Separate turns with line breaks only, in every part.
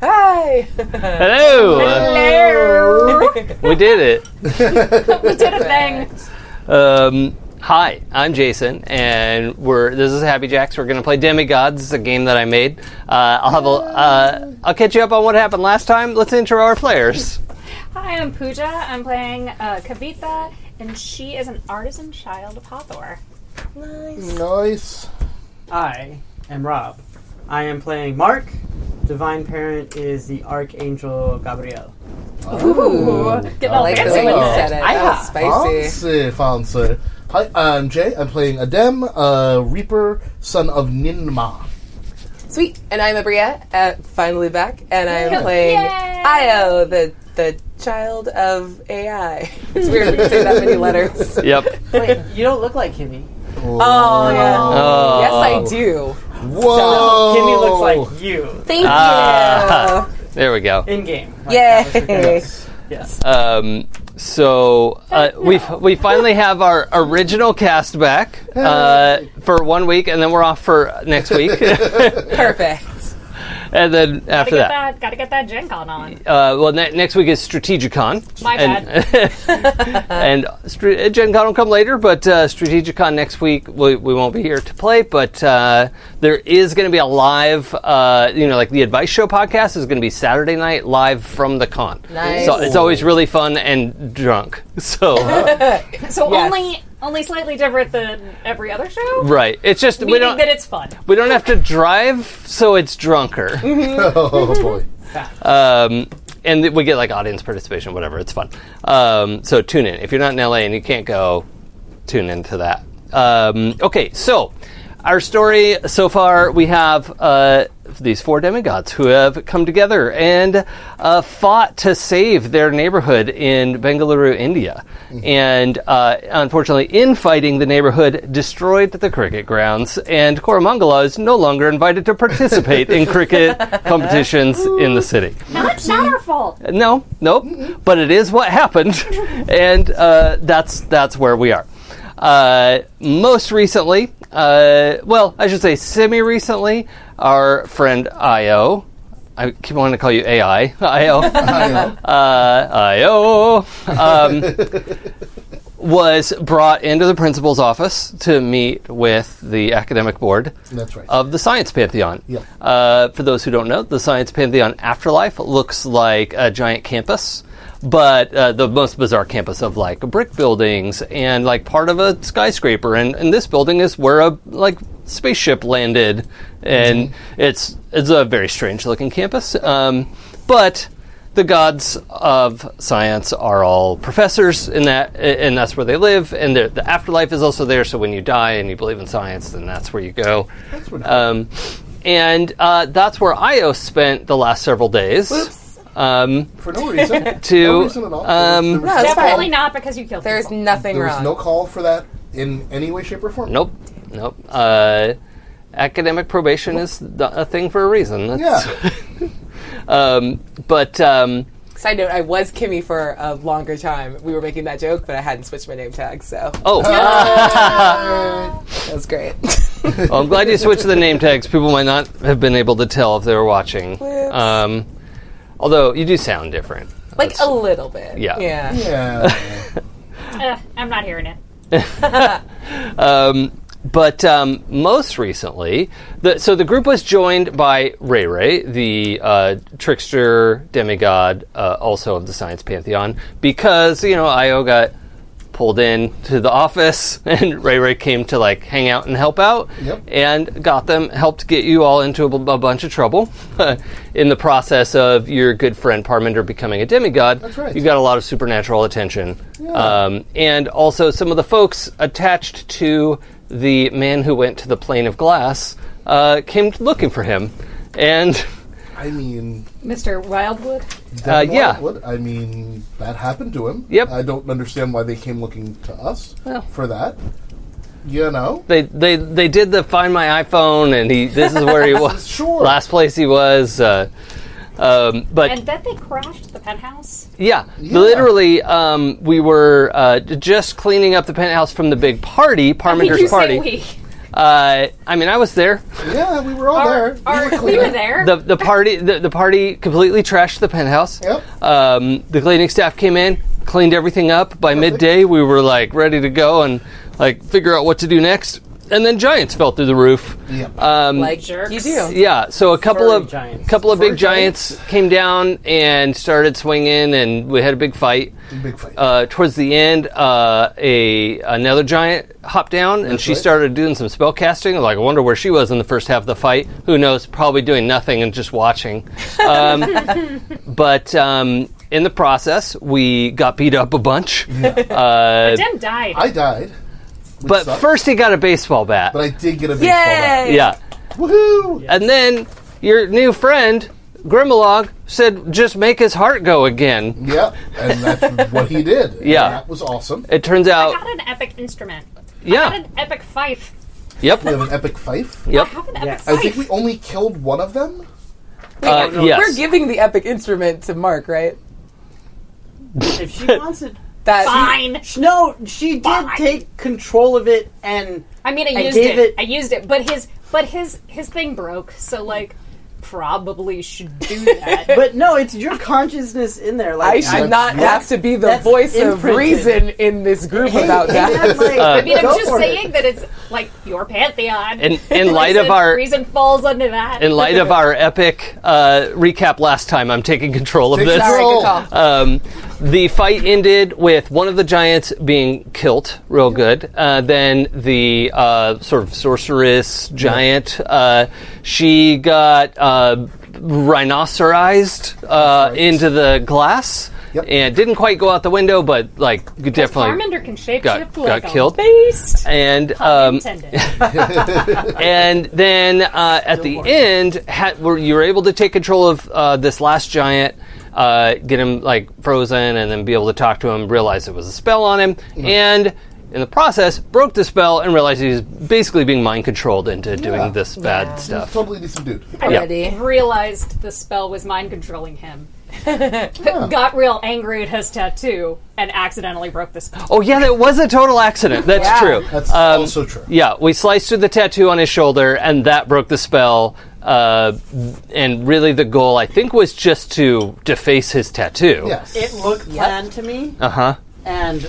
Hey!
Hello.
Hello.
We did it.
we did a thing.
Um, hi, I'm Jason, and we're this is Happy Jacks. We're going to play Demigods. It's a game that I made. Uh, I'll have a. Uh, I'll catch you up on what happened last time. Let's intro our players.
Hi, I'm Pooja. I'm playing uh, Kavita, and she is an artisan child of Hathor.
Nice.
I am Rob. I am playing Mark. Divine Parent is the Archangel Gabriel.
Ooh.
Getting
I
all
like the
fancy
way
with
you
it.
said it. That was spicy.
Fancy, fancy. Hi, I'm Jay. I'm playing Adem, uh, Reaper, son of Ninma.
Sweet. And I'm Abria, uh, finally back, and I'm
Yay.
playing
Yay.
Io, the the child of AI. It's weird when you say that many letters.
Yep.
Wait, you don't look like Kimmy.
Oh, yeah.
Oh.
Yes, I do.
Whoa.
Kimmy
Oh.
looks like you
Thank
Ah.
you.
There we go.
in game.
Yay.
Yes.
Um, so uh, we we finally have our original cast back uh, for one week, and then we're off for next week,
Perfect.
and then
Gotta
after that,
get that. Gotta get that Gen Con on.
uh, well, ne- next week is Strategicon.
My
and, and Stra- Gen Con will come later, but uh, Strategicon next week we, we won't be here to play. But uh, there is going to be a live, uh, you know, like the Advice Show podcast is going to be Saturday night live from the con.
Nice.
So it's always really fun and drunk. So
So
Yes.
only only slightly different than every other show.
right, it's just we
Meaning
don't
that it's fun.
we don't have to drive, so it's drunker.
oh, boy.
um, and th- we get like audience participation, whatever. It's fun. Um, so tune in if you're not in LA and you can't go. Tune into that. Um, okay, so our story so far we have uh, these four demigods who have come together and uh, fought to save their neighborhood in Bengaluru, India, and uh, unfortunately, in fighting, the neighborhood destroyed the cricket grounds, and Koramangala is no longer invited to participate in cricket competitions in the city.
Not, not our fault.
No, nope. But it is what happened, and uh, that's that's where we are. Uh, most recently, uh, well, I should say semi recently, our friend Io. I keep wanting to call you AI. Io.
I know.
Uh, Io. Um, was brought into the principal's office to meet with the academic board Uh,
That's right.
of the Science Pantheon.
Yeah.
Uh, for those who don't know, the Science Pantheon Afterlife looks like a giant campus, but uh, the most bizarre campus of like brick buildings and like part of a skyscraper. And, and this building is where a like spaceship landed, and it's it's a very strange looking campus. Um, but the gods of science are all professors in that, and that's where they live. And the the afterlife is also there. So when you die and you believe in science, then that's where you go.
That's what
Um, and uh, that's where Io spent the last several days. Um,
for no reason.
to,
no reason at all.
um,
there was, there was-
No, it's
Definitely
fine.
not because you killed
There's
people.
nothing
there was
wrong.
no call for that in any way, shape, or form.
nope, nope. Uh, academic probation is th- a thing for a reason. That's-
Yeah.
Um, but um,
Side note, I was Kimmy for a longer time. We were making that joke, but I hadn't switched my name tag, so
oh,
that was great.
well, I'm glad you switched the name tags. People might not have been able to tell if they were watching.
Whoops.
Um, although you do sound different.
like a little bit.
Yeah.
Yeah.
yeah.
Eh, I'm not hearing it.
Um, but um, most recently, the, so the group was joined by Ray Ray, the uh, trickster demigod, uh, also of the science pantheon, because you know Io got pulled in to the office, and Ray Ray came to like hang out and help out,
Yep.
and got them helped get you all into a, b- a bunch of trouble in the process of your good friend Parminder becoming a demigod.
That's right.
You got a lot of supernatural attention. Um, and also, some of the folks attached to the man who went to the plane of glass uh, came looking for him. And
I mean,
Mr. Wildwood.
Uh, yeah.
Wildwood, I mean, that happened to him.
Yep.
I don't understand why they came looking to us for that. You know?
they, they, they did the find my iPhone, and he this is where he was.
Sure.
Last place he was. Uh, um, but
And then they crashed the penthouse.
Yeah, literally, um, we were uh, j- just cleaning up the penthouse from the big party,
Did you
Parmenter's
say
party.
we?
Uh, I mean, I was there.
Yeah, we were all
Our,
there.
our,
we were
we
clear.
were there.
The, the party the, the party completely trashed the penthouse.
Yep.
Um, the cleaning staff came in, cleaned everything up. By midday, we were like ready to go and like figure out what to do next. And then giants fell through the roof.
Yep.
Um,
like
jerks.
you do.
yeah, so a couple
Furry
of
giants.
couple of
Furry
big giants, came down and started swinging, and we had a big fight.
Big fight.
Uh, towards the end, uh, a another giant hopped down, and she
right.
started doing some spell casting. Like, I wonder where she was in the first half of the fight. Who knows? Probably doing nothing and just watching. Um, but um, in the process, we got beat up a bunch. Uh,
Dim died.
I died. Which
but
sucked,
first, he got a baseball bat.
but I did get a baseball bat.
Yay!
yeah.
Woohoo!
And then your new friend, Grimmalog, said just make his heart go again.
Yep, and that's what he did. And
Yeah.
that was awesome.
It turns
I
out,
got an epic instrument. I got
yeah,
an epic fife.
yep,
We have an epic fife.
yep.
I have an epic
Yes.
I
fife.
think we only killed one of them.
Uh,
We're
yes,
giving the epic instrument to Mark, right?
If she wants it,
That
Fine.
Sh- no, she did
Fine.
take control of it and
I mean, I
I
used
gave
it.
it-
I used it, but his, but his, his thing broke. So like, probably should do that.
but no, it's your consciousness in there. Like
I should
That's-
not have to be the
that's
voice of
imprinted.
reason in this group about that.
I
I mean, I'm just saying that it's like your pantheon.
In- in light
Reason-
of our-
reason falls under that.
in light of our epic uh, recap last time, I'm taking control of
Take
this.
Sorry,
Roll.
good call.
Um, the fight ended with one of the giants being killed, real good. Uh, then the uh, sort of sorceress giant, uh, she got uh, rhinocerized uh, into the glass.
Yep.
And didn't quite go out the window, but like definitely
Charmander can shape
got,
shift
got
like a
killed.
beast.
And um,
Intended.
and then uh, at the end, had, were, you were able to take control of uh, this last giant, uh, get him like frozen, and then be able to talk to him. Realize it was a spell on him, and in the process, broke the spell and realized he was basically being mind controlled into doing this bad stuff.
Totally decent dude.
Already.
realized the spell was mind controlling him. Got real angry at his tattoo and accidentally broke the spell.
Oh yeah, that was a total accident. That's
Yeah.
true. Uh,
That's also true.
Um, Yeah, we sliced through the tattoo on his shoulder, and that broke the spell. Uh, and really, the goal I think was just to deface his tattoo.
Yes.
it looked planned to me
Uh
Uh-huh.
huh.
and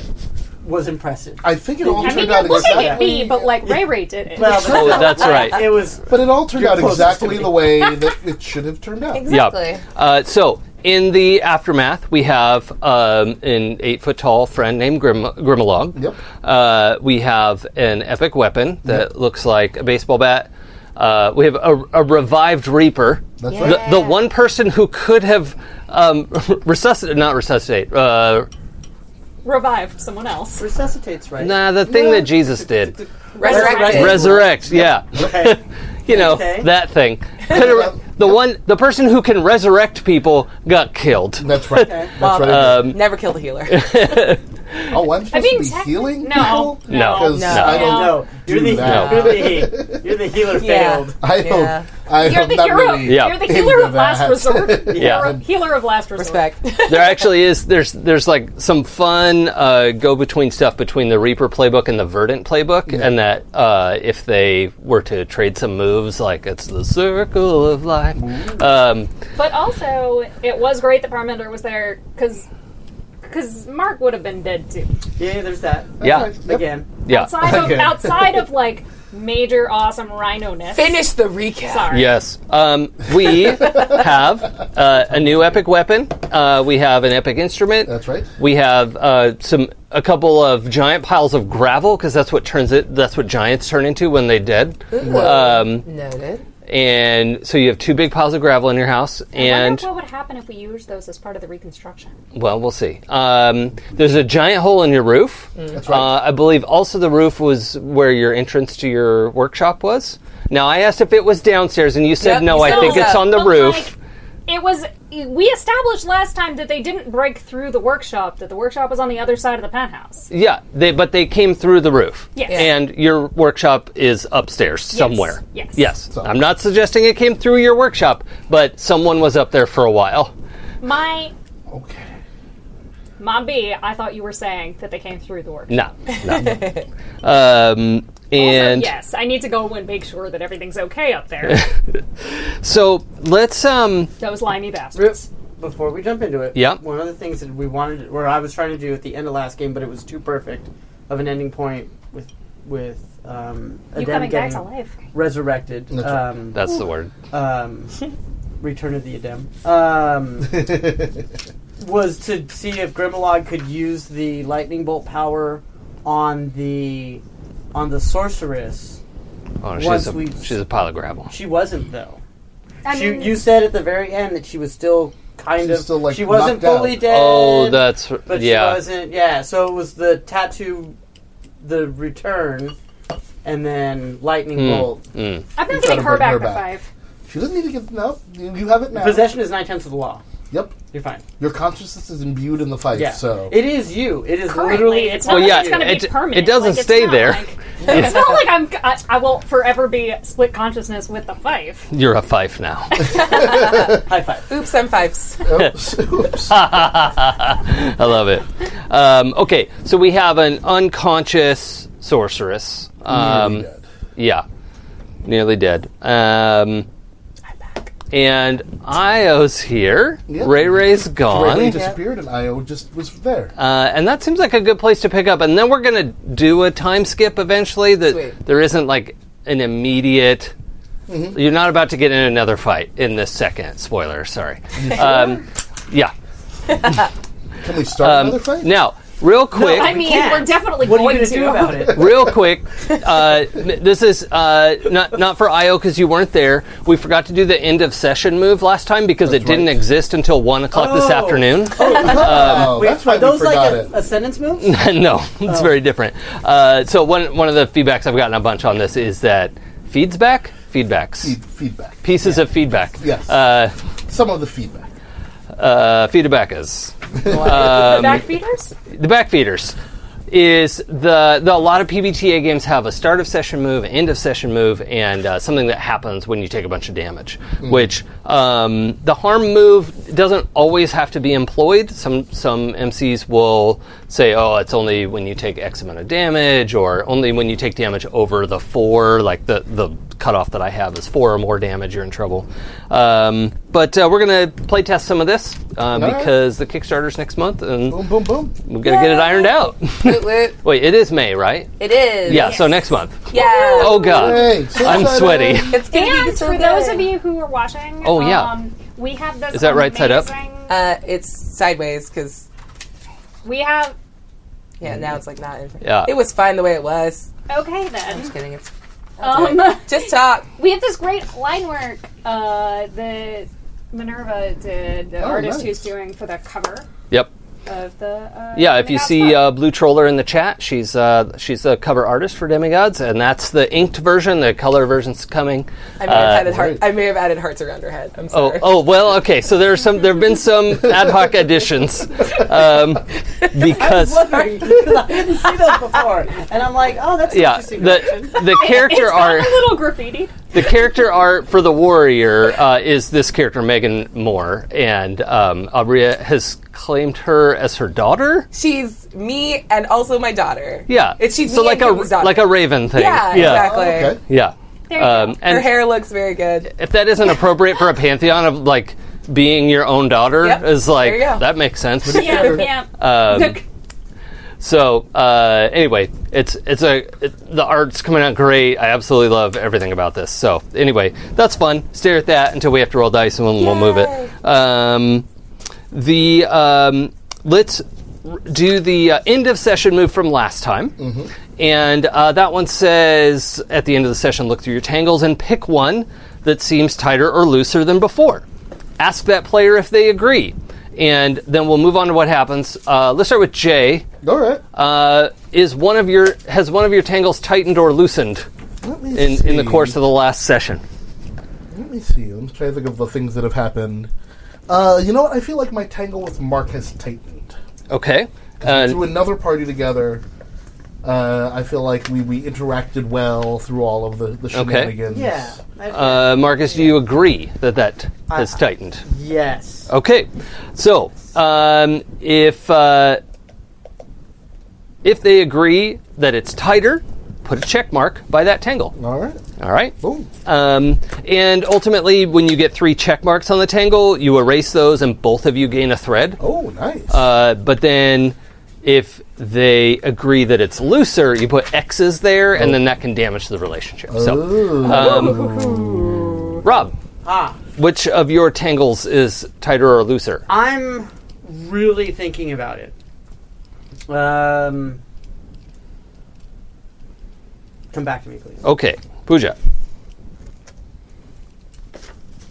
was impressive.
I think it all
I mean,
turned
you're
out
looking
exactly.
at me, but like Ray Ray did it.
Well, but
Oh, that's right.
it was
But it all turned out
closest to
exactly
me.
the way that it should have turned out.
Exactly.
Yeah. Uh, so in the aftermath, we have um, an eight foot tall friend named Grim- Grimmalog.
Yep.
Uh, we have an epic weapon that looks like a baseball bat. Uh, we have a, a revived Reaper.
That's
The,
right.
the one person who could have um, resuscitate, not resuscitate. Uh,
Revived someone else.
resuscitates right.
nah, the thing that Jesus did.
Resurrected.
Resurrect, yeah.
Okay.
You know,
Okay.
that thing. Could've- the one, the person who can resurrect people got killed.
That's right.
Okay.
That's right.
um,
Never kill the healer.
oh, I'm supposed
I mean,
to be
techni-
healing
no,
people?
No.
no,
Because
No.
I don't.
Oh, no, you're the,
Do that.
you're the you're the healer
Yeah.
failed.
I don't.
Yeah.
I
You're
am
the
not
hero.
really.
Yeah.
You're the healer
into
of last
that.
resort.
Yeah.
Hero- Healer of last resort.
Respect.
there actually is there's there's like some fun uh, go between stuff between the Reaper playbook and the Verdant playbook, and that uh, if they were to trade some moves, like it's the circle of life. Um,
But also, it was great that Parmender was there because because Mark would have been dead too.
Yeah, there's that
yeah,
Yep.
again.
yeah,
Outside of
Okay.
outside of like major awesome rhino ness.
Finish the recap.
Sorry.
yes. Um, we have uh, a new epic weapon. Uh, we have an epic instrument.
That's right.
We have uh, some a couple of giant piles of gravel because that's what turns it. That's what giants turn into when they dead. Um,
Noted.
and so you have two big piles of gravel in your house
I
and
wonder what would happen if we used those as part of the reconstruction.
well we'll see um, there's a giant hole in your roof
right.
uh, i believe also the roof was where your entrance to your workshop was now i asked if it was downstairs and you said
Yep,
no
you
i
said it
think
was
it's
up."
on the
But,
roof
like, it was. We established last time that they didn't break through the workshop. That the workshop was on the other side of the penthouse.
Mm.
yeah they, but they came through the roof
Yes. Yeah.
and your workshop is upstairs somewhere
Yes.
yes i'm not suggesting it came through your workshop but someone was up there for a while
My
Okay.
mom B, I thought you were saying that they came through the workshop.
No, no. um, And
yes, I need to go and make sure that everything's okay up there.
so let's um
Those limey bastards.
Before we jump into it,
Yeah.
one of the things that we wanted, or I was trying to do at the end of last game, but it was too perfect of an ending point with with um,
You
Adem
coming back
getting
to life?
resurrected.
That's right.
Um,
that's the word.
um, Return of the Adem. Um, was to see if Grimlock could use the lightning bolt power on the on the sorceress.
Oh,
once
she's a,
we-
she's a pile of gravel.
She wasn't though.
I
She,
mean,
you said at the very end that she was still kind
She's
of
still, like,
she wasn't
knocked
fully
out.
dead.
Oh, that's
but she
yeah.
wasn't. Yeah, so it was the tattoo, the return, and then lightning bolt.
Mm.
I'm not
try to
getting her
bring
back
her
to
back.
five.
she doesn't need to get no. You, you have it now.
Possession is nine tenths of the law.
Yep.
You're fine.
Your consciousness is imbued in the fight.
Yeah.
So
it is you. It is
Currently,
literally.
it's
all
Well, Oh,
not
you.
yeah,
like it's going to
it-
be permanent.
it doesn't
Like, it's
stay
not
there.
like- it's not like I'm. I, I will forever be split consciousness with the five.
You're a fife now.
High five.
Oops, I'm fives.
oops, oops.
Um, I love it. Um, okay, so we have an unconscious sorceress. Um,
Nearly dead.
yeah, nearly dead. Um, and Io's here.
Yep.
Ray Ray's
Ray Ray
gone.
disappeared, and Io just was there.
Uh, and that seems like a good place to pick up. And then we're going to do a time skip eventually that
Sweet.
there isn't like an immediate. You're not about to get in another fight in this second. Spoiler, sorry. um, yeah.
Can we start
Um,
another fight?
now, real quick.
I mean,
can't.
we're definitely
What are
going
you going
to
to do about it?
real quick, uh, n- this is uh, not not for IO because you weren't there. We forgot to do the end of session move last time because it didn't
right.
exist until one o'clock this
Oh.
afternoon. um,
oh, that's why
Are those
we forgot
like a,
it.
a sentence move?
no,
Oh.
it's very different. Uh, so one one of the feedbacks I've gotten a bunch on this is that feeds back, feedbacks,
Feed- feedback.
pieces of feedback,
Yes.
uh,
Some of the feedback.
uh, feedbackers. Um,
the back feeders.
the back feeders is the, the a lot of PBTA games have a start of session move, end of session move, and uh, something that happens when you take a bunch of damage. Which um, the harm move doesn't always have to be employed. Some some MCs will say, "Oh, it's only when you take X amount of damage, or only when you take damage over the four. Like the the cutoff that I have is four or more damage, you're in trouble." Um, but uh, we're gonna play test some of this uh,
right.
because the Kickstarter's next month, and
Boom, boom, boom.
we gotta get it ironed out.
Woot woot.
Wait, it is May, right?
It is.
Yeah, so next month.
Yeah.
Oh god,
Hey, so
I'm
excited.
sweaty.
It's gonna be
And
so
for
good.
those of you who are watching,
Oh, yeah.
um, we have this.
Is that right side up?
amazing-
Uh, it's sideways because
We have.
yeah, now it's like not. In,
Yeah.
It was fine the way it was.
Okay
Just
then.
kidding. It's
Um,
just talk.
we have this great line work uh, that Minerva did, the
Oh,
artist
nice.
who's doing for the cover
Yep.
of the. Uh,
Yeah, if you
Demigods
see
book.
uh, Blue Troller in the chat, she's uh, she's the cover artist for Demigods, and that's the inked version. The color version's coming. Uh,
I may, have added heart,
great.
I may have added hearts around her head. I'm
Oh,
sorry.
oh well, okay. So there are some. There have been some ad hoc additions um, because
wondering because I didn't see those before, and I'm like, oh, that's
yeah,
interesting.
the the character
it's got
art.
a little graffiti.
the character art for the warrior uh, is this character Megan Moore, and um, Aurea has claimed her as her daughter.
She's me and also my daughter.
Yeah,
It's she's
so
me
like
and
a
Kimmy's daughter.
like a raven thing.
yeah, exactly.
Oh, Okay.
yeah.
There you
Um,
go.
and
Her hair looks very good.
if that isn't appropriate for a pantheon of like being your own daughter
Yep,
is like
there you go.
that makes sense.
Yeah, yeah.
Um, so uh, anyway, it's it's a it, the art's coming out great. I absolutely love everything about this. So anyway, that's fun. Stare at that until we have to roll dice, and we'll, we'll move it. Um, the um, let's r- do the uh, end of session move from last time, and uh, that one says at the end of the session, look through your tangles and pick one that seems tighter or looser than before. Ask that player if they agree. And then we'll move on to what happens. Uh, let's start with Jay
All right.
uh, is one of your has one of your tangles tightened or loosened
Let me
in, in the
see.
course of the last session?
Let me see. I'm trying to think of the things that have happened. Uh, you know what? I feel like my tangle with Mark has tightened.
Okay,
through
and
another party together, uh, I feel like we, we interacted well through all of the, the shenanigans.
yeah. I-
uh, Marcus, do you agree that that has tightened?
yes.
Okay, so um, if uh, if they agree that it's tighter, put a check mark by that tangle.
All right.
All right.
Boom.
Um, and ultimately, when you get three check marks on the tangle, you erase those, and both of you gain a thread.
Oh, nice.
Uh, but then, if they agree that it's looser, you put X's there, and then that can damage the relationship. So, uh, um, Rob,
Ah,
which of your tangles is tighter or looser?
I'm really thinking about it. Um, come back to me, please.
Okay, Pooja.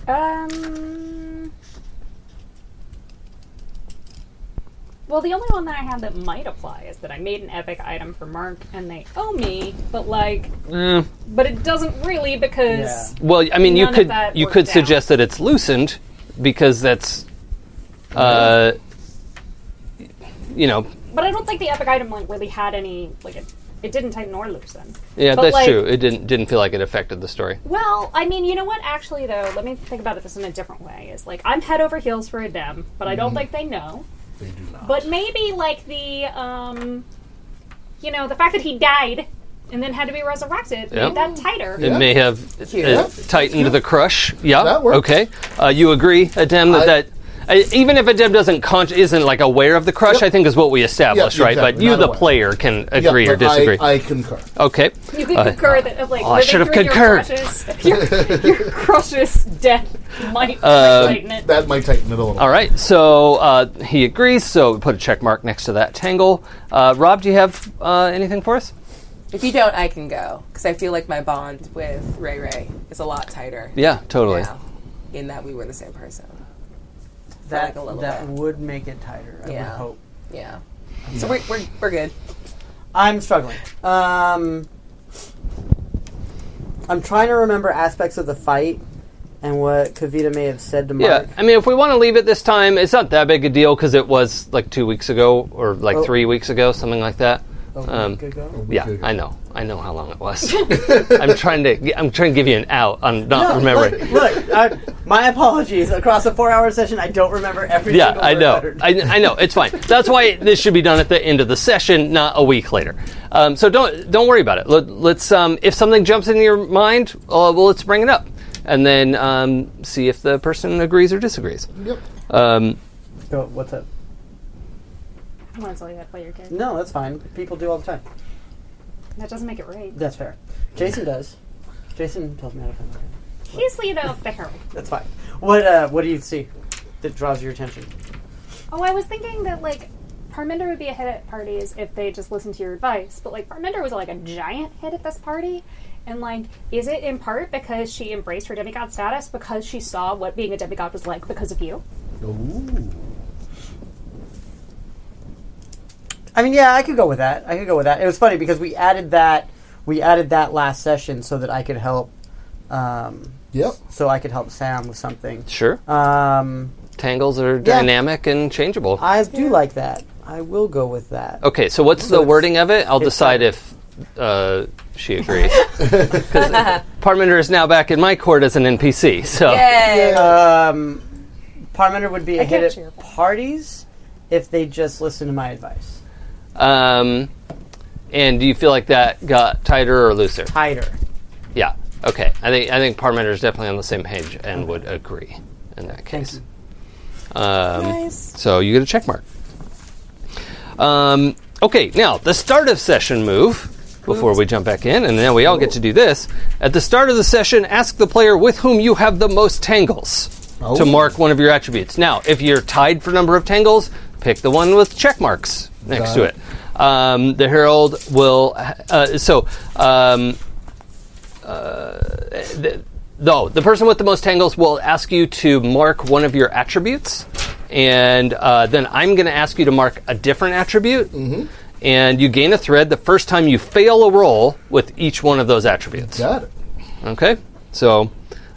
Uh,
Um. Well, the only one that I have that might apply is that I made an epic item for Mark, and they owe me, but like,
Mm,
but it doesn't really because
well, I mean,
None of
you could
that
you
worked
could
out.
suggest that it's loosened because that's, uh, you know,
But I don't think the epic item like really had any like it. It didn't tighten or loosen.
yeah,
But,
that's
like-
true. It didn't didn't feel like it affected the story.
Well, I mean, you know what? Actually, though, let me think about it this in a different way. Is like I'm head over heels for a dem, but I
Mm-hmm.
don't think they know.
they do not.
But maybe like the, um, you know, the fact that he died and then had to be resurrected
Yeah.
made that tighter.
It may have
Yeah.
uh, tightened the crush. Yeah.
That works.
Okay. Uh, you agree, Adem, that
I-
that. Uh, even if Adem doesn't con- isn't like aware of the crush,
Yep.
I think is what we established,
Yep,
right?
exactly.
But you,
Not
the
aware.
player, can
Yeah,
agree or
but I-
disagree.
I, concur.
okay.
You could
Uh,
concur that of like
I
living
should have
through
concurred.
Your crushes, your, your crushes death might
Um,
tighten it.
That might tighten it a little.
All right. So uh, he agrees. So we put a check mark next to that tangle. Uh, Rob, do you have uh, anything for us?
If you don't, I can go because I feel like my bond with Ray Ray is a lot tighter
Yeah, totally.
now, in that we were the same person.
That,
Like a little
that
bit.
would make it tighter, I
Yeah.
would hope.
Yeah. So we're, we're, we're good.
I'm struggling. Um, I'm trying to remember aspects of the fight and what Kavita may have said to Mark.
Yeah, I mean, if we want to leave it this time, it's not that big a deal because it was like two weeks ago or like
Oh.
three weeks ago, something like that.
A week
Um,
ago?
We
Yeah,
could-
I know. I know how long it was. I'm trying to. I'm trying to give you an out on not remembering.
Look, look I, my apologies. Across a four-hour session, I don't remember every.
yeah,
single
I
word
know.
uttered.
I, I know. It's fine. That's why this should be done at the end of the session, not a week later. Um, so don't don't worry about it. Let, let's um, if something jumps into your mind, uh, well, let's bring it up and then um, see if the person agrees or disagrees.
Yep.
Um,
Go, what's up?
Come on, Sully, you gotta play your game.
No, that's fine. People do all the time.
That doesn't make it right.
That's fair. Jason does. Jason tells me how to find out.
He's lead off the hero.
That's fine. What uh, What do you see that draws your attention?
Oh, I was thinking that like Parminder would be a hit at parties if they just listened to your advice, but like Parminder was like a giant hit at this party. And like, is it in part because she embraced her demigod status because she saw what being a demigod was like because of you?
Ooh.
I mean, yeah, I could go with that. I could go with that. It was funny because we added that we added that last session so that I could help. Um,
Yep.
so I could help Sam with something.
sure.
Um,
Tangles are
Yeah.
dynamic and changeable.
I do like that. I will go with that.
Okay, so what's the
it's-
wording of it? I'll
it's
decide if uh, she agrees. Because Parminder is now back in my court as an NPC. So
Yay!
Um, Parmenter would be a hit
can't
at
cheer for
parties if they just listen to my advice.
Um, and do you feel like that got tighter or looser?
Tighter.
Yeah. Okay. I think I think Parmenter is definitely on the same page and would agree in that case. Um, So you get a check mark. Um, okay. Now the start of session move. Before we jump back in, and now we all get to do this. At the start of the session, ask the player with whom you have the most tangles
Oh.
to mark one of your attributes. Now, if you're tied for number of tangles, pick the one with check marks next
Got
to
it.
it. Um, the herald will. Uh, so um, the, no, the person with the most tangles will ask you to mark one of your attributes, and uh, then I'm going to ask you to mark a different attribute, and you gain a thread the first time you fail a roll with each one of those attributes.
Got it.
Okay, so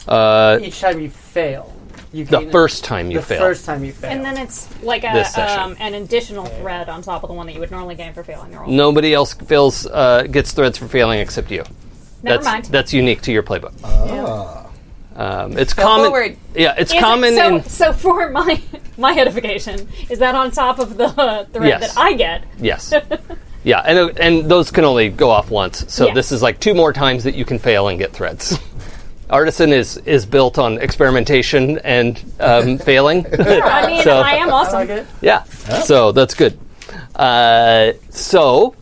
uh,
Each time you fail, you
the
gain a-
first time you
the
fail,
first time you fail.
And then it's like a
This session.
um, an additional thread on top of the one that you would normally gain for failing your roll.
nobody else fails uh, gets threads for failing except you.
Never
that's
mind.
that's unique to your playbook.
Ah.
Um, it's common.
forward.
Yeah, it's
Is it-
common.
so,
in,
so for my my edification, is that on top of the uh, thread
Yes.
that I get?
yes. Yeah, and uh, and those can only go off once. So
Yeah.
this is like two more times that you can fail and get threats. Artisan is is built on experimentation and um, failing.
I mean,
So-
I am awesome.
like it.
yeah. So that's good. Uh, so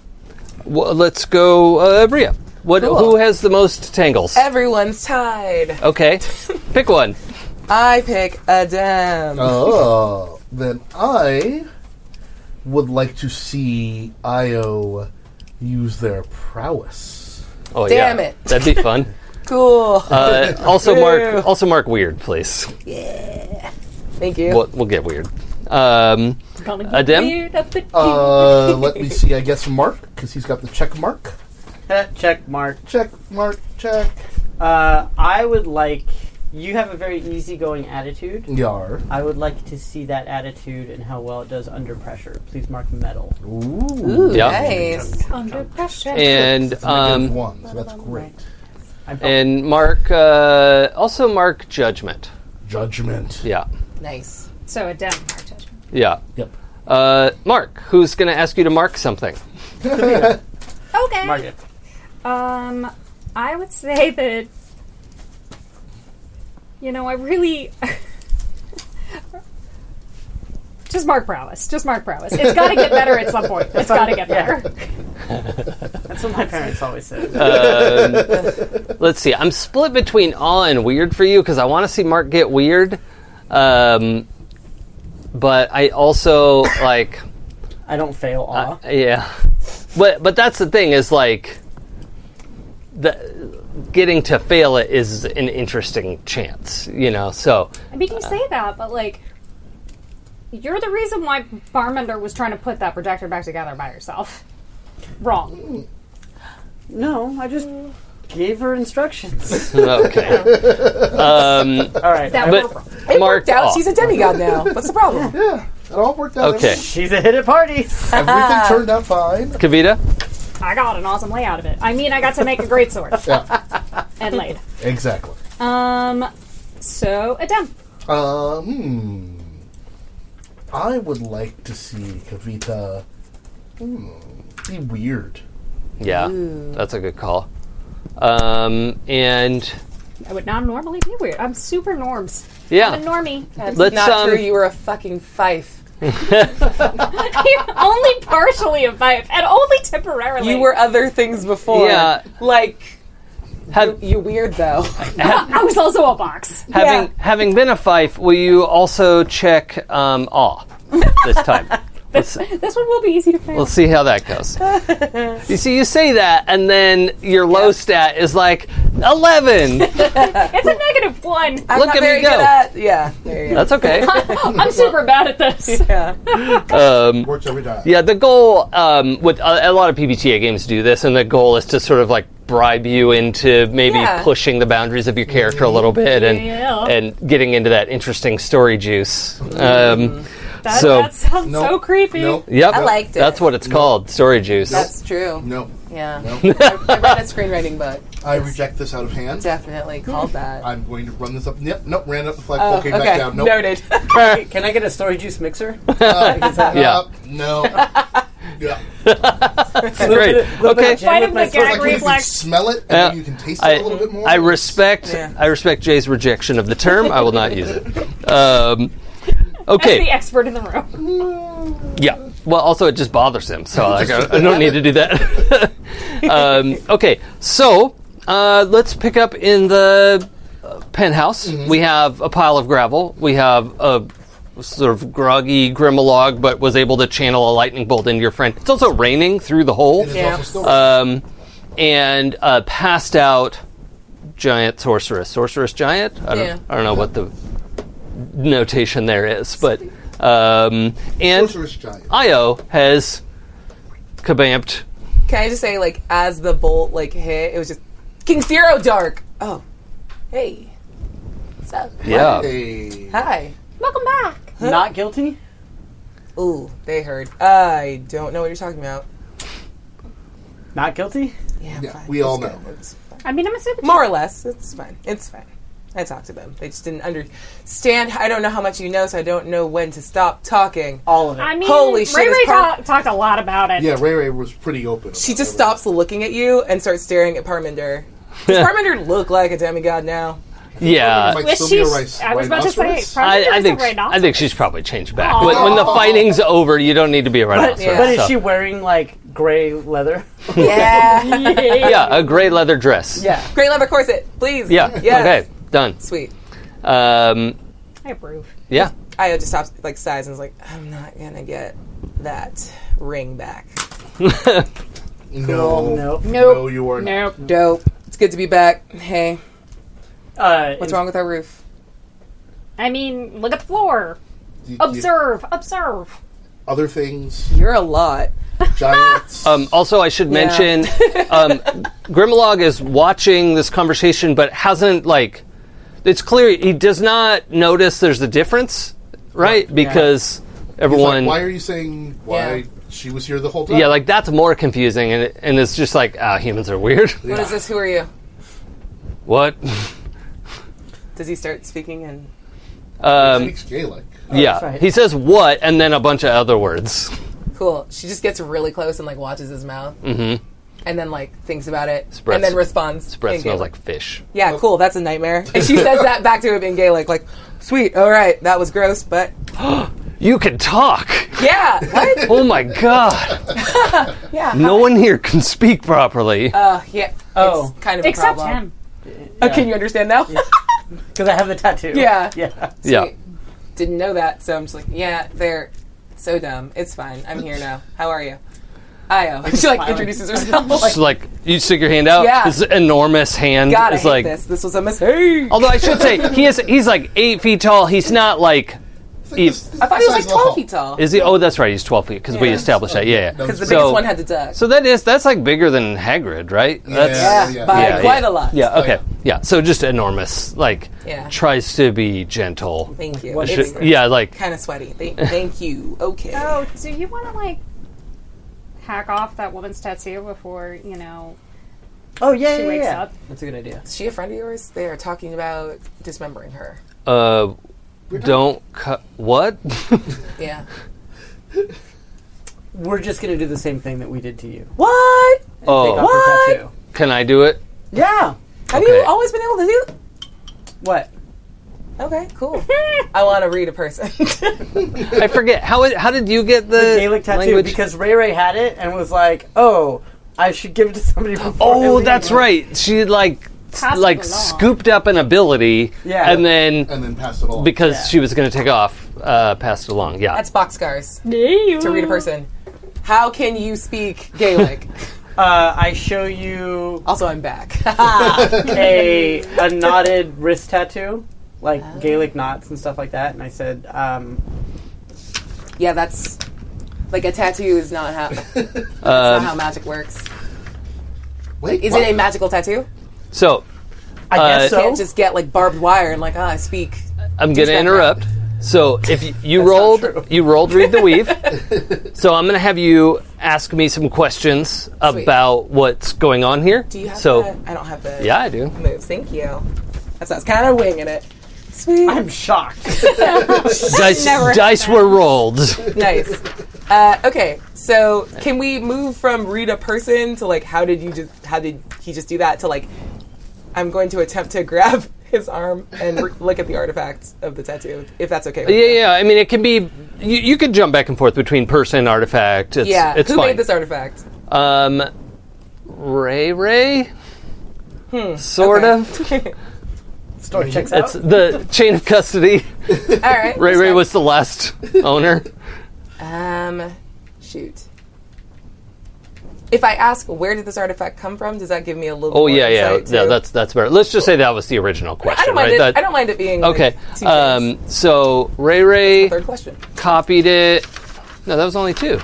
w- let's go, uh, Bria. What? Who has the most tangles?
Everyone's tied.
okay, pick one.
I pick Adam.
Oh, then I would like to see Io use their prowess.
Oh
Damn
yeah.
it.
That'd be fun.
Cool.
Uh, also
Ew.
mark. Also mark weird, please.
Thank you.
We'll, we'll get weird. Um,
Gonna get
A dim?
weird up the-
Uh, let me see. I guess Mark, because he's got the check mark.
Eh, Check mark.
Check mark. Check.
Uh, I would like. You have a very easygoing attitude.
Yar.
I would like to see that attitude and how well it does under pressure. Please mark metal.
Ooh.
Yeah.
Nice.
under pressure.
and
Um,
um,
one. So that's great.
I'm
Oh.
and mark uh, also mark judgment.
Judgment.
Yeah,
Nice.
so a down mark judgment.
yeah.
Yep.
Uh, mark, who's going to ask you to mark something?
Okay.
mark it.
Um, I would say that you know I really just mark prowess. Just mark prowess. It's got to get better at some point. It's got to get better.
That's what my parents always said.
Uh, Let's see. I'm split between awe and weird for you because I want to see Mark get weird, um, but I also like.
I don't fail
uh,
awe.
Yeah, but but that's the thing is like, the getting to fail it is an interesting chance, you know. So
I mean, you say that, but like. You're the reason why Barmender was trying to put that projector back together by herself. Wrong.
no, I just gave her instructions.
okay,
All right.
That
I-
was
but
wrong.
Mark,
Doubt
awe.
she's a demigod now. What's the problem?
Yeah. It all worked out.
Okay.
Everything,
She's a hit at parties.
Ah.
everything turned out fine.
Kavita.
I got an awesome layout of it. I mean, I got to make a great sword
Yeah.
and lathe.
Exactly.
Um, so a dump.
Uh, hmm. I would like to see Kavita hmm, be weird.
Yeah, that's a good call. Um, and
I would not normally be weird. I'm super norms. I'm a
yeah,
normie.
That's
Let's,
not
um,
true. You were a fucking fife.
only partially a vibe, and only temporarily.
You were other things before.
Yeah.
Like,
have,
you weird though.
I was also a box.
having having been a fife, will you also check um, awe this time? Let's,
This one will be easy to find.
let's see how that goes. You see, you say that, and then your low stat is like eleven.
it's a negative one.
I'm
Look at
not
me
very
go.
good at. Yeah. There you go.
That's okay.
I'm super bad at this.
yeah.
Um,
Works every time.
Yeah, the goal um, with a, a lot of PBTA games do this, and the goal is to sort of like bribe you into maybe
Yeah.
pushing the boundaries of your character a little bit and
Yeah.
and getting into that interesting story juice. Um,
That,
So-
that sounds
No.
so creepy.
No.
Yep,
I liked it.
That's what it's called, story juice.
That's true.
No.
Yeah.
No.
I, I read a screenwriting book.
I reject this out of hand.
Definitely called that.
I'm going to run this up. Yep. Nope. Ran up the flagpole.
Oh,
came back down. Nope.
Noted.
Can I get a story juice mixer?
Uh,
Yeah.
No. yeah.
Great. Okay.
Fight him the
Like
gag
you can
reflex.
smell it, and
Yeah.
then you can taste it
I,
a little bit more.
I respect
Yeah.
I respect Jay's rejection of the term. I will not use it. Um, okay.
As the expert in the room.
Yeah. Well, also it just bothers him, so like, I, I don't need to do that. um, okay, so uh, let's pick up in the uh, penthouse. We have a pile of gravel. We have a sort of groggy Grimalogue, but was able to channel a lightning bolt into your friend. It's also raining through the hole,
It's
Yeah.
also still-
um, and uh, passed out giant sorceress, sorceress giant. I don't,
Yeah.
I don't know what the notation there is, but um, and
Sorceress giant.
Io has kabamped.
Can I just say, like, as the bolt like hit, it was just King Zero Dark. Oh, hey, what's up?
Yeah.
Hey.
Hi.
Welcome back.
Not guilty?
Ooh, they heard. I don't know what you're talking about.
Not guilty?
Yeah,
Yeah,
fine.
we all
It's
know.
good. It's fine.
I mean, I'm a super.
More or less, it's fine. It's fine. I talked to them. They just didn't understand. I don't know how much you know, so I don't know when to stop talking.
All of it.
I mean,
Holy shit,
Ray Ray
it's part-
talk- talked a lot about it.
Yeah, Ray Ray was pretty open.
She
about
just
everything.
stops looking at you and starts staring at Parminder. Does Parminder look like a demigod now?
Yeah.
Like
Wish
Sylvia
she's-
Rice-
I was about to say,
rhinoceros?
I,
Parminder
I
was
think
a rhinoceros.
I think she's probably changed back. When, when the fighting's over, you don't need to be a rhinoceros.
yeah.
But is
so-
she wearing like gray leather?
Yeah.
yeah, a gray leather dress.
yeah.
Great leather corset, please.
Yeah.
Yes.
Okay. Done.
Sweet.
Um,
I approve.
yeah.
Io just stops, like, sighs and is like, I'm not gonna get that ring back.
No,
No.
no, you are not.
Nope.
Dope. It's good to be back. Hey,
Uh,
what's wrong with our roof?
I mean, look at the floor.
You- you-
Observe. Observe.
other things,
You're a lot.
giants.
Um, also, I should mention um, Grimlog is watching this conversation, but hasn't like. It's clear he does not notice there's a difference, right? Because
It's like,
everyone.
why are you saying why
Yeah.
she was here the whole time?
yeah, like that's more confusing, and, it, and it's just like ah, humans are weird.
What is this? Who are you?
what?
Does he start speaking and
She
Um,
speaks Gaelic.
yeah,
right.
he says what, and then a bunch of other words.
cool? She just gets really close and like watches his mouth, and then like thinks about it,
Mm-hmm. Spreads-
and then responds.
Breath
in
smells
Gaelic.
like fish.
yeah, cool. That's a nightmare. And she says that back to him in Gaelic, like, sweet, all right, that was gross, but
You can talk.
yeah, what?
Oh my god!
Yeah,
No one here can speak properly.
uh, yeah.
Oh.
it's kind of a
Except
problem.
him.
Uh, can you understand now?
Because I have the tattoo.
Yeah.
Yeah.
yeah.
Sweet. Didn't know that, so I'm just like, yeah, they're so dumb. It's fine. I'm here now. How are you? Io. She like introduces herself. Like,
Just like you stick your hand out,
Yeah.
his enormous hand
God, I
is
hate
like.
this. This was a mistake.
Although I should say he is he's like eight feet tall. He's not like
It's like
Eve.
this- this
I thought he was like
size of a
12
hall.
feet tall.
is he? Oh, that's right. He's twelve feet because we
Yeah.
established that. Yeah, yeah.
No,
Because the
so-
biggest one had to duck.
So that is that's like bigger than Hagrid, right? That's
yeah,
yeah.
by
Yeah,
quite
yeah.
a lot.
yeah. Okay.
yeah.
Yeah. So just enormous. Like
Yeah.
tries to be gentle.
Thank you.
What
It's
Should- yeah. Like
Kind of sweaty. Thank, thank you. Okay.
Oh, do you want to like hack off that woman's tattoo before you know
Oh yeah.
she
yeah,
wakes
yeah.
up?
That's a good idea.
Is she a friend of yours? They are talking about dismembering her.
uh, don't cut. What?
Yeah.
We're just gonna do the same thing that we did to you.
What?
Take off
oh,
What?
your tattoo.
can I do it?
Yeah.
Have
Okay.
you always been able to do?
What?
Okay, cool. I want to read a person.
I forget how. is- How did you get the,
Gaelic tattoo
language?
because Ray Ray had it and was like, "Oh, I should give it to somebody." Before I
Oh,
leave."
that's right. She like s-
Passed it
like
along.
scooped up an ability,
Yeah.
and
Uh,
then
And then pass it along.
because
Yeah.
she was going to take off, uh, passed it along. Yeah,
That's boxcars. To
To
read a person. How can you speak Gaelic?
Uh, I show you
also, I'm back.
a a knotted wrist tattoo, like
Oh.
Gaelic knots and stuff like that. And I said, um,
yeah, that's like a tattoo is not how that's
Um,
not how magic works.
Wait,
Is
what?
it a magical tattoo?
so
"I
Uh,
guess so."
Can't just get like barbed wire and like ah, I speak.
I'm going
that
to interrupt. So if you, you rolled,
true.
you rolled read the weave. so I'm going to have you ask me some questions about what's going on here.
Do you have
so
that? I don't have the
yeah, I do.
moves. Thank you. That's I was kind of winging it. Sweet.
I'm shocked.
Dice, dice were rolled.
nice. Uh, okay, so can we move from read a person to like how did you just how did he just do that to like I'm going to attempt to grab his arm and re- look at the artifact of the tattoo if that's okay. With
yeah,
you.
yeah. I mean, it can be. You, you could jump back and forth between person artifact. It's,
Yeah,
it's
who
fine.
made this artifact?
Um, Ray Ray?
Hmm,
Sort of.
Story checks out.
It's the chain of custody.
All right.
Ray Ray was the last owner.
Um, shoot. If I ask where did this artifact come from, does that give me a little?
Oh
more
yeah, yeah,
insight,
yeah.
too?
That's that's better. Let's just say that was the original
I
question,
don't mind
right?
it.
That-
I don't mind it being like,
okay.
two things.
Um, so Ray Ray
Third question.
copied it. No, that was only two.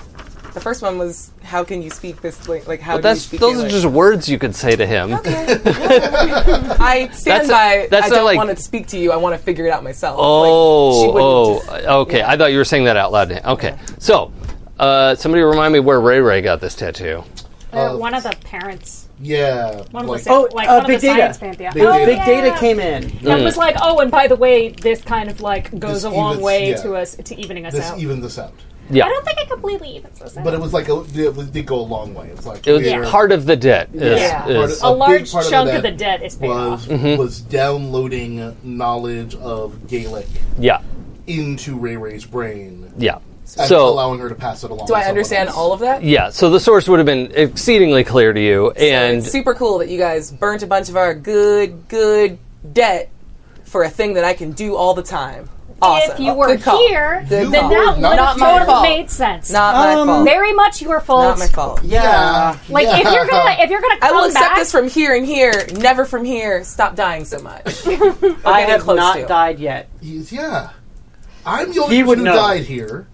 The first one was how can you speak this like, like how
But
do you
that's
speak
those are
Gaelic?
just words you could say to him.
I
That's
stand
a-
by.
that's
I
not
don't
like-
want to speak to you. I want to figure it out myself. Like, she
Oh,
wouldn't
oh,
just-
okay. I thought you were saying that out loud. Okay, so uh, somebody remind me where Ray Ray got this tattoo.
Uh, one of the parents.
Yeah.
One was
like,
Oh,
oh, like
uh,
one of
Big
the
Data.
science pantheon.
Big
oh,
Data.
Big
yeah.
data came in.
That was like, oh, and by the way, this kind of like goes
This
a long
evens-
way
yeah.
to us to evening us
this
Oh.
out.
evened this out.
Yeah.
I don't think it completely evens us out.
But it was like, a, it was- did go a long way. It's like,
it was
we're-
part of the debt. Is,
Yeah.
is-
a
a big
large
part of
chunk
that
of the debt is paid
was
off.
was
Mm-hmm.
downloading knowledge of Gaelic
Oh.
yeah.
into Ray Ray's brain,
Yeah.
and
So
allowing her to pass it along.
Do I understand all of that?
yeah. So the source would have been exceedingly clear to you, and
it's super cool that you guys burnt a bunch of our good, good debt for a thing that I can do all the time. Awesome.
If you were
Good call.
here,
Good
then
call.
that would
Not
have
my
totally
fault.
made sense.
Not my
Um,
fault.
Very much your fault.
Not my fault.
Yeah.
Like if you're gonna if you're gonna come
I will accept
back,
this from here and here, never from here. Stop dying so much. I
I
am
have
close
not
to.
died yet.
He's, yeah, I'm the only
He would
person who
know.
died here.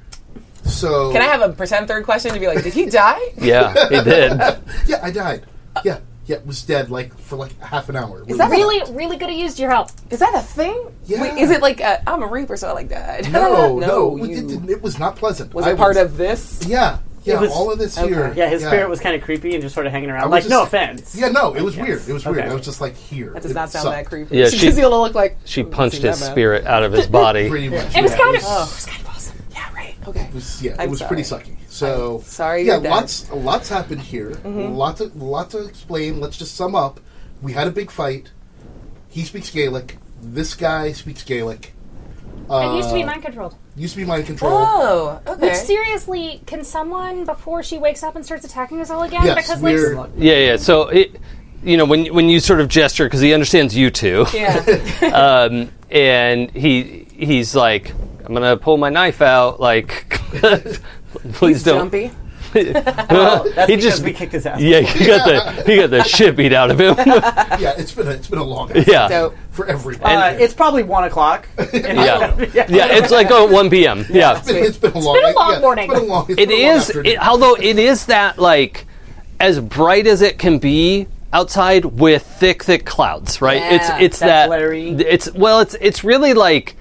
So
Can I have a pretend third question to be like, did he die?
yeah, it did.
Yeah, I died. Yeah, yeah, was dead like for like half an hour. Is
that
really really could have used your help.
Is that a thing?
Yeah.
Wait, is it like i I'm a reaper, so I like died?
No, no,
no.
it,
you-
didn't- it was not pleasant.
was
I
it part of this?
Yeah, yeah,
It was-
all of this here.
Yeah, his spirit was kind of creepy and just sort of hanging
was
around. Like,
just-
no offense.
Yeah, no, it was weird. It was weird.
Okay.
I was just like here.
That does not sound that creepy.
Yeah,
she,
she-
gives you a little look like
She
"Mm,
punched
seems
his
that bad."
spirit out of his body.
Pretty much.
It was
yeah,
kind of
Oh, it's kind of awesome. Yeah, right. Okay.
It was, yeah,
I'm
it was pretty sucky. So
sorry
Yeah,
you're Mm-hmm. dead.
lots lots happened here. Lots of, lots to explain. Let's just sum up. We had a big fight. He speaks Gaelic. This guy speaks Gaelic.
it used to be
Uh,
mind controlled.
Used to be mind control.
Oh, okay.
Which seriously, can someone before she wakes up and starts attacking us all again?
Yes,
because
we're-
like
Yeah, yeah. So it, you know, when when you sort of gesture because he understands you two,
yeah.
um, and he he's like, I'm gonna pull my knife out, like. Please don't.
Jumpy.
That's
he
because
just
we kicked his ass.
yeah, he got the he got the shit beat out of him.
Yeah, it's been a, it's been a long
yeah,
Dope.
for everybody.
Uh, it's probably one o'clock.
yeah, yeah. It's like oh, 1 p.m. Yeah,
It's been, it's been a long,
been a long
yeah,
morning.
It's been a long, it's
it
been a long
is.
afternoon.
It, although it is that like as bright as it can be outside with thick, thick clouds. Right. it's
Yeah,
it's
that's
that.
Larry.
It's well. It's it's really like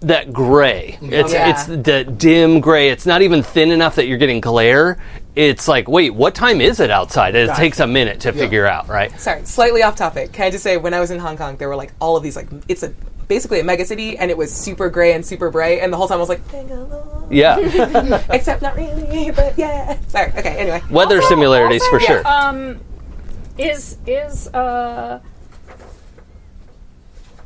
that gray. It's
Yeah.
it's the dim gray. It's not even thin enough that you're getting glare. It's like wait, what time is it outside? And it takes a minute to figure out. Right.
Sorry, slightly off topic. Can I just say, when I was in Hong Kong, there were like all of these like it's a basically a mega city, and it was super gray and super bright, and the whole time I was like, Bangalore,
Yeah.
except not really, but yeah. Sorry. Okay. Anyway.
Weather
Also-
similarities
also,
for sure.
Um, is is uh.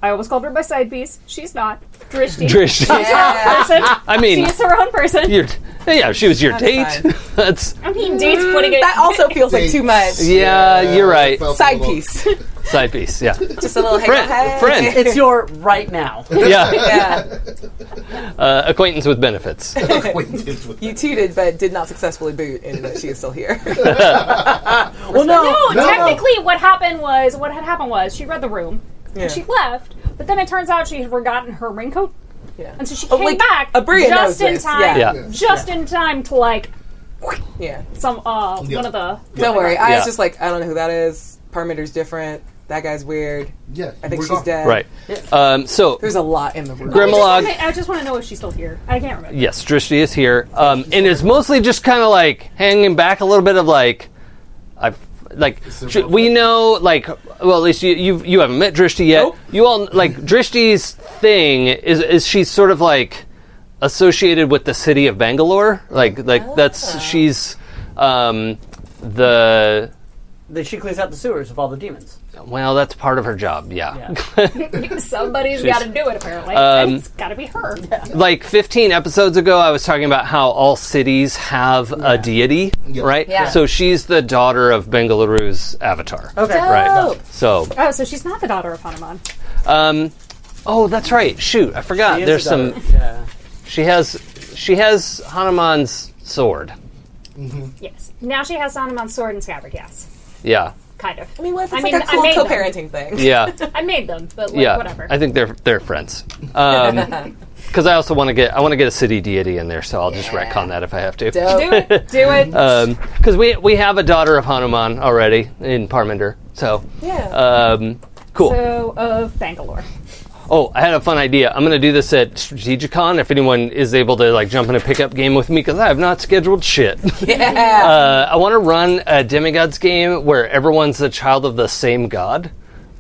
I almost called her my side piece. She's not. Drishti.
Drish.
Yeah.
Person.
I mean,
She's her own person.
your- yeah, she was your
That's
date. That's
I mean, dates putting it.
that also feels like too much.
yeah, you're right.
felt a
Side
little-
piece,
Side piece. Yeah,
just a little hey,
Friend,
hey.
friend.
It's your right now.
yeah.
Yeah,
Uh, acquaintance with benefits.
acquaintance with
you tooted, but did not successfully boot, and that she is still here.
well, no,
No, technically, what happened was what had happened was she read the room and she left, but then it turns out she had forgotten her raincoat,
Yeah.
and so she
Oh,
came
like,
back
Abria knows
just in
this.
time,
Yeah.
Yeah.
just in time to like
yeah.
some uh
Yeah.
one of the
Don't worry. I
Yeah.
was just like, I don't know who that is. Parmenter's different. That guy's weird.
Yeah,
I think
we're
she's
gone.
dead.
Right. Um, so
There's a lot in the room.
Grimlock.
Okay, I just want to know if she's still here. I can't remember.
Yes, Drishti is here, um, and it's mostly just kind of like hanging back a little bit of like, I've like
there
sh-
more
we know like well at least you you've, you haven't met Drishti yet.
Nope.
You all like Drishti's thing is is she's sort of like associated with the city of Bangalore. Like like that's she's um, the
Then she cleans out the sewers of all the demons.
well that's part of her job.
Yeah.
Somebody's got to do it apparently.
Um,
it's got to be her.
like 15 episodes ago, I was talking about how all cities have a deity, right?
Yeah.
So she's the daughter of Bengaluru's avatar.
Okay.
Right. So,
Oh, so she's not the daughter of Hanuman.
um, oh, that's right. Shoot, I forgot.
She is
There's
the
some.
daughter. Yeah.
She has. She has Hanuman's sword.
Yes. Now she has Hanuman's sword and scabbard. Yes,
Yeah.
kind of.
I mean, what if it's
I mean,
like a
I
cool
made them.
co-parenting thing?
Yeah.
I made them, but like,
yeah.
whatever.
I think they're they're friends. Um, because I also want to get I want to get a city deity in there, so I'll just retcon that if I have to.
Dope.
do it. Do it.
Because we we have a daughter of Hanuman already in Parminder, so
Yeah.
um, cool.
so of Bangalore.
oh, I had a fun idea. I'm going to do this at Strategicon if anyone is able to like jump in a pickup game with me because I have not scheduled shit.
Yeah.
Uh, I want to run a demigods game where everyone's the child of the same god.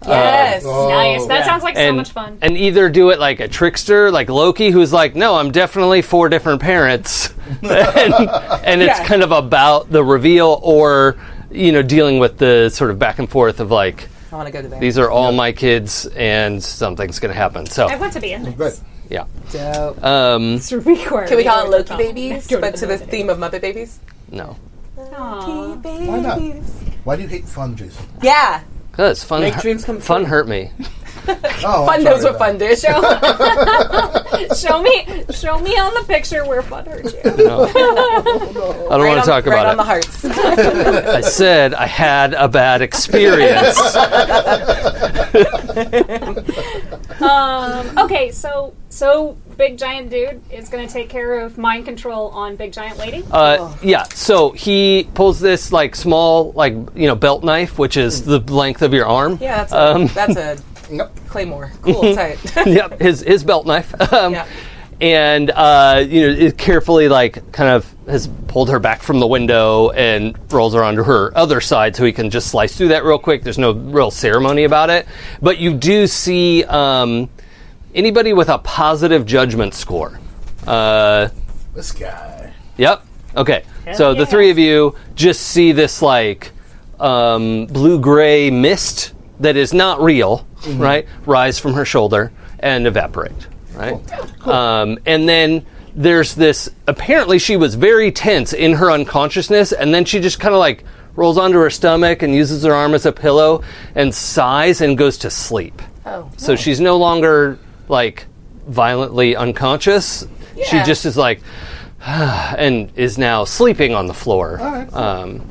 yes.
uh,
nice. That
Yeah.
sounds like so
and,
much fun.
and either do it like a trickster, like Loki, who's like, no, I'm definitely four different parents, and, and it's
Yeah.
kind of about the reveal, or you know, dealing with the sort of back and forth of like,
I want to go to that.
these are all my kids, and something's going to happen. So
I want to be in this.
Right.
yeah,
Dope.
um,
It's required.
Can we call it Loki
Tom.
babies,
Don't
but to the
know
theme of Muppet babies?
no,
Aw.
Why not? Why do you hate fun, Jason?
Yeah.
because fun,
Make
hu-
dreams come
fun
true.
hurt me.
Oh,
Fun knows what fun is.
show me, show me on the picture where fun hurt you.
No. I don't want to talk
right
about
on
it.
the hearts.
I said I had a bad experience.
Um, okay, so so big giant dude is going to take care of mind control on big giant lady.
Uh, yeah, so he pulls this like small, like you know, belt knife, which is the length of your arm.
Yeah, that's a,
Um,
that's a
Yep.
claymore. Cool, tight.
yep, his his belt knife. Um,
Yeah.
And uh, you know, it carefully like kind of has pulled her back from the window and rolls her onto her other side, so he can just slice through that real quick. There's no real ceremony about it, but you do see um, anybody with a positive judgment score. Uh,
This guy.
Yep. Okay. so the three of you just see this like um, blue-gray mist that is not real,
Mm-hmm.
right? Rise from her shoulder and evaporate, right? Um, and then there's this. Apparently, she was very tense in her unconsciousness, and then she just kind of like rolls onto her stomach and uses her arm as a pillow and sighs and goes to sleep.
Oh.
So she's no longer like violently unconscious. She
Yeah.
just is like, and is now sleeping on the floor, um,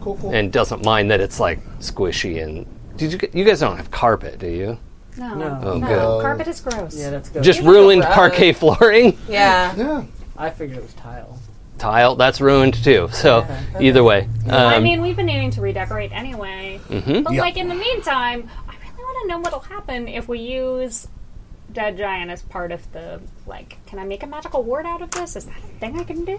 Cool, cool.
and doesn't mind that it's like squishy and. Did you, g- you guys don't have carpet, do you?
No,
No.
no,
good.
carpet is gross.
Yeah, that's good.
Just
have a
ruined
rug.
parquet flooring,
Yeah.
yeah.
I figured it was tile.
tile. That's ruined too. So either way, um, Mm-hmm.
I mean, we've been needing to redecorate anyway. But
Yeah.
like in the meantime, I really want to know what'll happen if we use dead giant as part of the like. Can I make a magical ward out of this? Is that a thing I can do?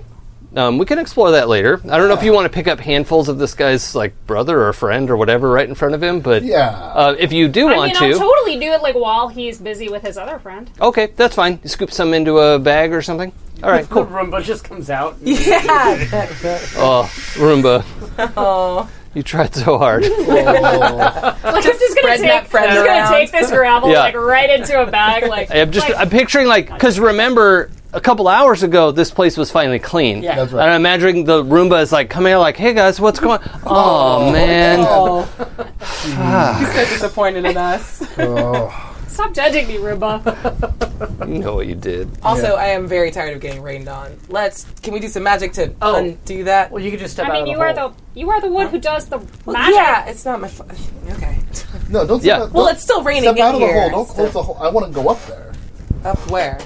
um, we can explore that later. I don't know if you want to pick up handfuls of this guy's like brother or friend or whatever right in front of him, but
Yeah.
uh, if you do
I mean,
want to,
I'll totally do it like while he's busy with his other friend.
okay, that's fine. You scoop some into a bag or something. All right,
The
cool.
Roomba just comes out.
Yeah.
Oh, Roomba. You tried so hard.
Oh,
Like I'm just gonna
spreading
take,
that friend
I'm just
around.
gonna take this gravel
Yeah.
like right into a bag. Like
I'm just
like,
I'm picturing like because remember a couple hours ago this place was finally clean.
Yeah.
that's
And
right.
I'm imagining the Roomba is like coming out like, hey guys, what's going on? Oh, man.
Oh,
He's so disappointed in us.
Oh.
stop judging me, Ruba.
You know what you did.
Also, I am very tired of getting rained on. Let's. Can we do some magic to
Oh.
undo that?
well, you could just step
I
out
mean,
of the
you are
hole.
the you are the one who does the
Well,
magic.
yeah, it's not my fault. Okay.
No, don't.
Yeah.
Step out,
Well,
don't
it's still raining
Step
in
out of the
here.
hole. Don't close the hole. I want to go up there
Up where?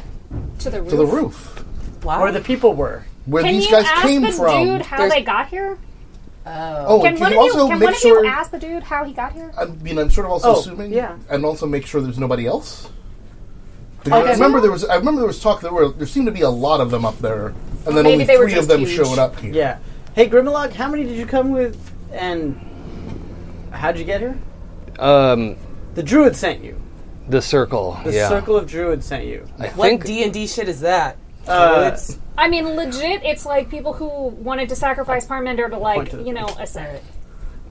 to the roof.
to the roof
Why?
Where the people were.
where
Can
these
you
guys
ask
came
the
from.
dude how
There's-
they got here?
oh,
Can one
and can
of
you also
you can
make
one
sure?
of you ask the dude how he got here?
I mean, I'm sort of also
Oh,
assuming,
yeah.
and also make sure there's nobody else. Because I remember there was. I remember there was talk. There were. There seemed to be a lot of them up there, and then
Maybe
only
they were
three of
just
them
huge.
showed up here.
Yeah. Hey, Grimlock, how many did you come with? And how'd you get here?
Um,
The druid sent you.
the circle.
The
yeah.
circle of druids sent you.
I
What
think.
D and D shit is that?
Uh,
It's-
I mean, legit, it's like people who wanted to sacrifice Parmender to like
Point to the
you know a
Alright.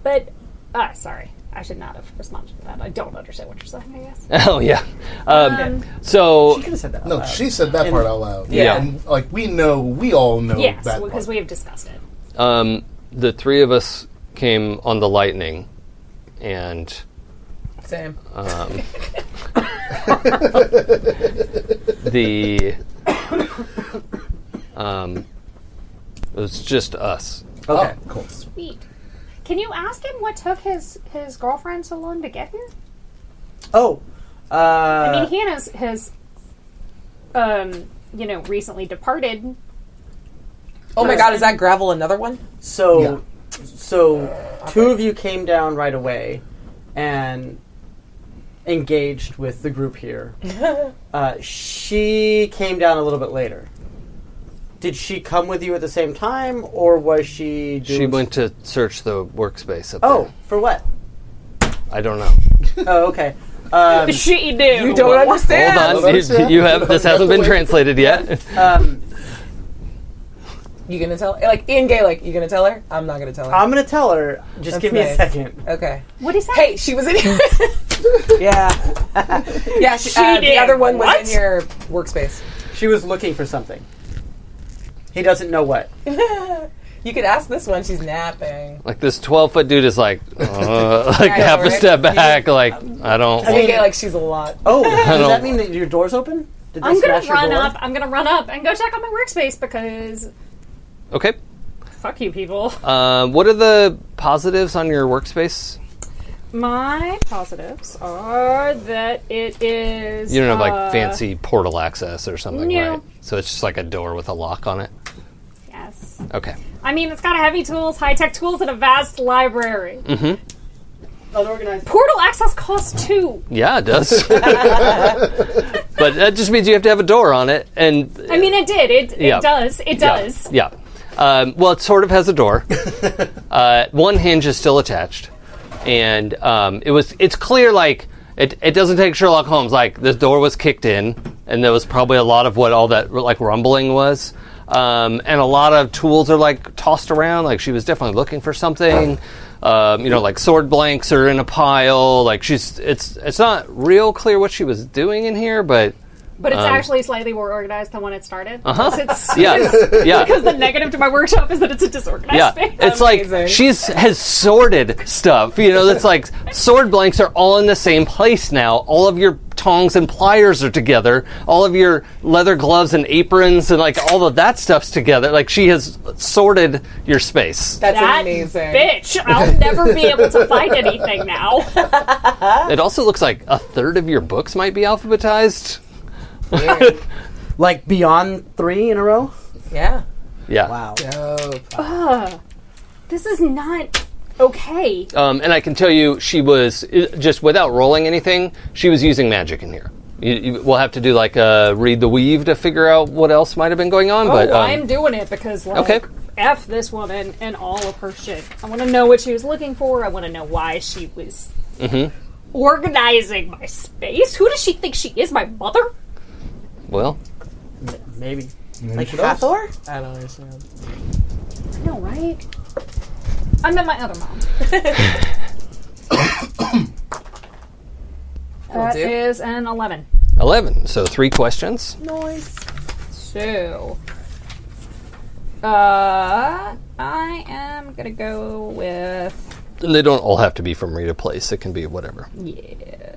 But ah, sorry, I should not have responded to that. I don't understand what you're saying. I guess.
oh yeah. Um, so
she could have said that. out
No,
loud.
she said that part out loud.
Yeah.
And, like we know, we all know
yes,
that.
because
part.
we have discussed it.
um, the three of us came on the lightning, and
Same.
the um, it was just us.
Okay.
Oh, cool.
Sweet. Can you ask him what took his his girlfriend so long to get here?
Oh. Uh,
I mean, he and his, his um, you know, recently departed.
Oh my god, is that gravel another one?
so,
Yeah.
so two of you came down right away, and engaged with the group here. uh, she came down a little bit later. Did she come with you at the same time, or was she? Doing
She went to search the workspace up
Oh,
there.
for what?
I don't know.
Oh, okay. Um,
She did.
You don't understand.
Hold on, you, you have this hasn't been translated yet.
um,
You gonna tell? Like in Gaelic, you gonna tell her? I'm not gonna tell her.
I'm gonna tell her. Just
That's
give me a
nice.
second.
okay.
What is that?
Hey, she was in here. yeah, yeah. She,
She
uh, The
did.
other one was
What?
in your workspace.
She was looking for something. He doesn't know what.
You could ask this one. She's napping.
Like this twelve foot dude is like, uh, like
know,
half a
right?
step back. Like I don't.
In
mean-
want-
Gaelic, she's a lot.
Oh, does
don't-
that mean that your door's open? Did they
I'm gonna
smash your
run
door?
up. I'm gonna run up and go check on my workspace because
okay.
fuck you people.
Uh, what are the positives on your workspace?
My positives are that it is.
You don't have
uh,
like fancy portal access or something,
no.
right? So it's just like a door with a lock on it.
Yes.
Okay.
I mean, it's got heavy tools, high tech tools, and a vast library.
Oh, Unorganized.
Portal access costs two.
Yeah, it does. but that just means you have to have a door on it, and
I mean, it did. It,
Yeah.
it does.
yeah,
It does.
Yeah. Um, well, it sort of has a door. uh, one hinge is still attached, and um, it was. It's clear like it. It doesn't take Sherlock Holmes. Like the door was kicked in, and there was probably a lot of what all that like rumbling was. Um, and a lot of tools are like tossed around. Like she was definitely looking for something. Um, you know, like sword blanks are in a pile. Like she's. It's. It's not real clear what she was doing in here, but
But
Um,
it's actually slightly more organized than when it started. Because it's-
Uh-huh. yes, yeah.
because the negative to my workshop is that it's a disorganized
Yeah,
space.
it's
Amazing.
like she's has sorted stuff. You know, that's like sword blanks are all in the same place now. All of your tongs and pliers are together. All of your leather gloves and aprons and like all of that stuff's together. Like she has sorted your space.
That's
that
amazing.
bitch. I'll never be able to find anything now.
It also looks like a third of your books might be alphabetized.
Weird.
Like beyond three in a row.
yeah.
Yeah.
Wow.
Oh,
This is not okay.
Um, and I can tell you, she was i- just without rolling anything. She was using magic in here. You, you, we'll have to do like a read the weave to figure out what else might have been going on. but
oh,
um,
I'm doing it because like
okay.
F this woman and all of her shit. I want to know what she was looking for. I want to know why she was
Mm-hmm.
organizing my space. Who does she think she is? My mother?
well,
Maybe. Like
she does.
Hathor?
I don't understand.
No, right? I meant my other mom. That
do.
is an eleven.
11. So three questions.
Noise.
So, uh, I am gonna go with
And They don't all have to be from Rita Place. It can be whatever.
yeah.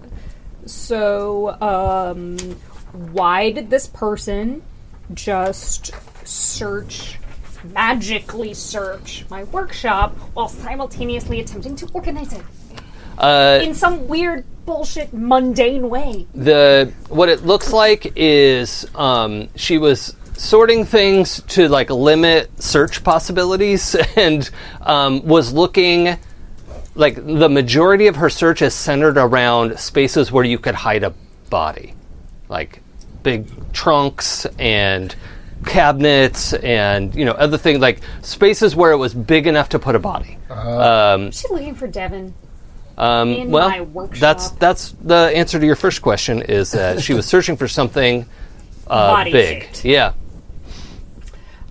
So, um, why did this person just search? Magically search my workshop while simultaneously attempting to organize it
Uh,
in some weird, bullshit, mundane way.
the what it looks like is um, she was sorting things to like limit search possibilities and um, was looking like the majority of her search is centered around spaces where you could hide a body like big trunks and cabinets and you know other things like spaces where it was big enough to put a body um,
She's looking for Devin.
Um,
in
well,
my workshop.
that's that's the answer to your first question. Is that she was searching for something uh,
Body
big?
shaped.
Yeah,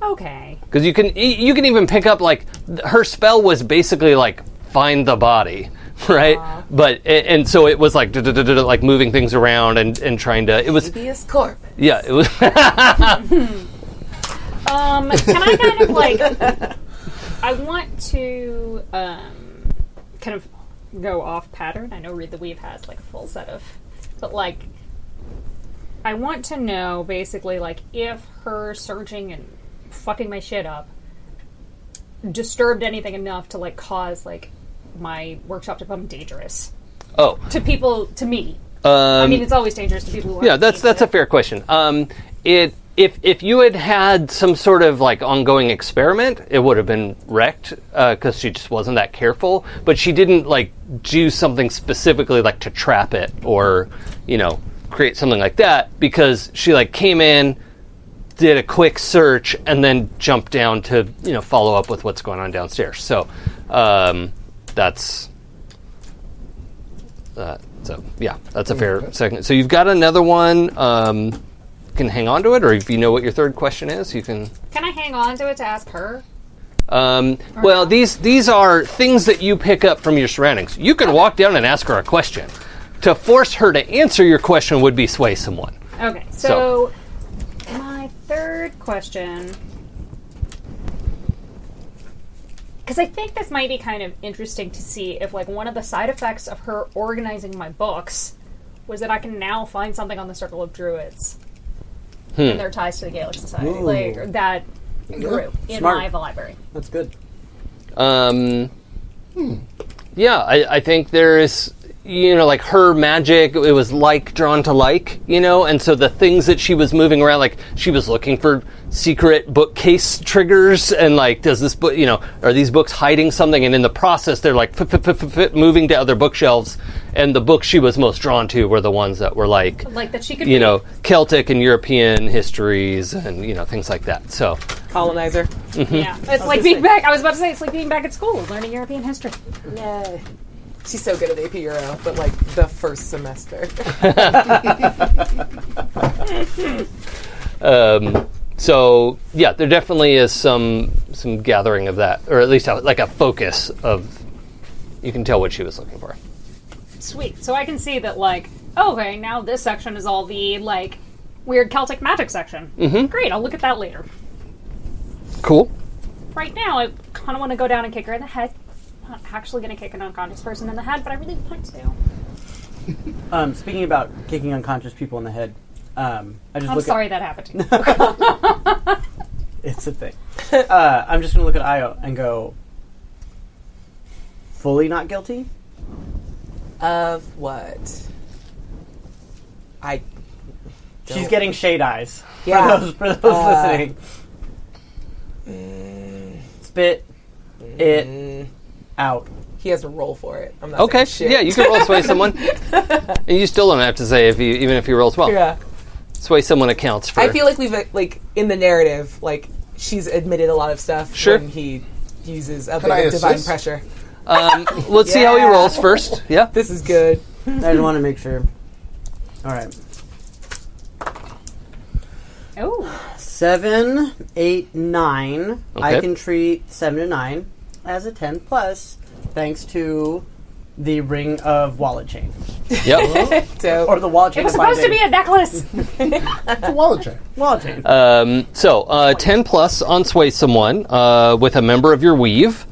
Okay.
because you can y- you can even pick up like th- her spell was basically like find the body, right?
Uh-huh.
But a- and so it was like duh, duh, duh, duh, duh, like moving things around and and trying to. It was
Beus Corp.
yeah, it was
Um, can I kind of like? I want to um, kind of go off pattern. I know Read the Weave has like a full set of, but like, I want to know basically like if her searching and fucking my shit up disturbed anything enough to like cause like my workshop to become dangerous
oh.
to people to me.
Um,
I mean, it's always dangerous to people. Who
yeah, that's that's a fair question. Um, it if if you had had some sort of like ongoing experiment, it would have been wrecked because she just wasn't that careful. But she didn't like do something specifically like to trap it or you know create something like that because she like came in, did a quick search, and then jumped down to you know follow up with what's going on downstairs. So um, that's uh, so yeah, that's a fair second. So you've got another one. Um, can hang on to it, or if you know what your third question is, you can.
Can I hang on to it to ask her?
Um, well, these these are things that you pick up from your surroundings. You could walk down and ask her a question. To force her to answer your question would be sway someone.
Okay, so, my third question. Because I think this might be kind of interesting to see if, like, one of the side effects of her organizing my books was that I can now find something on the Circle of Druids
Hmm.
and their ties to the Gaelic Society,
Ooh.
like or that group in
Smart.
my library.
That's good.
Um, Yeah, I, I think there is, you know, like her magic, it was like drawn to like, you know, and so the things that she was moving around, like she was looking for secret bookcase triggers and like, does this book, you know, are these books hiding something? And in the process, they're like fit, fit, fit, fit, fit, moving to other bookshelves, and the books she was most drawn to were the ones that were like,
Like that she could,
you
read.
know, Celtic and European histories and, you know, things like that. So,
Colonizer.
yeah, it's like being back. I was about to say it's like being back at school, learning European history.
Yay.
She's so good at AP Euro, but like the first semester.
Um, so yeah, there definitely is some some gathering of that, or at least a, like a focus of. You can tell what she was looking for.
Sweet. So I can see that, like, okay, now this section is all the, like, weird Celtic magic section. Mm-hmm. Great, I'll look at that later.
Cool.
Right now, I kind of want to go down and kick her in the head. I'm not actually going to kick an unconscious person in the head, but I really want to.
Um, speaking about kicking unconscious people in the head, um, I just
I'm
look
sorry
At,
that happened to you.
it's a thing. uh, I'm just gonna look at Io and go. Fully not guilty.
of what? I.
She's
Don't.
getting shade eyes.
Yeah.
For those, for those listening. mm. Spit it out.
He has to roll for it. I'm not
Okay.
saying Shit.
Yeah, you can roll sway someone, and you still don't have to say if you even if you roll well.
Yeah.
Sway someone accounts for.
I feel like we've uh, like in the narrative, like she's admitted a lot of stuff.
Sure.
When he uses a
I
bit of divine
assist?
pressure.
Um, let's see how he
Yeah.
rolls first. Yeah.
This is good.
I just want to make sure. All right.
oh,
Seven, eight, nine.
Okay.
I can treat seven to nine as a ten plus, thanks to the ring of wallet chain
Yep.
So
or the wallet chain.
it was
of
supposed to be
binding.
a necklace.
It's a wallet check.
wallet chain.
Um, so, uh, 10 plus on sway someone uh, with a member of your weave.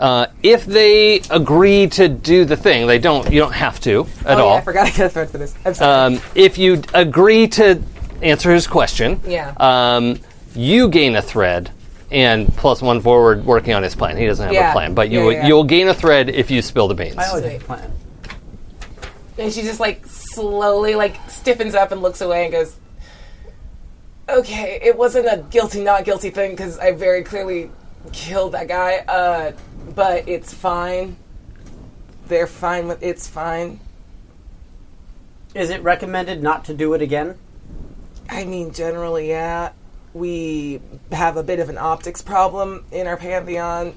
Uh, if they agree to do the thing, they don't. You don't have to at
oh,
all.
yeah, I forgot I got a thread for this. I'm sorry.
Um, if you d- agree to answer his question,
Yeah.
um, you gain a thread and plus one forward working on his plan. He doesn't have a
Yeah.
plan, but you
Yeah, yeah, yeah.
you'll gain a thread if you spill the beans.
I
Oh,
always have a plan.
and she just like slowly like stiffens up and looks away and goes, "Okay, it wasn't a guilty not guilty thing because I very clearly killed that guy. Uh, but it's fine. They're fine with it's fine.
Is it recommended not to do it again?
I mean, generally, yeah. We have a bit of an optics problem in our pantheon,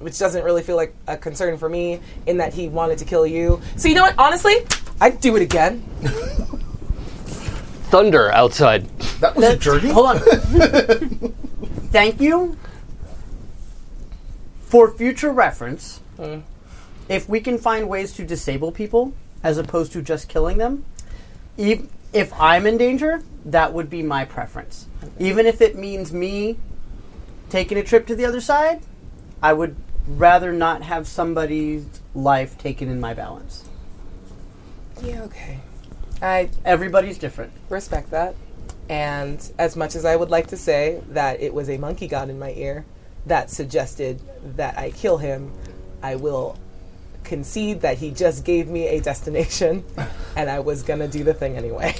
which doesn't really feel like a concern for me, in that he wanted to kill you. So, you know what? Honestly, I'd do it again.
Thunder outside.
That was a journey.
Hold on. Thank you. For future reference, if we can find ways to disable people as opposed to just killing them, if, if I'm in danger, that would be my preference. Even if it means me taking a trip to the other side, I would rather not have somebody's life taken in my balance.
Yeah, okay. I
Everybody's different.
respect that. And as much as I would like to say that it was a monkey god in my ear that suggested that I kill him, I will concede that he just gave me a destination and I was gonna do the thing anyway.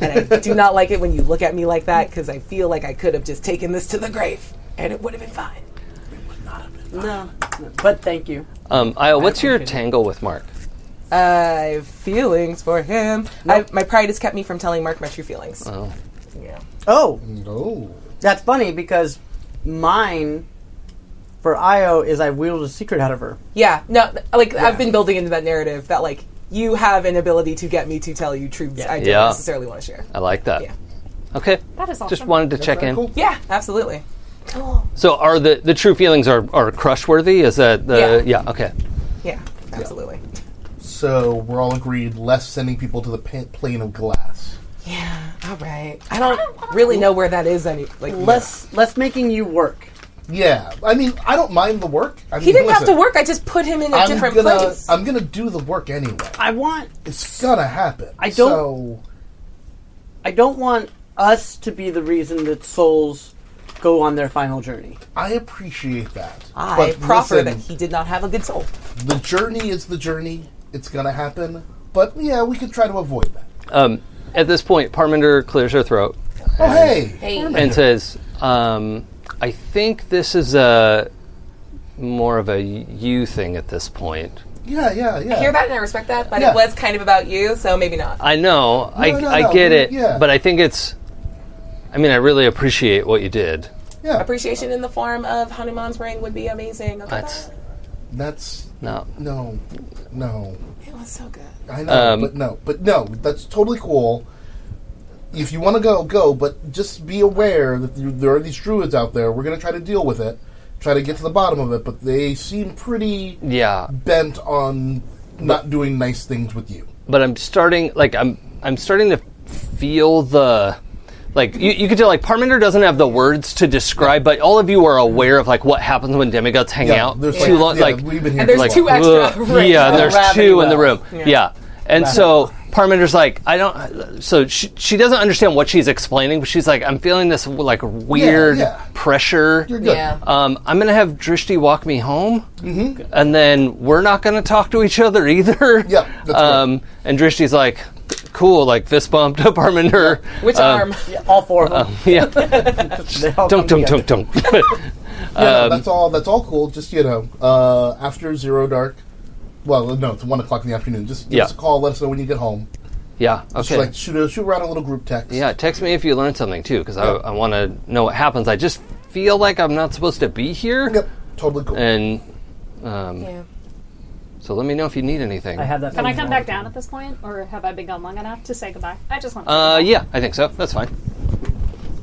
and I do not like it when you look at me like that because I feel like I could have just taken this to the grave and it would have been fine.
No, but thank you.
Um, Io, what's your tangle with Mark?
I have feelings for him. I, my pride has kept me from telling Mark my true feelings.
Oh.
Yeah.
Oh,
No.
that's funny because mine for Io is I wheeled a secret out of her.
Yeah. No, th- like I've been building into that narrative that like you have an ability to get me to tell you truths I don't
Yeah.
necessarily want to share.
I like that.
Yeah.
Okay.
That is awesome.
Just wanted to check in.
Cool.
Yeah, absolutely.
So are the the true feelings are are crush worthy? Is that the yeah. okay.
Yeah, absolutely.
So we're all agreed, less sending people to the pa- plane of glass.
Yeah. All right. I don't really know where that is. Any like
Less less making you work.
Yeah, I mean, I don't mind the work. I mean,
He didn't have
listen,
to work. I just put him in a
I'm
different
gonna,
place.
I'm gonna do the work anyway.
I want
It's gonna happen.
I don't-
So,
I don't want us to be the reason that souls go on their final journey.
I appreciate that.
I proffer
listen,
that he did not have a good soul.
the journey is the journey. It's gonna happen. But yeah, we could try to avoid that.
Um, at this point, Parminder clears her throat
Oh hey,
and says, um, "I think this is a more of a you thing at this point.
yeah, yeah, yeah.
Hear that and I respect that, but
Yeah.
it was kind of about you, so maybe not.
I know, I,
no,
I
no,
get
we-
it,
yeah.
but I think it's. I mean, I really appreciate what you did.
Yeah,
Appreciation in the form of Hanuman's ring would be amazing. Okay,
That's
that's
not
no, no.
It was so good.
I know,
Um,
but no, but no, that's totally cool. If you want to go, go, but just be aware that you, there are these druids out there. We're going to try to deal with it, try to get to the bottom of it, but they seem pretty
yeah.
bent on not doing nice things with you.
but I'm starting like I'm I'm starting to feel the like you, you could tell like Parminder doesn't have the words to describe, but all of you are aware of like what happens when demigods hang
Yeah,
out too
there's like-
long.
yeah,
like
we've been here
And there's
Like,
two extra.
ugh,
right
yeah,
now.
and there's
Ravening
two in the
well.
room. Yeah. And so Parminder's like, I don't. So she, she doesn't understand what she's explaining, but she's like, I'm feeling this like weird
yeah.
pressure.
You're good. Uh,
Yeah.
Um, I'm gonna have Drishti walk me home,
Mm-hmm.
and then we're not gonna talk to each other either.
Yeah, that's right.
um, and Drishti's like, cool, like fist bumped up Arminder.
Which
Um,
arm?
Yeah, all four of them.
Yeah.
They all
Dunk,
come
dunk,
together.
dunk, dunk.
Yeah,
Um,
that's all. That's all cool. Just you know, uh, after zero dark. Well, no, it's one o'clock in the afternoon. Just give
Yeah.
us a call. Let us know when you get home.
Yeah.
Just
Okay.
like shoot, a, shoot around a little group text.
Yeah. Text me if you learn something too, because I, I want to know what happens. I just feel like I'm not supposed to be here,
Yep. Totally cool.
and um,
Yeah.
so let me know if you need anything.
I have that.
Can I
thing
come
now.
back down at this point, or have I been gone long enough to say goodbye? I just want. to say
Uh,
goodbye.
yeah, I think so. That's fine.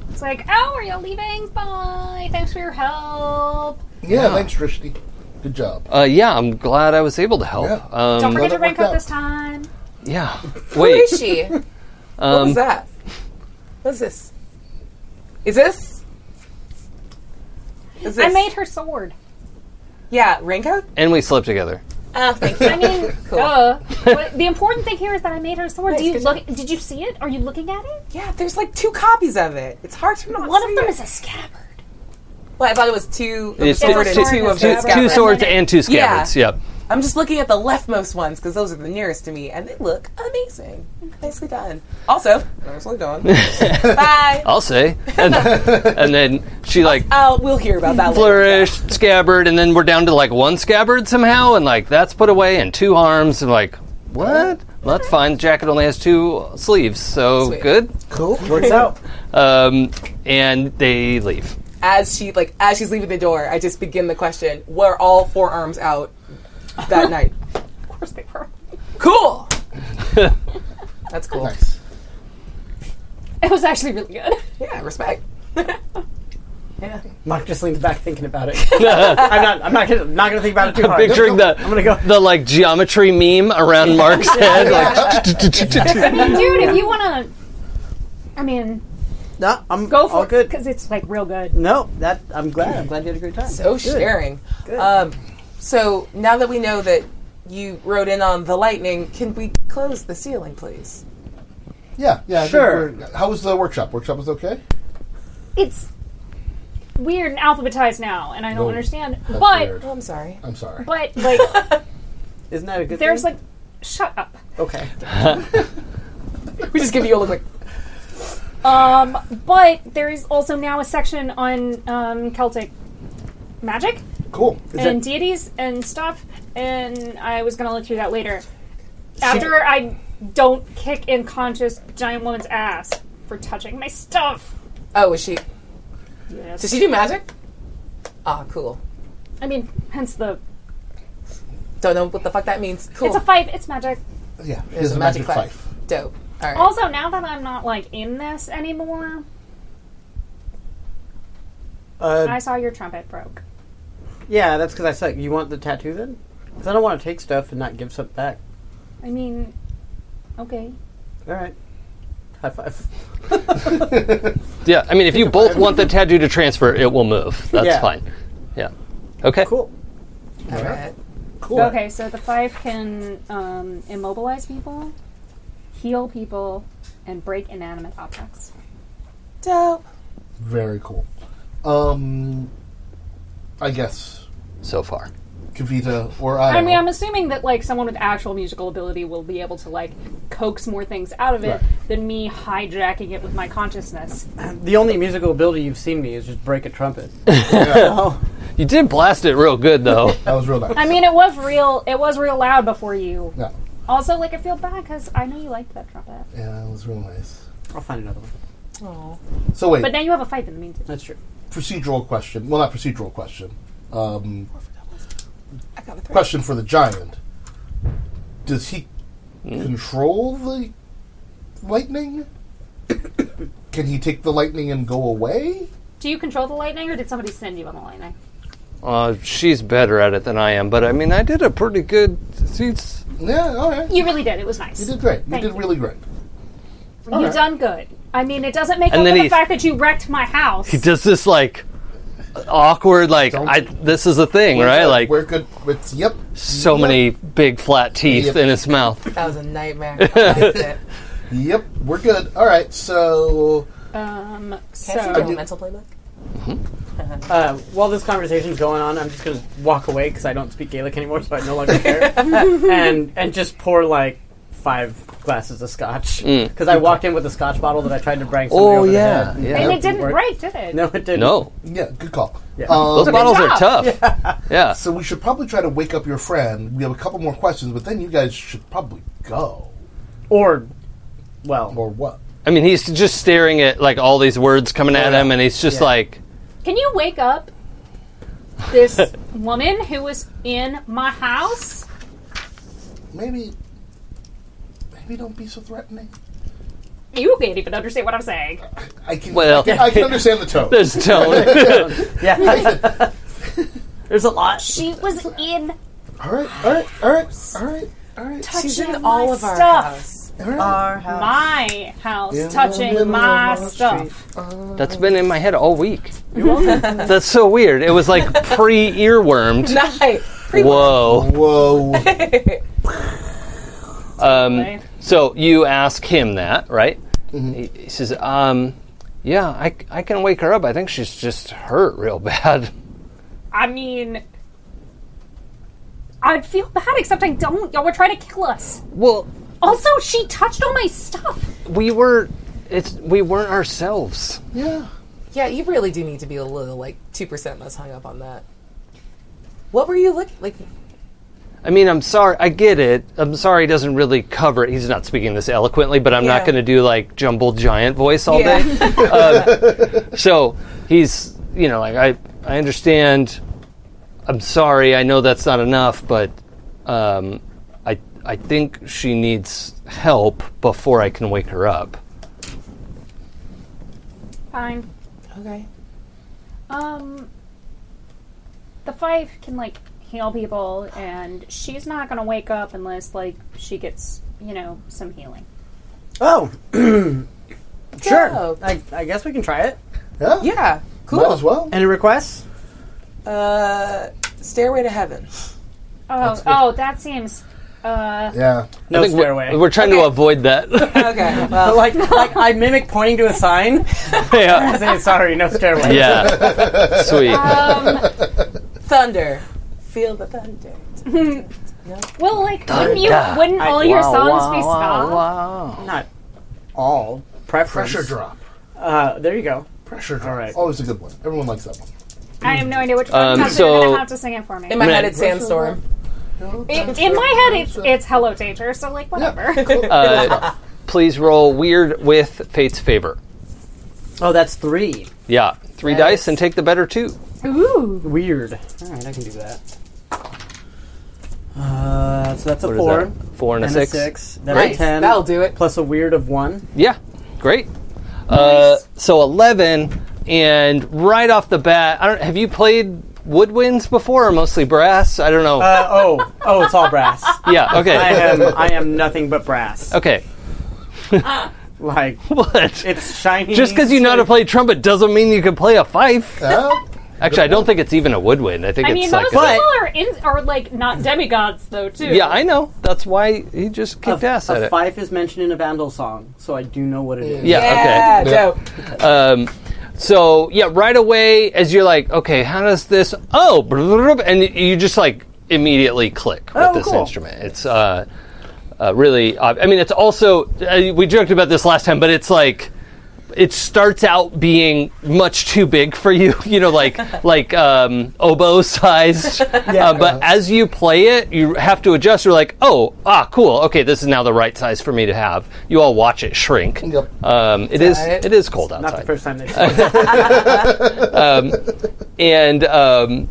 It's like, oh, are you leaving? Bye. Thanks for your help.
yeah, Thanks, Drishti. Good job.
Uh, yeah, I'm glad I was able to help.
Yeah.
Um,
Don't forget
that
your
worked
raincoat
out.
this time.
yeah.
Who
Wait. um,
is she? what
Um,
was that? What's this? Is this? Is this?
I made her sword.
yeah, raincoat?
And we slept together.
Oh, thank you.
I mean,
Cool.
duh. But the important thing here is that I made her sword.
Nice,
Do you
good
look? Did you see it? Are you looking at it?
yeah, there's like two copies of it. It's hard to not
One
see
of them
it.
is a scabbard.
Well, I thought it was two. It was
It's
a sword
two-
and
two-
two of
two-
the
two
scabbard.
swords and two scabbards. Yep.
I'm just looking at the leftmost ones because those are the nearest to me, and they look amazing. Nicely done. Also, nicely done. Bye.
I'll say. And, and then she like
Oh, we'll hear about that later.
flourished scabbard, and then we're down to like one scabbard somehow, and like that's put away and two arms, and like what? Well, that's fine. The jacket only has two sleeves, so
Sweet.
good.
Cool.
Works out.
Um, and they leave.
As she like as she's leaving the door, I just begin the question: Were all four arms out that night?
Of course they were.
Cool. That's cool.
Nice.
It was actually really good.
Yeah, respect.
Mark just leans back thinking about it. I'm not. I'm not gonna. Not gonna think about it too hard.
Picturing
I'm
the
gonna go.
the like geometry meme around Mark's head, like
Dude, if you wanna, I mean,
No, I'm
go for
all
it
good.
because it's like real good.
No, that I'm glad. I'm glad you had a great time.
So sharing. Um, so now that we know that you wrote in on the lightning, can we close the ceiling, please?
Yeah, yeah. I think
Sure.
we're- How was the workshop? Workshop was okay.
It's weird and alphabetized now, and I don't
No,
understand.
That's
But um,
weird.
Oh, I'm sorry.
I'm sorry.
but like,
Isn't that a good?
there's
thing?
like, shut up.
Okay.
we just give you a look like
Um, but there is also now a section on um, Celtic magic
Cool.
and deities and stuff, and I was gonna look through that later. After I don't kick inconscious giant woman's ass for touching my stuff.
oh is she
Yes.
does she do magic ah cool
I mean, hence the
don't know what the fuck that means cool
it's a five. It's magic.
yeah,
It's
it's
a magic five. dope all right
Also, now that I'm not like in this anymore,
Uh,
I saw your trumpet broke.
yeah, that's because I suck. You want the tattoo then? Because I don't want to take stuff and not give something back.
I mean, okay.
All right. High five.
Yeah, I mean, if you both want the tattoo to transfer, it will move. That's
Yeah.
fine. Yeah. Okay.
Cool.
all right
Cool.
Okay, so the five can um, immobilize people, heal people, and break inanimate objects.
dope
Very cool. Um, I guess
So far.
Kavita or I.
I mean, I'm assuming that like someone with actual musical ability will be able to like coax more things out of it
Right.
than me hijacking it with my consciousness.
The only musical ability you've seen me is just break a trumpet. oh,
You did blast it real good, though.
that was real nice.
I mean, it was real. It was real loud before you.
yeah,
Also, like I feel bad because I know you liked that trumpet,
yeah, that was real nice.
I'll find another one.
Aw.
So wait,
but now you have a fight in the meantime.
That's true.
procedural question. Well, not procedural question. Um,
I got a three.
question for the giant. Does he
Hmm.
control the lightning? Can he take the lightning and go away?
Do you control the lightning, or did somebody send you on the lightning?
Uh, she's better at it than I am, but I mean, I did a pretty good. She's,
Yeah, all right.
You really did. It was nice.
You did great. You
Thank
did
you.
really great.
You've done good. I mean, it doesn't make
And
up
then
for the
he-
fact that you wrecked my house.
he does this like awkward, like I. This is a thing, right? Like
we're good. It's yep.
so many big flat teeth
Yep.
in his mouth.
that was a nightmare I liked it.
Yep, we're good. All right, so
Um,
can I see
so
your mental playbook
Uh, while this conversation's going on, I'm just gonna walk away because I don't speak Gaelic anymore, so I no longer care. and and just pour like five glasses of scotch because I walked in with a scotch bottle that I tried to bring. Somebody
Mm. Oh
over the
yeah,
head.
yeah.
and it didn't
work.
break, did it?
No, it didn't.
No,
yeah, good call.
Yeah.
those
Um,
bottles are
job.
tough. Yeah.
so we should probably try to wake up your friend. We have a couple more questions, but then you guys should probably go
Or, well,
or what?
I mean, he's just staring at like all these words coming at
Yeah.
him, and he's just
Yeah.
like,
Can you wake up this woman who was in my house?
Maybe, maybe don't be so threatening.
You can't even understand what I'm saying.
I can.
Well-
I can, I can understand the tone.
"There's tone."
yeah. There's a lot.
She was in.
all right, all right, all right, all right, all right.
she's
Touching
in all
my
of our
stuff.
house
All right.
My house
In the middle
touching my
of our
stuff.
That's been in my head all week. That's so weird. It was like pre-earwormed.
night
Whoa.
Whoa.
Um,
Okay.
so you ask him that, right?
Mm-hmm.
He, he says, um, "Yeah, I, I can wake her up. I think she's just hurt real bad."
I mean, I'd feel bad, except I don't. Y'all were trying to kill us.
Well,
Also, she touched all my stuff.
we were. It's we weren't ourselves.
yeah.
yeah you really do need to be a little like 2% less hung up on that what were you looking like
I mean, I'm sorry. I get it. I'm sorry. He doesn't really cover it. He's not speaking this eloquently, but I'm
Yeah.
not going to do like jumbled giant voice all
Yeah.
day. So he's, you know, like I, I understand. I'm sorry. I know that's not enough, but um, I, I think she needs help before I can wake her up.
Fine.
okay
Um, the five can like heal people, and she's not gonna wake up unless like she gets you know some healing.
Oh, sure.
Dope.
I, I guess we can try it.
Yeah.
yeah cool
Might as well.
Any requests?
uh stairway to heaven
Oh, oh, that seems. Uh,
Yeah.
No
I think we're-
stairway. Uh,
We're, trying to avoid that.
okay well
like, like I mimic pointing to a sign.
yeah.
Say sorry, no stairway.
Yeah. Sweet.
um,
thunder feel the thunder
well, like, wouldn't you?
Thunder.
Wouldn't all your songs be ska?
Not all preference.
Pressure drop.
Uh, there you go.
Pressure drop.
right.
Always a good one. Everyone likes that one.
I have no idea which
Um,
one. Um,
so-
so gonna have to sing it for me.
In my
Man.
head, it's sandstorm.
In, in my head, it's it's Hello Danger, so like whatever.
Uh, please roll weird with fate's favor.
Oh, that's three.
Yeah, three dice and take the better two.
Ooh,
Weird. All right, I can do that. Uh, so that's a
What is
four
that? Four and,
and
a six.
a six. That's
Nice.
a ten.
That'll do it.
Plus a weird of one.
Yeah, great. Uh, so eleven, and right off the bat, I don't. Have you played woodwinds before, or mostly brass? I don't know.
Uh, oh, oh, it's all brass.
yeah. Okay.
I am, I am nothing but brass.
okay.
Like
What?
it's shiny.
Just because you know how to play trumpet doesn't mean you can play a fife.
Yeah.
Actually, I don't think it's even a woodwind. I think
I
it's
mean,
like.
most
a-
people are in, are like not demigods though too.
yeah, I know. That's why he just
a,
kicked ass at
a
it.
fife is mentioned in a Vandal song, so I do know what it is.
Yeah. Okay.
Yeah,
okay.
Joe.
Um, so yeah, right away as you're like, okay, how does this? Oh, blah, blah, blah, blah, and you just like immediately click with
Oh,
this
cool.
instrument. It's uh, uh, really. ob- I mean, it's also uh, we joked about this last time, but it's like it starts out being much too big for you. You know, like like um, oboe sized. Uh, but as you play it, you have to adjust. You're like, oh, ah, cool. Okay, this is now the right size for me to have. You all watch it shrink.
Yep.
Um, it is.
Right.
It is cold outside
Not the first time they said it.
and um,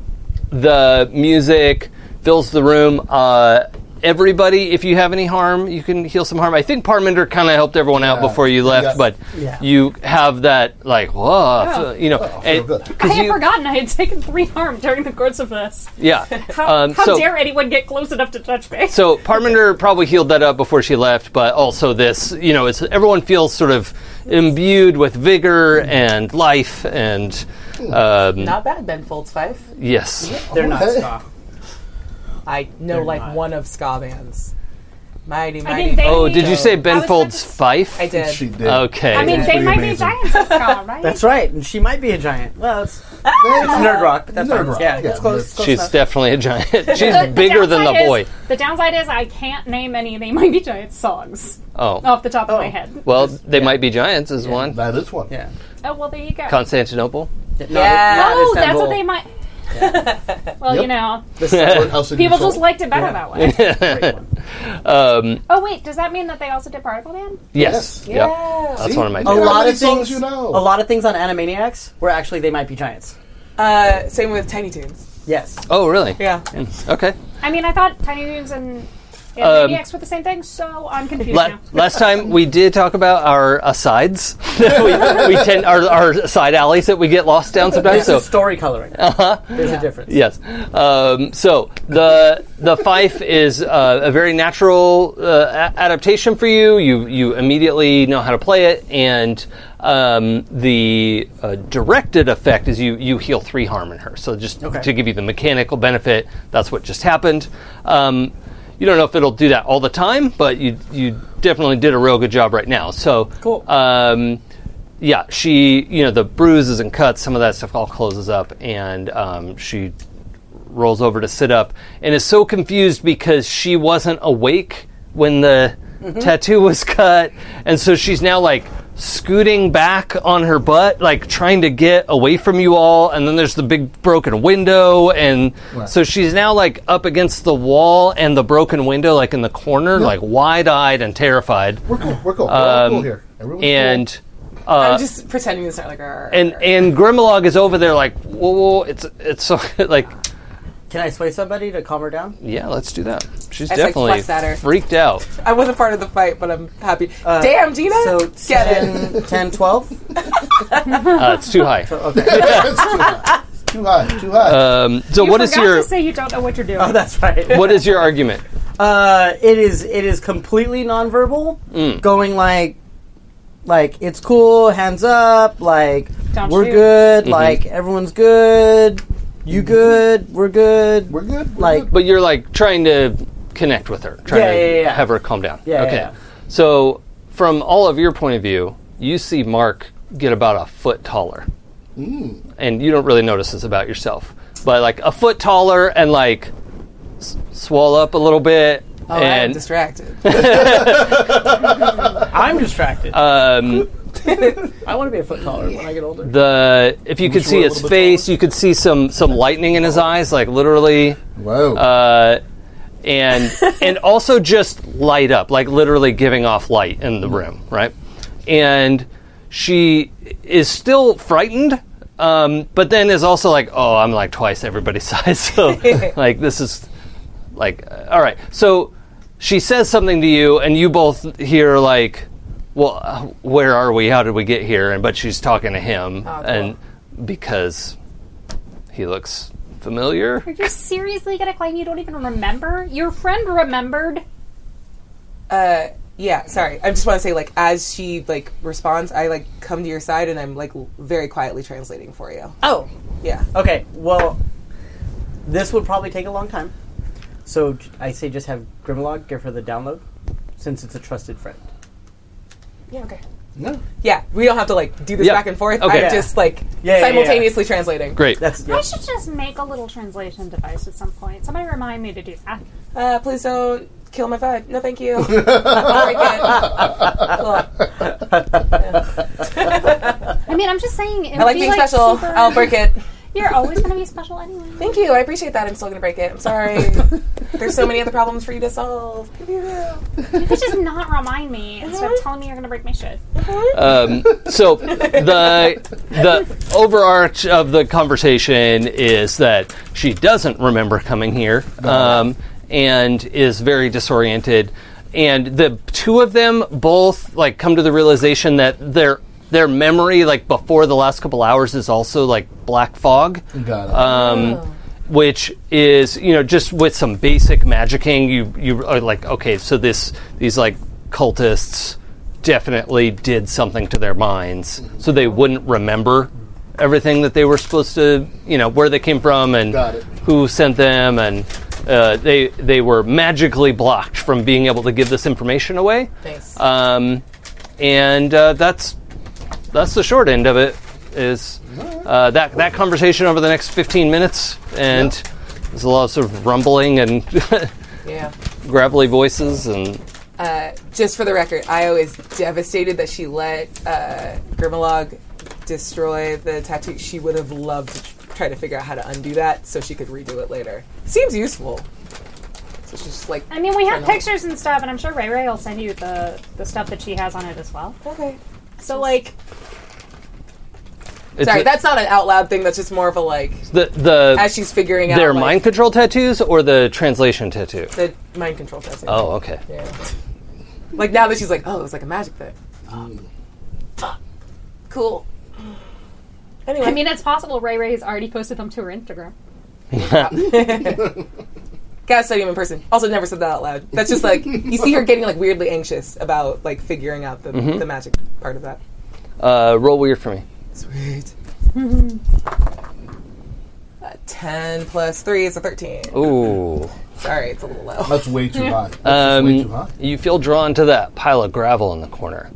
the music fills the room. Uh, everybody, if you have any harm, you can heal some harm. I think Parminder kind of helped everyone out
Yeah.
before you left,
Yeah.
but
Yeah.
you have that like, whoa, f- you know,
feel
and-
good.
'cause
I had
you-
forgotten I had taken three harm during the course of this.
yeah.
How,
Um,
how
so-
dare anyone get close enough to touch me?
So Parminder probably healed that up before she left, but also this, you know, it's everyone feels sort of imbued with vigor and life and um,
Not bad, Ben Folds Fife.
yes.
They're not
Okay.
ska.
I know
They're
like
not.
one of ska bands. Mighty,
I
mighty.
mean, they
Oh,
may-
did you say
I was about to
Benfold's
s-
fife?
I did.
She did.
Okay.
I mean,
That's
they
pretty
might be
amazing.
giants as well, right?
That's right, and she might be a giant. Well, it's,
That's
it's nerd rock, but that's
Nerd
fine.
rock,
Yeah,
yeah,
it's close.
that's-
close
She's
enough.
definitely a giant. She's
The- the
bigger than the
downside
boy.
is- the downside is I can't name any of the Mighty Giants songs
Oh.
off the top of my head.
Well, they might be giants, is one.
That is one.
yeah.
Oh well, there you go.
Constantinople.
No,
Yeah.
not
oh, that's what
Istanbul.
they might. well, you
Yep.
know,
Courthouse in
people
Seoul.
just liked it better
Yeah.
that way.
Great one.
Um,
oh wait, does that mean that they also did Particle Man?
yes.
Yes.
Yep.
Yeah.
That's
See?
one of my
A
a
favorites.
How
lot
many
of things
songs you know?
A lot of things on Animaniacs were actually they might be giants.
Uh, same with Tiny Toons.
Yes.
Oh, really?
Yeah.
Okay.
I mean, I thought Tiny Toons and and
Um,
Maniacs were the same thing, so I'm confused
La-
now.
last time we did talk about our asides. we, we tend our, our side alleys that we get lost down sometimes.
This
So
is story coloring. Uh-huh. There's a difference.
Yes. Um, so the the fife is uh, a very natural uh, a- adaptation for you. You you immediately know how to play it, and um, the uh, directed effect is you you heal three harm in her. So just
Okay.
to give you the mechanical benefit, that's what just happened. Um, you don't know if it'll do that all the time, but you you definitely did a real good job right now. So
Cool.
um, yeah, she, you know, the bruises and cuts, some of that stuff all closes up, and um, she rolls over to sit up and is so confused because she wasn't awake when the tattoo was cut, and so she's now like scooting back on her butt, like trying to get away from you all, and then there's the big broken window, and so she's now like up against the wall and the broken window, like in the corner, like wide eyed and terrified,
We're cool. We're cool. We're all cool
Um,
here. Everyone's
and.
Uh,
I'm just pretending it's not like our.
and and Grimlog is over there like whoa, whoa it's it's so like
Can I sway somebody to calm her down?
yeah let's do that she's
like,
definitely
fuss at her.
freaked out
I wasn't part of the fight, but I'm happy. Damn, Gina.
Uh, So
Get it.
10, 10 12?
uh, it's too high
cool.
Okay.
It's too high. It's too high. Too high.
um, so
You
what is
forgot
your
to say you don't know what you're doing.
oh, that's right.
what is your argument
Uh, it is it is completely nonverbal, going like like it's cool, hands up, like
Don't
we're
shoot.
good, like everyone's good, you good, we're good.
we're good. We're
like-
good.
but you're like trying to connect with her trying
Yeah,
to
yeah, yeah.
have her calm down
Yeah, yeah,
okay
yeah.
so from all of your point of view you see Mark get about a foot taller and you don't really notice this about yourself but like a foot taller and like s- swell up a little bit
Oh, I'm
and
distracted.
I'm distracted.
Um,
I want to be a foot taller when I get older.
the if you could
you
see
were a
his
little bit
face, you could see some some lightning in his eyes, like literally,
Whoa.
uh, and and also just light up, like literally giving off light in the room, right? And she is still frightened, um, but then is also like, oh, I'm like twice everybody's size, so like this is like uh, all right. So she says something to you, and you both hear like. Well, uh, where are we? How did we get here? And but she's talking to him,
cool.
and because he looks familiar,
You're seriously gonna claim you don't even remember? Your friend remembered.
Uh, yeah, sorry. I just want to say, like, as she like responds, I like come to your side and I'm like w- very quietly translating for you.
Oh,
Yeah.
okay. Well, this would probably take a long time. So j- I say just have Grimlock give her the download, since it's a trusted friend.
Yeah. Okay.
no.
Yeah, we don't have to like do this
Yeah.
back and forth.
Okay.
I'm just like
Yeah, yeah, yeah.
simultaneously translating.
great.
That's
I
yeah.
should just make a little translation device at some point. Somebody remind me to do that.
Uh, please don't kill my vibe. No, thank you. I'll break it. Cool.
I mean, I'm just saying. It
I like being special. I'll break it.
You're always gonna be special anyway.
Thank you. I appreciate that. I'm still gonna break it. I'm sorry. There's so many other problems for you to solve. Pew, pew, pew.
You could just not remind me instead of telling me you're gonna break my shit.
Um, so the the overarch of the conversation is that she doesn't remember coming here um, and is very disoriented. And the two of them both like come to the realization that their their memory like before the last couple hours is also like black fog.
Got it.
um, which is you know just with some basic magicking you you are like okay so this these like cultists definitely did something to their minds so they wouldn't remember everything that they were supposed to you know where they came from and
Got it.
who sent them and uh, they they were magically blocked from being able to give this information away
Nice.
um, and uh, that's that's the short end of it. Is uh, that that conversation over the next fifteen minutes, and there's a lot of sort of rumbling and
yeah.
gravelly voices, and
Just for the record, Io is devastated that she let uh, Grimmalog destroy the tattoo. She would have loved to tr- try to figure out how to undo that so she could redo it later. Seems useful. So she's just like,
I mean, we have
Fair enough.
pictures and stuff, and I'm sure Ray Ray will send you the the stuff that she has on it as well.
okay.
So like,
it's
Sorry,
a-
that's not an out loud thing. That's just more of a like,
the the
as she's figuring out
their
like,
mind control tattoos or the translation tattoo.
the mind control testing.
Oh, okay.
Yeah. Like now that she's like, oh, it's like a magic thing.
Mm.
Fuck. Cool. Anyway,
I mean, it's possible Ray Ray's already posted them to her Instagram.
gotta study him in person. Also, never said that out loud. That's just like you see her getting like weirdly anxious about like figuring out the,
Mm-hmm.
the magic part of that.
Uh, roll weird for me.
Sweet. Uh, Ten plus three is a thirteen.
Ooh.
Sorry, it's a little low.
That's way too high. That's just way too
Um,
high.
you feel drawn to that pile of gravel in the corner.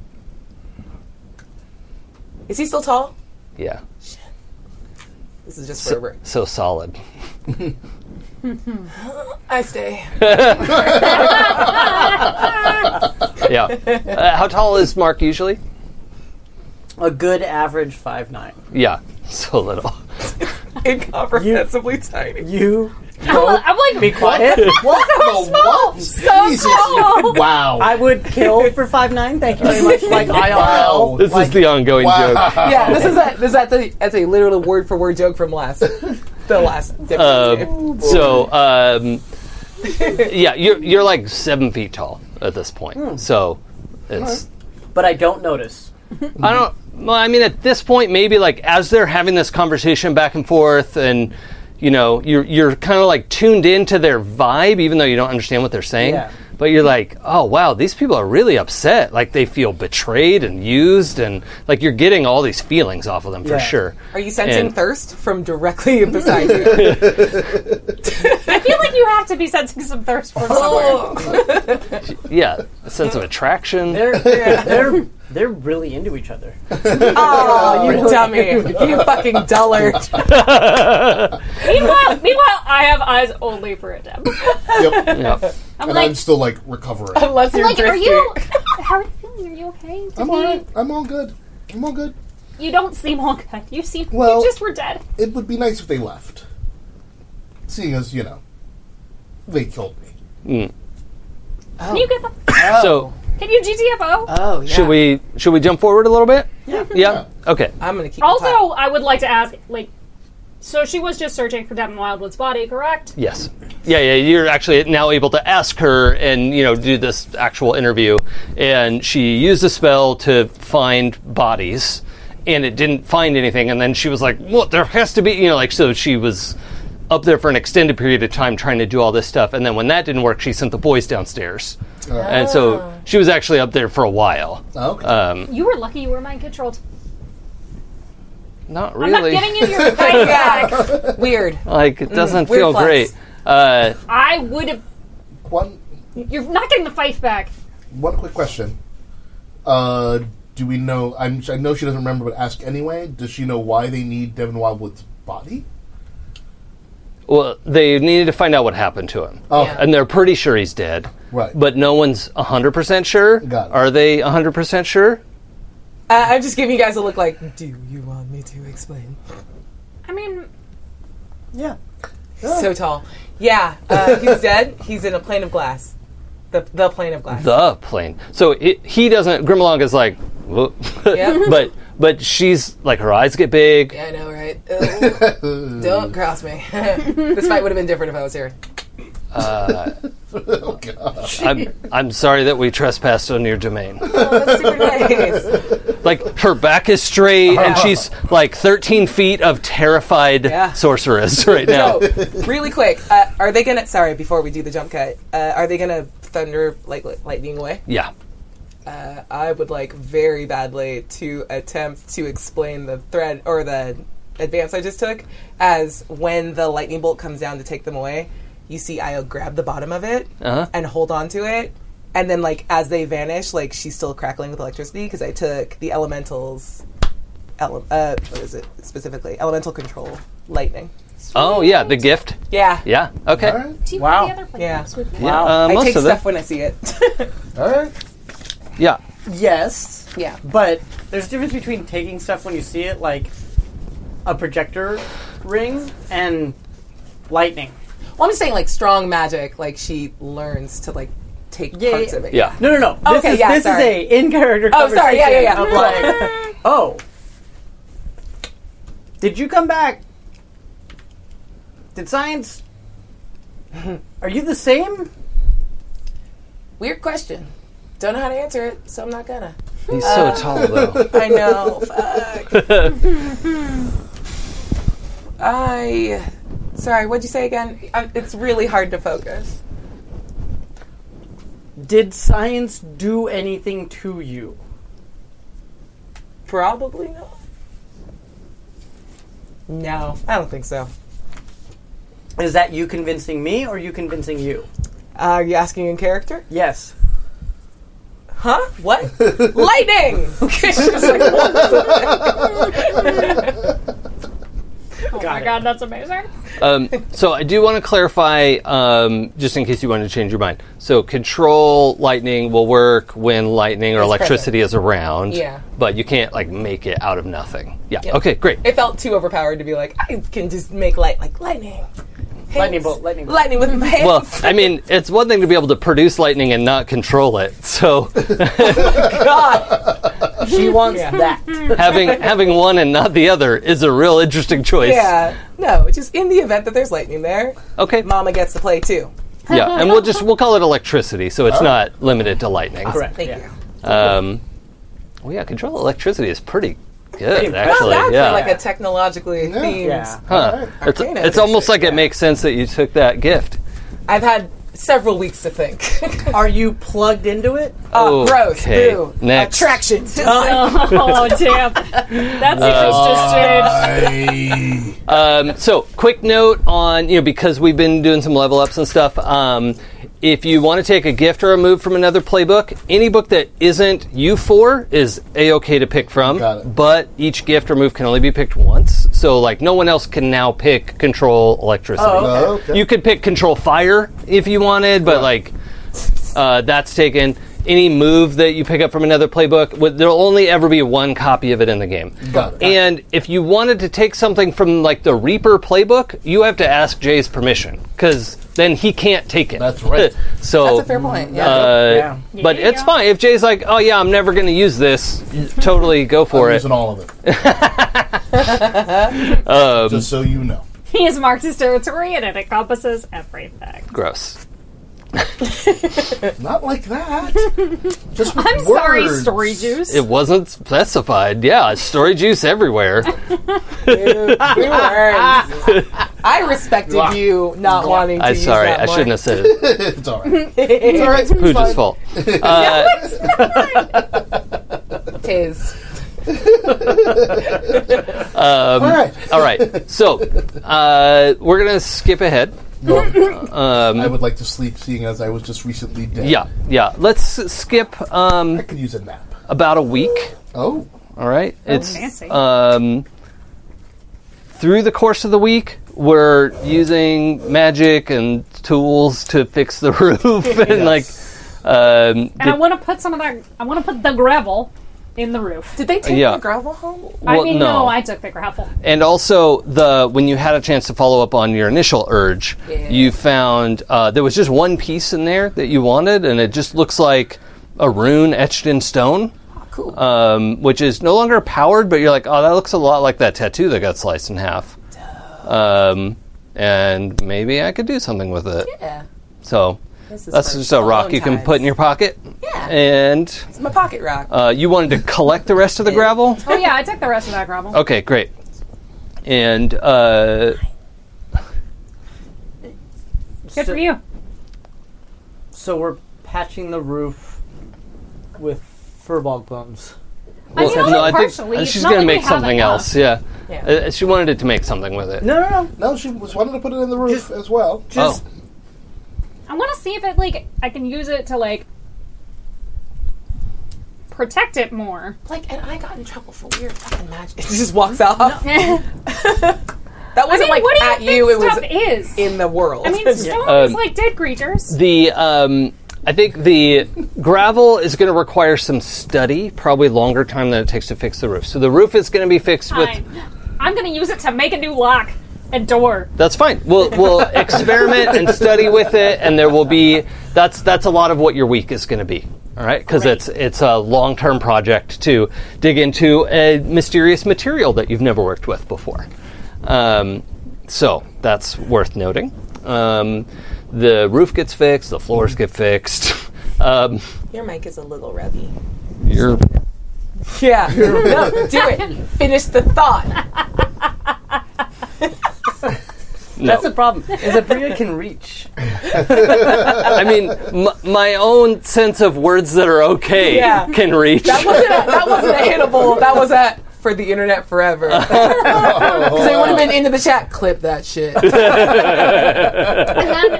Is he still tall?
Yeah.
This is just for a break.
So solid.
I stay.
Yeah. Uh, how tall is Mark usually?
a good average five nine.
Yeah. So little.
Incomprehensibly tiny.
You
I'm like,
be quiet.
What the what? Jesus. Wow.
I would kill for five nine. Thank you very much. Like
Wow.
IRL.
This
Like,
is the ongoing joke.
Yeah, this is a this is at the that's a literal word for word joke from last the last.
Uh,
episode.
Um, so um, yeah, you're you're like seven feet tall at this point.
Hmm.
So it's
but I don't notice.
I don't. Well, I mean, at this point, maybe like as they're having this conversation back and forth, and you know, you're you're kind of like tuned into their vibe, even though you don't understand what they're saying.
Yeah.
But you're like, oh wow, these people are really upset. Like they feel betrayed and used, and like you're getting all these feelings off of them for
Yeah.
sure.
Are you sensing
And-
thirst from directly beside you?
I feel like you have to be sensing some thirst for somewhere.
Oh.
Yeah, a sense of attraction.
They're they're they're really into each other.
Oh, you dummy. You fucking dullard.
meanwhile, meanwhile, I have eyes only for a dim.
Yep.
Yeah.
I'm
And
like,
I'm still like recovering.
Unless you're
like, are
thirsty.
you? How are you feeling? Are you okay? Did
I'm
he-
all right. I'm all good. I'm all good.
You don't seem all good. You seem
Well-
you just were dead.
It would be nice if they left, seeing as you know they killed me.
Mm.
Can you get the?
Oh.
So
Can you GTFO?
Uh,
oh, yeah.
should we should we jump forward a little bit?
Yeah.
Yeah. Okay.
I'm gonna keep.
also,
quiet.
I would like to ask, like, so she was just searching for Devin Wildwood's body, correct?
Yes. Yeah, yeah. You're actually now able to ask her and you know do this actual interview, and she used a spell to find bodies, and it didn't find anything. And then she was like, "What? There has to be," you know, like so. She was up there for an extended period of time trying to do all this stuff, and then when that didn't work, she sent the boys downstairs,
Oh.
and so she was actually up there for a while.
Okay.
Um,
You were lucky you were mind controlled.
not
I'm
really.
not getting you your fight back.
weird.
like it doesn't
weird
feel
flex.
great. Uh,
I would have.
one
You're not getting the fight back.
one quick question. Uh, do we know? I'm, I know she doesn't remember, but ask anyway. Does she know why they need Devin Wildwood's body?
well, they needed to find out what happened to him.
Oh,
Yeah.
and they're pretty sure he's dead.
Right.
But no one's 100% sure.
Got it.
Are they 100% sure?
Uh, I'm just giving you guys a look like, do you want me to explain?
I mean,
Yeah.
So tall. Yeah, uh, he's dead. He's in a plane of glass. The, the plane of glass.
The plane. So it, he doesn't. Grimlock is like, "Whoa."
Yeah.
but but she's like her eyes get big.
I know, right? Ugh. don't cross me. this fight would have been different if I was here.
oh God.
I'm I'm sorry that we trespassed on your domain.
Oh, that's super nice.
like her back is straight and she's like 13 feet of terrified
Yeah.
sorceress right now.
So, really quick, uh, are they gonna? Sorry, before we do the jump cut, uh, are they gonna thunder like li- lightning away?
Yeah.
Uh, I would like very badly to attempt to explain the thread or the advance I just took as when the lightning bolt comes down to take them away, you see Io grab the bottom of it
Uh-huh.
and hold on to it. And then, like, as they vanish, like, she's still crackling with electricity because I took the elementals, ele- uh, what is it specifically? Elemental control lightning.
Oh yeah, the gift.
Yeah.
Yeah. Okay.
All right.
do you
Wow.
have the other plate
Yeah.
mix with that?
Yeah,
Wow.
uh,
I
most
take
of
stuff
it.
when I see it.
All right.
Yeah.
Yes.
yeah.
But there's a difference between taking stuff when you see it, like a projector ring, and lightning.
Well, I'm just saying, like, strong magic, like, she learns to, like, take
Yeah,
parts
yeah,
of it.
Yeah.
No, no, no. This
Okay,
is,
yeah,
This
sorry.
is a in character.
Oh, sorry, yeah, yeah, yeah.
Of like, oh, did you come back? Did science? Are you the same?
Weird question. Don't know how to answer it, so I'm not gonna.
He's so tall though.
I know. fuck. I. Sorry, what'd you say again? I, it's really hard to focus.
Did science do anything to you?
Probably not. No, I don't think so.
Is that you convincing me, or you convincing you?
Uh, are you asking in character?
Yes.
Huh? What? Lightning! She's like,
Oh
Got
my
it.
god, that's amazing.
Um, so I do want to clarify, um, just in case you want to change your mind. So control lightning will work when lightning or
It's
electricity is around.
Yeah.
But you can't like make it out of nothing. Yeah.
Yep.
Okay. Great.
it felt too overpowered to be like, I can just make light, like lightning. Hands.
Lightning bolt, lightning bolt.
Lightning with my hands.
Well, I mean, it's one thing to be able to produce lightning and not control it. So
God.
She wants
Yeah.
that.
having having one and not the other is a real interesting choice.
Yeah. No, just in the event that there's lightning there,
Okay.
Mama gets to play too.
Yeah. And we'll just we'll call it electricity, so it's not limited to lightning.
Correct.
Thank
yeah.
you.
Um, well, yeah. Control electricity is pretty good,
impressive.
actually.
Well, Oh, that's
yeah.
like a technologically
Yeah.
themed.
Yeah.
Huh. It's,
Arcana
it's almost
Understood,
like it makes sense that you took that gift.
I've had several weeks to think.
Are you plugged into it?
Uh,
oh,
Uh,
gross.
Okay,
Boo.
next.
Attraction.
Oh damn, that's interesting.
I,
Um, so, quick note on, you know, because we've been doing some level ups and stuff, um, if you want to take a gift or a move from another playbook, any book that isn't you four is a okay to pick from.
Got it.
But each gift or move can only be picked once. So, like, no one else can now pick control electricity.
okay.
You could pick control fire if you wanted, but like uh, that's taken. any move that you pick up from another playbook, would- there'll only ever be one copy of it in the game.
Got it.
And if you wanted to take something from like the Reaper playbook, you have to ask Jay's permission because then he can't take it.
That's right.
so
That's a fair point. Yeah.
Oh. Uh,
Oh, Yeah.
But it's
Yeah.
fine if Jay's like, "Oh yeah, I'm never going to use this." totally go for
I'm
it.
using all of it.
Um,
Just so you know.
He has marked his territory and it encompasses everything.
Gross.
Not like that. Just with
I'm sorry,
words.
Story Juice.
It wasn't specified. Yeah, story juice everywhere.
Dude, we weren't. I respected you not wanting to
I'm
use
sorry,
that
I
more.
shouldn't have said it.
It's all right.
it's all right.
Pooja's fault.
Tis.
Um,
all right.
All right, so uh, we're gonna skip ahead. Um,
I would like to sleep, seeing as I was just recently dead.
Yeah, yeah. Let's s- skip um,
I could use a nap.
about a week.
Oh,
All right, it's
fancy.
um, through the course of the week. We're using magic and tools to fix the roof and like um,
and I want to put some of that. I want to put the gravel in the roof.
Did they take
Yeah.
the gravel home?
well,
I mean, no. I took the gravel.
And also the when you had a chance to follow up on your initial urge,
Yeah.
you found uh, there was just one piece in there that you wanted, and it just looks like a rune etched in stone,
Ah, Cool.
um, which is no longer powered. But you're like, oh, that looks a lot like that tattoo that got sliced in half. Um, and maybe I could do something with it.
yeah.
So
This is
that's
for
just a rock
alone
you can
times.
put in your pocket.
Yeah.
And
It's my pocket rock.
uh, you wanted to collect the rest of the gravel.
Oh yeah, I took the rest of that gravel.
Okay, great. And uh,
Good for you.
So we're patching the roof with furbog bones.
I mean,
well,
only
no, I think
partially.
uh,
It's
she's
not
gonna
like we
make
have
something
enough.
else. Yeah,
Yeah.
Uh, she wanted it to make something with it.
No, no, no.
no, she was wanted to put it in the roof
Just-
as well.
Just
Oh,
I want to see if it like I can use it to like protect it more.
Like, and I got in trouble for weird fucking magic. She just walks off. That
I mean,
wasn't like
what do you
at
think
you. It was
stuff is?
in the world.
I mean, stone is
Um,
like dead creatures.
The um, I think the gravel is going to require some study, probably longer time than it takes to fix the roof. So the roof is going to be fixed
Fine.
with.
I'm gonna use it to make a new lock and door.
That's fine. We'll we'll experiment and study with it, and there will be that's that's a lot of what your week is going to be. All right, because
Great.
it's it's a long term project to dig into a mysterious material that you've never worked with before. Um, so that's worth noting. Um, the roof gets fixed. The floors get fixed. Um,
your mic is a little rubby.
your
Yeah. no, do it. Finish the thought.
that's the problem. Is that Bria can reach.
I mean, m- my own sense of words that are okay
Yeah.
can reach.
That wasn't. A, that wasn't a hittable. That was a for the internet forever. Because they would have been into the chat. Clip that shit.
and then,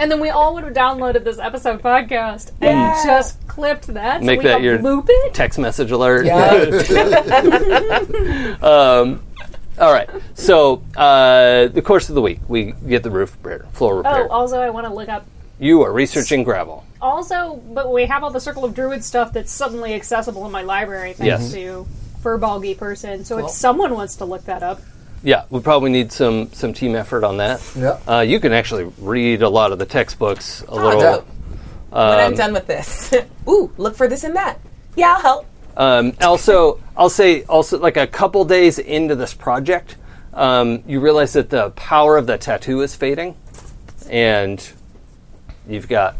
and then we all would have downloaded this episode podcast and just clipped that. So
Make
we
that
could
your-
loop it.
Text message alert.
Yeah.
Um, all right. So uh, the course of the week, we get the roof repaired, floor
Oh,
repaired.
also I want to look up.
You are researching gravel.
Also, but we have all the Circle of Druid stuff that's suddenly accessible in my library thanks
Yes.
to Furbalgy person. So if someone wants to look that up,
Yeah, we probably need some some team effort on that.
Yeah.
Uh, you can actually read a lot of the textbooks a little.
dope. when I'm done with this, ooh, look for this and that. Yeah, I'll help.
Um, also, I'll say also like a couple days into this project, um, you realize that the power of the tattoo is fading, and you've got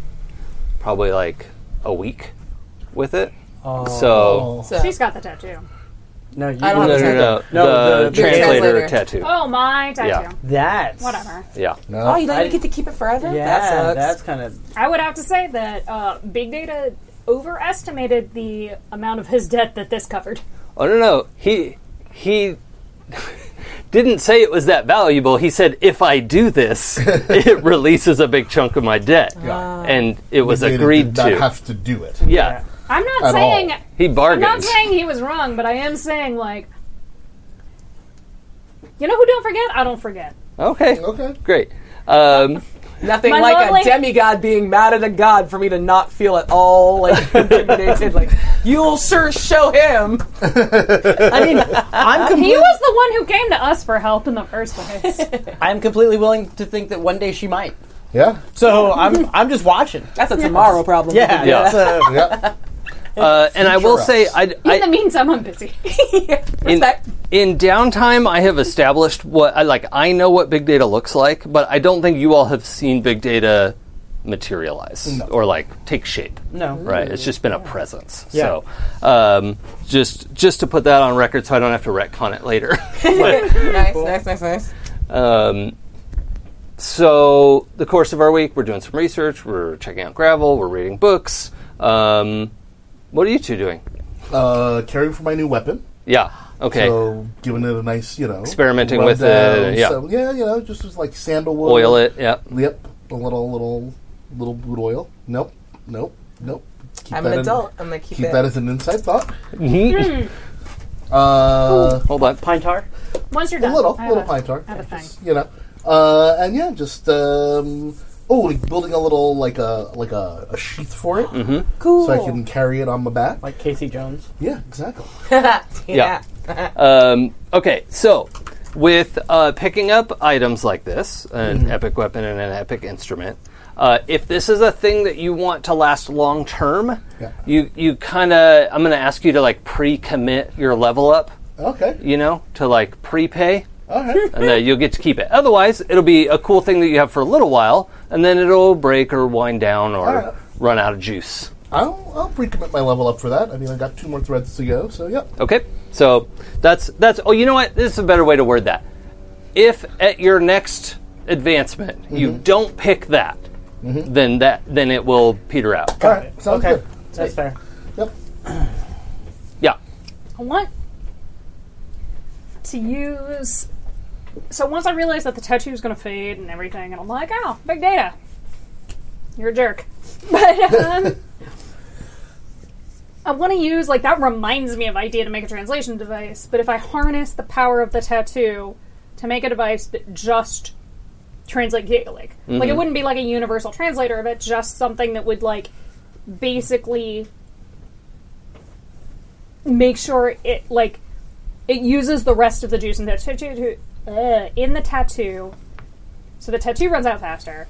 probably like a week with it. Oh.
Oh,
So
So
she's got the tattoo.
No, you
I don't
no,
have
no, no,
No,
the,
the- the
translator,
translator.
tattoo.
Oh my tattoo.
Yeah.
That's
Whatever.
Yeah.
Oh, you don't
I-
even get to keep it forever?
Yeah,
that sucks.
that's kind of
I would have to say that uh, big data overestimated the amount of his debt that this covered.
Oh no, no, he he didn't say it was that valuable. He said if I do this, it releases a big chunk of my debt, and it was
They
agreed
did not
to.
have to do it.
yeah.
I'm not
At all.
saying
He
I'm
bargained.
not saying he was wrong, but I am saying like, you know who don't forget? I don't forget.
Okay.
Okay.
Great. Um,
Nothing
My
like
lovely-
a demigod being mad at a god for me to not feel at all like intimidated. like you'll sure show him.
I mean, I'm
He
completely,
was the one who came to us for help in the first place.
I'm completely willing to think that one day she might.
Yeah.
So I'm I'm just watching.
That's a tomorrow problem.
Yeah,
Yeah.
that's a-
Yeah.
Uh, and I will
us.
say, I,
in the
I,
meantime, I'm busy.
in,
Respect.
in downtime, I have established what I like. I know what big data looks like, but I don't think you all have seen big data materialize or like take shape.
No.
Right, it's just been a presence.
Yeah.
So, um, just just to put that on record, so I don't have to retcon it later. But,
nice, nice, nice, nice.
um, so the course of our week, we're doing some research. We're checking out gravel. We're reading books. Um, what are you two doing?
Uh, caring for my new weapon.
Yeah. Okay.
So giving it a nice, you know,
Experimenting with
rundown.
it, yeah.
So, yeah, you know, just with like sandalwood.
Oil it. Yeah.
Yep. A little, little, little boot oil. Nope. Nope. Nope. Keep
I'm
that
an
in-
adult. I'm gonna keep,
Keep
it.
that as an inside thought. Mm-hmm. Uh,
Hold on.
Pine tar.
Once you're
a
done,
little,
I have
little
a-
pine tar.
I have a thing.
Just, you know, uh, and yeah, just um, oh, like building a little like a like a, a sheath for it,
Mm-hmm.
cool.
so I can carry it on my back.
Like Casey Jones.
Yeah, exactly.
yeah.
Um, okay, so with uh, picking up items like this, an
Mm-hmm.
epic weapon and an epic instrument, uh, if this is a thing that you want to last long term,
Yeah.
you you kind of I'm going to ask you to like pre-commit your level up,
Okay,
you know, to like prepay.
all right.
And then you'll get to keep it. Otherwise, it'll be a cool thing that you have for a little while, and then it'll break or wind down or
Alright.
run out of juice.
I'll I'll pre-commit my level up for that. I mean, I got two more threads to go, so yeah.
Okay, so that's that's. Oh, you know what? This is a better way to word that. If at your next advancement you don't pick that, then that then it will peter out.
All right, sounds
Okay.
good.
That's fair.
Yep.
Yeah.
I want to use. So once I realized that the tattoo was going to fade and everything, and I'm like, oh, big data. You're a jerk. But um, I want to use, like, that reminds me of idea to make a translation device. But if I harness the power of the tattoo to make a device that just translate Gaelic, like,
Mm-hmm.
it wouldn't be like a universal translator of it, just something that would, like, basically make sure it like it uses the rest of the juice in the tattoo uh, in the tattoo, so the tattoo runs out faster.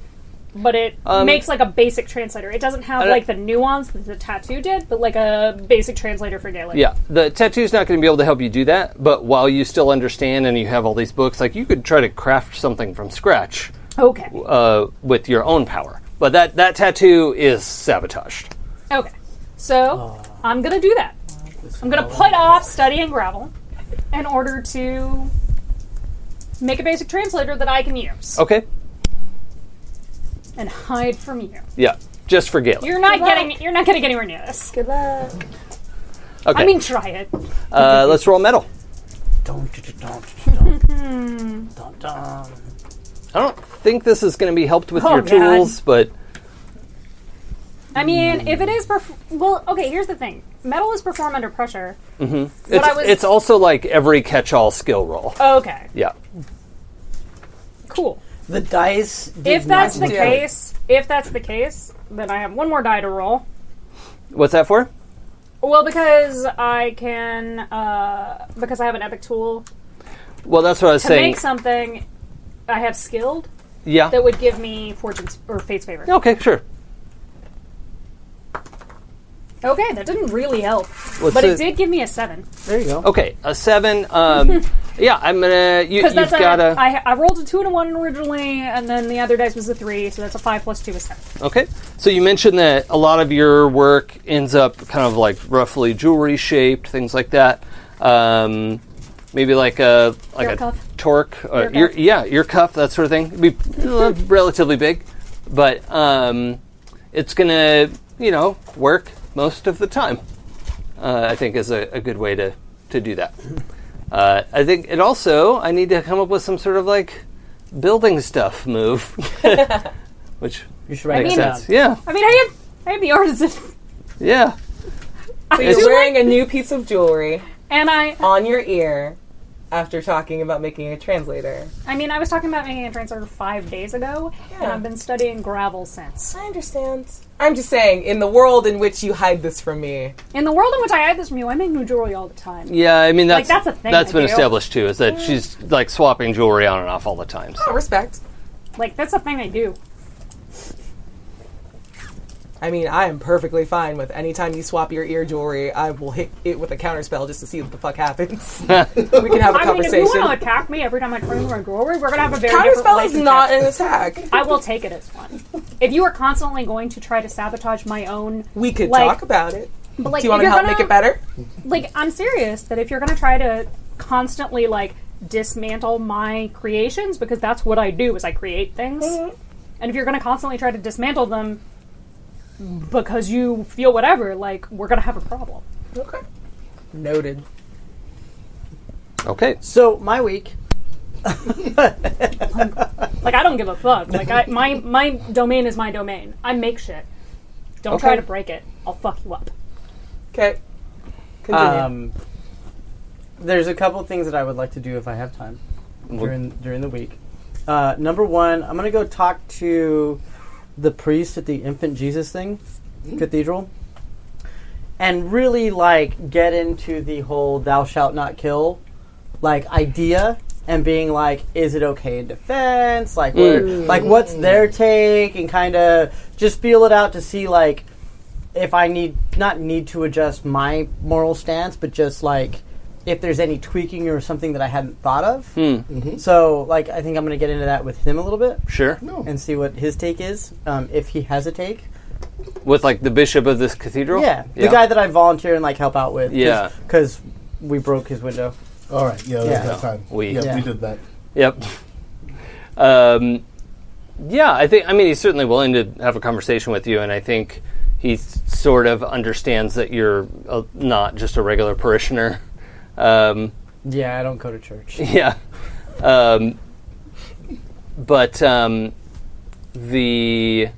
But it
Um,
makes like a basic translator. It doesn't have
don't-
like the nuance that the tattoo did, but like a basic translator for Gaelic.
Yeah, the tattoo's not going to be able to help you do that, but while you still understand and you have all these books, like you could try to craft something from scratch
Okay.
uh, with your own power. But that, that tattoo is sabotaged.
Okay. So
Oh.
I'm gonna do that. I'm gonna put off studying gravel in order to make a basic translator that I can use
Okay?
and hide from you.
Yeah, just for Gaelic.
You're not getting. You're not gonna get anywhere near this.
Good luck.
okay.
I mean, try it.
uh, let's roll metal.
Don't, don't, don't,
Hmm.
don't, don't.
I don't think this is going to be helped with
Oh,
your
God.
tools, but
I mean, if it is perf- well, okay. Here's the thing: metal is perform under pressure. Mm-hmm.
It's,
I was,
it's also like every catch-all skill roll.
okay.
Yeah.
Cool.
The dice. Did
If that's the
not
Yeah.
case, if that's the case, then I have one more die to roll.
What's that for?
Well, because I can, uh, because I have an epic tool
Well, that's what I was
to
saying.
make something. I have skilled
yeah.
that would give me fortune's or fate's favor.
okay, sure.
Okay, that didn't really help,
Let's
but
see.
it did give me a seven
There you go.
Okay, a seven. Um, yeah, I'm gonna. You,
because
you've
that's
got
a,
a.
I, I rolled a two and a one originally, and then the other dice was a three, so that's a five plus two is seven.
Okay, so you mentioned that a lot of your work ends up kind of like roughly jewelry shaped, things like that. Um, maybe like a like
Ear
a
cuff.
torque, or
Ear
ear,
cuff.
yeah, ear cuff, that sort of thing. It'd be uh, relatively big, but um, it's gonna you know work most of the time. Uh, I think is a, a good way to to do that. Uh, I think it also I need to come up with some sort of like building stuff move, which
You should write
I
it
mean-
down.
sense, yeah.
I mean, I am, I am the artisan,
Yeah.
So you're
do
wearing a new piece of jewelry
and I
on your ear. after talking about making a translator.
I mean, I was talking about making a transfer five days ago, and
Yeah.
I've been studying gravel since.
I understand. I'm just saying, in the world in which you hide this from me,
In the world in which I hide this from you, I make new jewelry all the time.
Yeah, I mean that's
that's a thing
that's
I
been
do.
established too. Is that she's like swapping jewelry on and off all the time.
oh,
So.
respect.
Like that's a thing I do.
I mean, I am perfectly fine with any time you swap your ear jewelry. I will hit it with a counterspell just to see what the fuck happens. we can have a
I mean, if you
conversation.
want to attack me every time I turn my jewelry, we're gonna have a very different
counterspell is
relationship.
not an attack.
I will take it as one. If you are constantly going to try to sabotage my own,
We could
Like-
talk about it.
but like,
Mm-hmm.
if
Do you want me to
you're
help
gonna-
make it better?
like I'm serious that if you're gonna try to constantly like dismantle my creations because that's what I do is I create things,
Mm-hmm.
and if you're gonna constantly try to dismantle them because you feel whatever, like we're gonna have a problem.
Okay. Noted.
Okay,
So my week.
Like I don't give a fuck. Like I, my my domain is my domain. I make shit. Don't try
Okay.
to break it. I'll fuck you up.
Okay. Continue.
Um, there's a couple things that I would like to do if I have time during during the week. Uh, number one, I'm gonna go talk to the priest at the Infant Jesus thing cathedral, and really like get into the whole "thou shalt not kill" like idea. And being like, is it okay in defense? Like, what like what's their take? And kind of just feel it out to see like if I need not need to adjust my moral stance, but just like if there's any tweaking or something that I hadn't thought of.
Hmm.
Mm-hmm. So like I think I'm going to get into that with him a little bit
sure.
and see what his take is, um, if he has a take.
With like the bishop of this cathedral.
Yeah, the guy that I volunteer and like help out with.
Yeah.
because we broke his window.
All right. Yeah,
Yeah.
that's that time.
We-
yeah,
Yeah.
we did that.
Yep. Um, yeah, I think. I mean, he's certainly willing to have a conversation with you, and I think he s- sort of understands that you're uh, not just a regular parishioner. Um,
Yeah, I don't go to church.
yeah. Um, but um, the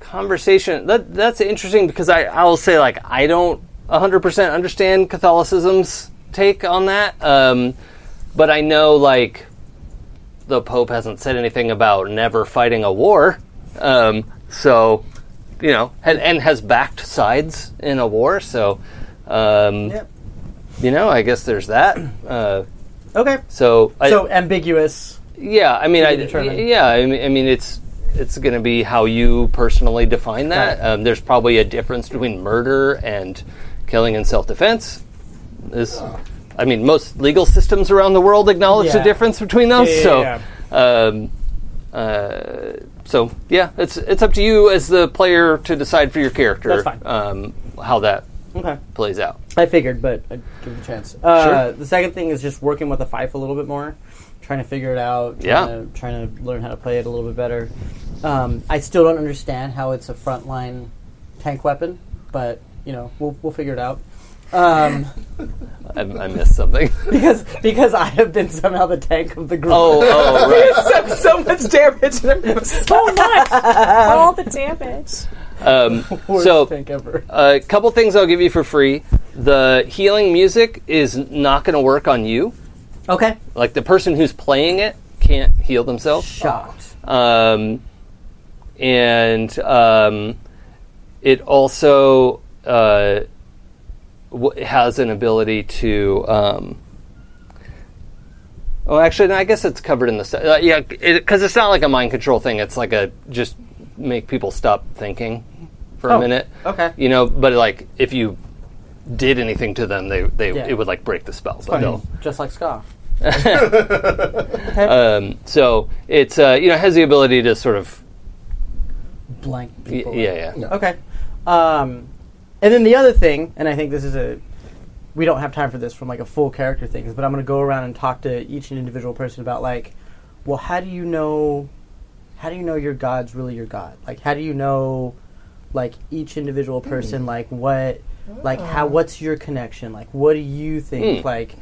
conversation that that's interesting because I I will say like I don't 100% understand Catholicism's take on that. Um, but I know like the Pope hasn't said anything about never fighting a war. Um, so you know, and, and has backed sides in a war. So um,
Yep.
you know, I guess there's that. Uh,
Okay,
so, I,
so ambiguous.
yeah, I mean,
To
I,
be determined.
yeah, I mean, I mean, it's it's going to be how you personally define that.
Got it.
Um, there's probably a difference between murder and killing in self-defense. Is, I mean, most legal systems around the world acknowledge the
Oh. Yeah.
difference between those.
Yeah, yeah,
so,
yeah.
Um, uh, so yeah, it's it's up to you as the player to decide for your character
That's fine.
Um, how that
Okay.
plays out.
I figured, but I'd give it a chance. Uh, The second thing is just working with the fife a little bit more, trying to figure it out.
Yeah.
Trying to, trying to learn how to play it a little bit better. Um, I still don't understand how it's a frontline tank weapon, but you know we'll we'll figure it out. Um,
I, I missed something.
because because I have been somehow the tank of the group.
oh, oh, right.
so, so much damage.
So much, all the damage.
Um,
Worst
so, uh,
tank ever.
a couple things I'll give you for free. The healing music is not going to work on you.
Okay.
Like the person who's playing it can't heal themselves.
Shocked.
Um, and um, it also uh, w- has an ability to. Um, well, actually, no, I guess it's covered in the stu- uh, yeah, because it's not like a mind control thing. It's like a just make people stop thinking for a minute
Oh, Okay.
you know but like if you did anything to them they, they
Yeah.
it would like break the spell so,
Fine.
no.
Just like Ska.
um, so it's uh, you know has the ability to sort of
Blank.
y-
People
yeah yeah
Okay. Um, and then the other thing, and I think this is a we don't have time for this from like a full character thing, but I'm going to go around and talk to each individual person about like, well, how do you know how do you know your god's really your god? Like how do you know like each individual person like what like how what's your connection? Like what do you think? Like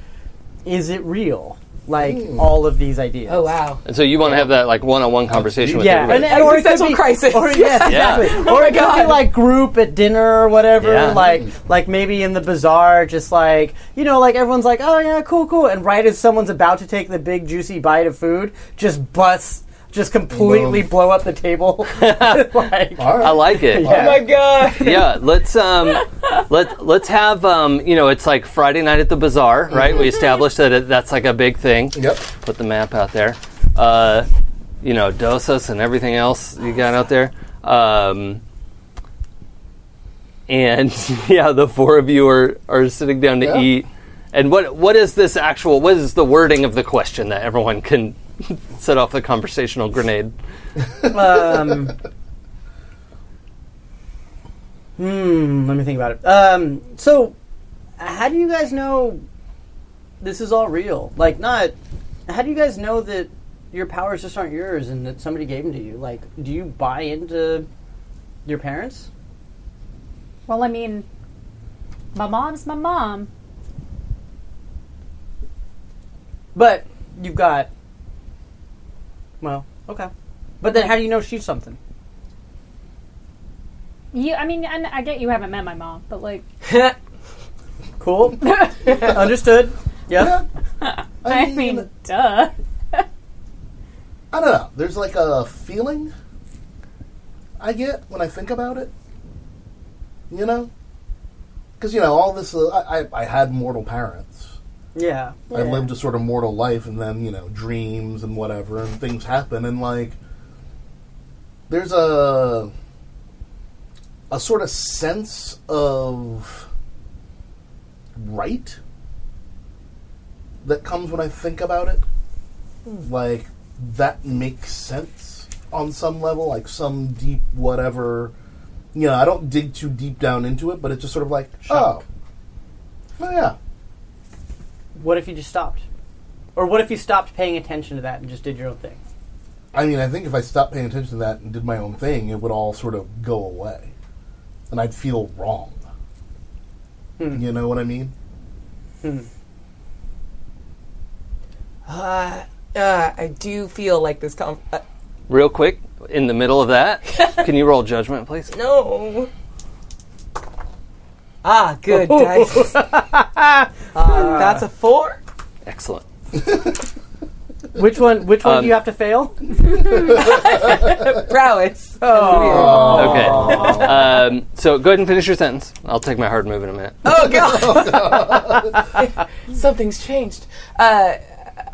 is it real? like all of these ideas.
Oh wow.
And so you want to have that like one-on-one conversation with
Yeah,
everybody.
and, and or it could
Existential
be-
crisis.
Or, yes,
Yeah.
exactly.
Oh
or
my
it could be
God.
like group at dinner or whatever.
Yeah.
Like, like maybe in the bazaar, just like you know, like everyone's like, oh yeah, cool, cool, and right as someone's about to take the big juicy bite of food, just busts, just completely
Boom.
blow up the table. like,
All right.
I like it.
Oh my god.
yeah, let's um, let let's have um, you know, it's like Friday night at the bazaar, right? We established that it, that's like a big thing.
Yep.
Put the map out there. Uh, you know, dosas and everything else you got out there. Um, and yeah, the four of you are are sitting down to
Yeah.
eat. And what what is this actual? What is the wording of the question that everyone can set off the conversational grenade?
um, hmm, let me think about it. Um, so, how do you guys know this is all real? Like, not. How do you guys know that your powers just aren't yours and that somebody gave them to you? Like, do you buy into your parents?
Well, I mean, my mom's my mom.
But you've got. Well, okay. But then, how do you know she's something?
You, I mean, I, I get you haven't met my mom, but like,
Cool. Understood. Yeah.
I, mean, duh.
I don't know. There's like a feeling I get when I think about it. You know, because you know all this. Uh, I, I I had mortal parents.
Yeah.
I lived a sort of mortal life, and then you know dreams and whatever, and things happen, and like there's a a sort of sense of right that comes when I think about it.
Hmm.
Like that makes sense on some level, like some deep whatever. You know, I don't dig too deep down into it, but it's just sort of like,
Shock.
oh, oh yeah,
What if you just stopped? Or what if you stopped paying attention to that and just did your own thing?
I mean, I think if I stopped paying attention to that and did my own thing, it would all sort of go away. And I'd feel wrong. You know what I mean?
Uh, uh, I do feel like this. Conf- uh,
Real quick, in the middle of that, can you roll judgment, please?
no. Ah, good dice. Uh, that's a four.
Excellent.
Which one? Which one
Um,
do you have to fail?
Prowess.
Okay. Um, so go ahead and finish your sentence. I'll take my hard move in a minute.
Oh god. Something's changed. Uh,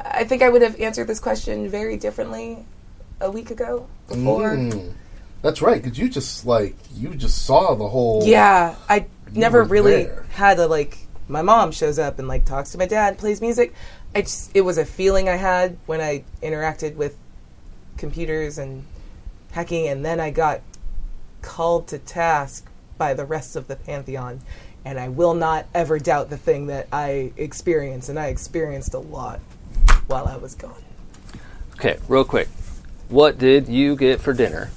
I think I would have answered this question very differently a week ago before.
That's right, because you just, like, you just saw the whole.
Yeah, I never
were
really
there.
had a like. My mom shows up and like talks to my dad, plays music. I just it was a feeling I had when I interacted with computers and hacking, and then I got called to task by the rest of the pantheon. And I will not ever doubt the thing that I experienced, and I experienced a lot while I was gone.
Okay, real quick. What did you get for dinner?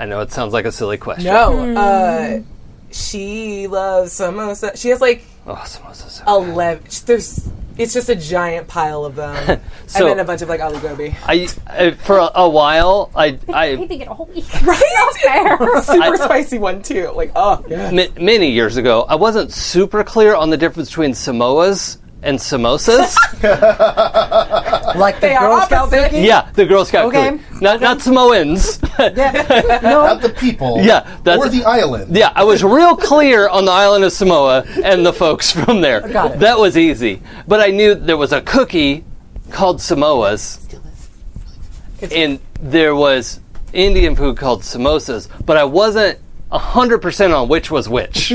I know it sounds like a silly question.
No, uh, she loves samosa. She has like
Oh, samosas. so good.
eleven. There's it's just a giant pile of them,
So-
and then a bunch of like alu gobi.
I, I for a, a while I
I
I
think they get a whole week.
Right, super spicy one too. Like oh,
m- many years ago I wasn't super clear on the difference between Samoas and samosas.
Like the
they are
Girl Scout
opposite.
cookie?
yeah, the Girl Scout
Okay.
cookie. Not not Samoans.
Yeah.
Not
no.
the people.
Yeah, that's-
or the island.
Yeah, I was real clear on the island of Samoa and the folks from there.
Got it.
That was easy. But I knew there was a cookie called Samoa's. And there was Indian food called samosas, but I wasn't 100% on which was which.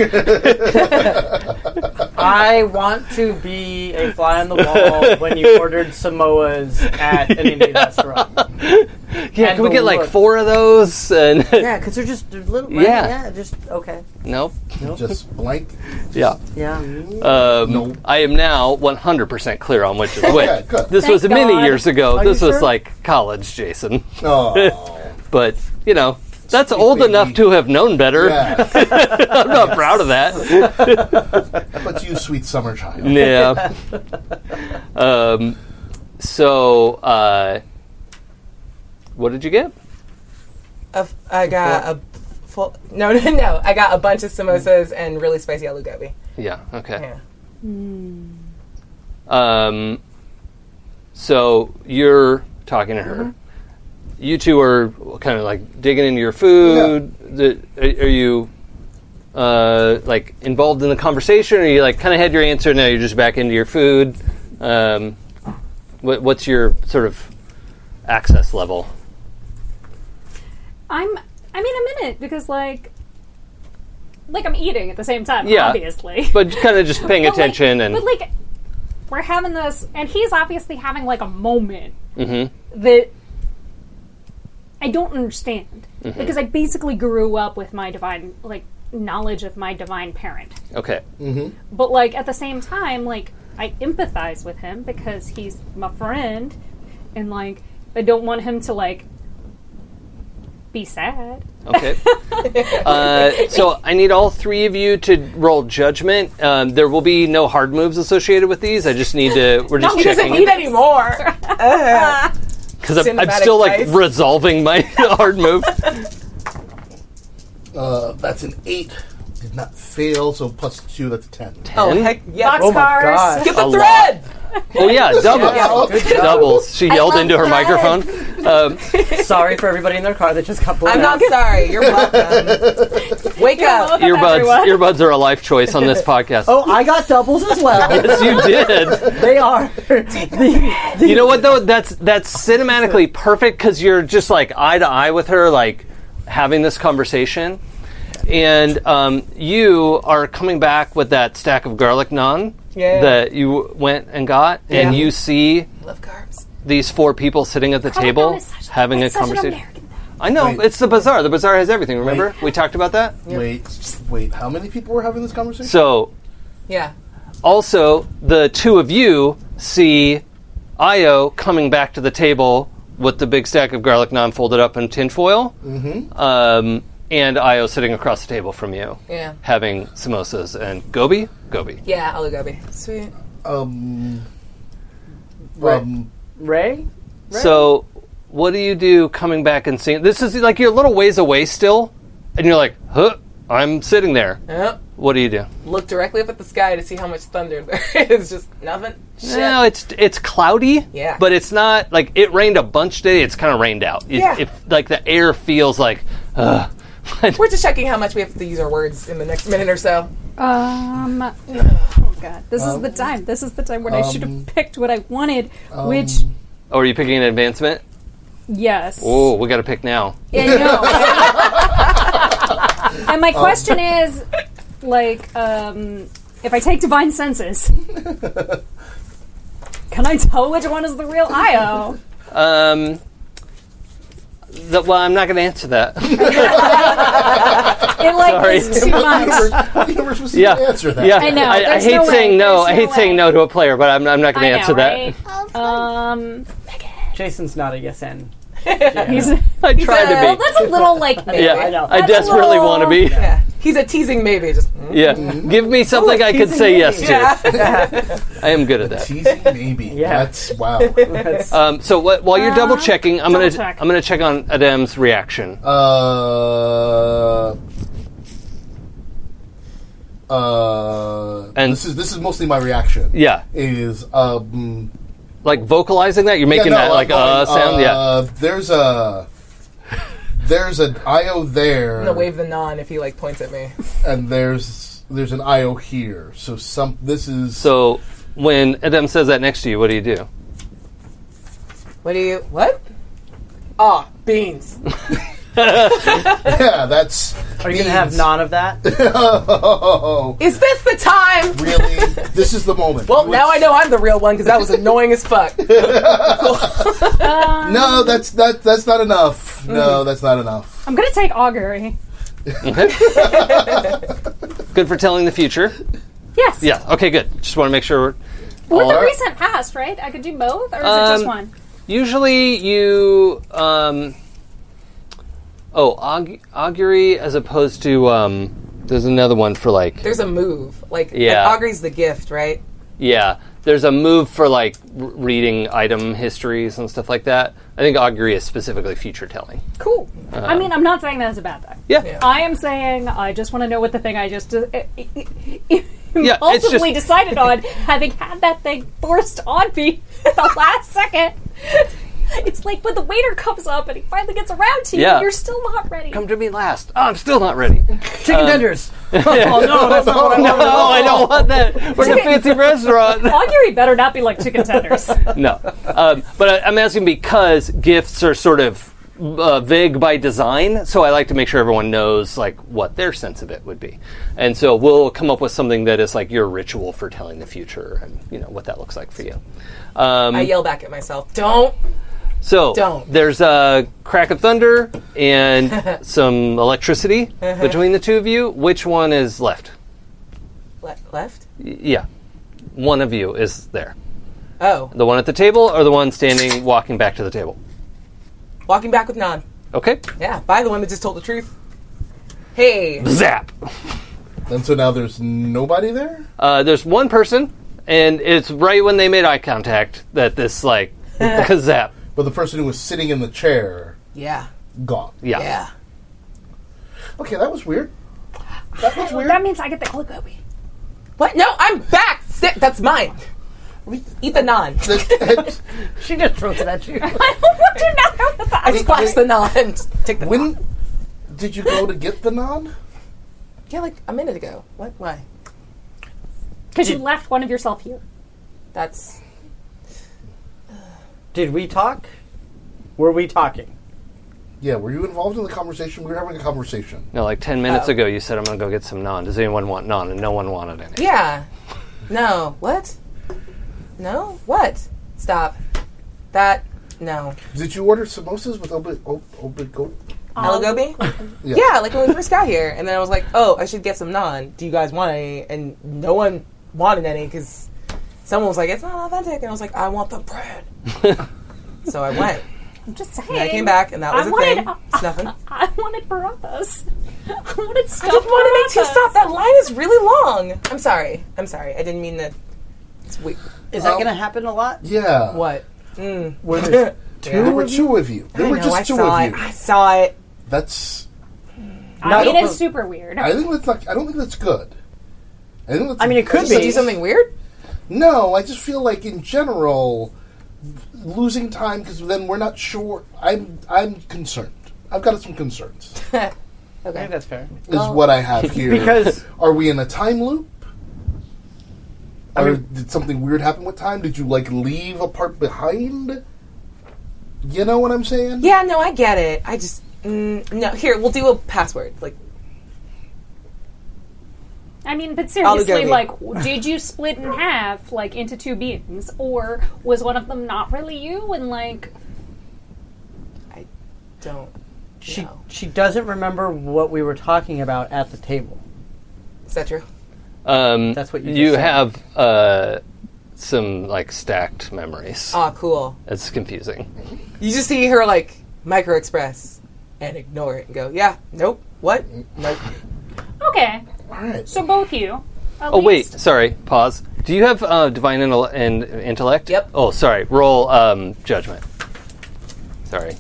I want to be a fly on the wall when you ordered Samoas at an Indian restaurant.
yeah,
And
can we
the
get like
look.
four of those? And
Yeah, because they're just they're little.
Yeah.
Just okay.
nope.
Just blank.
Yeah.
Yeah.
Um,
Nope.
I am now 100% clear on which is which.
Okay, good.
This was
Thank
many
God.
years ago.
Are
this
you
was
sure?
like college, Jason.
Oh.
but you know that's old
baby.
enough to have known better.
yeah.
I'm not proud of that.
But you, sweet summer child.
Yeah. um, So, uh, what did you get?
A f- I got a full. No, no, no. I got a bunch of samosas and really spicy aloo gobi.
Yeah. Okay.
Yeah.
Um, so you're talking to her.
Mm-hmm.
You two are kind of like digging into your food. The, are, are you uh, like involved in the conversation, or you like kind of had your answer? Now you're just back into your food. Um, what, what's your sort of access level?
I'm I'm in a minute because like like I'm eating at the same time,
Yeah.
obviously.
But kind of just paying
But, like-
attention and
But like we're having this and he's obviously having like a moment
Mm-hmm.
that I don't understand.
Mm-hmm.
Because I basically grew up with my divine like knowledge of my divine parent.
okay,
But like at the same time, like I empathize with him because he's my friend, and like I don't want him to like be sad.
okay. uh, so I need all three of you to roll judgment. Um, there will be no hard moves associated with these. I just need to. We're just
No, he doesn't
checking
Doesn't need any more.
because I'm, I'm
cinematic
still like
dice.
resolving my hard move.
Uh, that's an eight. Did not fail, so plus two, that's a ten.
Oh
And-
heck yeah!
Boxcars.
God.
Get the
A
thread.
Oh yeah, doubles,
Yeah, good job.
doubles. She yelled
love
into her
that.
microphone. Um,
Sorry for everybody in their car that just got blown
I'm
out.
not sorry. You're welcome. Wake up.
Hello,
earbuds,
everyone.
earbuds are a life choice on this podcast.
Oh, I got doubles as well.
Yes, you did.
they are. the, the-
You know what though? That's that's cinematically perfect because you're just like eye to eye with her, like having this conversation, and um, you are coming back with that stack of garlic naan
Yeah.
that you went and got, and
Yeah.
you see
Love carbs.
these four people sitting at the
Comic-Con
table
is such-
having a
it's such an
conversation.
American-
I know
Wait.
it's the bazaar. The bazaar has everything. Remember we talked about that.
Wait, wait. How many people were having this conversation?
So
Yeah.
also the two of you see Io coming back to the table with the big stack of garlic naan folded up in tinfoil, mm-hmm. um, and Io sitting across the table from you,
Yeah.
having samosas and gobi, gobi.
Yeah. Aloo gobi. Sweet.
um,
Right.
um,
Ray?
So, what do you do coming back and seeing? This is like you're a little ways away still, and you're like, "Huh, I'm sitting there."
Yep.
What do you do?
Look directly up at the sky to see how much thunder there is. Just nothing. Shit.
No, it's it's cloudy.
Yeah.
But it's not like it rained a bunch today. It's kind of rained out. It,
Yeah.
it- like the air feels like. Uh,
We're just checking how much we have to use our words in the next minute or so.
Um. Oh God! This is the time. This is the time when I should have picked what I wanted. which
oh, are you picking an advancement?
yes.
Oh, we got to pick now.
Yeah, I know. and my question is, like, um, if I take divine senses, can I tell which one is the real Io?
Um. The, well, I'm not going to answer that.
It like
Sorry.
is too much.
you never supposed to
Yeah.
answer that.
Yeah,
I know,
I,
there's
hate
no way,
saying no.
there's
I
no
hate saying
way.
no to a player, but I'm, I'm not going
I
to
know,
answer
right?
that.
Um,
Jason's not a yes and.
he's well,
I try
a-
to be.
that's a little like
Yeah,
I know.
I
That's a
desperately
little-
want to be.
Yeah. He's a teasing maybe. Just mm.
Yeah, give me something I could
teasing
say
me.
yes to.
yeah.
I am good at that.
Teasing, maybe.
Yeah.
That's wow.
That's,
Um, so what, while you're double checking, I'm gonna
Uh-huh. double check.
I'm gonna check on Adam's reaction.
Uh, uh,
And-
this is this is mostly my reaction.
yeah,
Is um
like vocalizing that you're
yeah,
making
no,
that
I'm
like
going,
uh sound. yeah,
uh, There's a there's an IO there,
I'm gonna wave the non if he like points at me.
and there's there's an IO here. So some this is
so. When Adam says that next to you, what do you do?
What do you? What? Ah, beans.
yeah. That's
are you going to have none of that?
oh,
Is this the time?
really. this is the moment.
Well, now I know I'm the real one because that was annoying as fuck.
No, that's that that's not enough. No, that's not enough.
I'm gonna take augury.
Good for telling the future.
Yes.
Yeah. Okay. Good. Just want to make sure.
With the
Or-
recent past, right? I could do both, or is it
Um,
just one?
Usually, you um. Oh, aug- augury as opposed to um. There's another one for like
There's a move. Like,
Yeah.
like augury's the gift, right?
yeah. there's a move for like r- reading item histories and stuff like that. I think augury is specifically future telling.
Cool.
uh,
I mean, I'm not saying that's a bad thing.
Yeah.
Yeah.
I am saying I just want to know what the thing I just uh,
it's
impulsively
just-
decided on, having had that thing forced on me at the last second. It's like when the waiter comes up and he finally gets around to you,
Yeah.
you're still not ready.
Come to me last. Oh, I'm still not ready.
Chicken tenders. oh no, that's not what I
No,
want.
I don't want that. We're in a
Chicken.
fancy restaurant.
Augury better not be like chicken tenders.
No. Um, but I, I'm asking because gifts are sort of uh, vague by design, so I like to make sure everyone knows like what their sense of it would be. And so we'll come up with something that is like your ritual for telling the future and you know what that looks like for you. Um,
I yell back at myself. Don't.
so
don't.
there's a crack of thunder and some electricity between the two of you. Which one is left?
Le- left.
Y- yeah. One of you is there.
Oh,
The one at the table or the one standing walking back to the table?
walking back with Nan.
Okay.
Yeah, by the one that just told the truth. Hey,
Zap.
And so now there's nobody there?
Uh, there's one person, and it's right when they made eye contact that this like zap.
But the person who was sitting in the chair,
yeah,
gone.
Yeah.
yeah.
Okay, that was weird. That was weird.
that means I get the glugoi.
What? No, I'm back. Sit. That's mine. We eat the Nan.
She just throws it at you.
I don't want to know what the-
I splash the Nan. Take the.
when did you go to get the non?
Yeah, like a minute ago. What? Why?
Because you left one of yourself here.
That's
Did we talk? Were we talking?
Yeah, were you involved in the conversation? We were having a conversation.
No, like ten
Oh.
minutes ago, you said I'm gonna go get some non. Does anyone want non? And no one wanted any.
yeah. No. What? No. What? Stop. That. No.
Did you order samosas with obi ob- obi-
Alagobi?
Yeah.
yeah. like when we first got here. And then I was like, oh, I should get some naan. Do you guys want any? And no one wanted any because someone was like, it's not authentic. And I was like, I want the bread. so I went.
I'm just saying.
And I came back, and that was
I
a
wanted-
thing. It's nothing. I
I wanted Barabbas. I wanted stuff.
didn't want to make two stop. That line is really long. I'm sorry. I'm sorry. I didn't mean that. It's weak.
Is that
Um,
going to happen a lot?
Yeah.
What? Mm.
Were there
Yeah.
There were two of you. There
I
were
know,
just
I
two
saw
of
it.
you.
I saw it.
That's.
I mean,
don't-
it's super weird.
I think that's like. I don't think that's good. I, think that's,
I mean, it could
Did you
be.
do something weird?
No, I just feel like in general, losing time because then we're not sure. I'm I'm concerned. I've got some concerns.
I think
Okay.
that's fair.
Is what I have here.
Because
are we in a time loop?
I
Or
mean-
did something weird happen with time? Did you like leave a part behind? You know what I'm saying?
Yeah, no, I get it. I just. Mm, no, here, we'll do a password. Like,
I mean, but
Oligarchy.
seriously, like, did you split in half, like, into two beings, or was one of them not really you? And like,
don't.
she
No.
she doesn't remember what we were talking about at the table.
Is that true?
Um,
That's what you
You
just said.
have uh, some like stacked memories.
Uh,
Aw, cool.
It's confusing.
You just see her like micro express and ignore it and go, yeah, nope, what? Nope.
okay,
All right.
so both you. at
Oh wait,
least.
sorry. Pause. Do you have uh, divine intel- and intellect?
Yep.
Oh, sorry. Roll um, judgment. Sorry.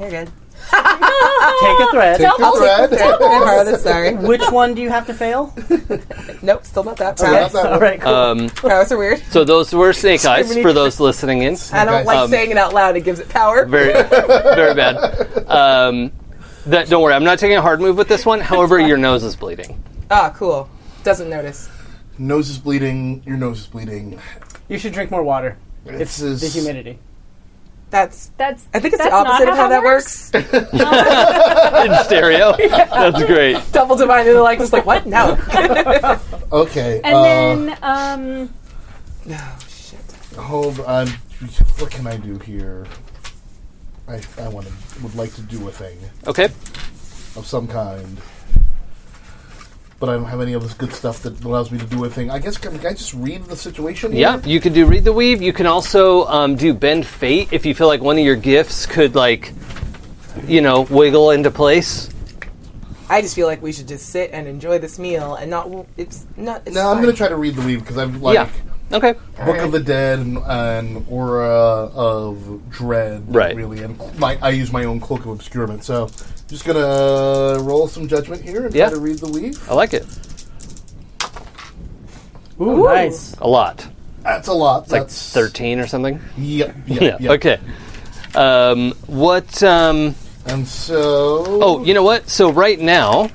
You're good.
Take a thread.
Take your
I'll take
thread.
the tip. I'm hard, that's sorry.
Which one do you have to fail?
Nope, still not that.
Yes.
Proud.
that
All
one.
right, cool.
Um,
Prowess are weird.
so those were snake eyes
Really
for those listening in.
I don't
Okay.
like
Um,
saying it out loud, it gives it power.
very very bad. Um, that don't worry, I'm not taking a hard move with this one. However, your nose is bleeding.
Ah, cool. Doesn't notice.
Nose is bleeding. Your nose is bleeding.
you should drink more water. It's
This is-
the humidity.
That's.
That's.
I think it's
that's
the
not
opposite of how that works.
In stereo. That's great.
Double divine and like just like what? No.
Okay.
And
uh,
then, um,
no shit.
hold on. What can I do here? I I want to would like to do a thing
Okay.
of some kind, but I don't have any of this good stuff that allows me to do a thing. I guess can, can I just read the situation? here?
Yeah, you can do read the weave. You can also um, do bend fate if you feel like one of your gifts could like, you know, wiggle into place.
I just feel like we should just sit and enjoy this meal and not. It's not. It's
No, I'm going
fine.
to try to read the weave because I'm like,
Yeah. Okay.
Book of the Dead and, and Aura of Dread,
Right.
Really, and my, I use my own cloak of obscurement. So, just gonna roll some judgment here and
Yeah.
try to read the weave.
I like it
Ooh, nice.
a lot.
That's a lot.
Like
That's
thirteen or something.
Yep. Yep.
Yeah.
yep.
Okay. Um, what? Um,
And so,
oh, you know what? So right now,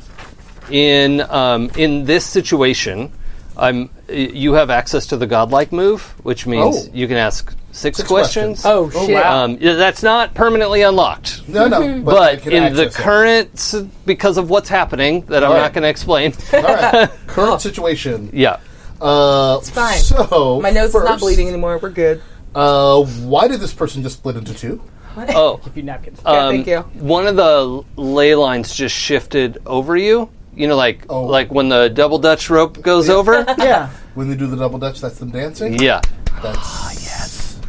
in um, in this situation, I'm. You have access to the godlike move, which means
Oh.
you can ask six,
Six
questions.
questions.
Oh, shit.
Um, yeah, that's not permanently unlocked.
no, no. I
But
can
in the
access it.
current, s- because of what's happening, that I'm
Right.
not going to explain.
All right. current situation,
yeah.
uh, it's
fine.
So
My nose is not
first,
bleeding anymore. We're good.
Uh, why did this person just split into two?
Oh,
A few napkins.
Yeah, thank you.
Um, One of the ley lines just shifted over you. You know, like
Oh.
like when the double Dutch rope goes over.
yeah.
When they do the double dutch, that's them dancing.
yeah. Ah,
That's yes.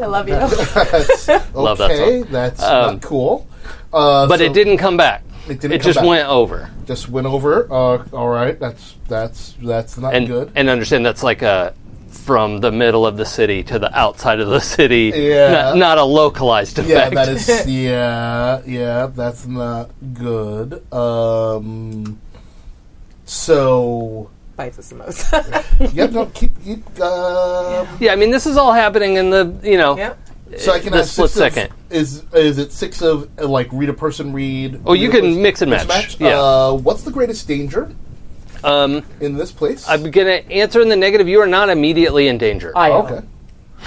I love you.
That's okay.
Love that song.
That's
Um,
not cool. Uh,
But
so
it didn't come back.
It didn't come
just
back.
went over.
Just went over. Uh, all right. That's that's that's not
And
good.
and understand that's like a from the middle of the city to the outside of the city.
Yeah.
Not, not a localized
yeah,
effect.
that is. Yeah, yeah. That's not good. Um. So.
Bites a samosa.
Yep. No. Keep. keep um,
Yeah, I mean this is all happening in the you know
yep.
So I can
the
have
split
six of-
second.
is is it six of uh, like read a person read?
Oh, you
read a
can mix and match, yeah.
Uh, what's the greatest danger
Um,
in this place?
I'm gonna answer in the negative. You are not immediately in danger.
I am.
Oh,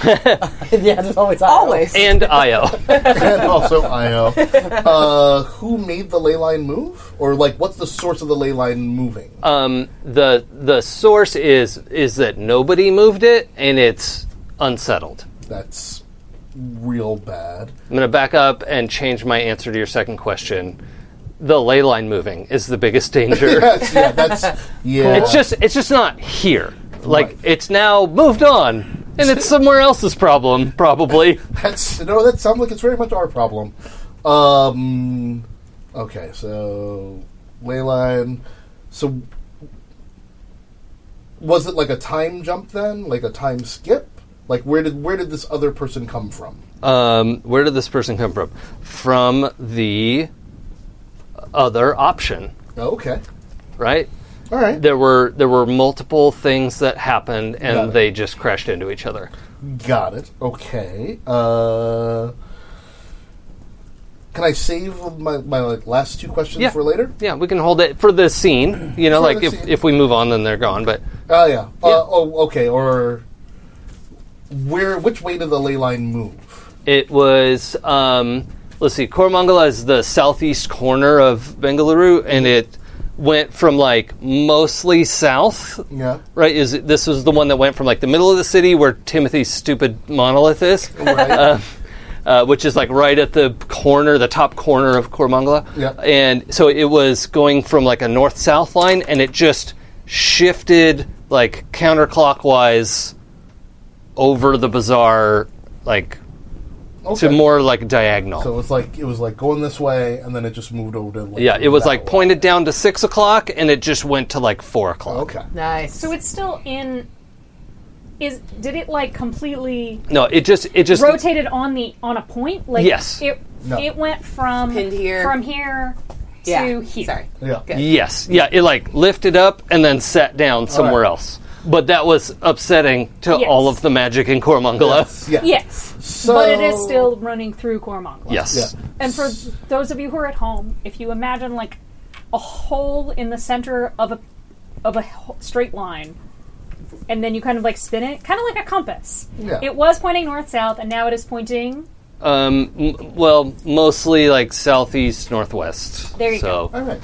okay.
yeah, it's always I am.
Always.
and Io.
and also Io. Uh, who made the ley line move? Or like, what's the source of the ley line moving?
um, the the source is is that nobody moved it and it's unsettled.
That's real bad.
I'm going to back up and change my answer to your second question. The ley line moving is the biggest danger.
That's, yeah, that's yeah.
It's just it's just not here. Like it's now moved on and it's somewhere else's problem probably.
that's no. That sounds like it's very much our problem. Um, okay, so ley line. So was it like a time jump then? Like a time skip? Like where did where did this other person come from?
Um, where did this person come from? From the other option,
Okay,
right?
all right.
There were there were multiple things that happened and
Got it.
they just crashed into each other.
Got it. Okay. Uh, can I save my, my like, last two questions
Yeah.
for later?
Yeah, we can hold it for the scene. You know,
For
like
the
if,
scene.
if we move on, then they're gone. But
Oh yeah.
Yeah.
Uh, oh okay. Or where? Which way did the ley line move?
it was, um, let's see, Koramangala is the southeast corner of Bengaluru, and it went from like mostly south,
Yeah.
right? Is it- this was the one that went from like the middle of the city where Timothy's stupid monolith is,
Right.
uh, which is like right at the corner, the top corner of Koramangala.
Yeah.
And so it was going from like a north south line, and it just shifted like counterclockwise over the bazaar, like
okay.
to more like diagonal.
So it was like it was like going this way, and then it just moved over to. Like,
yeah, it was
that
like
way.
pointed down to six o'clock, and it just went to like four o'clock.
Okay.
Nice.
So it's still in. Is did it like completely
No, it just it just
rotated on the on a point? Like
Yes.
it
No.
it went from
Pinned here.
from here to
yeah.
here.
Sorry.
Yeah.
Good.
Yes, yeah, it like lifted up and then sat down somewhere
right.
else. But that was upsetting to
Yes.
all of the magic in Cormangala.
Yeah.
Yes,
So,
but it is still running through Cormongla.
Yes.
Yeah.
And for those of you who are at home, if you imagine like a hole in the center of a of a h- straight line, and then you kind of like spin it, kind of like a compass.
Yeah.
It was pointing north south, and now it is pointing.
Um, m- well, mostly like southeast northwest.
There you
so,
All right.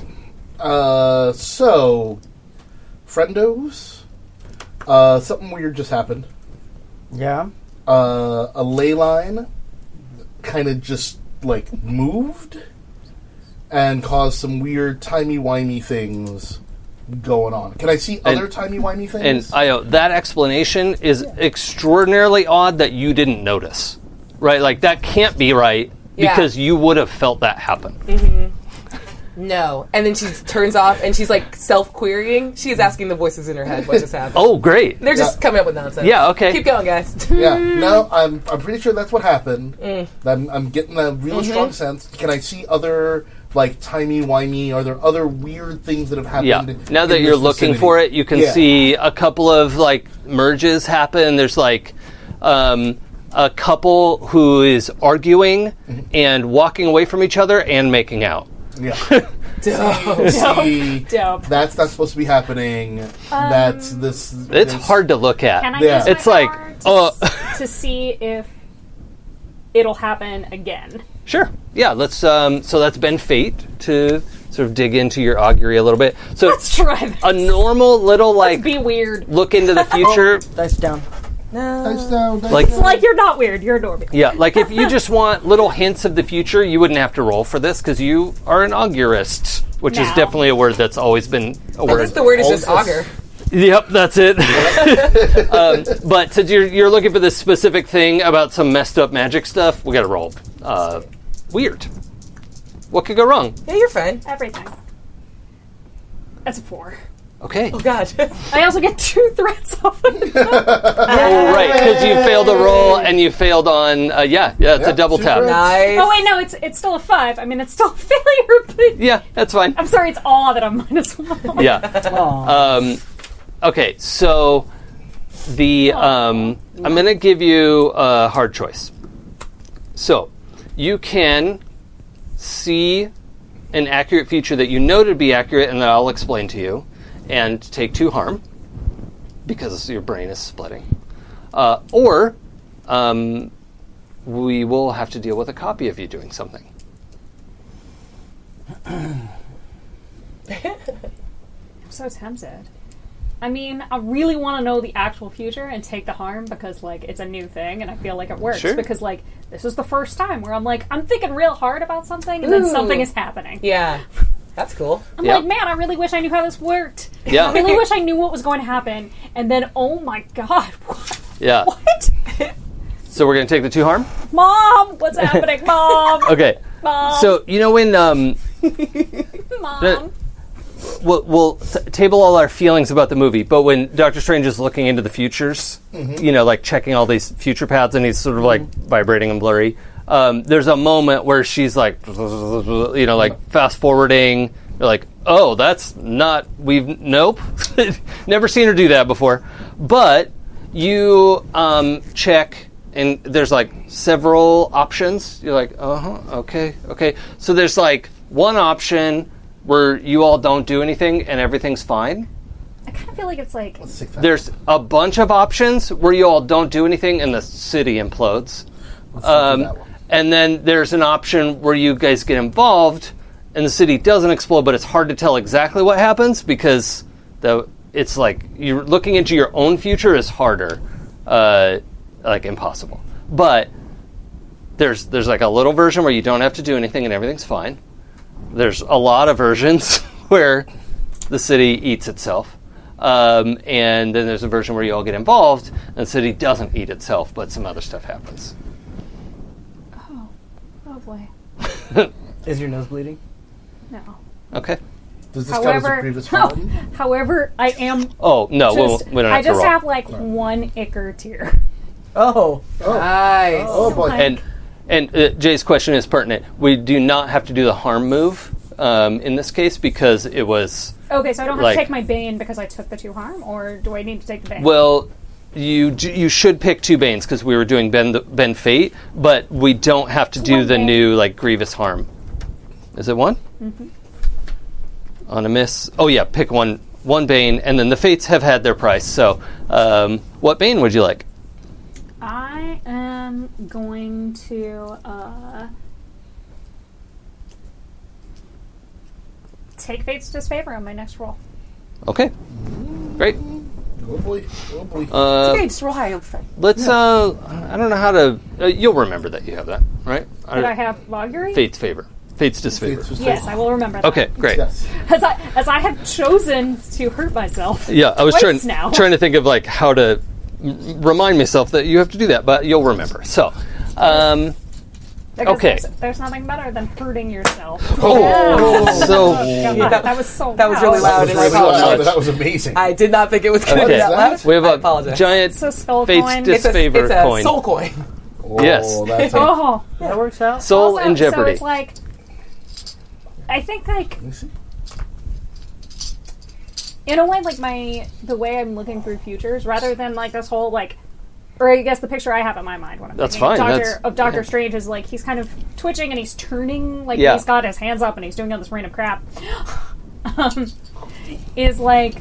Uh, so, friendos, uh, something weird just happened.
Yeah.
uh, a ley line kind of just like moved and caused some weird timey wimey things going on. Can I see other timey wimey
And
things?
Io, that explanation is extraordinarily odd that you didn't notice, right? Like that can't be right
Yeah.
because you would have felt that happen.
No. And then she turns off and she's like self querying. She is asking the voices in her head what just happened.
Oh, great.
They're just coming up with nonsense.
Yeah, okay.
Keep going, guys.
Yeah. No, I'm I'm pretty sure that's what happened.
Mm.
I'm, I'm getting a real
Mm-hmm.
strong sense. Can I see other like timey wimey? Are there other weird things that have happened?
Yeah. Now that
in this
you're looking
vicinity?
for it, you can
Yeah.
see a couple of like merges happen. There's like um, a couple who is arguing
Mm-hmm.
and walking away from each other and making out.
Yeah.
Dope.
see,
Dope. Um,
that's not supposed to be happening. that's this.
It's
this-
hard to look at.
Can I
Yeah.
use my
It's like,
power to,
oh.
s- to see if it'll happen again?
Sure. Yeah. Let's. Um, so that's been fate to sort of dig into your augury a little bit. So
Let's try this.
a normal little like
Be weird.
look into the future.
Dice down.
Dice down, dice
Like-
down.
It's like you're not weird. You're normal.
Yeah. Like if you just want little hints of the future, you wouldn't have to roll for this because you are an augurist, which is
No.
definitely a word that's always been a
I
word.
think the word is just
All
auger.
this-
Yep, that's it. um, but since you're, you're looking for this specific thing about some messed up magic stuff, we got to roll. Uh, weird. What could go wrong?
Yeah, you're fine.
Everything. That's a four.
Okay.
Oh, God.
I also get two threats off of it.
Oh, right, because you failed a roll and you failed on. Uh, yeah, yeah, it's
Yeah,
a double
two
tap.
rolls.
nice.
Oh wait, no, it's it's still a five. I mean, it's still a failure. But
Yeah, that's fine.
I'm sorry, it's all that I'm minus one.
Yeah.
Aw.
Um, okay, so the um, I'm going to give you a hard choice. So you can see an accurate feature that you know to be accurate, and that I'll explain to you, and take two harm because your brain is splitting, uh, or um, we will have to deal with a copy of you doing something.
I'm so tempted. I mean, I really want to know the actual future and take the harm because like it's a new thing, and I feel like it works
Sure.
because like this is the first time where I'm like I'm thinking real hard about something, and then
Ooh.
something is happening.
Yeah. That's cool.
I'm
Yeah.
like, man, I really wish I knew how this worked. I
Yeah,
really wish I knew what was going to happen, and then oh my god, what?
yeah.
what?
So we're going to take the two harm.
Mom, what's happening, mom?
Okay.
Mom,
So you know when um,
mom.
the- we'll, we'll t- table all our feelings about the movie, but when Doctor Strange is looking into the futures, you know, like checking all these future paths, and he's sort of like vibrating and blurry. Um, there's a moment where she's like, you know, like fast forwarding. You're like, oh, that's not. We've nope, never seen her do that before. But you um, check and there's like several options. You're like, uh huh, okay, okay. So there's like one option where you all don't do anything and everything's fine.
I kind of feel like it's like
Six times.
There's a bunch of options where you all don't do anything and the city implodes.
not do that one.
Um, and then there's an option where you guys get involved and the city doesn't explode, but it's hard to tell exactly what happens because the it's like you're looking into your own future is harder, uh, like impossible. But there's there's like a little version where you don't have to do anything and everything's fine. There's a lot of versions where the city eats itself. Um, and then there's a version where you all get involved, and the city doesn't eat itself, but some other stuff happens.
oh boy,
Is your nose bleeding?
no.
Okay.
Does this count as a
However,
previous
no.
problem?
however, I am.
Oh no, we
Just,
won't- we don't have
I
to
just
roll.
have like one icker tear.
Oh,
Nice.
Oh boy.
Like-
and and uh, Jay's question is pertinent. We do not have to do the harm move um, in this case because it was
Okay, so I don't have
Like-
to take my bane because I took the two harm, or do I need to take the bane?
well. You d- you should pick two banes because we were doing Ben the, Ben Fate, but we don't have to do
one
the
bane.
new like grievous harm. Is it one? Mm-hmm. On a miss. Oh yeah, pick one one bane, and then the fates have had their price. So, um, what bane would you like?
I am going to uh, take fate's disfavor on my next roll.
Okay, great.
Oh boy. Oh boy.
Uh,
Okay, just roll high. I'm fine.
Let's. Uh, I don't know how to. Uh, you'll remember that you have that, right?
Did I have augury?
Fate's favor. Fate's disfavor.
It's just
Yes,
like-
I will remember. That.
Okay, great.
Yes.
as I as I have chosen to hurt myself.
Yeah, I was
Twice
trying
now.
trying to think of like how to m- remind myself that you have to do that, but you'll remember. So, um,
Because
Okay.
There's, there's nothing better than hurting yourself.
Oh,
Yeah.
so
Come on, that was so
That was really
That
loud,
was,
and I
really loud.
apologize.
That was amazing.
I did not think it was going to
Okay.
be that loud.
we have
I
a
apologize.
giant
It's a skull
fates
coin.
dis-
It's a,
Favorite
it's a
coin.
soul coin.
oh,
yes.
That's a-
Oh,
That works out.
soul
Also,
in
So
jeopardy.
it's like, I think like in a way, like my the way I'm looking through futures, rather than like this whole like, or I guess the picture I have in my mind when I'm
That's
thinking of
fine,
Doctor,
that's-
of Doctor Strange is like he's kind of twitching and he's turning, like
Yeah.
he's got his hands up and he's doing all this random crap. um, is like,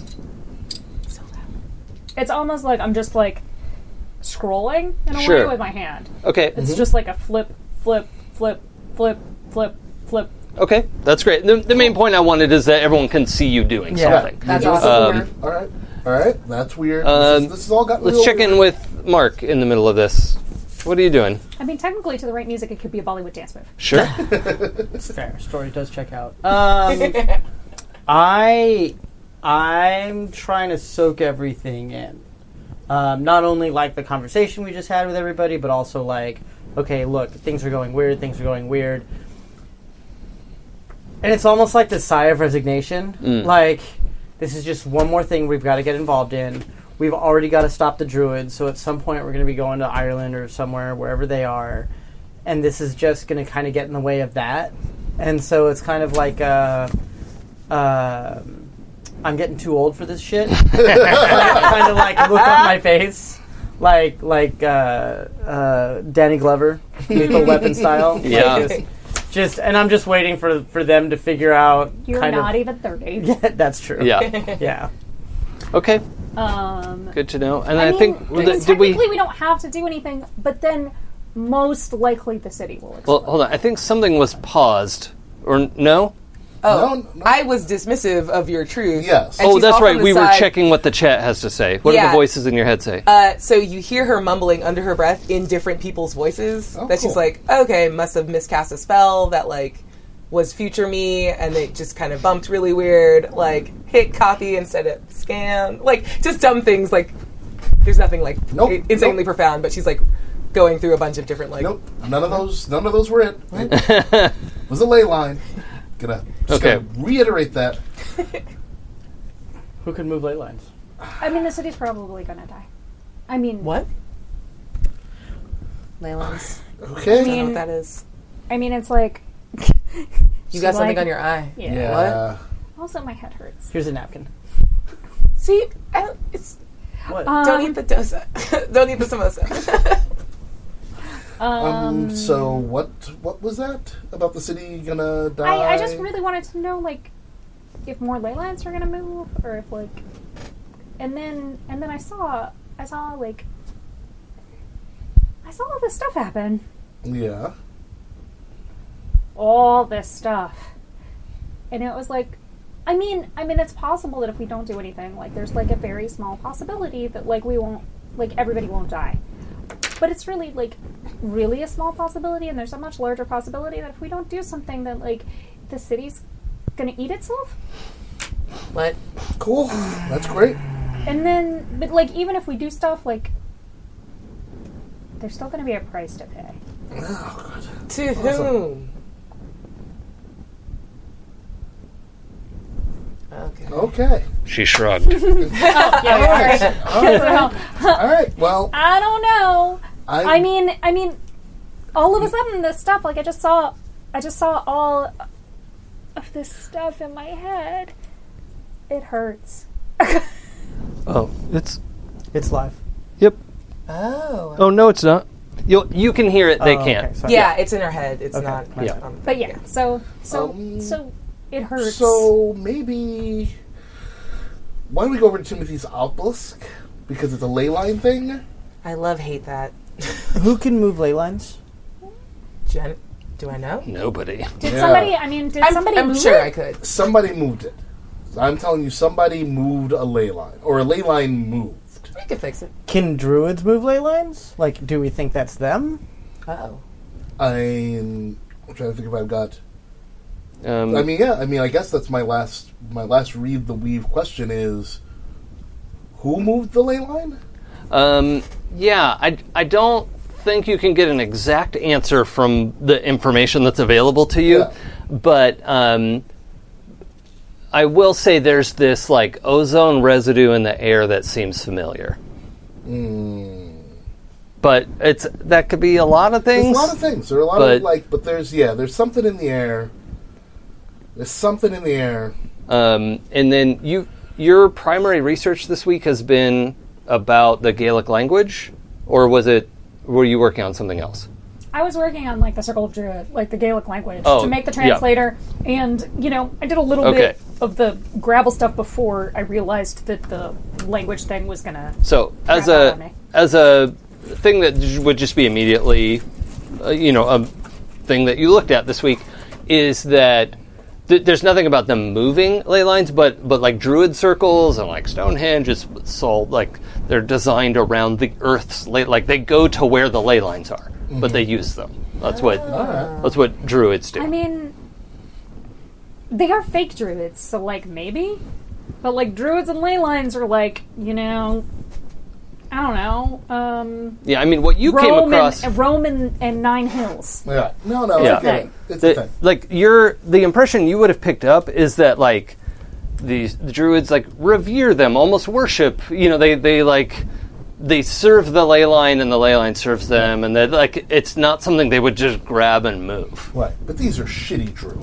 it's almost like I'm just like scrolling in a
Sure.
way with my hand.
Okay,
It's just like a flip, flip, flip, flip, flip, flip.
okay, that's great. The, the main point I wanted is that everyone can see you doing something.
That's
Um,
awesome.
All right. All right. That's weird.
Um,
this, is, this has all got
Let's
real
check in with Mark in the middle of this. What are you doing?
I mean, technically, to the right music, it could be a Bollywood dance move.
Sure.
Fair story does check out. Um, I I'm trying to soak everything in. Um, not only like the conversation we just had with everybody, but also like, okay, look, things are going weird. Things are going weird. And it's almost like the sigh of resignation. Like, this is just one more thing we've got to get involved in. We've already got to stop the druids, so at some point we're going to be going to Ireland or somewhere, wherever they are. And this is just going to kind of get in the way of that. And so it's kind of like, uh, uh, I'm getting too old for this shit. kind of like look on my face. Like like uh, uh, Danny Glover, lethal weapon style. Like,
Yeah.
just- just and I'm just waiting for for them to figure out.
You're
kind
not
Of,
even 30.
that's true.
yeah.
Yeah.
Okay.
Um,
Good to know. And
I,
I,
mean,
think
I mean,
that- did
technically,
we?
we... don't have to do anything, but then most likely the city will explode.
Well, hold on. I think something was paused, or n- no?
No,
Oh,
no.
I was dismissive of your truth.
Yes.
And
oh,
she's
that's
off on
right.
the
We were
side.
checking what the chat has to say. What do the
Yeah.
voices in your head say?
Uh, so you hear her mumbling under her breath in different people's voices.
Oh,
that she's
cool.
like, okay, must have miscast a spell that like was future me, and it just kind of bumped really weird. Like hit copy instead of scan. Like just dumb things. Like there's nothing like
Nope.
i- insanely
Nope.
profound, but she's like going through a bunch of different like.
Nope. None of those. None of those were it. It was a ley line. Gonna just
Okay.
gonna reiterate that.
Who can move ley lines?
I mean, the city's probably going to die. I mean,
What? Leylon's.
Okay.
I don't know what that is.
I mean, it's like.
You got something
like-
on your eye.
Yeah.
yeah.
Also, my head hurts.
Here's a napkin.
See, I don't. It's
What?
don't
Um,
eat the dosa. don't eat the samosa.
Um, so what? What was that about the city gonna die?
I, I just really wanted to know, like, if more ley lines were gonna move, or if like, and then and then I saw I saw like I saw all this stuff happen,
Yeah.
all this stuff, and it was like, I mean, I mean, it's possible that if we don't do anything, like, there's like a very small possibility that like we won't, like, everybody won't die. But it's really like really a small possibility, and there's a much larger possibility that if we don't do something, that like the city's gonna eat itself.
what?
Cool. That's great.
And then, but like, even if we do stuff, like, there's still going to be a price to pay.
To whom? Okay.
Okay.
she shrugged.
Uh,
All right. All right. Well,
I don't know.
I,
I mean, I mean, all of a sudden, this stuff. Like, I just saw, I just saw all of this stuff in my head. It hurts.
oh, it's.
It's live.
Yep.
Oh.
Oh no, it's not. You you can hear it. They
Oh,
can't.
okay, sorry.
Yeah, it's in her head. It's
Okay.
not.
Yeah.
um,
But yeah, so so
Um,
so it hurts.
So maybe why don't we go over to Timothy's obelisk because it's a ley line thing.
I love hate that.
Who can move ley lines?
Jen, do I know?
Nobody.
did
Yeah.
somebody? I mean, did
I'm,
somebody
I'm
move
sure
it?
I could.
Somebody moved it. I'm telling you, somebody moved a ley line or a ley line moved.
We could fix it.
Can druids move ley lines? Like, do we think that's them?
Oh.
I'm, I'm trying to think if I've got.
Um,
I mean, yeah. I mean, I guess that's my last my last read the weave question is who moved the ley line?
um, yeah. I I don't think you can get an exact answer from the information that's available to you,
Yeah.
but um, I will say there's this like ozone residue in the air that seems familiar. But it's that could be a lot of
Hmm. There's a
things.
lot of things. There are a lot
But-
of like, but there's yeah, there's something in the air. There's something in the air.
Um, and then you, your primary research this week has been about the Gaelic language, or was it? Were you working on something else?
I was working on like the Circle of Druid, like the Gaelic language,
Oh,
to make the
yeah.
translator. And you know, I did a little
Okay.
bit of the grabble stuff before I realized that the language thing was gonna.
So as
Crap on me.
a as a thing that j- would just be immediately, uh, you know, a thing that you looked at this week is that th- there's nothing about them moving ley lines, but but like druid circles and like Stonehenge, it's, it's all like they're designed around the Earth's ley, like they go to where the ley lines are, but they use them. That's what that's what druids do.
I mean, they are fake druids, so like maybe, but like druids and ley lines are like you know, I don't know, um,
yeah, I mean what you came
Rome
across.
and Rome and, and Nine Hills.
Yeah. No, no,
Yeah.
it's okay. It's
the-
a thing.
like your the impression you would have picked up is that like these the druids like revere them almost worship you know they they like they serve the ley line and the ley line serves them and that like it's not something they would just grab and move
Right. But these are shitty Drew.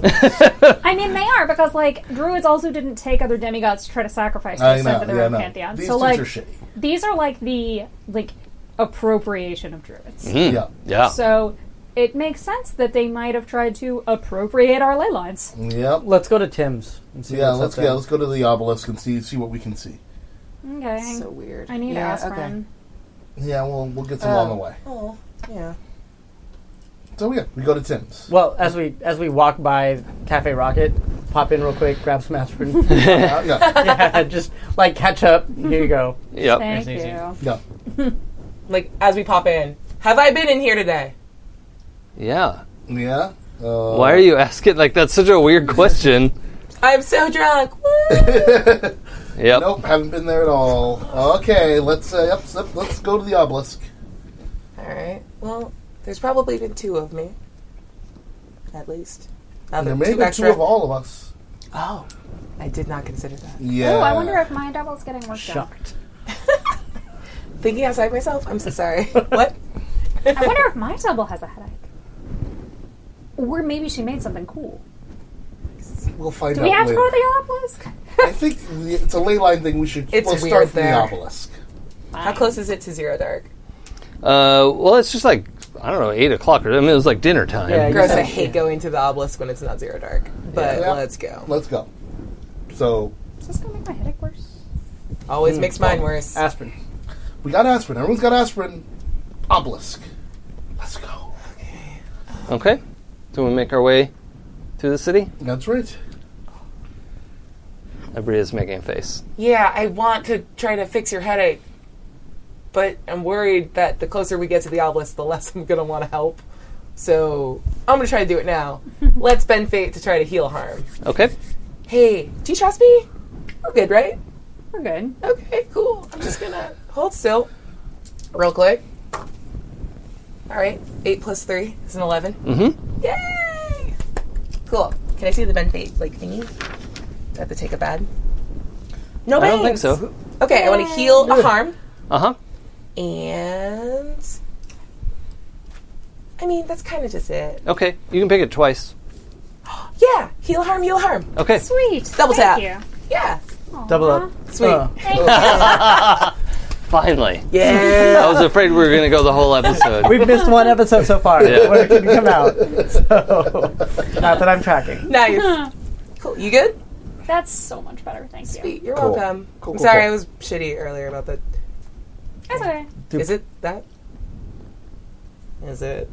I mean, they are because like druids also didn't take other demigods to try to sacrifice to
I
ascend
know.
to their
Yeah, I
own
know.
pantheon.
These
so
dudes
like
are shitty.
these are like the like appropriation of druids.
Yeah.
yeah
So it makes sense that they might have tried to appropriate our ley lines.
Yep.
Let's go to Tim's and see
Yeah,
what's
let's
up there.
yeah, let's go to the obelisk and see see what we can see.
Okay.
So weird.
I need
yeah,
aspirin.
Yeah, well, we'll get some
Um,
on the way.
Oh, yeah.
So yeah, we go to Tim's.
Well, as we as we walk by Cafe Rocket, pop in real quick, grab some aspirin.
Yeah, yeah,
yeah, just like catch up. Here you go.
yep
Thank
Nice, easy.
you.
yeah.
Like as we pop in, have I been in here today?
yeah
yeah. Uh,
why are you asking like that's such a weird question
I'm so drunk. Woo!
yep
Nope, haven't been there at all. Okay, let's uh, yep, yep, let's go to the obelisk.
All right. Well, there's probably been two of me, at least. Now
And there
that
may have
two
been
extra.
two of all of us.
Oh, I did not consider that.
Yeah.
Oh, I wonder if my double's getting worked
Shocked.
Thinking outside myself. I'm so sorry. what?
out. I wonder if my double has a headache. Or maybe she made something cool.
we'll find
Do
out
we have to
later.
go to the obelisk?
I think the- it's a ley line thing. We should
It's
we'll
weird
start from
there.
the obelisk.
How close is it to zero dark?
uh, well it's just like i don't know eight o'clock or i mean it was like dinner time
Yeah, you
Gross. I
said-
hate going to the obelisk when it's not zero dark. But
Yeah.
let's go.
Let's go. So
Is this gonna make my headache worse?
Always
Hmm.
makes mine worse.
Aspirin.
we got aspirin. Everyone's got aspirin. Obelisk. Let's go.
okay so we make our way through the city
That's right.
everybody's making a face
Yeah, I want to try to fix your headache, but I'm worried that the closer we get to the obelisk, the less I'm gonna want to help. So I'm gonna try to do it now. Let's bend fate to try to heal harm.
okay
Hey, do you trust me? We're good, right?
We're good.
Okay, cool. I'm just gonna hold still, real quick. All right, eight plus three is an 11 Mm-hmm. Yay! Cool. Can I see the bend fate like thingy? Do I have to take a bad? No,
i don't think
thanks.
so
Okay, I want to heal a harm.
uh-huh
And I mean, that's kind of just it.
Okay, you can pick it twice.
Yeah, heal harm, heal harm.
Okay.
Sweet.
Double
Thank
tap.
You.
Yeah,
Double up.
Uh-huh. sweet.
Uh,
Finally.
yeah.
I was afraid we were going to go the whole episode.
We've missed one episode so far.
Yeah.
When it can come out. So, not that I'm tracking.
nice. cool. You good?
That's so much better. Thank you.
Sweet. You're
Cool.
welcome.
Cool, cool,
I'm sorry,
cool.
I was shitty earlier about that.
That's okay.
Is it that? Is it?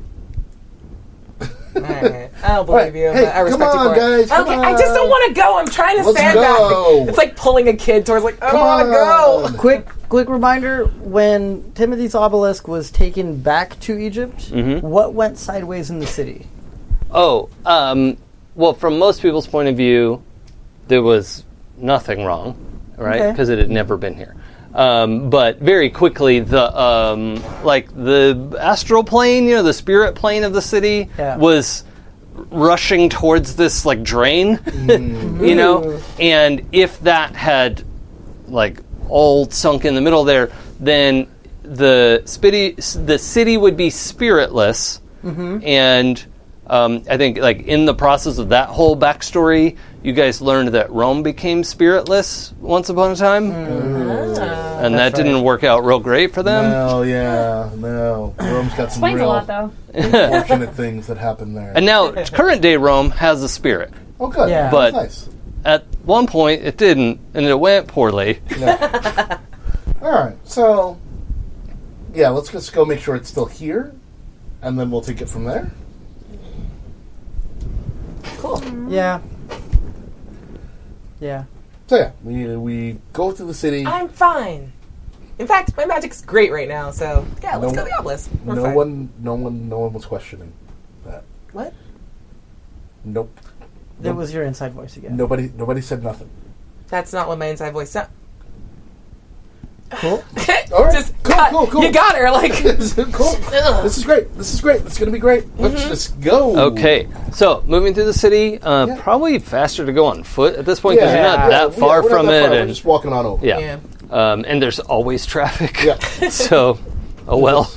All right. I don't believe
Alright,
you.
hey,
but I respect
come
you
on,
for
guys,
it.
come
okay, I just don't
on.
want to go. I'm trying to
Let's
stand
go.
back. It's like pulling a kid towards like I don't want to
on.
go.
Quick, quick reminder: When Timothy's obelisk was taken back to Egypt, what went sideways in the city?
Oh, um, well, from most people's point of view, there was nothing wrong, right?
Okay.
Because it had never been here. Um, but very quickly, the um, like the astral plane, you know, the spirit plane of the city
Yeah.
was rushing towards this like drain,
Mm. Mm-hmm.
you know. And if that had like all sunk in the middle there, then the spitty, the city would be spiritless, and um, I think like in the process of that whole backstory, you guys learned that Rome became spiritless once upon a time, and that didn't work out real great for them.
No, yeah, no. Rome's got some
Explains
real
a lot, though.
unfortunate things that happened there.
And now current day Rome has a spirit.
oh, good.
Yeah.
That's
But-
nice.
At one point, it didn't, and it went poorly.
All right, so yeah, let's just go make sure it's still here, and then we'll take it from there.
Yeah. Yeah.
So yeah, we we go through the city.
I'm fine. In fact, my magic's great right now, so yeah, let's
No-
go to the obelisk. We're
no
fine.
one, no one, no one was questioning that.
What?
Nope.
That was your inside voice again.
Nobody, nobody said nothing.
That's not what my inside voice sounds.
Cool. All right.
Just
Cool,
cut.
cool, cool.
You got her. Like
cool. This is great. This is great. It's gonna be great. Let's
Mm-hmm.
just go.
Okay, so moving through the city, uh,
Yeah.
probably faster to go on foot at this point because you're not
Yeah,
that far
we're not
from
that
it,
far. We're
and
just walking on over.
yeah,
Yeah.
Um, and there's always traffic.
Yeah.
so, oh well.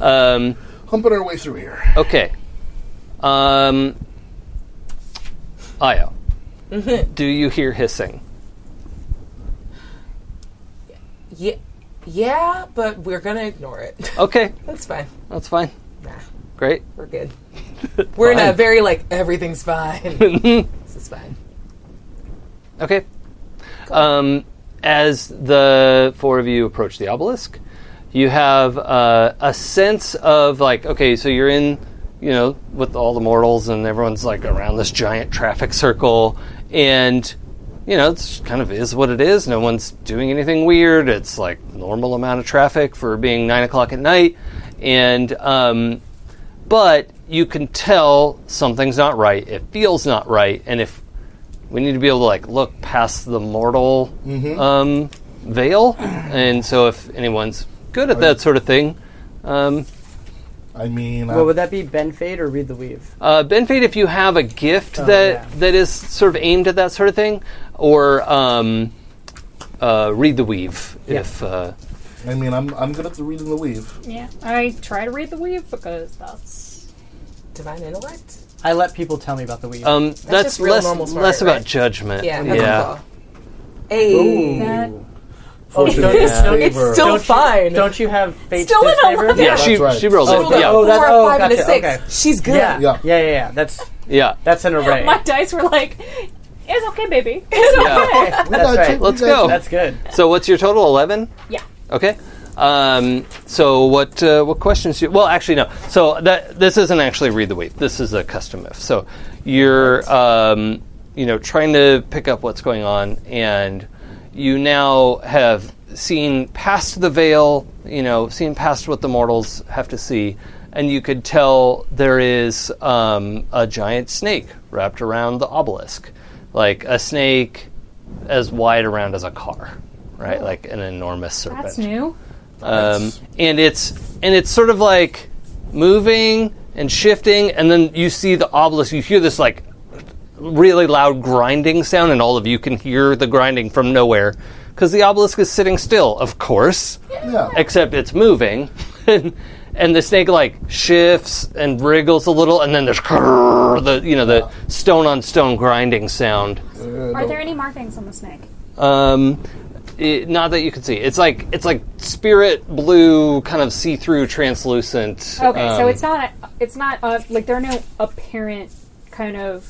Um,
Humping our way through here.
okay. Um, Io, do you hear hissing?
yeah, yeah, but we're gonna ignore it.
Okay,
That's fine.
that's fine.
Nah,
Great.
we're good. We're in a
Fine.
very like everything's fine. this is fine.
Okay. Um, as the four of you approach the obelisk, you have uh, a sense of like, okay, so you're in, you know, with all the mortals and everyone's like around this giant traffic circle, and you know, it's kind of is what it is. No one's doing anything weird. It's like normal amount of traffic for being nine o'clock at night, and um, but you can tell something's not right. It feels not right, and if we need to be able to like look past the mortal um, veil, and so if anyone's good at that sort of thing, um,
I mean,
What
I'm-
would that be? Ben Fade or Read the Weave?
uh, Benfate, if you have a gift that
yeah.
that is sort of aimed at that sort of thing, or um, uh, read the weave, if uh,
I mean, I'm I'm good at the reading the weave.
Yeah, I try to read the weave because that's
Divine intellect.
I let people tell me about the weave.
um, that's,
just real
less
normal smart,
less about
right?
judgment.
Yeah. that's
Oh, yeah.
all. Hey,
that.
Fortunate
don't-
favor.
Oh, it's still
don't
fine.
You, don't you have Fate's
Still an
disfavor?
eleven.
Yeah,
Yeah,
she,
that's right.
she rolled
She rolled
it.
a
Yeah.
Oh, that-
four, a
oh,
five, and a
gotcha,
six.
okay.
She's good.
Yeah.
Yeah.
Yeah, yeah, yeah. That's
yeah.
that's an array.
My dice were like, it's okay, baby. It's okay.
that's
got you,
right.
we
Let's
got
go.
you.
That's good.
So what's your total? Eleven.
Yeah.
Okay. Um, so what uh, what questions? You, well, actually no. So that this isn't actually read the weave. This is a custom if. So you're um, you know trying to pick up what's going on, and you now have seen past the veil. You know, seen past what the mortals have to see, and you could tell there is um, a giant snake wrapped around the obelisk, like a snake as wide around as a car, right? Like an enormous serpent.
Oh. That's new.
Um, and it's and it's sort of like moving and shifting, and then you see the obelisk. You hear this like really loud grinding sound, and all of you can hear the grinding from nowhere because the obelisk is sitting still, of course,
Yeah.
except it's moving. And the snake like shifts and wriggles a little, and then there's the you know the stone on stone grinding sound.
Are there any markings on the snake?
Um, it, not that you can see. It's like it's like spirit blue, kind of see-through, translucent.
Okay, so
um,
it's not. It's not uh, like there are no apparent kind of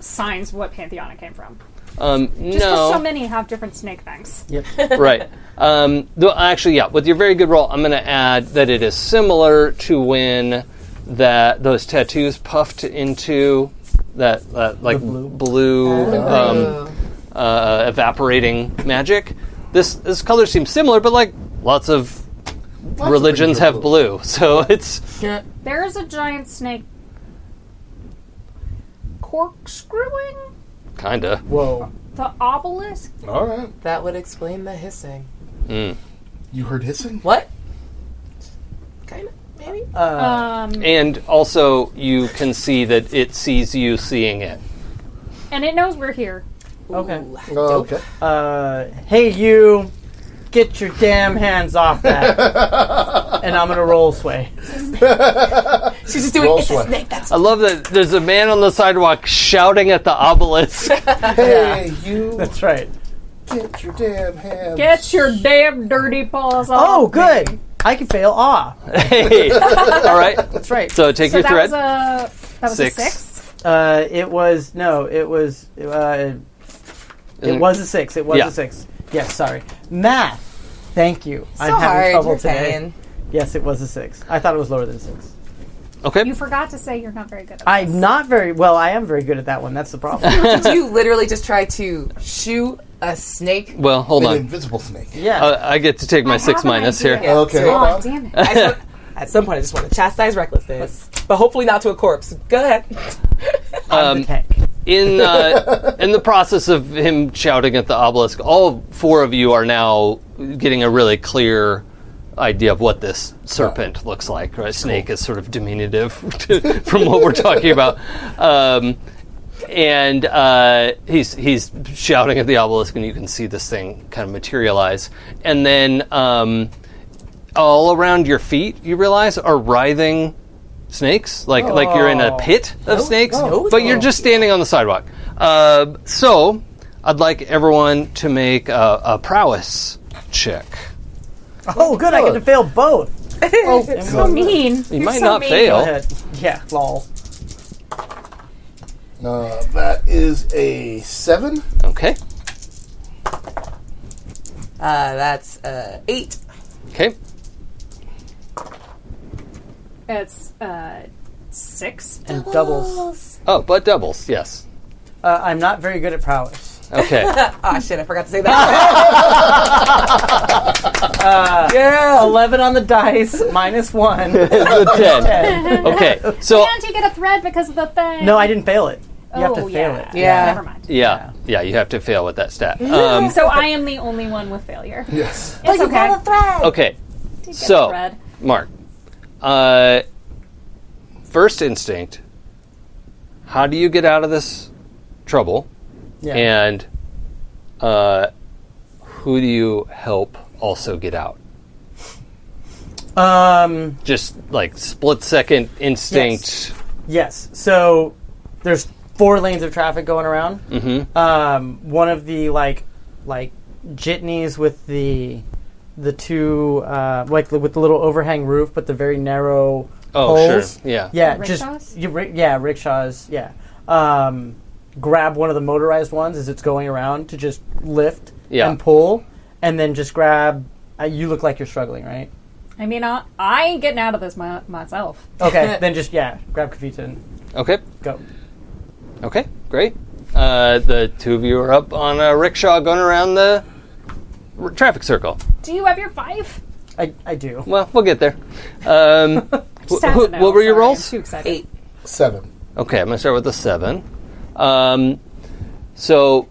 signs of what pantheon it came from.
um,
Just 'cause so
no
many have different snake things.
right. Um, though actually, yeah. With your very good roll, I'm going to add that it is similar to when that those tattoos puffed into that, that like blue,
Oh.
Oh,
um, uh, evaporating magic. This this color seems similar, but like lots of religions have blue, so it's
Yeah.
There is a giant snake corkscrewing
Kinda.
Whoa.
The obelisk?
All right.
That would explain the hissing.
Mm.
You heard hissing?
What? Kind of, maybe.
Uh,
Um,
And also, you can see that it sees you seeing it.
and it knows we're here.
okay.
Ooh,
Oh,
dope.
okay.
Uh, hey, you, get your damn hands off that. and I'm gonna roll sway.
She's just doing.
Roll
it's a
sweat.
snake. That's
I love that there's a man on the sidewalk shouting at the obelisk.
Hey, you
That's right.
get your damn hands.
Get your damn dirty paws off.
Oh, good. I can fail. Ah,
hey! All right.
that's right.
So take
So
your
that
thread.
was a that was
Six.
a six.
Uh, it was no. It was. Uh, it
Mm.
was a six. It was
Yeah.
a six. Yes. Sorry. Math. Thank you.
so
I'm having
hard.
trouble
You're
today.
fine.
Yes, it was a six. I thought it was lower than six.
Okay.
You forgot to say you're not very good at
I'm not very well. I am very good at that one. That's the problem.
Did you literally just try to shoot a snake?
Well, hold
An
on.
invisible snake.
yeah.
Uh, I get to take my
I
six
have an
minus
idea.
here.
Yeah,
Okay.
so-
Hold
Oh,
on.
damn it.
I just want- at some point, I just want to chastise recklessness, but hopefully not to a corpse. Go ahead.
I'm
um,
the tank.
in uh, in the process of him shouting at the obelisk, all four of you are now getting a really clear idea of what this serpent looks like. Right? Snake is sort of diminutive to- from what we're talking about. Um, and uh, he's he's shouting at the obelisk, and you can see this thing kind of materialize. And then um, all around your feet, you realize are writhing snakes, like like you're in a pit of snakes,
Oh. no,
but
no.
you're just standing on the sidewalk. Uh, so I'd like everyone to make a, a prowess check.
Oh, good. I get to fail both.
Oh,
So mean.
You might not fail.
But, yeah. Lol.
Uh, that is a seven.
Okay.
Uh, that's uh, eight.
Okay.
It's uh six.
And doubles.
Oh, but doubles. Yes.
Uh, I'm not very good at prowess.
Okay.
Hmm.
Ah, shit! I forgot to say that. yeah.
Eleven on the dice, minus one.
the ten. Okay. So
And you get a thread because of the thing.
No, I didn't fail it. You
oh,
have to fail
yeah.
it.
Yeah.
Never mind.
yeah, yeah, you have to fail with that stat. Um,
So I am the only one with failure.
Yes.
It's okay.
okay.
Get
So.
a thread.
Mark, uh, first instinct, how do you get out of this trouble?
Yeah.
And uh, who do you help also get out?
Um.
Just like split second instinct.
Yes. So there's four lanes of traffic going around.
Mm-hmm.
Um. One of the like, like jitneys with the, the two uh like the- with the little overhang roof, but the very narrow
Oh, sure.
poles.
Yeah.
Yeah.
Like rickshaws?
Just you, ri- yeah. Rickshaws. Yeah. Um. Grab one of the motorized ones as it's going around to just lift
Yeah.
and pull, and then just grab. Uh, you look like you're struggling, right?
I mean, I, I ain't getting out of this my, myself.
Okay, then just yeah, grab Kavita and
Okay.
go.
Okay. Great. Uh, the two of you are up on a rickshaw going around the r- traffic circle.
Do you have your five?
I, I do.
Well, we'll get there. Um, wh-
Just hasn't
wh-
now.
what were your
Sorry, I'm
rolls?
too excited.
Eight.
Seven.
Okay, I'm gonna start with the seven. Um, so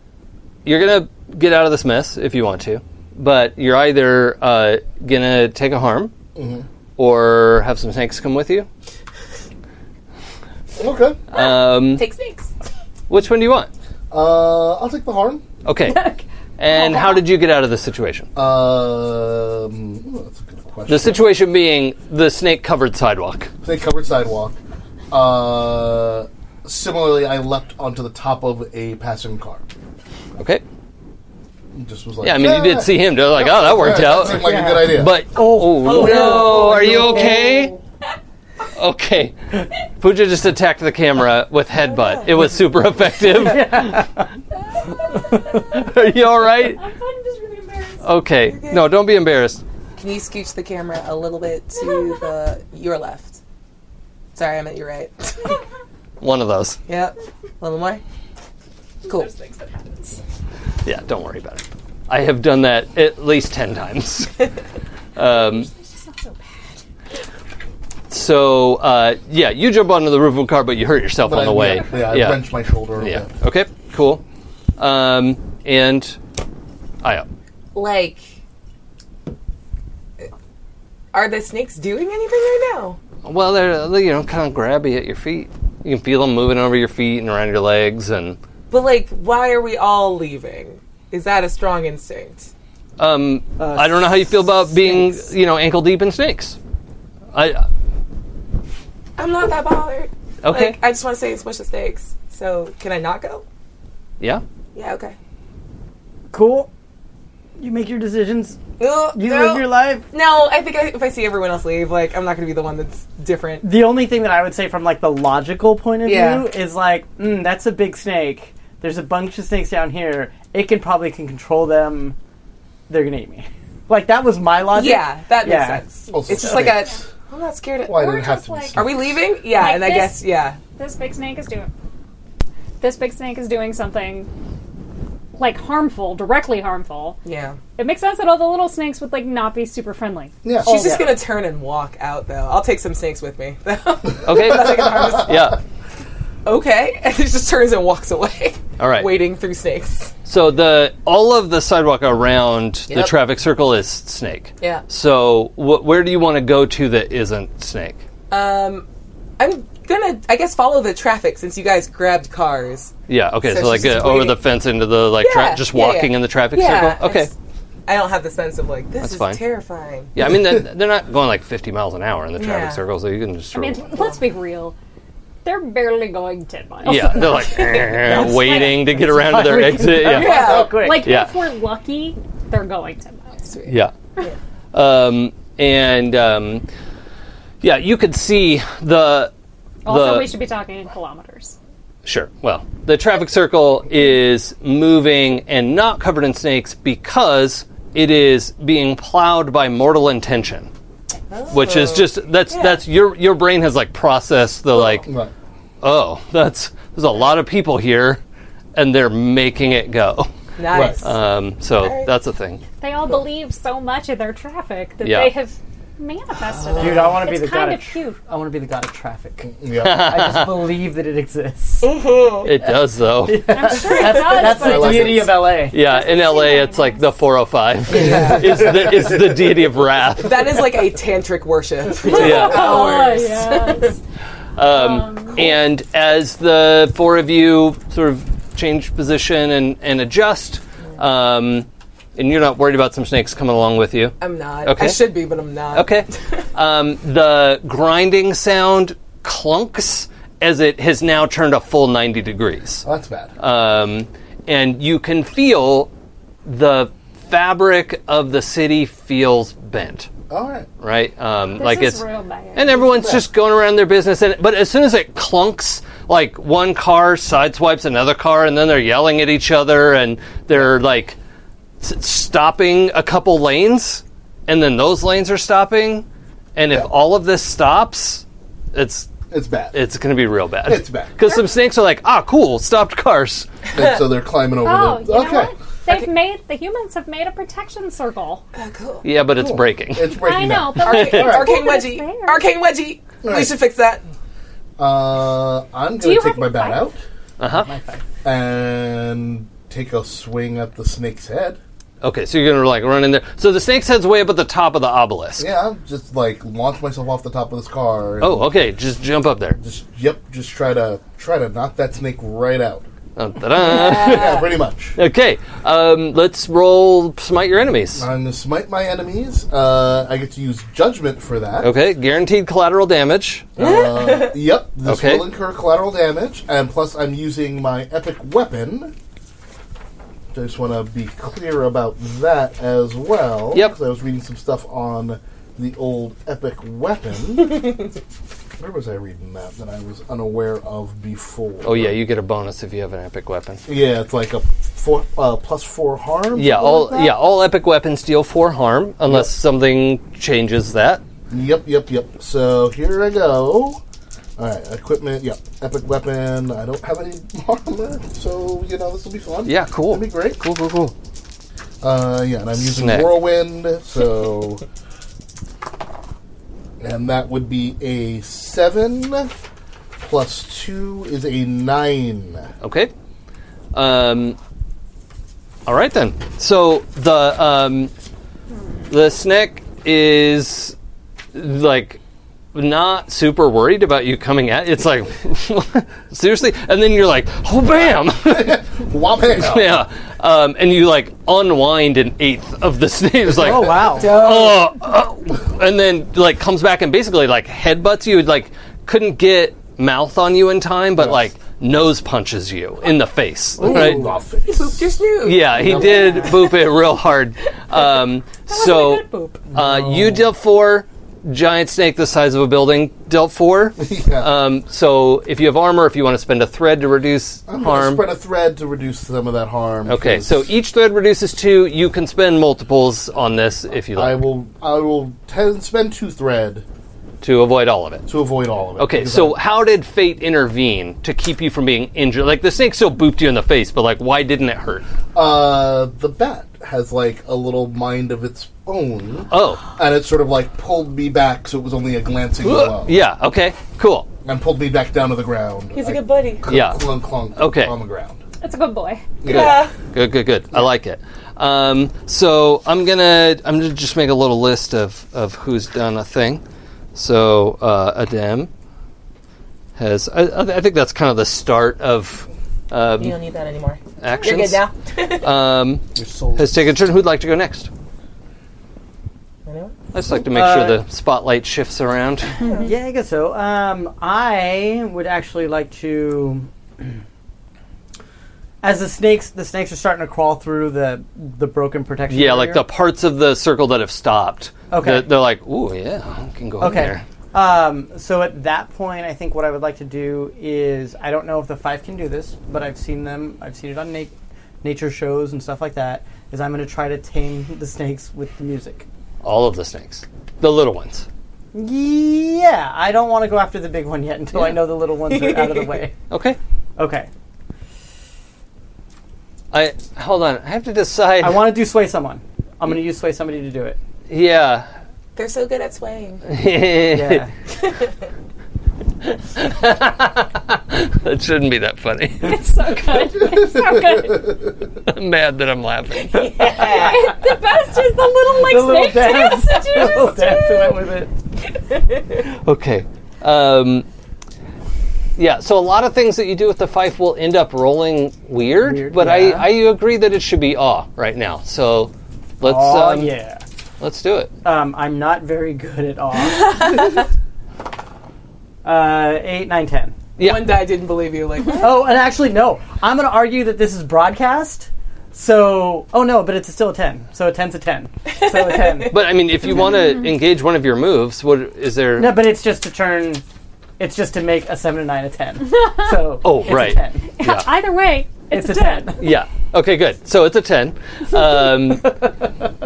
you're gonna get out of this mess if you want to, but you're either uh, gonna take a harm Mm-hmm. or have some snakes come with you.
Okay.
Um,
Take snakes.
which one do you want?
Uh, I'll take the harm.
Okay. And how did you get out of this situation?
Um, ooh, that's a good question.
The situation being the snake-covered sidewalk.
They covered sidewalk. Uh, similarly, I leapt onto the top of a passing car.
Okay.
Just was like,
Yeah, I mean you did see him. They're like, oh, that worked
That seemed
out.
like a good idea.
But oh, no, are you okay? Okay, Pooja just attacked the camera with headbutt. It was super effective. Are you all right?
I'm just really embarrassed.
Okay, no, don't be embarrassed.
Can you scooch the camera a little bit to the your left? Sorry, I meant your right.
One of those.
yep. A little more. Cool.
Yeah, don't worry about it. I have done that at least ten times. Um,
It's just not so bad.
so uh, yeah, you jump onto the roof of a car, but you hurt yourself
But
on
I-
the way.
Yeah, yeah, I wrenched my shoulder. a
Yeah.
bit.
Okay. Cool. Um, and Io.
Like, are the snakes doing anything right now?
Well, they're they're, you know kind of grabby at your feet. You can feel them moving over your feet and around your legs, and
But like, why are we all leaving? Is that a strong instinct?
um, I don't know how you feel about being
Uh, snakes.
you know ankle deep in snakes. I
I'm not that bothered.
okay
Like, I just want to say it's much the snakes. So can I not go?
yeah.
Yeah, okay.
Cool. You make your decisions.
No,
You
no,
live your life.
no, I think I, if I see everyone else leave, like I'm not going to be the one that's different.
The only thing that I would say from like the logical point of
Yeah.
view is like, mm, that's a big snake. There's a bunch of snakes down here. It can probably can control them. They're gonna eat me. Like that was my logic.
Yeah, that
Yeah.
makes sense.
Also
it's just like a. I'm not scared. Of,
Why
Or
did it have
just
to be?
like-
Are
snakes?
we leaving? Yeah,
Like
and I
this?
guess yeah.
This big snake is doing. This big snake is doing something like harmful, directly harmful.
Yeah.
It makes sense that all the little snakes would like not be super friendly.
Yeah.
She's just gonna turn and walk out though. I'll take some snakes with me.
Okay.
okay.
Yeah.
okay. And she just turns and walks away.
All right.
Wading through snakes.
So the all of the sidewalk around the
Yep.
traffic circle is snake.
Yeah.
So wh- where do you want to go to that isn't snake?
Um, I'm gonna, I guess, follow the traffic since you guys grabbed cars.
Yeah. Okay. So,
So
like
she's
uh,
just
over
waiting.
the fence into the like
Yeah,
tra- just
yeah, yeah.
walking in the traffic circle.
I
Okay.
just- I don't have the sense of like this
That's
is
fine.
terrifying.
Yeah. I mean they're, they're not going like 50 miles an hour in the traffic
Yeah.
circle, so you can just.
I
Sort
mean,
of,
let's be real. They're barely going ten miles.
yeah. They're like eh, waiting to get around to their
we-
exit. Yeah.
Yeah.
Oh, Quick.
Like
Yeah.
if we're lucky, they're going ten miles.
Yeah. Um, and um, yeah, you could see the
Also,
The-
we should be talking in kilometers.
Sure. Well, the traffic circle is moving and not covered in snakes because it is being plowed by mortal intention, which is just that's that's your your brain has like processed the like
Right.
oh that's there's a lot of people here, and they're making it go.
Nice.
Um, so that's a thing.
They all believe so much in their traffic that
Yeah.
they have manifested. it.
Dude, I want to be
It's
the
kind
god
of
of.
cute.
I want to be the god of traffic.
Yeah.
I just believe that it exists.
It does though.
I'm sure it does.
That's
but
the
it doesn't
deity of LA.
Yeah, in LA it's like the 405. it's the it's the deity of wrath.
that is like a tantric worship.
Yeah.
Oh,
Hours.
yes.
Um, And as the four of you sort of change position and, and adjust, um, and you're not worried about some snakes coming along with you.
I'm not.
Okay.
I should be, but I'm not.
Okay. Um, the grinding sound clunks as it has now turned a full 90 degrees.
Oh.
That's bad.
Um, and you can feel the fabric of the city feels bent,
All right.
right? Um,
This
like
is
it's
real bad.
and everyone's just going around their business. And but as soon as it clunks, like one car sideswipes another car, and then they're yelling at each other, and they're like s- stopping a couple lanes, and then those lanes are stopping. And if all of this stops, it's
It's bad.
it's going to be real bad.
It's bad.
because some snakes are like, ah, cool, stopped cars.
And so they're climbing over
Oh, you
the.
know
okay.
what? They've made the humans have made a protection circle.
Yeah, but it's breaking.
It's breaking
I know,
down.
but like,
Arcane,
it's
arcane
cool that it's
wedgie.
there.
Arcane wedgie. We
Right.
should fix that.
Uh, I'm
you
going to
have
take my
your
bat out
knife?
Uh-huh.
and take a swing at the snake's head.
Okay, so you're gonna like run in there. So the snake's head's way up at the top of the obelisk.
Yeah, I'll just like launch myself off the top of this car. and
Oh, okay, just jump up there.
Just yep. Just try to try to knock that snake right out.
Dun, ta-da.
Yeah, pretty much.
Okay, um, let's roll smite your enemies.
I'm gonna smite my enemies. Uh, I get to use judgment for that.
Okay, guaranteed collateral damage.
Uh, yep. This
Okay.
will incur collateral damage, and plus I'm using my epic weapon. Just want to be clear about that as well.
Yep.
'cause I was reading some stuff on the old epic weapon. Where was I reading that that I was unaware of before?
Oh yeah, you get a bonus if you have an epic weapon.
Yeah, it's like a four, uh, plus four harm.
Yeah,
something
all
like that?
yeah, all epic weapons deal four harm unless something changes that.
Yep, yep, yep. So here I go. All right, equipment. Yep, epic weapon. I don't have any armor, so you know this will be fun.
Yeah, cool.
That'd be great.
Cool, cool, cool.
Uh, yeah, and I'm using
Snack.
whirlwind, so and that would be a seven plus two is a nine.
Okay. Um, All right then. So the um, the snake is like not super worried about you coming at. It's like seriously, and then you're like, oh bam,
Whop it out.
yeah, um, and you like unwind an eighth of the snake. It's like
Oh wow.
oh, oh, and then like comes back and basically like headbutts you. Like couldn't get mouth on you in time, but like nose punches you in the face. right?
Love it.
Booped your snoot.
Yeah, he did boop it real hard. Um, so
Good boop.
uh, you dealt four. Giant snake the size of a building dealt four.
Yeah.
Um, so if you have armor, if you want to spend a thread to reduce
I'm gonna
harm,
Spread a thread to reduce some of that harm.
okay.
'cause
So e- each thread reduces two. You can spend multiples on this if you
I
like
will I will ten, spend two thread
to avoid all of it.
to avoid all of it.
Okay,
Because
so
I-
how did fate intervene to keep you from being injured? Like the snake still booped you in the face, but like why didn't it hurt?
uh, the bat has like a little mind of its own,
Oh,
and it sort of like pulled me back, so it was only a glancing blow,
yeah. Okay, cool.
and pulled me back down to the ground.
He's a
I
good buddy.
Yeah,
Clunk, clunk,
Okay.
on the ground.
That's a good boy.
Yeah.
good, good, good. I like it. Um, so I'm gonna I'm gonna just make a little list of of who's done a thing. So uh, Adem has. I- I, I think that's kind of the start of um,
You don't need that anymore. You're
actions.
good now.
Um,
Your soul.
has taken a turn. Who'd like to go next?
Anyone?
I just like to make
Uh,
sure the spotlight shifts around.
Yeah, I guess so. Um, I would actually like to. As the snakes, the snakes are starting to crawl through the the broken protection.
Yeah, like the
barrier.
parts of the circle that have stopped.
Okay.
They're, they're like, ooh, yeah, I can go in
Okay.
there.
Um, so at that point, I think what I would like to do is I don't know if the five can do this, but I've seen them. I've seen it on na- nature shows and stuff like that. Is I'm going to try to tame the snakes with the music.
All of the snakes. The little ones.
Yeah, I don't want to go after the big one yet until I
Yeah.
know the little ones are out of the way.
Okay.
Okay,
I hold on. I have to decide.
I want to do sway someone. I'm going to use sway somebody to do it.
Yeah.
They're so good at swaying.
Yeah.
that shouldn't be that funny.
It's so good. It's so good.
I'm mad that I'm laughing.
the best is the little like
The little
snake dance.
dance.
that you just
Little dance
did.
that went Oh, with it.
Okay. Um, yeah, so a lot of things that you do with the fife will end up rolling weird,
Weird,
but
yeah.
I, I agree that it should be awe right now. So let's
Oh
um,
yeah.
let's do it.
Um, I'm not very good at all. uh, eight, nine, ten.
Yeah.
One guy didn't believe you. Like,
Oh, and actually, no. I'm going to argue that this is broadcast. So, oh no, but it's still a 10. So a 10's a 10. So a 10.
But I mean, if you want to engage one of your moves, what is there?
no, but it's just to turn, it's just to make a 7 and 9 a 10. So,
Oh,
it's
right.
a 10.
Yeah.
Either way, it's,
It's a
a 10.
10.
yeah. Okay. Good. So it's a ten. Um,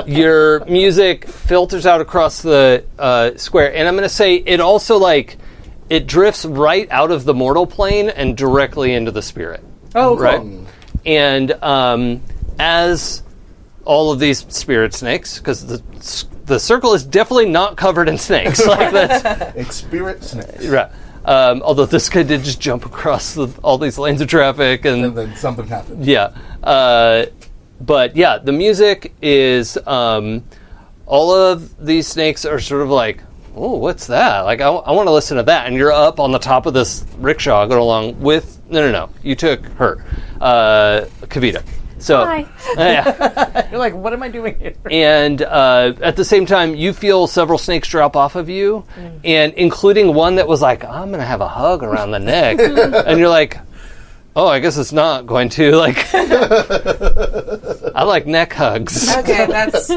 your music filters out across the uh, square, and I'm going to say it also like it drifts right out of the mortal plane and directly into the spirit.
Oh, cool.
right? And um, as all of these spirit snakes, because the s- the circle is definitely not covered in snakes. like that's
Experience snakes.
right. Um, although this guy did just jump across the, all these lanes of traffic, and
And then something happened.
yeah. Uh, but yeah, the music is um, all of these snakes are sort of like, oh, what's that? Like, I, want to listen to that. And you're up on the top of this rickshaw going along with. No, no, no. You took her, uh, Kavita. So,
Hi.
Yeah.
You're like, what am I doing here?
and uh, at the same time, you feel several snakes drop off of you,
Mm.
and including one that was like, "I'm gonna have a hug around the neck," and you're like, "Oh, I guess it's not going to." Like, I like neck hugs,
okay, that's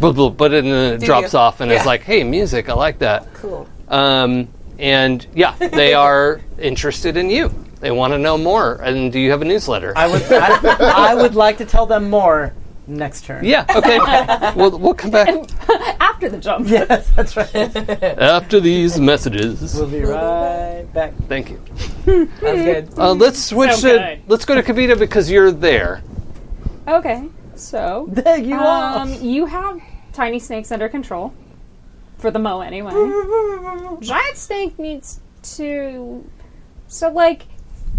Blah, blah, but then it drops
you?
off, and it's
Yeah.
like, "Hey, music, I like that."
cool.
Um, and yeah, they are interested in you. They want to know more. And do you have a newsletter?
I would, I, I would like to tell them more next turn.
yeah. Okay. we'll, we'll come back
After the jump.
Yes, that's right.
after these messages.
We'll be right back.
Thank you.
That's good.
Uh, let's switch
So
to
good.
let's go to Kavita because you're there.
Okay, so
There you are.
um, you have tiny snakes under control. For the mo, anyway. Giant snake needs to. So, like,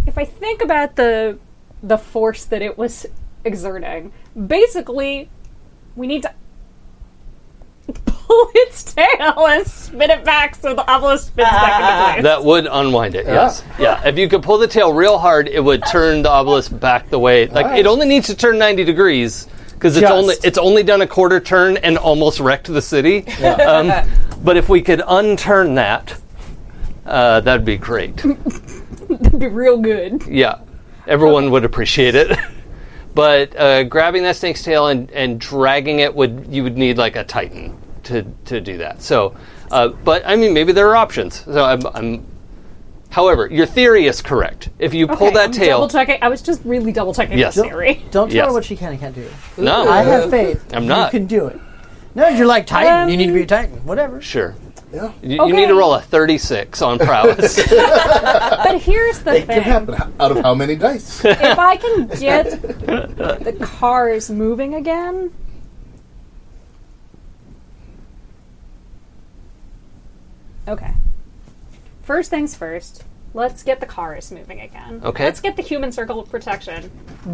if I think about the the force that it was exerting. Basically, we need to pull its tail and spin it back so the obelisk spins back into place.
That would unwind it. Yes. Yeah. If you could pull the tail real hard, it would turn the obelisk back the way. Like
Alright.
it only needs to turn ninety degrees because it's
Just.
only it's only done a quarter turn and almost wrecked the city. Um, but if we could unturn that, uh, that'd be great.
That'd be real good.
Yeah, everyone would appreciate it. but uh, grabbing that snake's tail and, and dragging it would you would need like a titan to to do that. So, uh, but I mean maybe there are options. So I'm. I'm However, your theory is correct. If you pull
Okay,
that
I'm
tail,
Double checking. I was just really double checking
Yes.
the theory.
Don't tell
Yes.
her what she can and can't do.
no,
I have faith.
I'm not.
You can do it. No, you're like Titan. you need to be a
Um,
Titan. Whatever.
sure.
Yeah.
You, you need
Okay.
to roll a 36 on prowess.
But here's the
It can
thing.
happen H- out of how many dice?
if I can get the cars moving again. Okay. First things first, let's get the cars moving again.
Okay.
Let's get the human circle of protection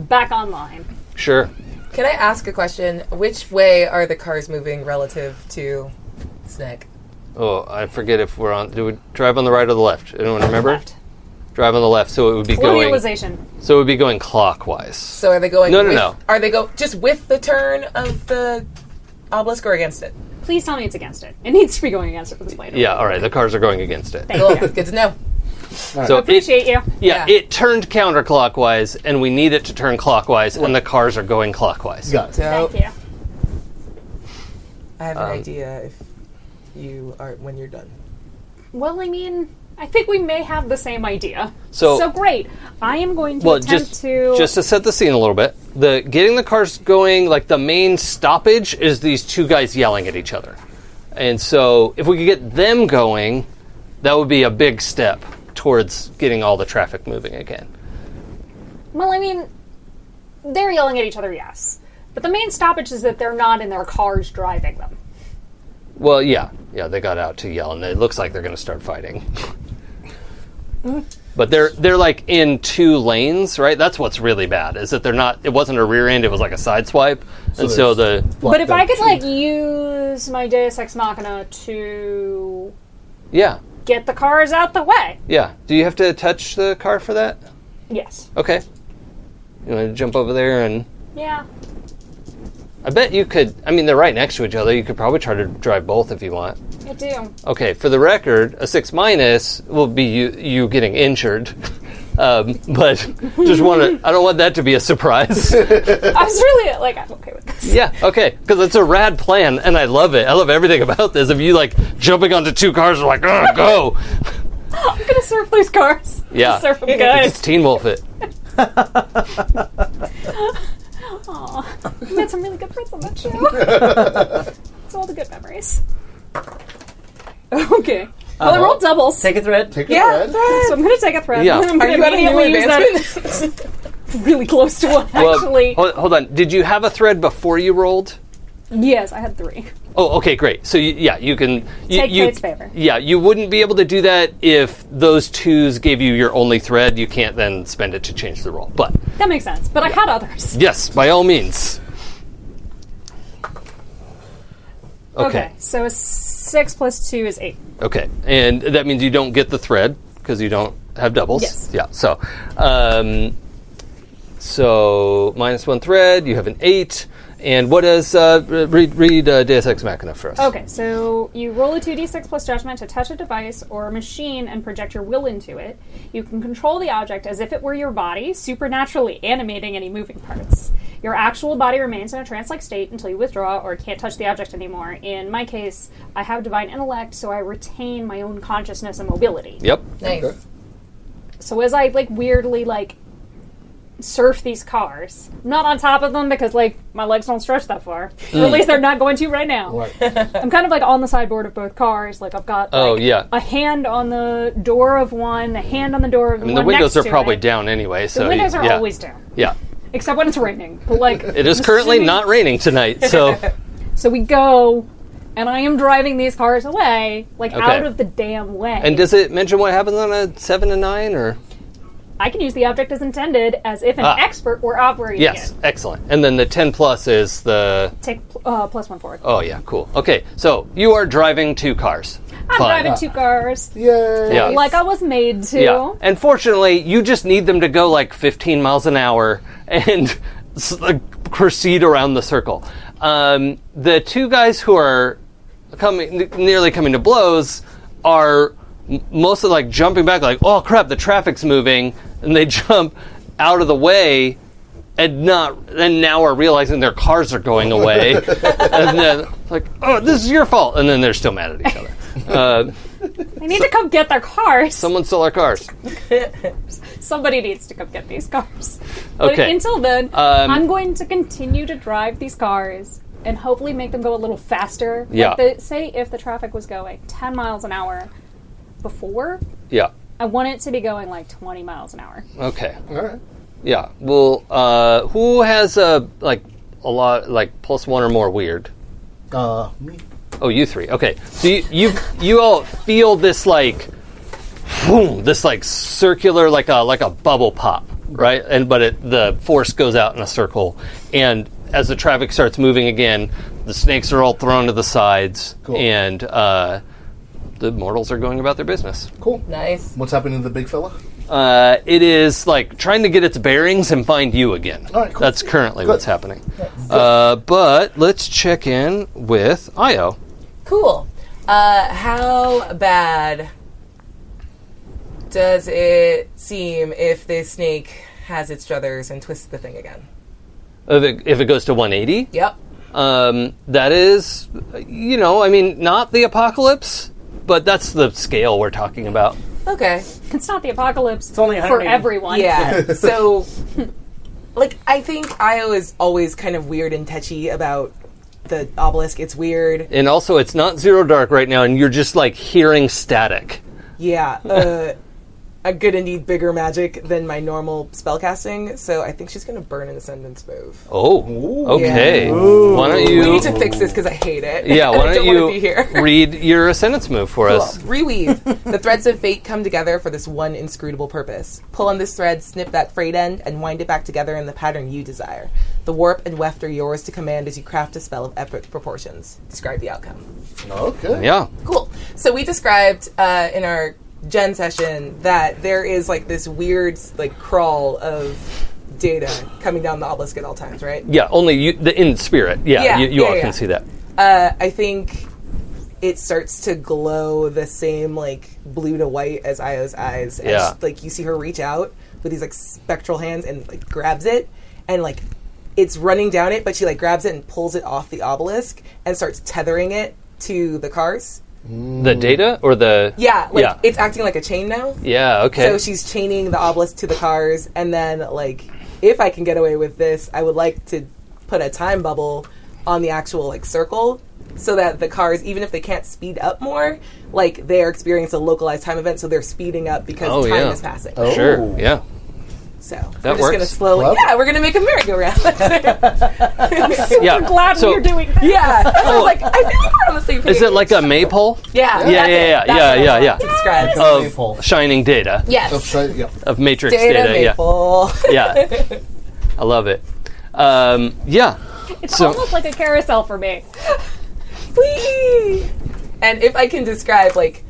back online.
sure.
Can I ask a question? Which way are the cars moving relative to Snake?
Oh, I forget if we're on. Do we drive on the right or the left? Anyone remember?
Left.
Drive on the left, so it would be going.
Colonialization.
So it would be going clockwise.
So are they going?
No, no,
with,
no.
Are they go just with the turn of the obelisk or against it?
Please tell me it's against it. It needs to be going against it for this later.
Yeah, all right. The cars are going against it.
Thank
Cool.
you.
Good to know.
So
Appreciate you.
It, yeah,
Yeah.
it turned counterclockwise, and we need it to turn clockwise, and the cars are going clockwise.
Got it.
So
Oh.
Thank you.
I have
Um,
an idea if you are when you're done.
Well, I mean, I think we may have the same idea.
So-
great. I am going to
Well,
attempt
just
to
just to set the scene a little bit, the getting the cars going, like the main stoppage, is these two guys yelling at each other, and so if we could get them going, that would be a big step towards getting all the traffic moving again.
Well, I mean, they're yelling at each other, yes. But the main stoppage is that they're not in their cars driving them.
Well, yeah, yeah, they got out to yell, and it looks like they're going to start fighting. but they're they're like in two lanes, right? That's what's really bad is that they're not. It wasn't a rear end; it was like a side swipe, and so the
but if
Lockdown
I could,
two.
like, use my Deus Ex Machina to
yeah,
get the cars out the way.
yeah. Do you have to touch the car for that?
Yes.
Okay, you want to jump over there and.
Yeah.
I bet you could. I mean, they're right next to each other. You could probably try to drive both if you want.
I do.
Okay, for the record, a six minus will be you, you getting injured. Um, but just want to, I don't want that to be a surprise.
I was really like, I'm okay with this.
yeah, okay, because it's a rad plan and I love it. I love everything about this. Of you like jumping onto two cars, and like, "Ugh, go.
I'm gonna surf these cars.
Yeah.
surf them good.
It's Teen Wolf it.
Aw, we made some really good friends on that show. it's all the good memories. Okay. Well,
Uh-huh.
I rolled doubles.
Take a thread.
Take a
Yeah.
thread.
So I'm going to take a thread.
Yeah.
I'm
Are
Are
going
you
to
at a new
immediately use that
advancement?
really close to one,
Well,
actually.
hold, hold on. Did you have a thread before you rolled?
yes, I had three.
Oh, okay, great. So you, yeah, you can you,
Take
you,
Fate's favor.
Yeah, you wouldn't be able to do that if those twos gave you your only thread. You can't then spend it to change the roll. But
That makes sense. But I had others.
yes, by all means. Okay.
So a six plus two is eight.
Okay, and that means you don't get the thread because you don't have doubles.
Yes.
Yeah. So, um, so minus one thread. You have an eight. And what is uh, re- read read uh, Deus Ex Machina for us?
Okay. So you roll a 2d6 plus judgment to touch a device or machine and project your will into it. You can control the object as if it were your body, supernaturally animating any moving parts. Your actual body remains in a trance like state until you withdraw or can't touch the object anymore. In my case, I have divine intellect, so I retain my own consciousness and mobility.
Yep.
nice.
So as I like weirdly like surf these cars, not on top of them because like my legs don't stretch that far. Or at least they're not going to right now. I'm kind of like on the sideboard of both cars. Like I've got
Oh
like,
yeah.
a hand on the door of one, a hand on the door of
I mean,
one.
the windows
next
are
to
probably
it.
down anyway. So
The windows
you-
are
yeah,
always down,
Yeah,
except when it's raining. But like
it is currently not raining tonight. So
so we go, and I am driving these cars away, like
Okay.
out of the damn way.
and does it mention what happens on a seven to nine or?
I can use the object as intended, as if an
Ah.
expert were operating
Yes,
it.
excellent. And then the 10 plus is the.
Take pl- uh, plus one forward.
Oh, yeah, cool. Okay, so you are driving two cars.
I'm
Fine.
driving two cars,
Yay!
Yeah.
like I was made to.
Yeah. And fortunately, you just need them to go like 15 miles an hour and s- like, proceed around the circle. Um, the two guys who are coming n- nearly coming to blows are m- mostly like jumping back, like, oh crap, the traffic's moving. And they jump out of the way. And not, and now are realizing their cars are going away, and then like, oh, this is your fault, and then they're still mad at each other. Uh,
They need to come get their cars.
someone stole our cars.
Somebody needs to come get these cars. But
Okay.
until then,
Um,
I'm going to continue to drive these cars and hopefully make them go a little faster. Like
Yeah.
the- say if the traffic was going 10 miles an hour before,
Yeah.
I want it to be going like 20 miles an hour.
Okay.
All right.
Yeah. Well, uh, who has a like a lot like plus one or more weird?
Uh, me.
Oh, you three. Okay. So you you you all feel this like boom, this like circular like a like a bubble pop, right? And but it, the force goes out in a circle, and as the traffic starts moving again, the snakes are all thrown to the sides,
Cool.
and uh, the mortals are going about their business.
Cool.
Nice.
What's happening to the big fella?
Uh, it is like trying to get its bearings and find you again.
All right, cool.
That's currently
Good.
what's happening. Uh, but let's check in with Io.
Cool. Uh, how bad does it seem if the snake has its druthers and twists the thing again?
If it, if it goes to 180,
Yep.
um, that is, you know, I mean, not the apocalypse, but that's the scale we're talking about.
Okay.
It's not the apocalypse it's
only
for
180.
everyone.
Yeah. so, like, I think Io is always kind of weird and touchy about the obelisk. It's weird.
And also, it's not zero dark right now, and you're just like hearing static.
Yeah. Uh, I could indeed bigger magic than my normal spellcasting, so I think she's going to burn an ascendance move.
Oh, okay.
Yeah.
Why don't
We
you?
need to fix this because I hate it.
yeah,
I
why don't,
don't
you
want to be here.
read your ascendance move for us?
Reweave. the threads of fate come together for this one inscrutable purpose. Pull on this thread, snip that frayed end, and wind it back together in the pattern you desire. The warp and weft are yours to command as you craft a spell of epic proportions. Describe the outcome.
Okay.
Yeah.
Cool. So we described uh, in our gen session that there is like this weird like crawl of data coming down the obelisk at all times, right?
Yeah, only you, the in spirit. Yeah,
Yeah,
you, you
yeah,
all
yeah.
can see that.
uh, I think it starts to glow the same like blue to white as Io's eyes. And
Yeah.
she- like you see her reach out with these like spectral hands and like grabs it and like it's running down it, but she like grabs it and pulls it off the obelisk and starts tethering it to the cars.
The data or the
Yeah, like
yeah,
it's acting like a chain now.
yeah. Okay.
So she's chaining the obelisk to the cars, and then like, if I can get away with this, I would like to put a time bubble on the actual like circle, so that the cars, even if they can't speed up more, like they are experiencing a localized time event, so they're speeding up because
Oh,
time
yeah.
is passing.
sure. Yeah.
So
That
we're just
works.
gonna slowly,
Love.
yeah, we're gonna make a merry-go-round.
yeah.
I'm glad
so,
we're doing this.
yeah, that's what I was like, I think we're on the same page.
Is it like a maypole?
yeah,
Yeah,
that's
yeah,
it.
yeah,
That's
yeah,
what I
yeah,
wanted
yeah.
to Describe.
Of Um,
Maypole.
shining data
yes,
Upside, yeah.
of matrix
data,
data.
maple.
Yeah. Yeah. I love it. Um, yeah.
It's
So-
almost like a carousel for me.
Whee! And if I can describe, like,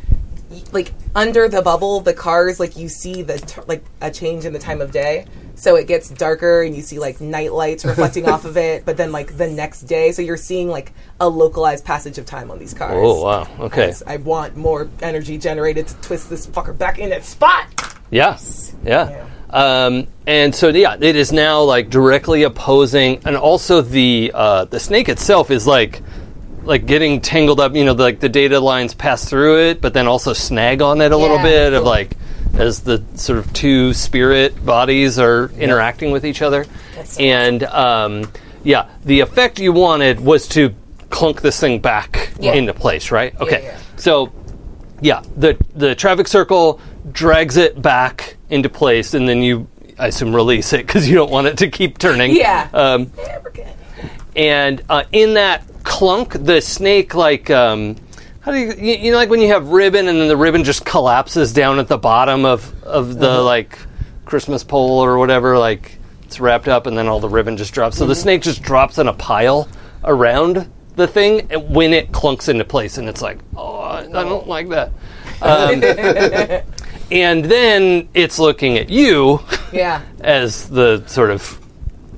y- like under the bubble, the cars, like you see the t- like a change in the time of day. So it gets darker, and you see like night lights reflecting off of it. But then like the next day, so you're seeing like a localized passage of time on these cars.
Oh wow. Okay.
I want more energy generated to twist this fucker back in its spot.
Yeah. Yeah. Um, and so yeah, it is now like directly opposing, and also the uh, the snake itself is like like getting tangled up. You know, like the data lines pass through it, but then also snag on it a little
Yeah.
bit of like as the sort of two spirit bodies are interacting with each other.
That's so
and um, yeah, the effect you wanted was to clunk this thing back
Yeah.
into place, right? Okay.
yeah.
So yeah, the the traffic circle drags it back into place, and then you, I assume, release it because you don't want it to keep turning.
Yeah.
Um,
Yeah, we're good.
and uh, in that clunk, the snake like. Um, how do you, you you know like when you have ribbon and then the ribbon just collapses down at the bottom of of the like Christmas pole or whatever, like it's wrapped up and then all the ribbon just drops. So the snake just drops in a pile around the thing and when it clunks into place, and it's like, oh, I I don't like that. Um, and then it's looking at you
Yeah.
as the sort of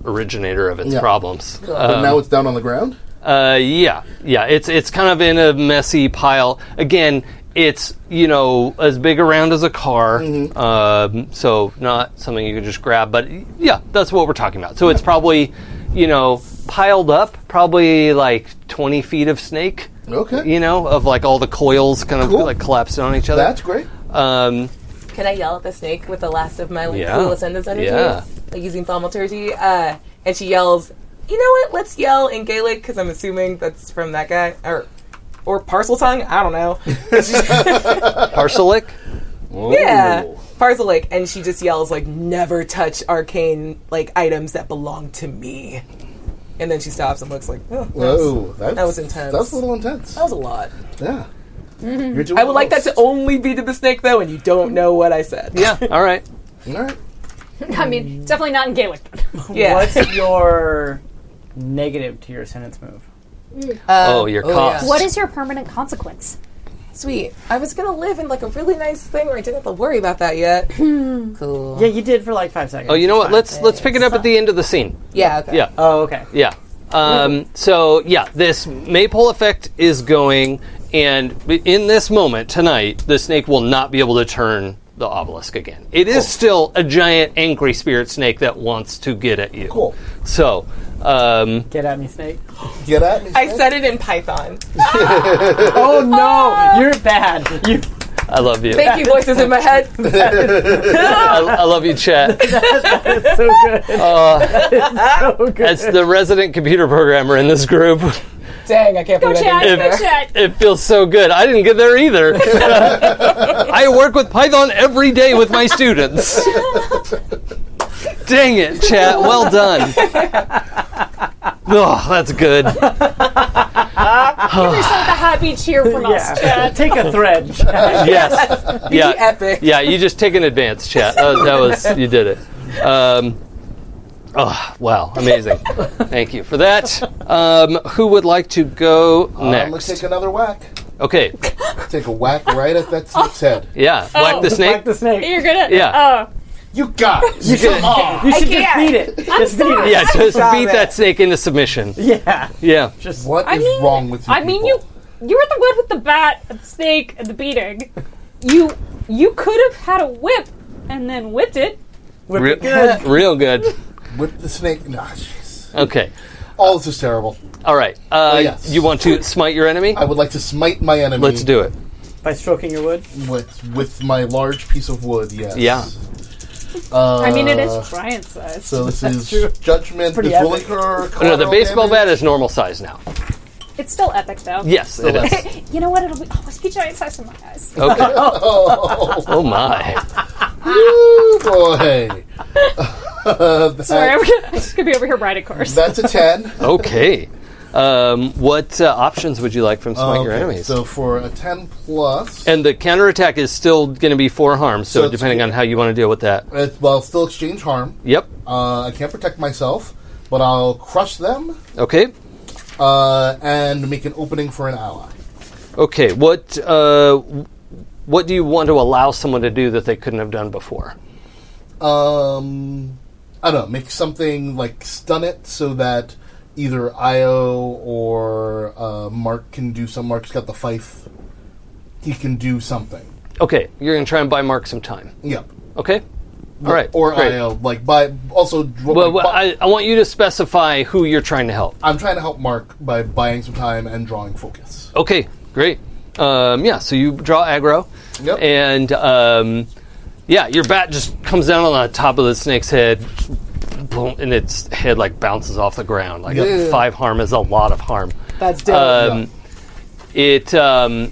originator of its
Yeah.
problems.
but
Um,
now it's down on the ground.
uh, yeah, yeah. It's it's kind of in a messy pile. Again, it's you know as big around as a car, um, so not something you could just grab. But yeah, that's what we're talking about. So it's probably you know piled up, probably like twenty feet of snake.
Okay.
You know, of like all the coils kind of
Cool.
like collapsing on each other.
That's great.
um,
Can I yell at the snake with the last of my like,
Yeah.
coolest endless energy?
Yeah.
Like using thaumaturgy. Uh, and she yells, you know what? Let's yell in Gaelic because I'm assuming that's from that guy. Or or parcel tongue? I don't know.
Parselic.
yeah. Parcel like, and she just yells like, "Never touch arcane like items that belong to me." And then she stops and looks like, "Oh, that
Whoa, that's,
that was intense.
That's a little intense.
was a lot."
Yeah. You're doing
I would like that to
well.
only be to the snake though, and you don't know what I said.
Yeah. All right.
All right.
I mean, definitely not in Gaelic.
yeah.
What's your negative to your sentence move?
oh, your cost.
yeah.
what is your permanent consequence?
Sweet. I was gonna live in like a really nice thing where I didn't have to worry about that yet. cool.
Yeah, you did for like five seconds.
Oh, you know what? Let's let's pick it up at the end of the scene.
Yeah. Okay.
Yeah.
Oh, okay.
Yeah. Um, so yeah, this maypole effect is going, and in this moment tonight, the snake will not be able to turn the obelisk again. It is still a giant, angry spirit snake that wants to get at you.
Cool.
So, um,
Get at me, snake.
Get at me.
I said it in Python.
Oh no, you're bad. You
I love you. I,
Thank you, voices in my head.
I love you, chat. Uh,
so good. so good.
As the resident computer programmer in this group,
Dang, I can't believe I
Chat,
didn't.
If-
go chat.
it feels so good. I didn't get there either. I work with Python every day with my students. Dang it, chat. Well done. Oh, that's good.
Yourself a happy cheer from us,
Yeah.
Chad.
Take a thread. Chad.
Yes. Yeah.
Epic.
Yeah, you just take an advance, chat. That, that was, you did it. Um, oh, wow. Amazing. Thank you for that. Um, who would like to go
I'm gonna take
next?
another whack.
Okay.
Take a whack right at that snake's
Oh.
head.
Yeah. Whack the snake.
Like the snake.
You're gonna.
Yeah.
Oh,
You guys.
You should, you should just beat it. Just beat it.
Yeah, just
Stop
beat
it.
that snake into submission.
Yeah.
Yeah.
Just
What is
I mean,
wrong with you?
I mean, you
people?
you were the one with the bat, and the snake, and the beating. You you could have had a whip and then whipped it.
whip
Real
it good.
good. Real good.
with the snake. Nah, jeez.
Okay.
All this is terrible.
All right. Uh,
Oh, yes.
You want to smite your enemy?
I would like to smite my enemy.
Let's do it.
By stroking your wood.
with with my large piece of wood. Yes.
Yeah.
Uh,
I mean, it is giant size.
So this is
true.
judgment.
Pretty
this will
epic.
incur
No, the
collateral
baseball
damage.
bat is normal size now.
it's still epic, though.
Yes, it is.
You know what? It'll be always be giant size in my eyes.
Okay. Oh my.
Woo, boy. Uh, that-
Sorry, I'm gonna, I'm just gonna be over here riding cars.
that's a ten.
Okay. Um, what uh, options would you Oh, like from smite your
Okay,
enemies?
So for a ten plus,
and the counterattack is still going to be four harms. So,
So it's-
depending on how you want to deal with that.
it, uh, well, still exchange harm.
Yep.
Uh, I can't protect myself, but I'll crush them
Okay.
uh, and make an opening for an ally.
Okay. What uh, What do you want to allow someone to do that they couldn't have done before?
Um, I don't know. Make something like stun it so that either Io or uh, Mark can do some. Mark's got the fife. He can do something.
Okay. You're going to try and buy Mark some time.
Yep.
Okay. All right.
Or
great.
Io, like by also. dr-
Well, well,
like, bu-
I, I want you to specify who you're trying to help.
I'm trying to help Mark by buying some time and drawing focus.
Okay, great. Um, yeah, so you draw aggro,
Yep.
and um, yeah, your bat just comes down on the top of the snake's head, boom, and its head like bounces off the ground. Like
Yeah.
five harm is a lot of harm.
That's dope.
Um, It um,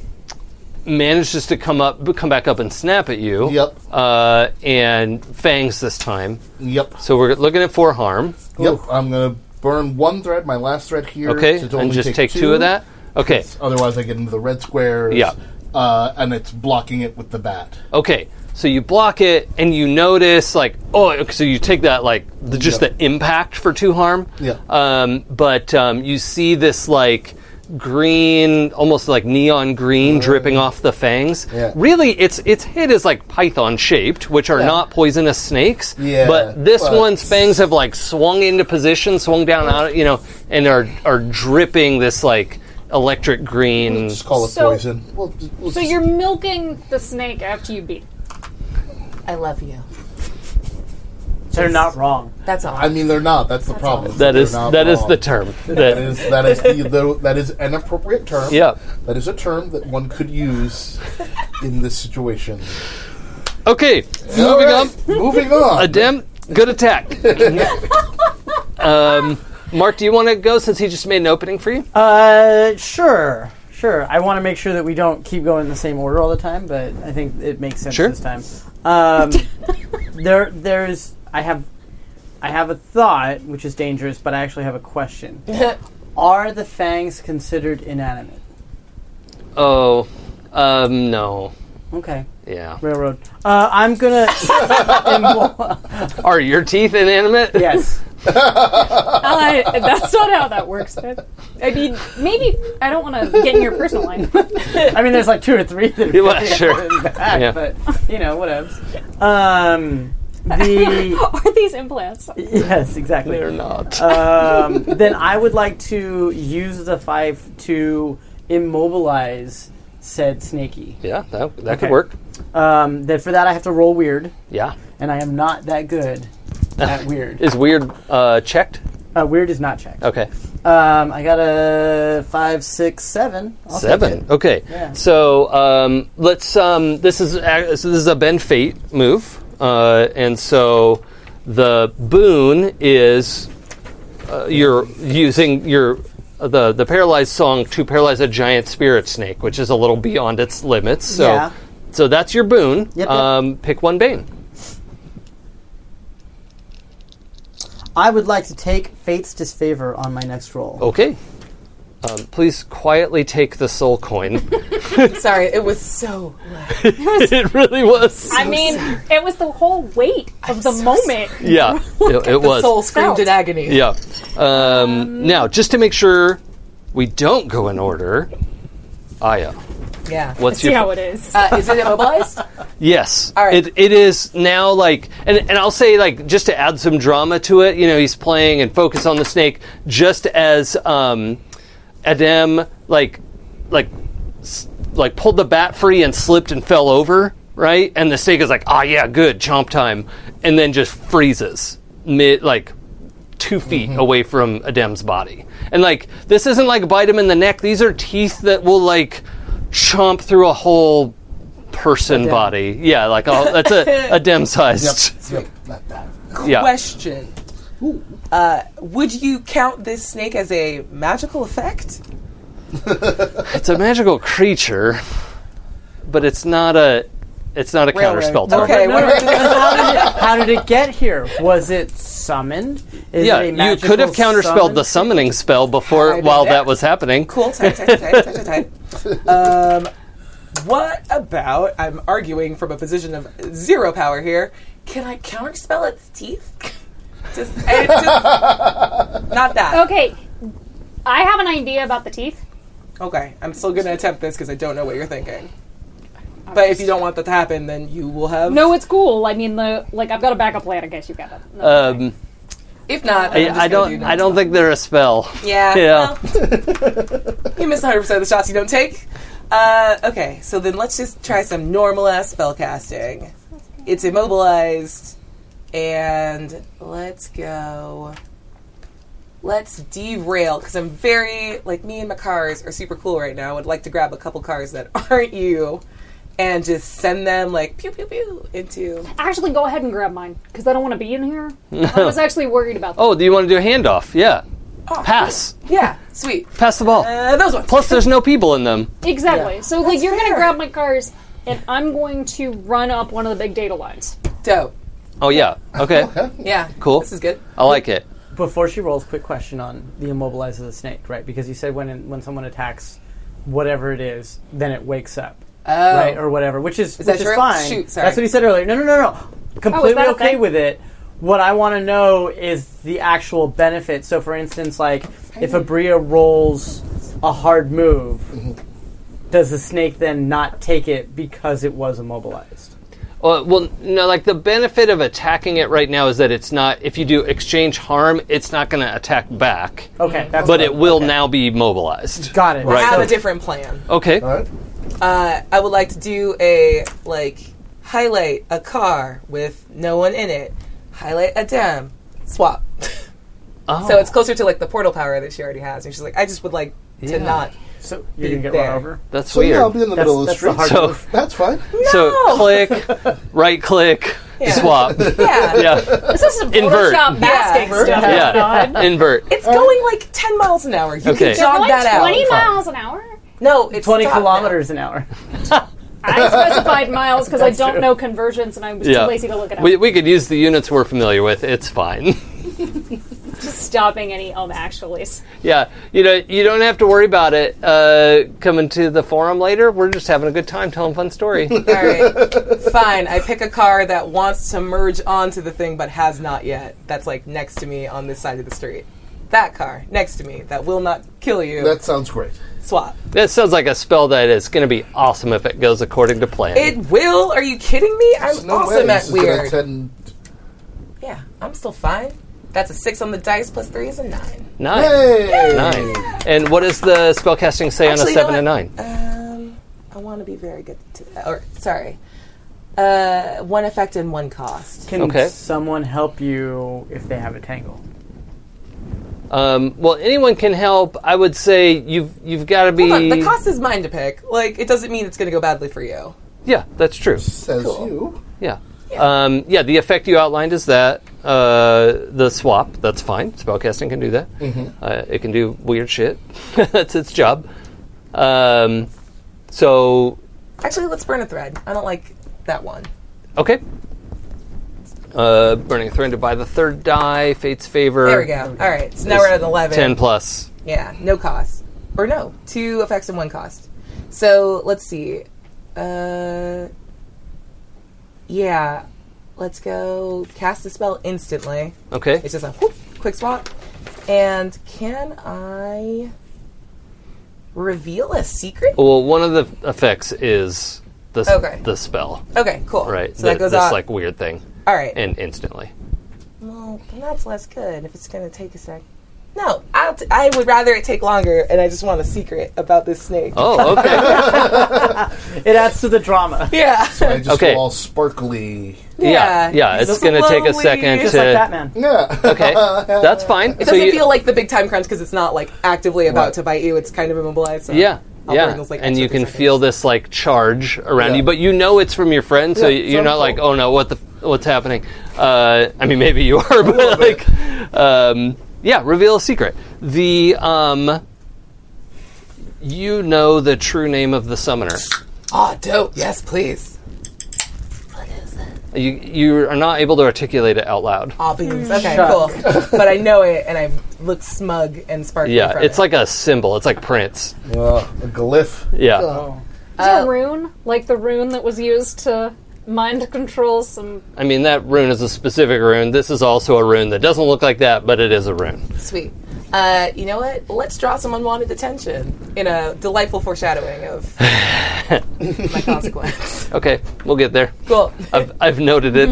manages to come up, come back up, and snap at you.
Yep.
Uh, and fangs this time.
Yep.
So we're looking at four harm.
Yep. I'm gonna burn one thread, my last thread here.
Okay,
to
and
only
just take, two of that. Okay.
Otherwise, I get into the red squares.
Yeah.
Uh, and it's blocking it with the bat.
Okay. So you block it, and you notice like oh, so you take that like the, just
Yeah.
the impact for two harm.
Yeah.
Um, but um, you see this like green, almost like neon green, dripping off the fangs.
Mm-hmm. Yeah.
Really, its its head is like python shaped, which are not poisonous snakes.
Yeah,
But this
but-
one's fangs have like swung into position, swung down out, you know, and are are dripping this like electric green.
Just call it
So-
poison. Well, just- we'll
So
just-
you're milking the snake after you beat. it.
I love you.
They're not wrong.
That's all.
I mean, they're not. That's the problem.
That is
They're not
that is
wrong.
the term.
That is that is the, the that is an appropriate term.
Yeah.
That is a term that one could use in this situation.
Okay,
All
moving
right,
on.
Moving on.
Adem, good attack. um, Mark, do you want to go since he just made an opening for you?
Uh, sure, sure. I want to make sure that we don't keep going in the same order all the time, but I think it makes sense
Sure.
this time. Um, there, there's. I have, I have a thought, which is dangerous, but I actually have a question. Are the fangs considered inanimate?
Oh, um, no.
Okay,
Yeah.
railroad. Uh, I'm gonna.
Are your teeth inanimate?
yes.
Uh, that's not how that works. man. I mean, maybe I don't want to get in your personal life.
I mean, there's like two or three that are
Well, sure.
in the back,
Yeah.
but you know, whatevs. Um, the
Are these implants?
yes, exactly.
They're not.
um, then I would like to use the five to immobilize said snaky.
yeah, that, that could
okay.
work.
Um, then for that I have to roll weird,
Yeah.
and I am not that good at weird.
Is weird uh, checked?
Uh, weird is not checked.
Okay.
Um, I got a five, six, seven. I'll take
Seven.
it.
Okay.
Yeah.
So um, let's. Um, this is a- so this is a Ben Fate move, uh, and so the boon is uh, you're using your the the paralyzed song to paralyze a giant spirit snake, which is a little beyond its limits. So
Yeah.
so that's your boon.
yep.
Um, pick one bane.
I would like to take fate's disfavor on my next roll.
Okay. Um, please quietly take the soul coin.
Sorry, it was so.
it really was.
I mean, it was the whole weight of the moment.
yeah, it, it
The
was.
soul screamed
Felt.
in agony.
Yeah. Um, now, just to make sure we don't go in order, Aya,
Yeah.
what's
See
your?
how it is.
Uh, is it immobilized?
yes.
All right.
It, it is now like, and, and I'll say like just to add some drama to it. You know, he's playing and focus on the snake, just as um, Adem like like s- like pulled the bat free and slipped and fell over, right? And the snake is like, ah, yeah, good chomp time, and then just freezes mid like two feet
Mm-hmm.
away from Adem's body. And like this isn't like bite him in the neck. These are teeth that will like chomp through a whole person body. Yeah, like all, that's a Adem sized.
Yep, not that.
Yeah.
Question. Uh, would you count this snake as a magical effect?
It's a magical creature, but it's not a it's not a counterspell target.
Okay,
No,
what
no,
if-
how, did it, how did it get here? Was it summoned? Is
Yeah,
it a
you could have
magical
counterspelled
summon?
the summoning spell
I
before
did
while
that.
that was happening.
cool. Tight, tight, tight, tight, tight, tight. Um, what about? I'm arguing from a position of zero power here. Can I counterspell its teeth? just, I- just- not that.
Okay, I have an idea about the teeth.
Okay, I'm still gonna attempt this because I don't know what you're thinking. But if you don't want that to happen, then you will have.
No, it's cool. I mean, the like I've got a backup plan in case you've got it. No.
Um,
If not,
I, I don't. I don't think they're a spell.
Yeah.
Yeah.
well, you miss 100 percent of the shots you don't take. Uh, okay, so then let's just try some normal ass spell casting. It's immobilized, and let's go. Let's derail because I'm very like me and my cars are super cool right now. I would like to grab a couple cars that aren't you, and just send them like pew pew pew into.
actually, go ahead and grab mine because I don't want to be in here. I was actually worried about. That.
Oh, do you want to do a handoff? Yeah. Pass.
Yeah, sweet.
Pass the ball.
Oh. Uh, those ones.
Plus, there's no people in them.
exactly. So like you're
fair.
gonna grab my cars, and I'm going to run up one of the big data lines.
Dope.
Oh yeah. Okay.
Yeah.
Cool.
This is good.
I like it.
Before she rolls, quick question on the immobilize of the snake, right? Because you said when when someone attacks whatever it is, then it wakes up.
Oh.
right or whatever, which is,
that
which is
true?
fine.
Shoot, sorry. Oh,
That's what he said earlier. No, no, no, no. Completely
that a
okay
thing?
with it. What I want to know is the actual benefit. So, for instance, like if a Bria rolls a hard move,
Mm-hmm.
does the snake then not take it because it was immobilized?
Uh, well, no, like the benefit of attacking it right now is that it's not, if you do exchange harm, it's not going to attack back.
Mm-hmm.
Okay, that's
But
fine.
it will
Okay.
now be mobilized.
Got it.
I
Right.
have
So-
a different plan.
Okay.
All right.
Uh, I would like to do a like highlight a car with no one in it. Highlight a dam. Swap.
Oh.
So it's closer to like the portal power that she already has, and she's like, I just would like to
Yeah.
not.
So you're gonna get
There.
run over.
That's
So
weird.
yeah, I'll be in the
That's-
middle of the
that's the
street.
hard
So- move.
that's fine.
So click, right click,
Yeah.
swap.
Yeah,
Yeah.
This is some
Invert.
Photoshop masking
Yeah.
stuff.
Yeah.
going on.
Yeah. Invert.
it's going like ten miles an hour. You
Okay.
can jog
Going
that out.
20 miles an hour?
No, it's
Twenty
stopped now.
kilometers an hour.
I specified miles because I don't know conversions and I was
Yeah.
too lazy to look it up.
We, we could use the units we're familiar with. It's fine.
Just stopping any um actuallys.
yeah. You know, you don't have to worry about it uh, coming to the forum later. We're just having a good time telling a fun story.
All right, fine. I pick a car that wants to merge onto the thing but has not yet. That's like next to me on this side of the street. That car next to me that will not kill you.
That sounds great.
swap.
that sounds like a spell that is going to be awesome if it goes according to plan.
It will. Are you kidding me? I'm awesome
way
at
this is gonna
weird.
attend-
Yeah, I'm still fine. That's a six on the dice plus three is a nine.
nine.
Hey!
Nine. And what does the spellcasting say on
Actually,
a
you know
seven and
what?
nine?
Um, I want to be very good to that. Or sorry, uh, one effect and one cost.
Can
Okay.
someone help you if they have a tangle?
Um, well, anyone can help. I would say you've you've got to be.
Hold on, the cost is mine to pick. Like, it doesn't mean it's going to go badly for you.
Yeah, that's true.
Says you.
Yeah. Um, yeah, the effect you outlined is that uh, the swap. That's fine. Spellcasting can do that.
Mm-hmm.
Uh, it can do weird shit. that's its job. Um, so
Actually, let's burn a thread. I don't like that one.
okay. Uh, burning a thread to buy the third die. Fate's favor.
Uh, There we go. All right, so now we're at an eleven.
Ten plus.
Yeah, no cost. Or no, two effects and one cost. So let's see. Uh, yeah, let's go cast the spell instantly.
Okay.
It's just a whoop, quick swap. And can I reveal a secret?
Well, one of the effects is the s-
Okay.
the spell.
Okay, cool.
Right.
So that
Th-
goes
this
off.
like weird thing,
All right.
and instantly.
well, then that's less good if it's going to take a sec. No, I'll t- I would rather it take longer, and I just want a secret about this snake.
Oh, okay.
It adds to the drama.
Yeah.
I just
Okay.
go all sparkly.
yeah. Yeah.
he's
It's going to take a
slowly-
second
Just
to.
like Batman.
Yeah.
Okay, that's fine.
It doesn't feel like the big time crunch because it's not like actively about to bite you. It's kind of immobilized. So
yeah,
I'll
yeah,
burn those, like,
and
extra
you
three
can
seconds.
feel this like charge around
Yeah.
you, but you know it's from your friend, so
Yeah,
you're not
sounds
like,
cool.
oh no, what the f- what's happening? Uh, I mean, maybe you are, but like, um, yeah, reveal a secret. The um, you know the true name of the summoner.
Oh, dope. Yes, please.
You you are not able to articulate it out loud.
Aw, beans. Okay, cool. but I know it, and I look smug and sparkly.
Yeah,
from
it's
it.
like a symbol. It's like Prince.
Uh, a glyph.
Yeah.
Is
Uh,
there a rune? Like the rune that was used to mind control some.
I mean, that rune is a specific rune. This is also a rune that doesn't look like that, but it is a rune.
sweet. Uh, you know what? Let's draw some unwanted attention in a delightful foreshadowing of my consequence.
Okay, we'll get there.
cool.
I've, I've noted it.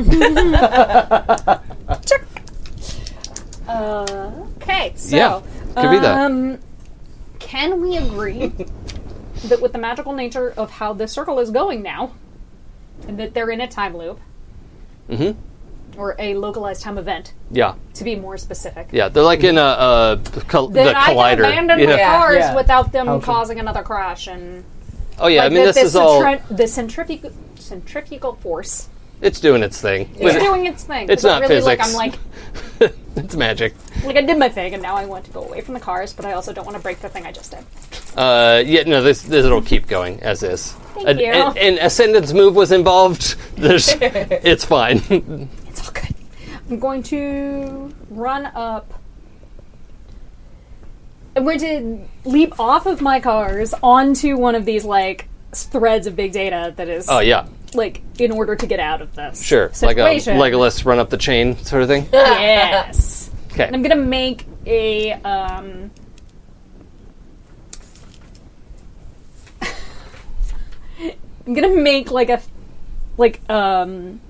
Uh, okay, so.
yeah, could be that.
Um, can we agree that with the magical nature of how the circle is going now, and that they're in a time loop,
Mhm.
or a localized time event,
Yeah,
to be more specific,
yeah. They're like in a, a col-
then
the
I can
collider.
abandon
you
my
know?
cars
Yeah.
without them
How should-
causing another crash. And
Oh yeah, I
like,
mean
that
this
the
is all.
centri- the centrifugal centrifugal force.
It's doing its thing.
It's
But it-
doing its thing.
it's
Is it
not
really
physics.
Like I'm like
it's magic.
like I did my thing, and now I want to go away from the cars, but I also don't want to break the thing I just did.
Uh, yeah, no, this this will keep going as is.
Thank
and,
you.
And, and ascendant's move was involved. There's, it's fine.
It's all good. I'm going to run up. I'm going to leap off of my cars onto one of these like threads of big data that is
Oh yeah,
like in order to get out of this
sure. Like a
situation.
Legolas run up the chain sort of thing.
yes.
Okay.
And I'm gonna make a um. I'm gonna make like a, like um,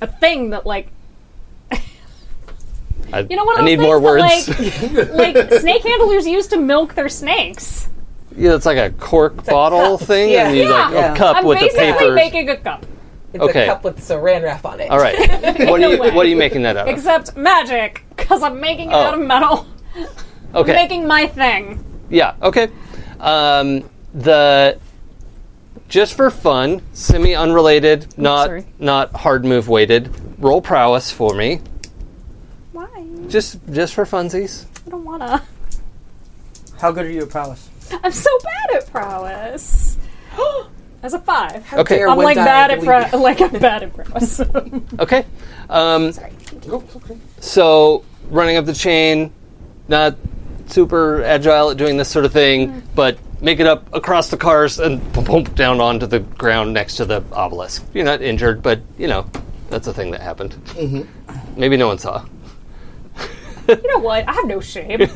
a thing that like
I,
you know one of
I
those
need more
things
words.
that, like, like snake handlers use to milk their snakes.
yeah, it's like a cork bottle thing,
Yeah.
and you
Yeah.
like
Yeah.
a cup
I'm
with the
basically
papers.
making a cup,
It's
Okay.
a cup with saran wrap on it.
All right, what are you
way.
what are you making that out of?
except magic, because I'm making it
Oh.
out of metal.
Okay,
Making my thing.
yeah, okay. Um, the just for fun, semi unrelated, not
sorry.
not hard move weighted. Roll prowess for me,
Why? I
just just for funsies.
don't wanna.
How good are you at prowess?
I'm so bad at prowess. As a five.
Okay,
dare
I'm
one
like
die
bad
and
at pro- like I'm bad at prowess.
okay. Um,
Nope, it's okay.
So running up the chain, not super agile at doing this sort of thing, but make it up across the cars and boom, boom, down onto the ground next to the obelisk. You're not injured, but you know that's a thing that happened. Mm-hmm. Maybe no one saw.
you know what? I have no shame.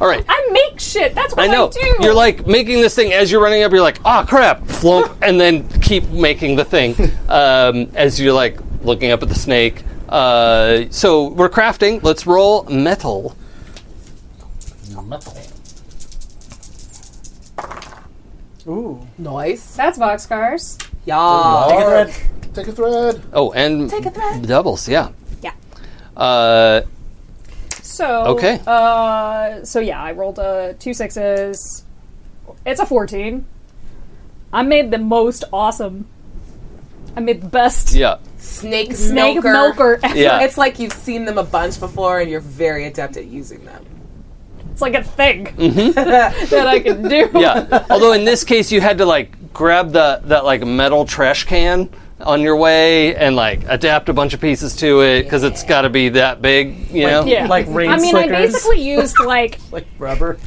All right.
I make shit. That's
I
what I,
know.
do.
You're like making this thing as you're running up. You're like, ah, crap, flump, and then keep making the thing um, as you're like looking up at the snake. Uh, so we're crafting. Let's roll metal.
Metal.
Ooh.
Nice.
that's boxcars.
Yeah.
Take a thread. Take a thread.
Oh, and
Take a thread.
doubles. Yeah.
Yeah.
Uh,
So
Okay.
Uh, so yeah, I rolled a two sixes. It's a fourteen. I made the most awesome. I made the best
yeah.
Snake,
snake
milker.
milker. ever.
Yeah.
It's like you've seen them a bunch before and you're very adept at using them.
It's like a thing that I can do.
Mm-hmm. Yeah. Although in this case, you had to like grab the that like metal trash can on your way and like adapt a bunch of pieces to it because it's got to be that big, you know.
Yeah.
Like rain
I mean, I
slickers.
basically used like
Like rubber.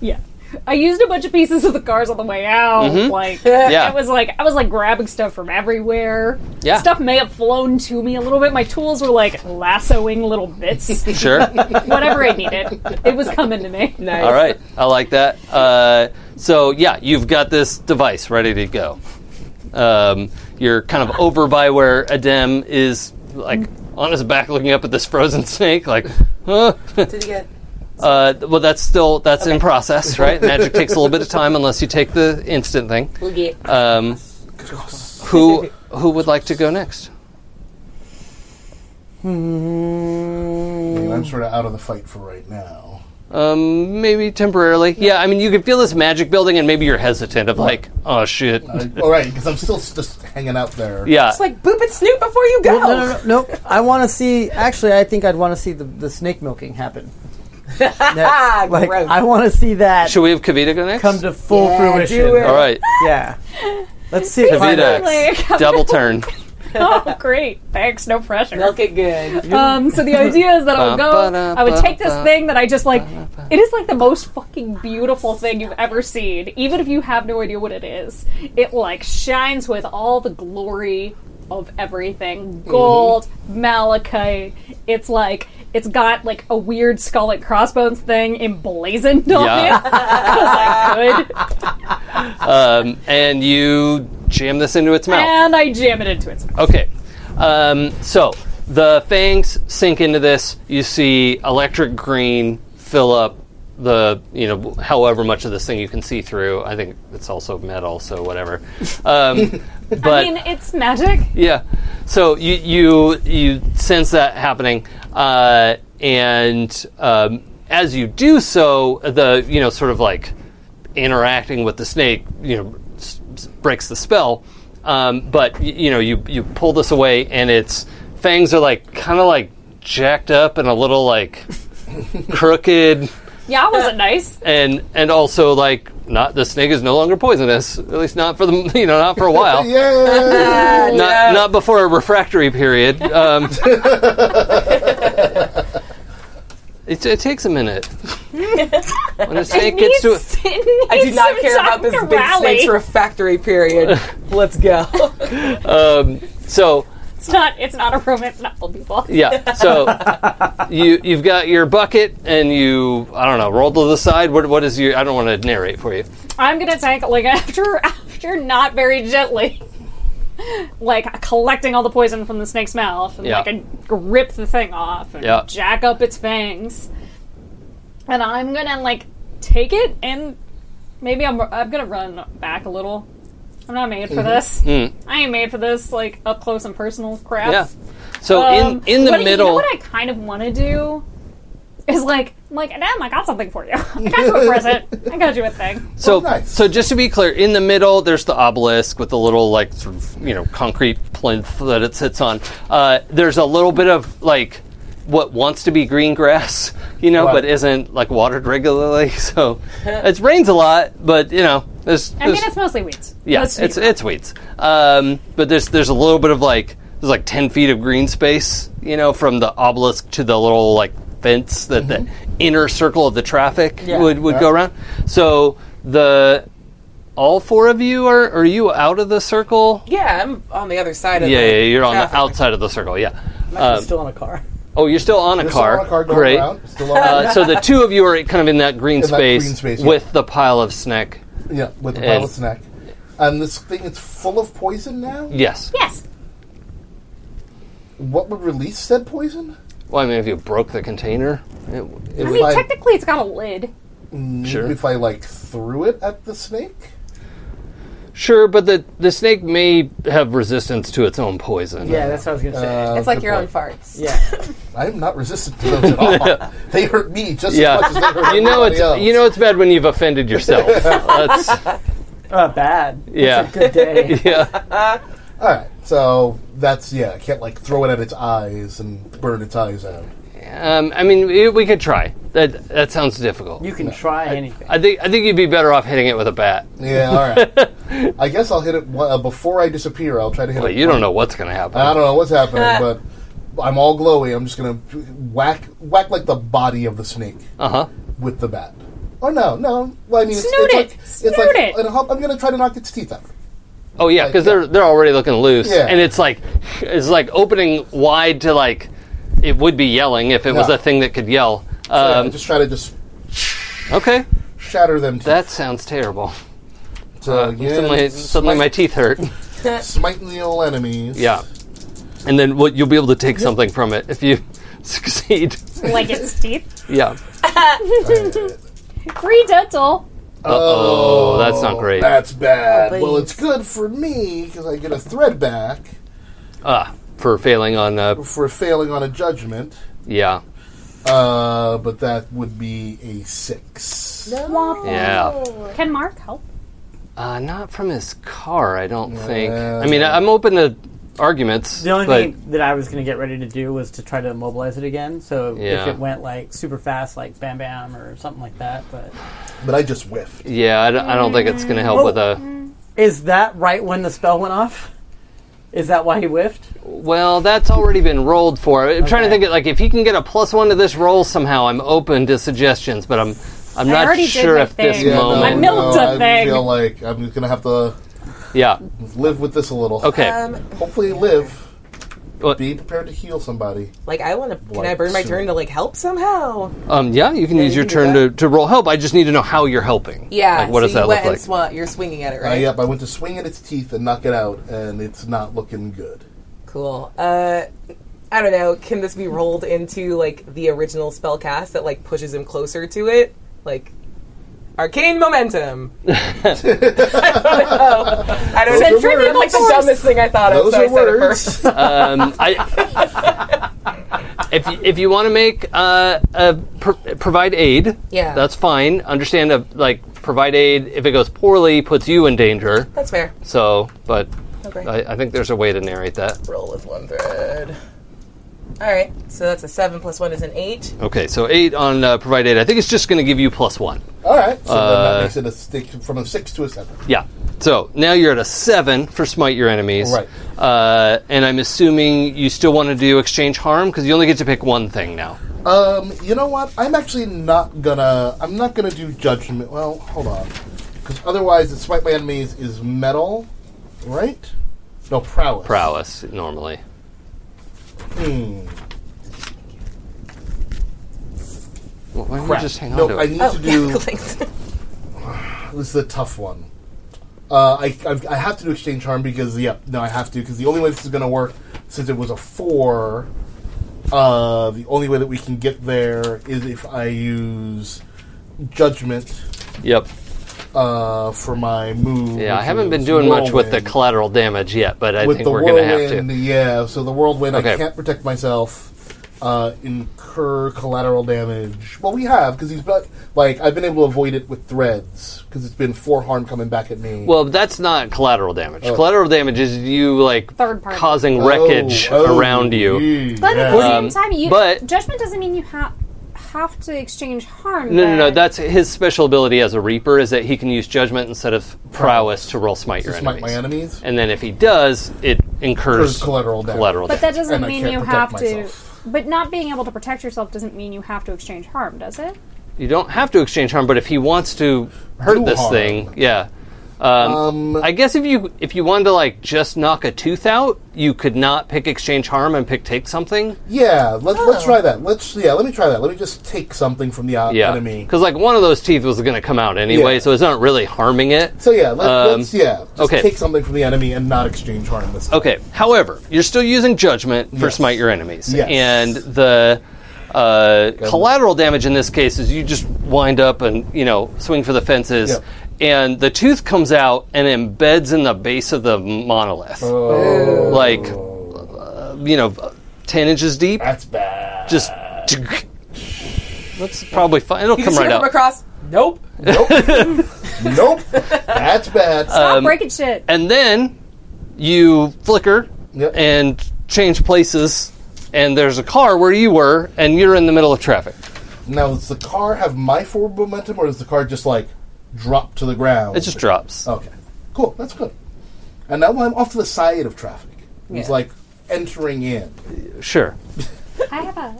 yeah. I used a bunch of pieces of the cars on the way out.
Mm-hmm.
Like
Yeah.
it was like I was like grabbing stuff from everywhere.
Yeah.
Stuff may have flown to me a little bit. My tools were like lassoing little bits.
Sure.
Whatever I needed. It was coming to me.
Nice.
All right. I like that. Uh, so yeah, you've got this device ready to go. Um, you're kind of over by where Adem is like on his back looking up at this frozen snake like huh?
Did he get?
Uh, well, that's still that's in process, right? Magic takes a little bit of time unless you take the instant thing.
We'll get.
Um, who who would like to go next?
I mean, I'm sort of out of the fight for right now.
Um, maybe temporarily. Yeah, I mean, you can feel this magic building, and maybe you're hesitant of like, oh shit.
I, all right, because I'm still s- just hanging out there.
Yeah,
It's like boop and snoop before you go.
No, no, no. no. I want to see. Actually, I think I'd want to see the, the snake milking happen. That- like,
Ah, Gross.
I want to see that
should we have Kavita go next?
come to full
Yeah,
fruition.
do it.
All right,
Yeah. Let's see it.
Kavita,
Like,
double turn.
oh, great. Thanks. No pressure.
Milk it good.
Um, so the idea is that I would go,
Ba-ba-da,
I would take this
ba-ba.
thing that I just like. It is like the most fucking beautiful thing you've ever seen, even if you have no idea what it is. It like shines with all the glory of everything
Mm-hmm.
gold, malachite. It's like. It's got like a weird skull and crossbones thing emblazoned on
Yeah.
it. 'Cause I could.
Um, and you jam this into its mouth.
And I jam it into its mouth.
Okay. Um, so the fangs sink into this. You see electric green fill up the you know however much of this thing you can see through. I think it's also metal, so whatever. Um, but
I mean, it's magic.
yeah. So you you you sense that happening, uh, and um, as you do so, the you know sort of like interacting with the snake, you know, s- s- breaks the spell. Um, but y- you know you you pull this away, and its fangs are like kind of like jacked up and a little like crooked
Yeah, it wasn't nice.
and and also like not the snake is no longer poisonous at least not for the you know not for a while
Yeah.
not, not before a refractory period. Um, it, it takes a minute. when a snake gets to
Needs- it
I do
It's
not care
time
about this
to
big
rally.
snakes refractory period. Let's go.
Um, so
It's not. It's not a room. It's not full people.
yeah, so you you've got your bucket and you I don't know roll to the side. What what is your I don't want to narrate for you.
I'm gonna take like after after not very gently, like collecting all the poison from the snake's mouth and
Yeah.
like I rip the thing off and
Yeah.
jack up its fangs, and I'm gonna like take it and maybe I'm I'm gonna run back a little. I'm not made for
Mm-hmm.
this. I ain't made for this like up close and personal crap.
Mm. Yeah. So
Um,
in in the
what I-
middle.
you know what I kind of want to do is like, I'm like, damn, I got something for you. I got you a present. I got you a thing.
So,
Oh, nice.
so just to be clear, in the middle there's the obelisk with the little like sort of, you know concrete plinth that it sits on. Uh, there's a little bit of like what wants to be green grass, you know,
Right.
but isn't like watered regularly. So it rains a lot, but you know, there's,
I mean,
there's-
it's mostly weeds.
yeah,
Let's be
it's
real.
it's weeds. Um, but there's there's a little bit of like there's like ten feet of green space, you know, from the obelisk to the little like fence that the inner circle of the traffic would would go
Yeah.
around. So the all four of you are are you out of the circle?
yeah, I'm on the other side of
Yeah,
the
yeah, you're on the
traffic.
outside of the circle. Yeah. Um,
still on a car.
oh, you're still on a
There's
car.
still on a car going
Great.
around. Still on
Uh, so the two of you are kind of in that green,
that green
space,
space, yeah.
with the pile of snack.
yeah, with a
and-
pile of snack. And this thing is full of poison now?
Yes.
Yes.
What would release said poison?
Well, I mean, if you broke the container, it, it
I
would
mean,
Like-
technically, it's got a lid.
sure.
If I, like, threw it at the snake?
Sure, but the, the snake may have resistance to its own poison.
Yeah, that's what I was gonna say.
Uh,
It's like
good
your own
point.
farts.
yeah.
I'm not resistant to those at all. they hurt me just
Yeah.
as much as they hurt
You know
everybody
it's
else.
you know it's bad when you've offended yourself. That's,
Uh, bad.
Yeah.
It's a good day.
yeah,
All right, so that's yeah. I can't like throw it at its eyes and burn its eyes out.
um, I mean we- we could try. That that sounds difficult.
You can try anything.
I think I think you'd be better off hitting it with a bat.
Yeah, all right. I guess I'll hit it one- uh, before I disappear. I'll try to hit
But
it.
you don't know what's going to happen.
I don't know what's happening, but I'm all glowy. I'm just gonna whack whack like the body of the snake
Uh huh.
with the bat. Or no, no. Well, I mean, it's,
Snoot
it's like
it.
it's like
Snoot it.
and I'll- I'm gonna try to knock its teeth out.
Oh yeah, because they're they're already looking loose,
Yeah.
and it's like it's like opening wide to like it would be yelling if it was
Yeah.
a thing that could yell.
Yeah,
Um,
just try to just
okay,
shatter them. Teeth.
that sounds terrible.
so,
Uh,
yeah,
suddenly, suddenly my teeth hurt.
smiting the old enemies.
Yeah. And then what you'll be able to take something from it if you succeed.
Like its teeth.
Yeah.
Free dental.
Oh, that's not great.
That's bad.
Oh,
Please.
Well, it's good for me because I get a thread back
Ah, for failing on uh
for failing on a judgment.
yeah.
Uh, but that would be a six.
Yeah.
Can Mark help?
Uh, not from his car, I don't think.
Yeah.
I mean, I'm open to arguments.
The only
but
thing that I was going to get ready to do was to try to immobilize it again. So
Yeah.
if it went like super fast, like bam bam or something like that. But
But I just whiffed.
yeah, I don't, I don't think it's going to help
Oh.
with a
is that right when the spell went off? Is that why he whiffed?
Well, that's already been rolled for. I'm trying to
Okay.
think of, like if he can get a plus 1 to this roll somehow, I'm open to suggestions, but I'm I'm
I
not
already did
sure
my
if this
thing. Yeah, no. I
moment.
milked a
I
thing.
feel like I'm just gonna have to
Yeah.
live with this a little.
Okay.
Um,
Hopefully, live.
What-
Be prepared to heal somebody.
like I want to. Can I
Like
burn my
soup.
turn to like help somehow?
Um, yeah, you can use
you
your
can do
turn to, to roll help. I just need to know how you're helping.
Yeah.
Like, what
so
does
you
that
went
look
and
like?
swa- you're swinging at it,
Uh,
right?
yep, I went to swing at its teeth and knock it out, and it's not looking good.
Cool. Uh, I don't know. Can this be rolled into like the original spell cast that like pushes him closer to it? Like arcane momentum. I don't know. I don't know.
Centrifugal
That's, like the
force.
dumbest thing I thought of.
Those
so I
are
said it first.
words.
um, I, if you, if you want to make uh, a pr- provide aid,
Yeah.
that's fine. Understand, uh, like provide aid. If it goes poorly, puts you in danger.
That's fair.
So, but
Okay.
I, I think there's a way to narrate that.
Roll with one thread. All right. So that's a seven plus one is an eight.
Okay, so eight on uh, provide aid. I think it's just going to give you plus one.
All right, so then
Uh,
that makes it a stick from a six to a seven.
Yeah. So now you're at a seven for smite your enemies.
Right.
Uh, and I'm assuming you still want to do exchange harm because you only get to pick one thing now.
Um, you know what? I'm actually not gonna. I'm not gonna do judgment. Well, hold on. Because otherwise, the smite my enemies is metal, right? No prowess.
prowess normally.
Hmm.
Well, why don't
Crap.
you just hang on
no,
to
I
it?
need
Oh,
to do.
thanks.
This is a tough one. Uh, I, I've, I have to do exchange harm because yeah, no, I have to because the only way this is going to work, since it was a four, uh, the only way that we can get there is if I use judgment
Yep.
uh, for my move.
Yeah, I
which
haven't been
is
doing much with the
whirlwind.
collateral damage yet, but I
With
think
the
we're going to have
whirlwind,
to.
Yeah, so the whirlwind,
Okay.
I can't protect myself. Uh, incur collateral damage. Well, we have because he's but like I've been able to avoid it with threads because it's been four harm coming back at me.
Well, that's not collateral damage. Collateral damage is you like
Third party.
causing
Oh,
wreckage
oh,
around you.
yeah.
But at the same
Um,
time, you,
but-
judgment doesn't mean you ha- have to exchange harm.
No, no, no.
then.
That's his special ability as a reaper is that he can use judgment instead of prowess to roll smite your
to smite
enemies.
my enemies.
And then if he does, it incurs
Incurs collateral damage.
collateral
But that
damage.
doesn't
And I
mean
can't
you
protect
have
myself.
to. But not being able to protect yourself doesn't mean you have to exchange harm, does it?
you don't have to exchange harm, but if he wants to hurt
Do
this
harm.
thing, yeah. Um,
Um,
I guess if you if you wanted to like just knock a tooth out, you could not pick exchange harm and pick take something.
yeah, let's let's try that. Let's yeah, let me try that. Let me just take something from the uh,
Yeah,
enemy.
because like one of those teeth was going to come out anyway,
Yeah.
so it's not really harming it.
So yeah, let,
Um,
let's yeah, just
okay.
take something from the enemy and not exchange harm this time.
Okay. However, you're still using judgment for
Yes.
smite your enemies,
Yes.
and the uh, collateral damage in this case is you just wind up and you know swing for the fences,
Yep.
and the tooth comes out and embeds in the base of the monolith,
Oh.
like uh, you know, ten inches deep.
That's bad.
Just
Ah.
that's probably fine. It'll
You
come
just
right
hit him
out.
across. Nope.
nope. That's bad.
Uh,
Stop breaking shit.
Um, and then you flicker
Yep.
and change places and there's a car where you were and you're in the middle of traffic
now does the car have my forward momentum or does the car just like drop to the ground?
it just drops
Okay. Cool, that's good. And now I'm off to the side of traffic. It's
Yeah.
like entering in.
sure
I have a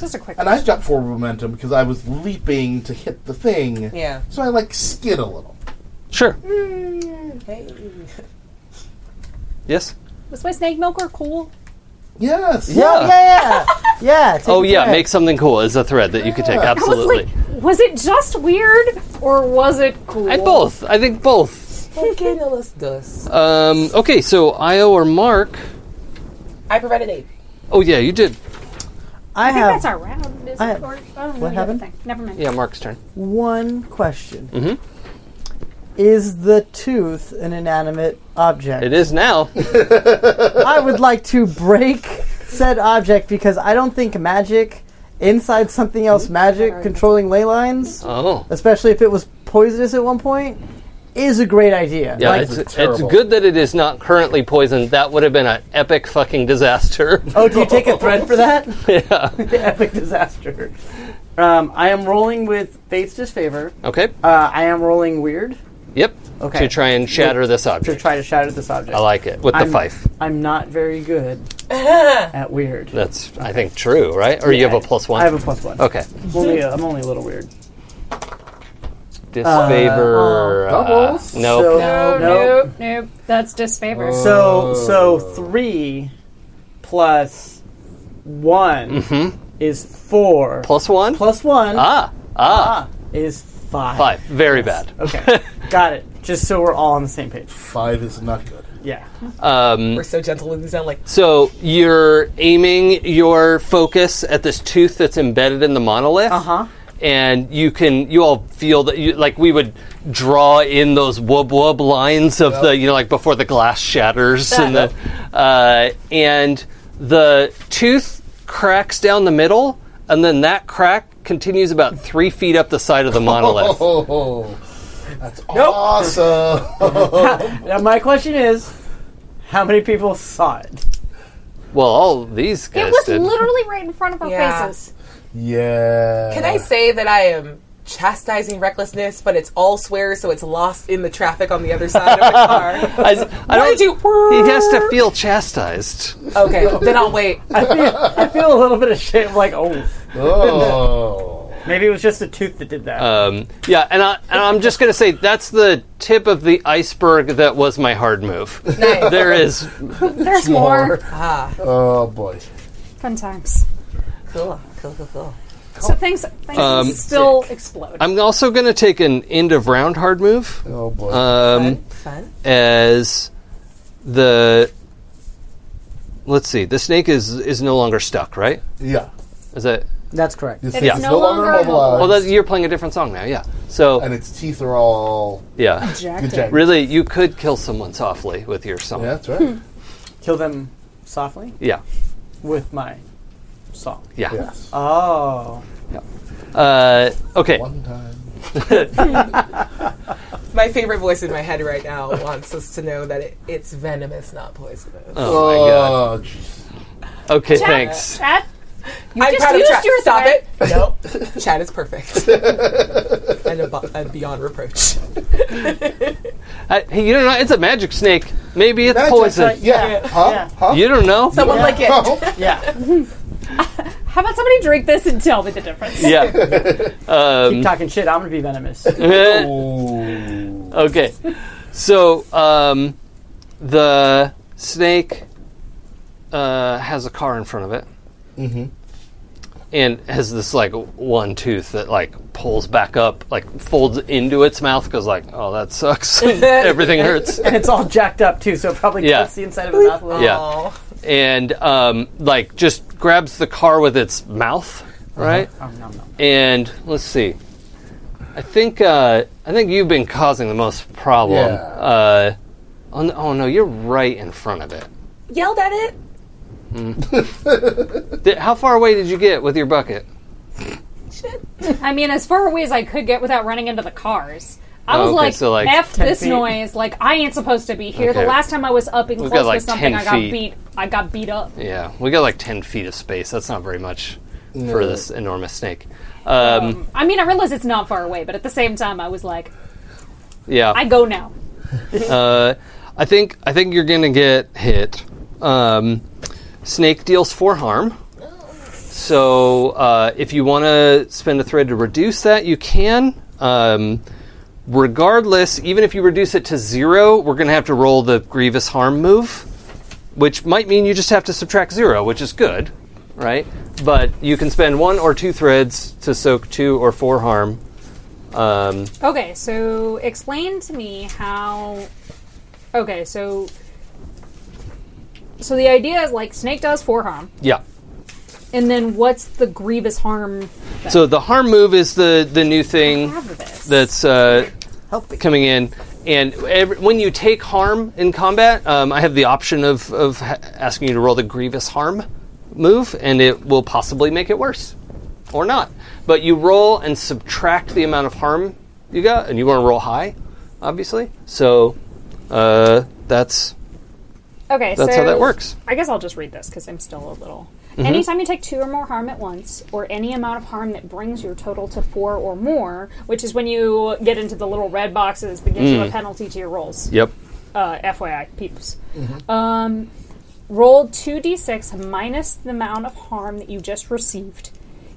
just a quick.
And I've got forward momentum because I was leaping to hit the thing.
Yeah.
So I like skid a little.
sure
Hey.
yes
Was my snake milker cool?
Yes.
Oh,
yeah,
yeah, yeah. yeah take
oh
it
yeah
back.
make something cool is a thread that you could take absolutely
I was like, was it just weird or was it cool?
i both i think both
Okay, now let's do this.
um, okay so io or mark
I provided aid.
oh yeah you did
I,
I think
have
that's our round. Is
I
it,
have-
or, I don't know
what
the
happened?
other Thing. Never mind.
yeah mark's turn
one question.
Mm-hmm.
Is the tooth an inanimate object?
it is now
I would like to break said object because I don't think magic inside something else magic controlling ley lines,
oh
especially if it was poisonous at one point, is a great idea.
yeah,
Like,
it's,
it's
it's
terrible.
good that it is not currently poisoned. That would have been an epic fucking disaster.
oh, do you take a thread for that?
yeah.
Epic disaster. Um, I am rolling with fate's disfavor.
Okay.
Uh, I am rolling weird
Yep.
Okay.
To try and shatter this
to
object.
try to shatter this object.
I like it with
I'm,
the fife.
I'm not very good at weird.
That's I think true, right? Or you have a plus one.
I have a Uh, plus one.
okay.
I'm only a, I'm only a little weird.
Disfavor. Uh,
Doubles?
no.
No,
Nope.
nope, nope. That's disfavor.
So so three plus one is four.
Mm-hmm. Plus one.
plus one
Ah. Ah.
ah, is five.
Five. Very bad.
Okay, got it. Just so we're all on the same page.
Five is not good.
Yeah.
Um,
We're so gentle and we sound like
so you're aiming your focus at this tooth that's embedded in the monolith. Uh
Uh-huh.
And you can, you all feel that, you, like we would draw in those wub wub lines of the, you know, like before the glass shatters and the, uh, and the tooth cracks down the middle, and then that crack continues about three feet up the side of the monolith.
Oh, that's awesome.
Now my question is, how many people saw it?
Well, all these
it
guys
was
Oh, did.
literally right in front of our
Yeah.
faces.
yeah.
Can I say that I am chastising recklessness, but it's all swears, so it's lost in the traffic on the other side of the car?
I, I
Why
don't.
do
he has to feel chastised.
Okay, then I'll wait.
I feel a little bit ashamed. Like, oh,
Oh.
Maybe it was just a tooth that did that.
Um, yeah, and, I, and I'm just going to say that's the tip of the iceberg that was my hard move. there is.
There's more.
Ah,
Oh boy.
Fun times.
cool, cool, cool, cool.
So things, things
Um,
still explode.
I'm also going to take an end of round hard move
Oh boy.
um,
Fun.
as the. Let's see. The snake is is no longer stuck, right?
yeah.
Is that?
That's correct.
This
It
thing
is
is
no
no longer
longer
immobilized,
Well, that, you're playing a different song now. Yeah.
and
So
its teeth are all.
yeah,
Jacked
Good
it.
job.
really, you could kill someone softly with your song.
Yeah, that's right.
Kill them softly
Yeah.
with my song.
Yeah.
yes.
Oh.
Uh, okay.
One time.
My favorite voice in my head right now wants us to know that it, it's venomous, not poisonous.
Oh my god.
Oh, jeez.
Okay.
Chat-
Thanks.
Chat, you
I'm
just
proud of
used
Chad.
your
Stop
threat.
it. Nope. Chad is perfect. and, abo- and beyond reproach.
I, hey, you don't know. It's a magic snake. Maybe it's
Magic
poison.
snake, Yeah.
Yeah.
Huh?
Yeah.
Huh?
You don't know.
Someone like it.
Oh,
Yeah.
How about somebody drink this and tell me the difference?
yeah. Um.
Keep talking shit. I'm gonna be venomous.
Ooh.
okay. So um, the snake uh, has a car in front of it. And has this like one tooth that like pulls back up, like folds into its mouth, goes like, "Oh, that sucks. Everything hurts."
and it's all jacked up too, so it probably
Yeah.
cuts the inside of the mouth. a little.
Yeah.
Aw.
and um, like just grabs the car with its mouth, right?
Oh, no, no.
And let's see. I think uh, I think you've been causing the most problem.
Yeah.
Uh, oh, no, oh no, you're right in front of it.
Yelled at it.
Hmm. Did, how far away did you get with your bucket?
I mean, as far away as I could get without running into the cars. I
Oh,
was
okay,
like,
so, like,
F
10
this
feet.
noise. Like, I ain't supposed to be here.
Okay.
The last time I was up and
We've
close
got, like,
with something,
10
I got
feet.
beat. I got beat up.
Yeah, we got like ten feet of space. That's not very much for this enormous snake. Um,
I mean, I realize it's not far away, but at the same time, I was like,
yeah,
I go now.
Uh, I think I think you're gonna get hit. Um, snake deals four harm. So uh, if you want to spend a thread to reduce that, you can. Um, regardless, even if you reduce it to zero, we're gonna have to roll the grievous harm move, which might mean you just have to subtract zero, which is good, right? But you can spend one or two threads to soak two or four harm. Um,
Okay, so explain to me how. Okay, so. So the idea is like snake does four harm,
yeah.
and then what's the grievous harm
So the harm move is the the new thing
have of this?
that's uh, coming in. And every, when you take harm in combat, um, I have the option of, of ha- asking you to roll the grievous harm move, and it will possibly make it worse or not. But you roll and subtract the amount of harm you got, and you want to roll high, obviously. So uh, that's
okay,
that's
so
how that works.
I guess I'll just read this because I'm still a little. Anytime you take two or more harm at once, or any amount of harm that brings your total to four or more, which is when you get into the little red boxes that gives you a penalty to your rolls.
Yep.
uh, FYI, peeps. Um, roll 2d6 minus the amount of harm that you just received.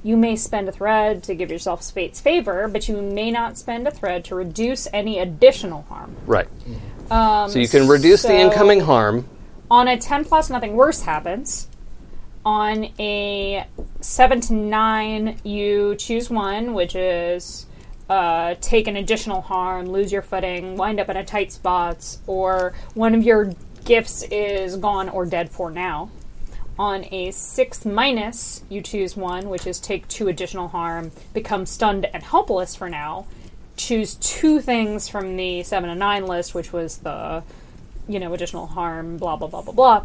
You may spend a thread to give yourself fate's favor, but you may not spend a thread to reduce any additional harm.
Right.
Um,
So you can reduce
so
the incoming harm.
On a 10 plus, nothing worse happens. On a 7 to 9, you choose one, which is uh, take an additional harm, lose your footing, wind up in a tight spot, or one of your gifts is gone or dead for now. On a 6 minus, you choose one, which is take two additional harm, become stunned and helpless for now. Choose two things from the 7 to 9 list, which was the, you know, additional harm, blah, blah, blah, blah, blah.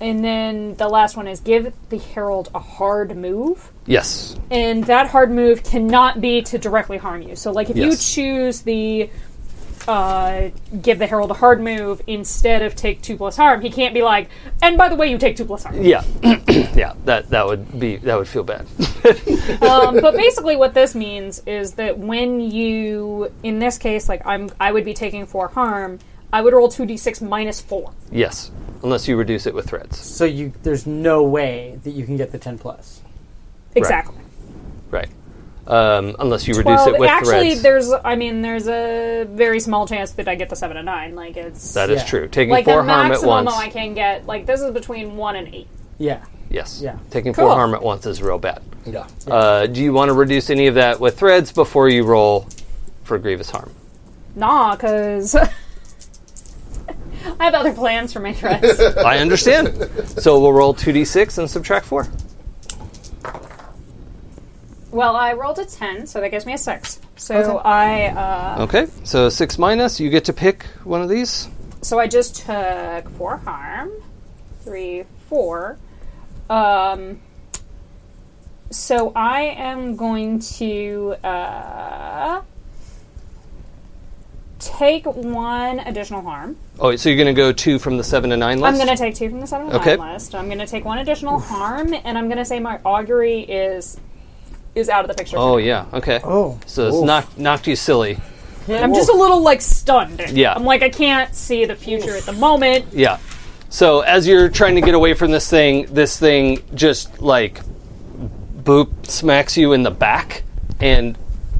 And then the last one is give the Herald a hard move
Yes.
and that hard move cannot be to directly harm you. So, like, if
Yes.
you choose the uh, give the herald a hard move instead of take two plus harm, he can't be like, and by the way, you take two plus harm.
Yeah. yeah. That that would be that would feel bad.
um, but basically, what this means is that when you, in this case, like, I'm, I would be taking four harm. I would roll two d six minus four.
yes. Unless you reduce it with threads.
So you, there's no way that you can get the ten plus.
Exactly.
Right. um, unless you reduce
Well,
it with
actually,
threads.
there's. I mean, there's a very small chance that I get the seven and nine. Like it's
That is
Yeah.
true. Taking
like
four
the
harm at
maximum
once.
I can get. Like this is between one and eight.
Yeah.
Yes.
Yeah.
Taking
Cool.
four harm at once is real bad.
Yeah.
Uh, do you want to reduce any of that with threads before you roll for grievous harm?
Nah, because I have other plans for my threats.
I understand. So we'll roll 2d6 and subtract 4.
well, I rolled a ten, so that gives me a six. So I uh,
Okay. So 6 minus, you get to pick one of these.
so I just took four harm, three, four. Um, so I am going to uh, take one additional harm.
Oh, so you're going to go 2 from the 7 to 9 list?
I'm going to take two from the seven
Okay.
okay. list. I'm going to take one additional harm, and I'm going to say my augury is is out of the picture.
Oh, yeah. Okay.
Oh.
So it's knocked, knocked you silly.
I'm just a little like stunned.
Yeah.
I'm like I can't see the future at the moment.
Yeah. So as you're trying to get away from this thing, this thing just like boop smacks you in the back and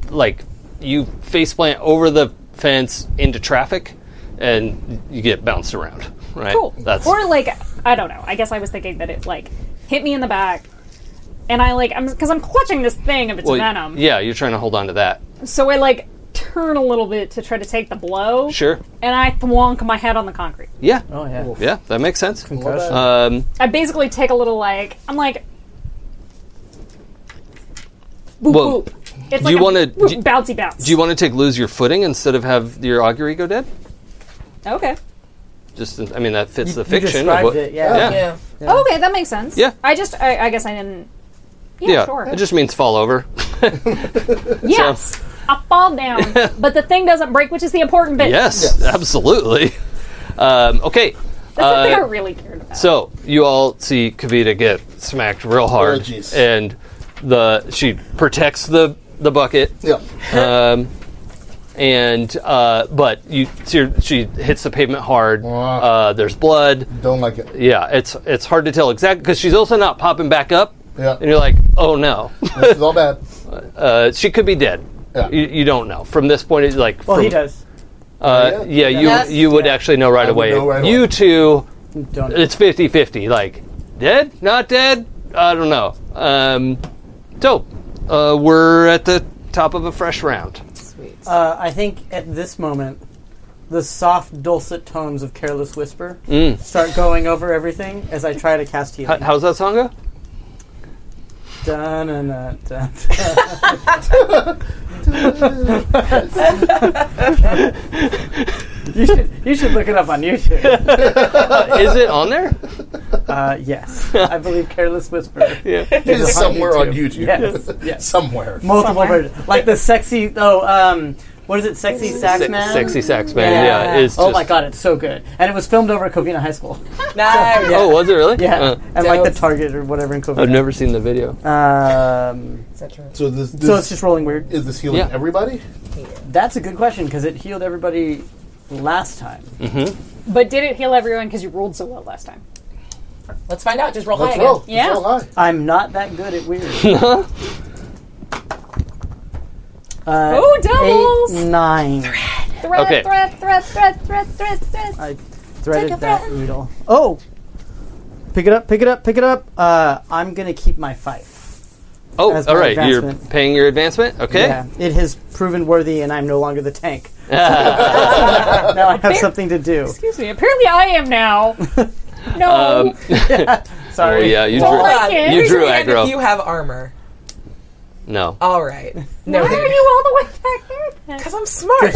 like you faceplant over the fence into traffic and you get bounced around, right?
Cool.
That's
or like I don't know. I guess I was thinking that it like hit me in the back, and I like I'm because I'm clutching this thing of its
well,
venom.
Yeah, you're trying to hold on to that.
So I like turn a little bit to try to take the blow.
Sure.
And I thwonk my head on the concrete.
Yeah.
Oh yeah.
Yeah, that makes sense.
Concussion.
Um,
I basically take a little like I'm like boop
Well,
boop. It's
do you
a
wanna-
boop,
do you-
bouncy bounce.
do you want to take lose your footing instead of have your augury go dead?
okay.
Just, I mean, that fits the
You
fiction. of
described
what,
it. Yeah.
Yeah.
Yeah.
okay, that makes sense.
Yeah.
I just I, I guess I didn't. Yeah,
yeah,
sure.
it just means fall over.
yes. I fall down, but the thing doesn't break, which is the important bit.
Yes, absolutely. Um, okay,
That's the thing
Uh,
I really cared about.
so you all see Kavita get smacked real hard,
Oh, jeez.
and the she protects the the bucket,
Yeah.
um, and uh, but you see her, she hits the pavement hard.
Wow.
Uh, there's blood.
Don't like it.
Yeah, it's it's hard to tell exactly because she's also not popping back up.
Yeah.
and you're like, oh no,
This is all bad.
uh, she could be dead.
Yeah.
You, you don't know from this point. It's like
Well,
from-
he does.
Uh, yeah,
Yeah.
you
Yes.
you would
Yeah.
actually know right
I would
away.
know right
you
away.
two,
Don't.
it's 50-50. Like, dead? Not dead? I don't know. Um, so, uh, we're at the top of a fresh round.
Sweet.
Uh, I think at this moment, the soft, dulcet tones of Careless Whisper
Mm.
start going over everything as I try to cast
H-
healing.
how's that song go?
Dun, dun, dun, dun. you should you should look it up on YouTube.
Is it on there?
Uh, yes, I believe Careless Whisper.
Yeah.
It's
on
somewhere on YouTube.
YouTube. Yes, yes.
Somewhere.
Multiple
Somewhere.
versions, like the sexy. Oh, um, what is it? Sexy sax
Se-
man.
sexy sax man. Yeah. it's
oh
just-
my god, it's so good, and it was filmed over at Covina High School.
Nice.
Oh, was it really?
Yeah, Uh,
Uh,
and like the
Dope.
Target or whatever in
I've
Covina.
never seen the video.
Um,
Et cetera.
So this, this
so it's just rolling weird.
is this healing
Yeah.
everybody?
That's a good question because it healed everybody last time.
But did it heal everyone because you rolled so well last time?
Let's find out. Just roll high
Let's
again.
roll. Let's
Yeah.
roll high.
I'm not that good at weird. uh,
Oh, doubles!
Eight, nine.
Thread,
Okay.
thread, thread, thread, thread, thread, thread.
I
Take
threaded
a
that
thread.
needle. Oh, pick it up, pick it up, pick it up. Uh, I'm gonna keep my fife.
Oh,
That's my
all right. You're
advancement.
paying your advancement? Okay.
Yeah, it has proven worthy, and I'm no longer the tank. now I have something to do.
Excuse me. Apparently, I am now. no,
Um, oh,
Sorry.
yeah, you
Don't
drew.
uh,
like it.
you
Raise
drew
your hand
aggro.
If you have armor.
no.
All right. No.
why are you all the way back there? then?
Because I'm smart.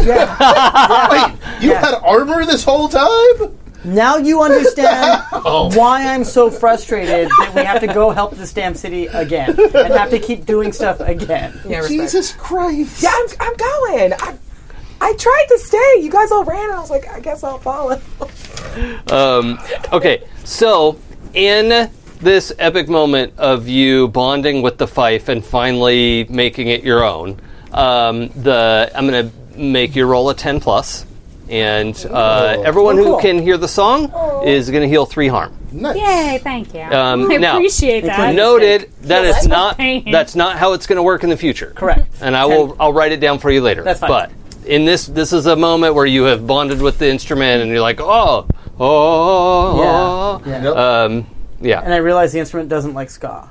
Wait, you had armor this whole time?
Now you understand
Oh.
why I'm so frustrated that we have to go help this damn city again and have to keep doing stuff again.
Yeah, respect.
Jesus Christ.
Yeah, I'm, I'm going. I, I tried to stay. You guys all ran, and I was like, I guess I'll follow.
Um, okay, so in this epic moment of you bonding with the fife and finally making it your own, um, the I'm going to make you roll a ten plus, and uh, everyone
Oh, cool. Oh.
who can hear the song is going to heal three harm.
Nice.
Yay, thank you.
Um,
I
now,
appreciate that.
Noted that it's not
Pain.
that's not how it's going to work in the future.
Correct.
And I will I'll write it down for you later.
That's fine.
But in this this is a moment where you have bonded with the instrument and you're like, "Oh, oh."
Yeah.
Yep.
Um yeah.
And I realize the instrument doesn't like ska.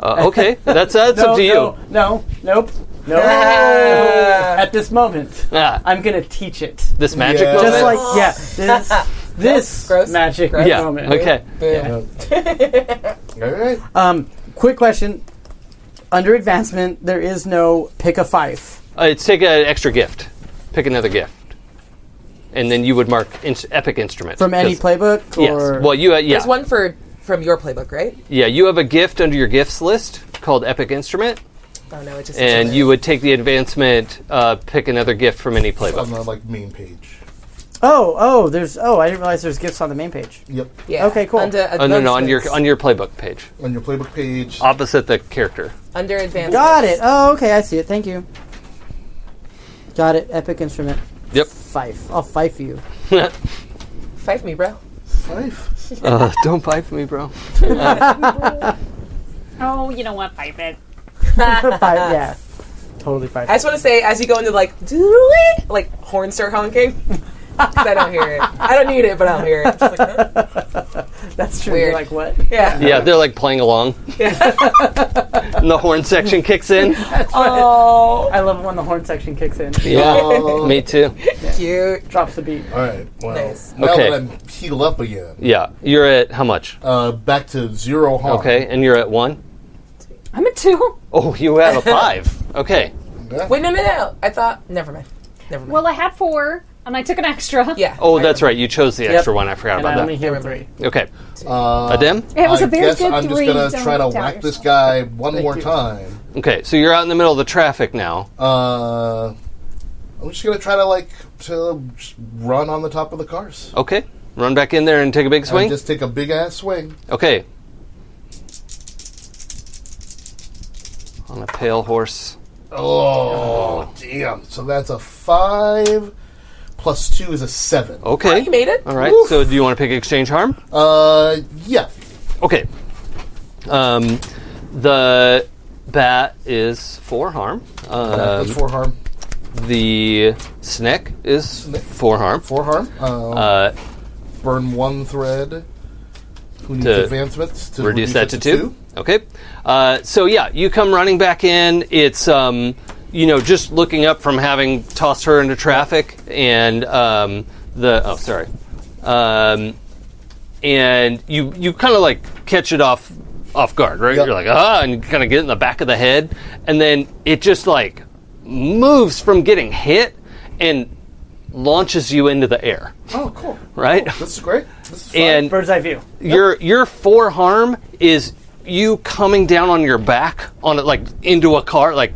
Uh, okay. That's that's up to you.
no, No, nope, nope. At this moment,
Ah,
I'm gonna teach it.
this magic
Yeah.
moment.
Just like yeah, this this
Gross.
magic
Gross.
yeah.
moment.
Okay.
Boom.
All right.
Um, quick question. Under advancement, there is no pick a fife.
Uh, it's take an extra gift. Pick another gift. And then you would mark ins- epic instrument
from any
'cause-
playbook. Or
Yes. Well, you uh, yeah.
There's one for from your playbook, right?
Yeah, you have a gift under your gifts list called Epic Instrument,
Oh no, it just
and you would take the advancement, uh, pick another gift from any
On
playbook.
the like main page.
oh, oh, there's. Oh, I didn't realize there's gifts on the main page.
Yep.
Yeah.
Okay, cool.
Under
Oh, no, no, on your
advancements.
on your playbook page,
On your playbook page.
opposite the character.
under advanced.
Got it. Oh, okay, I see it. Thank you. Got it. Epic instrument.
Yep.
Fife. I'll fife you.
Fife me, bro.
Five.
Uh, don't buy for me, bro.
Oh, you know what? Pipe it.
Fife, yeah. Totally fife.
I just want to say, as you go into like, do it, like horns start honking. 'Cause I don't hear it. I don't need it, but I'll hear it. Just like, huh?
That's true.
Weird.
You're like, what?
Yeah.
Yeah, they're like playing along. and the horn section kicks in.
Oh,
I love it when the horn section kicks in.
Yeah, me too.
cute.
Drops the beat.
All right. Well,
Nice.
now
Okay.
that I'm healed up again,
Yeah, you're at how much?
uh, back to zero harm.
Okay, and you're at one.
I'm a two.
Oh, you have a five. Okay.
Wait no, no, no. I thought. Never mind. Never mind.
Well, I had four, and I took an extra.
yeah.
Oh, that's right. You chose the extra one. I forgot
And I
about
only
that.
hear three.
Okay.
Uh,
Adem.
It was a
I
very
guess
good
I'm just
3
gonna
don't
try to
doubt
whack this
yourself.
guy one more
you.
time.
Okay, so you're out in the middle of the traffic now.
Uh, I'm just gonna try to like to just run on the top of the cars.
Okay. Run back in there and take a big swing.
And just take a big ass swing.
okay. On a pale horse.
Oh, damn! So that's a five plus two is a seven.
Oh,
Okay.
you made it.
All right.
Woo.
So do you want to pick exchange harm?
Uh, yeah.
Okay. Um, the bat is four harm. Um,
that's four harm.
The snake is four harm.
Four harm. Uh,
Uh,
burn one thread. Who needs
To
advancements to
reduce that to
it
two. Okay. Uh, so yeah, you come running back in. It's um, you know just looking up from having tossed her into traffic, and um, the oh sorry, um, and you you kind of like catch it off off guard, right?
Yep.
You're like ah, and you kind of get in the back of the head, and then it just like moves from getting hit and launches you into the air,
Oh, cool.
right?
This is great. This is fun.
and
Bird's eye view.
your your four harm is you coming down on your back on it like into a car like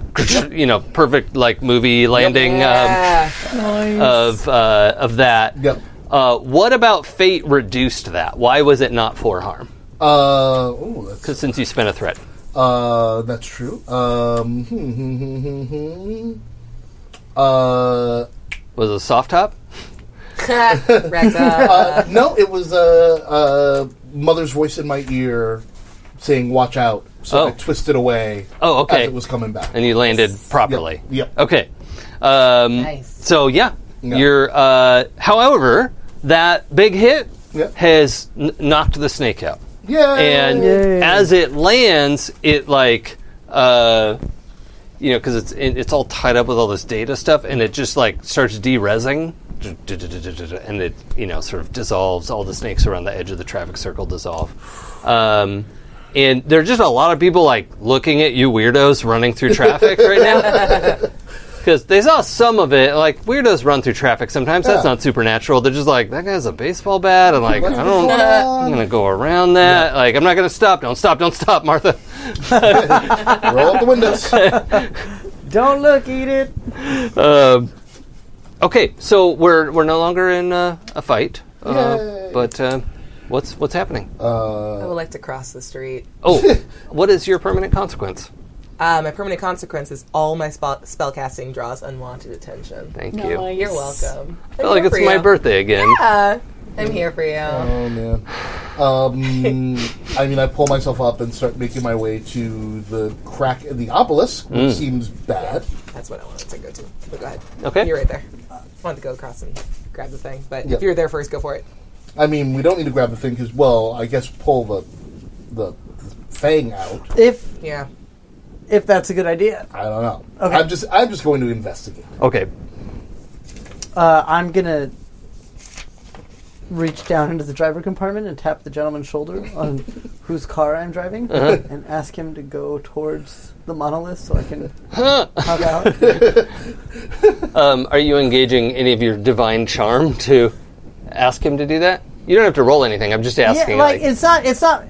you know perfect like movie landing
Yeah.
um, of uh, of that
Yep.
uh, what about fate reduced that why was it not four harm
uh, ooh, that's
'Cause since you spent a threat
Uh, that's true. Um, hmm, hmm, hmm, hmm, hmm. Uh,
was it a soft top
Rags up.
uh, no, it was uh, uh, mother's voice in my ear saying, "Watch out!" So
Oh.
I twisted away.
Oh, okay.
As it was coming back.
and you landed properly
Yep.
okay um,
Nice.
so yeah
Yeah.
you're uh, however that big hit
Yep.
has n- knocked the snake out
yeah.
and as it lands, it like uh, you know because it's it's all tied up with all this data stuff, and it just like starts derezzing, and it you know sort of dissolves. All the snakes around the edge of the traffic circle dissolve. Um, and there are just a lot of people like looking at you weirdos running through traffic right now. Because they saw some of it, like weirdos run through traffic sometimes. That's
Yeah.
not supernatural. They're just like that guy's a baseball bat, and like
What's
I don't.
going
I'm
on?
gonna go around that. Like I'm not gonna stop. Don't stop. Don't stop, Martha.
Roll up the windows.
Don't look, eat it.
Um, okay, so we're we're no longer in uh, a fight. Uh,
Yay.
but uh, what's what's happening?
Uh,
I would like to cross the street.
oh, what is your permanent consequence?
Uh, my permanent consequence is all my spell spellcasting draws unwanted attention.
Thank you.
You're welcome.
I feel like it's my birthday again.
Uh, I'm here for you.
oh man. Um, I mean, I pull myself up and start making my way to the crack in the obelisk, which seems bad.
That's what I wanted to go to. But go ahead.
Okay.
You're right there. I wanted to go across and grab the thing, but
Yep.
if you're there first, go for it.
I mean, we don't need to grab the thing because, well, I guess pull the the fang out.
If
Yeah.
if that's a good idea,
I don't know.
Okay.
I'm just I'm just going to investigate.
Okay.
uh, I'm gonna reach down into the driver compartment and tap the gentleman's shoulder on whose car I'm driving
Uh-huh.
and ask him to go towards the monolith so I can hug out.
Um, are you engaging any of your divine charm to ask him to do that? You don't have to roll anything. I'm just
yeah,
asking.
like it's not it's not.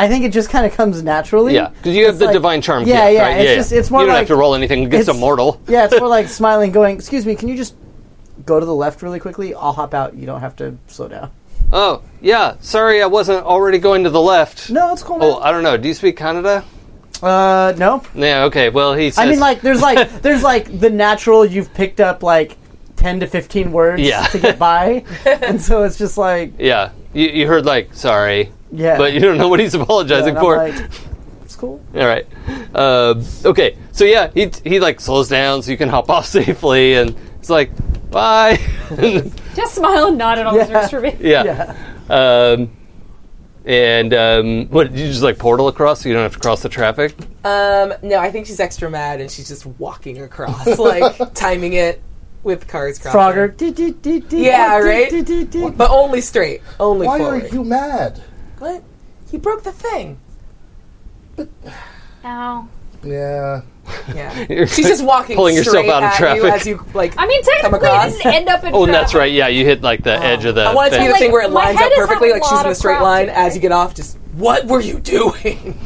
I think it just kind of comes naturally.
yeah, because you have
It's
the
like-
divine charm.
Yeah,
gift,
yeah.
Right?
It's just it's more
you don't
like
have to roll anything against a
it's-
mortal.
yeah, it's more like smiling, going, "Excuse me, can you just go to the left really quickly? I'll hop out. You don't have to slow down."
Oh yeah. Sorry, I wasn't already going to the left.
No, it's cool. Man.
Oh, I don't know. Do you speak Kannada?
uh, no.
Yeah. Okay. Well, he. Says,
I mean, like, there's like, there's like the natural. You've picked up like ten to fifteen words
Yeah.
to get by, and so it's just like,
Yeah. You, you heard like sorry,
yeah.
but you don't know what he's
And
apologizing
I'm
for.
like, it's cool.
All right. Um okay. So yeah, he he like slows down so you can hop off safely, and it's like bye.
Just smile and nod at all
Yeah.
this for me.
yeah.
Yeah.
Um, and um, what you just like portal across so you don't have to cross the traffic?
Um, no, I think she's extra mad and she's just walking across, like timing it with cars crossing.
Frogger. Dee, dee, dee, dee,
Yeah,
dee,
right?
dee, dee, dee.
But only straight. Only
Why
forward.
are you mad?
What? You broke the thing.
Ow.
Yeah.
Yeah.
You're
She's just walking
pulling yourself
straight
out of
at
traffic.
you as you like
I mean, technically, it
across.
didn't end up in
Oh, and that's
traffic.
right. Yeah, you hit like the edge of the.
I want it to be
thing.
the
Like,
thing where it
my
lines
head
up
has had
perfectly,
a
like she's
lot
in a
of
straight
crap
line.
today.
As you get off, just what were you doing?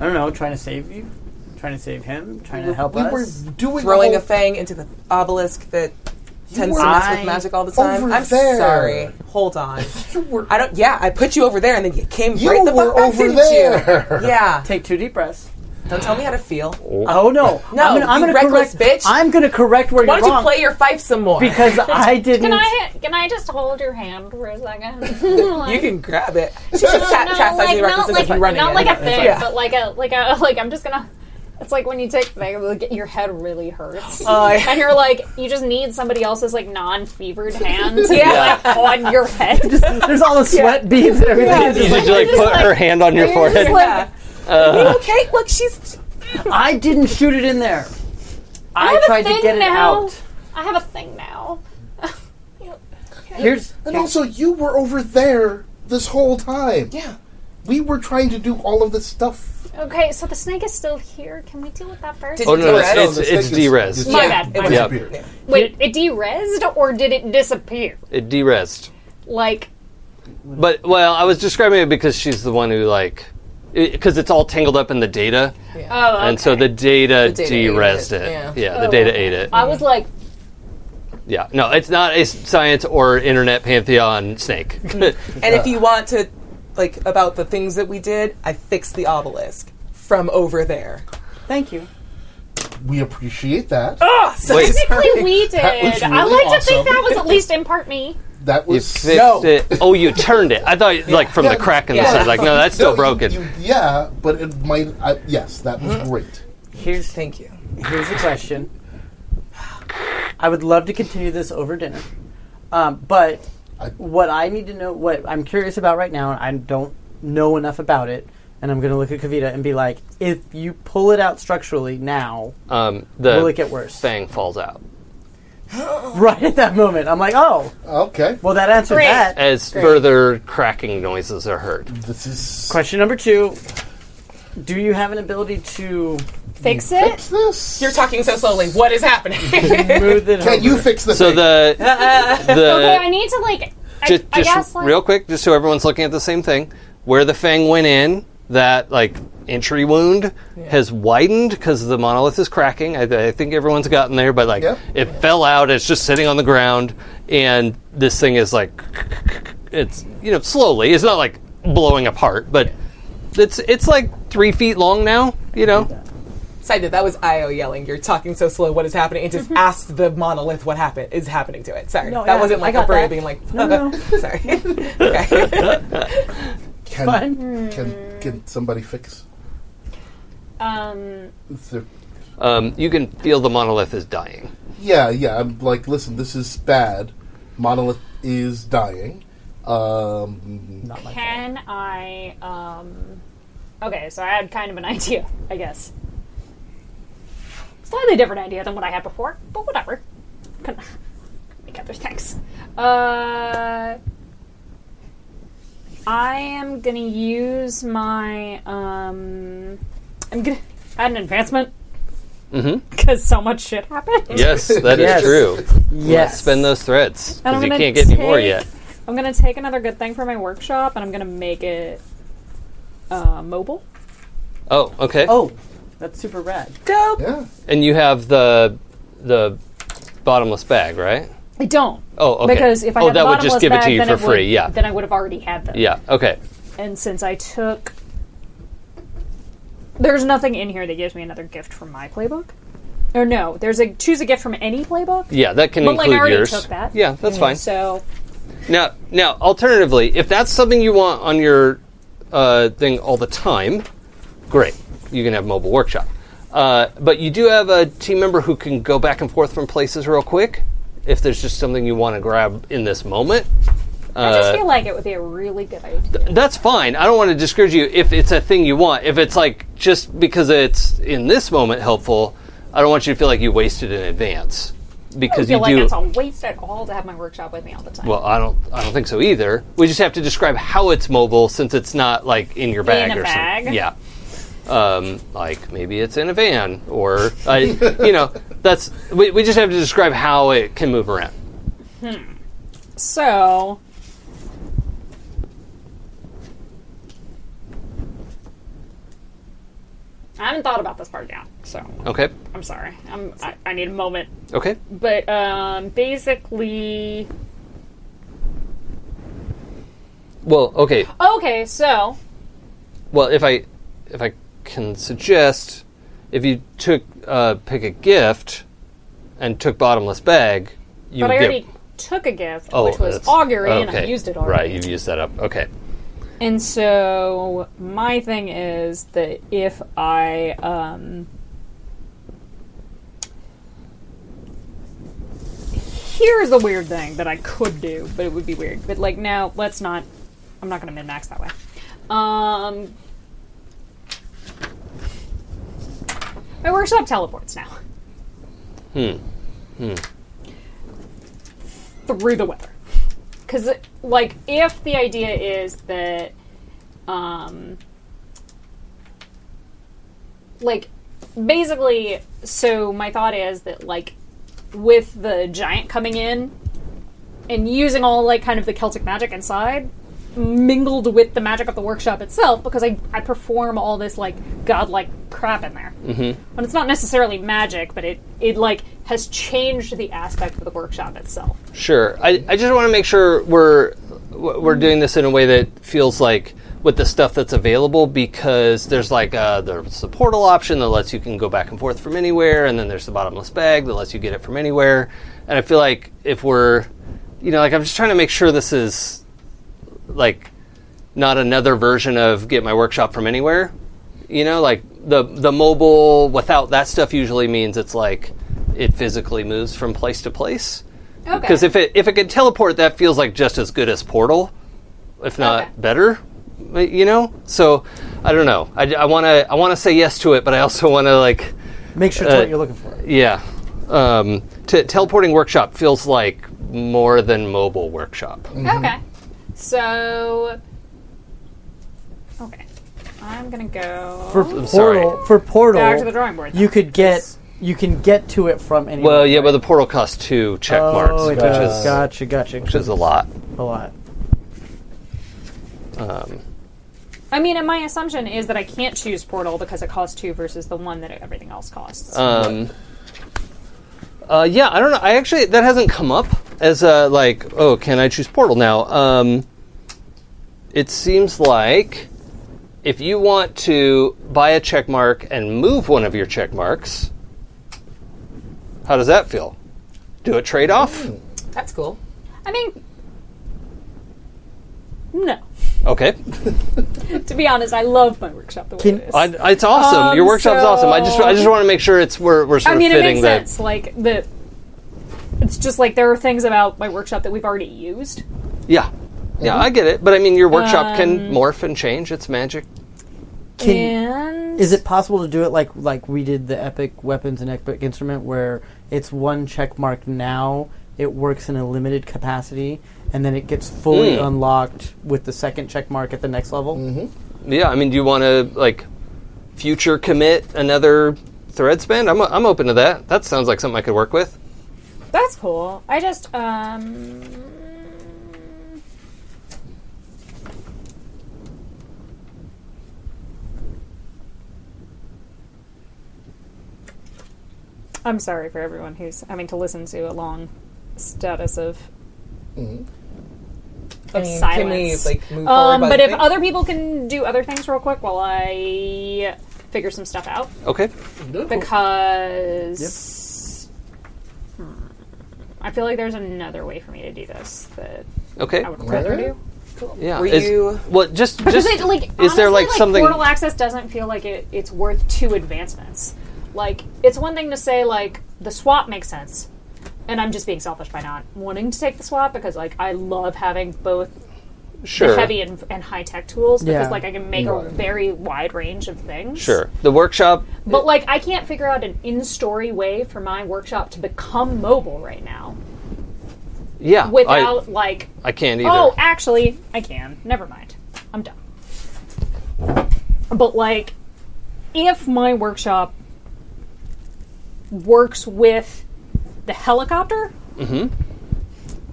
I don't know, trying to save you, trying to save him, trying to help
we
us.
were doing
Throwing
the
a
whole-
fang into the obelisk that tends
were
to mess with
I-
magic all the time.
over
I'm
there.
sorry. Hold on.
You were,
I don't. Yeah, I put you over there, and then you came
you
right the
were
fuck back,
over
didn't
there.
you? Yeah.
Take two deep breaths.
Don't tell me how to feel. Why
Oh no!
No,
I'm gonna, I'm
you
gonna
reckless
correct,
bitch.
I'm gonna correct where
don't
you're
you
wrong
play your fife some more?
because I didn't.
Can I can I just hold your hand for a second? Like-
you can grab it. She's just
No,
chat chastising
like,
the
not
reckless
like,
if you running
not
it.
like a thing,
Yeah.
but like a like a like I'm just gonna. It's like when you take things, like, your head really hurts,
Oh, yeah.
and you're like, you just need somebody else's like non-fevered hand to
Yeah.
be like on your head. Just,
There's all the sweat beads and everything. It's
You
just
just,
like,
like,
just,
put
like,
her hand on your forehead.
like,
Yeah. Are you okay? Look, she's.
I didn't shoot it in there. I,
have a
tried to
thing
get it
now.
out.
I have a thing now.
Here's
And also, you were over there this whole time.
Yeah.
We were trying to do all of this stuff.
Okay, so the snake is still here. Can we deal with that first?
Did
Oh no, no, it's
Derez.
The
it's, it's
snake is-
derezed.
is-
my
yeah,
bad.
it
My
was-
bad.
Yep.
Disappeared.
Wait, it derezed or did it disappear?
It derezed.
Like,
But well, I was describing it because she's the one who like because it's all tangled up in the data,
oh, okay.
and so the data,
The data ate
derezed
it,
it.
yeah.
the
Oh.
data ate it.
I was like,
Yeah, no, it's not a s- science or internet pantheon snake.
And if you want to, like, about the things that we did, I fixed the obelisk from over there.
thank you.
We appreciate that.
Oh, so
Wait.
technically we did.
was
I
really
like to think
awesome.
that was at least in part me.
That
You
was
fixed
no.
it. Oh, you turned it. I thought like from the crack in the
Yeah.
side. Like no, that's
No,
still
you-
broken.
you- yeah, but it might. I, yes, that was great.
Here's
Thank you.
here's a question. I would love to continue this over dinner, um, but
I-
what I need to know, what I'm curious about right now, and I don't know enough about it, and I'm going to look at Kavita and be like, if you pull it out structurally now,
Um, the
will it get worse?
fang falls out
Right at that moment, I'm like, oh,
Okay.
well, that answered
Great.
that.
as further cracking noises are heard.
This is.
Question number two: Do you have an ability to
Fix it?
What's this?
You're talking so slowly. What is happening?
smooth it?
Can
over?
you fix the
So
thing?
the the
Okay, I need to like. I,
just,
I
just
guess like,
real quick, just so everyone's looking at the same thing, where the fang went in, that like entry wound has widened because the monolith is cracking. I, I think everyone's gotten there, but like
Yep.
it fell out. It's just sitting on the ground, and this thing is like it's you know slowly. It's not like blowing apart, but it's it's like three feet long now. You know,
Side note: That was Io yelling. You're talking so slow. What is happening? It just asked the monolith what happened is happening to it. Sorry,
No,
that
yeah,
wasn't like
I got
a bird
that.
being like.
No, no.
Sorry. okay.
Can,
Fine.
can can somebody fix?
Um,
it's their-
Um, you can feel the monolith is dying.
Yeah, yeah. I'm like, listen, this is bad. Monolith is dying. Um,
Not my fault.
can I? Um, okay, so I had kind of an idea, I guess. Slightly different idea than what I had before, but whatever. Can make other things. Uh, I am gonna use my. Um, I'm gonna add an advancement
Mm-hmm.
because so much shit happened.
Yes, that is
Yes.
true.
Yes.
Spend those threads
And I'm
because you
gonna
can't get any more
take-
yet.
I'm gonna take another good thing for my workshop, and I'm gonna make it uh, mobile.
Oh, okay.
Oh, that's super rad.
Dope.
yeah.
And you have the the bottomless bag, right?
I don't.
Oh, okay.
Because if I
oh,
had
that would
bottomless
just give it
bag,
to you
then
for free.
would-
yeah.
Then I would have already had them.
Yeah. Okay.
And since I took, there's nothing in here that gives me another gift from my playbook. Or no, there's a choose a gift from any playbook.
Yeah, that can
But, like, I
include
already
yours.
took that.
Yeah, that's fine.
So
Now, now, alternatively, if that's something you want on your uh, thing all the time, great. You can have mobile workshop. Uh, but you do have a team member who can go back and forth from places real quick. If there's just something you want to grab in this moment,
I
Uh,
just feel like it would be a really good idea.
that's fine. I don't want to discourage you if it's a thing you want. If it's like just because it's in this moment helpful, I don't want you to feel like you wasted in advance
I
because
feel
you
like
do.
it's a waste at all to have my workshop with me all the time.
Well, I don't. I don't think so either. We just have to describe how it's mobile, since it's not like in your bag
In a
or
bag?
something. Yeah. Um, like maybe it's in a van, or I, you know, that's. We, we just have to describe how it can move around.
so I haven't thought about this part yet. So
Okay.
I'm sorry. I'm, I, I need a moment
Okay.
but um, basically,
Well. Okay.
okay. So
Well, if I if I can suggest, if you took uh, pick a gift and took bottomless bag, you
but I
would
already
get.
took a gift,
Oh,
which was
that's-
augury, and I
okay.
used it
Right,
already.
you've used that up. Okay.
And so my thing is that if I um, here's the weird thing that I could do, but it would be weird. But like now, let's not. I'm not going to min max that way. Um, my workshop teleports now. Hmm. Hmm. Through the weather. Because, like, if the idea is that, um, like, basically, so my thought is that, like, with the giant coming in and using all, like, kind of the Celtic magic inside, mingled with the magic of the workshop itself, because I, I perform all this, like, godlike crap in there. Mm-hmm. And it's not necessarily magic, but it, it, like, has changed the aspect of the workshop itself.
Sure. I, I just want to make sure we're we're doing this in a way that feels like with the stuff that's available because there's like uh, there's the portal option that lets you can go back and forth from anywhere, and then there's the bottomless bag that lets you get it from anywhere. And I feel like if we're, you know, like I'm just trying to make sure this is like not another version of get my workshop from anywhere. You know, like the the mobile without that stuff usually means it's like it physically moves from place to place.
Okay.
Because if it if it can teleport, that feels like just as good as Portal, if not
Okay.
better. but, You know, so I don't know. I want to I want to say yes to it, but I also want to like
Make sure it's what you're looking for.
yeah. Um, t- teleporting workshop feels like more than mobile workshop.
Mm.
Okay. So. Okay. I'm gonna go
For
I'm
portal,
sorry.
for portal,
Oh. back to the drawing board.
you
then.
could get you can get to it from anywhere.
Well, yeah,
right?
but the portal costs two check
oh,
marks,
it
which
does.
is
gotcha, gotcha,
which is a lot.
a lot.
Um,
I mean, and my assumption is that I can't choose portal because it costs two versus the one that everything else costs.
Um, uh, yeah, I don't know. I actually that hasn't come up as a like. Oh, can I choose portal now? Um, it seems like if you want to buy a check mark and move one of your check marks, how does that feel? Do a trade
Hmm.
off?
That's cool.
I mean, no.
Okay.
To be honest, I love my workshop the way it is.
I, it's awesome.
Um,
your workshop's
so-
awesome. I just I just want to make sure it's we're, we're sort
I mean,
of
it
fitting
makes
the
sense. Like the, it's just like there are things about my workshop that we've already used.
yeah. Yeah, I get it, but I mean, your workshop
Um,
can morph and change. It's magic.
Can,
and
is it possible to do it like like we did the epic weapons and epic instrument, where it's one check mark now, it works in a limited capacity, and then it gets fully
Mm.
unlocked with the second check mark at the next level?
Mm-hmm. Yeah, I mean, do you want to like future commit another thread span? I'm I'm open to that. That sounds like something I could work with.
that's cool. I just um. I'm sorry for everyone who's having to listen to a long status of
I
Mm-hmm.
Of
mean, Can we
silence.
like move
Um,
forward? by
but
the
if
thing?
other people can do other things real quick while I figure some stuff out,
Okay.
because Hmm. I feel like there's another way for me to do this that
Okay.
I would rather do.
Yeah.
Were
is-
you-
well? Just
Because
just
it, like,
is
honestly,
there like, something?
portal access doesn't feel like it, it's worth two advancements. Like it's one thing to say like the swap makes sense, and I'm just being selfish by not wanting to take the swap because like I love having both
sure.
heavy and, and high tech tools because
Yeah.
like I can make a very wide range of things.
Sure. The workshop.
But like I can't figure out an in-story way for my workshop to become mobile right now
Yeah.
without like
I, I can't either.
oh actually I can. Never mind. I'm done. But like if my workshop works with the helicopter,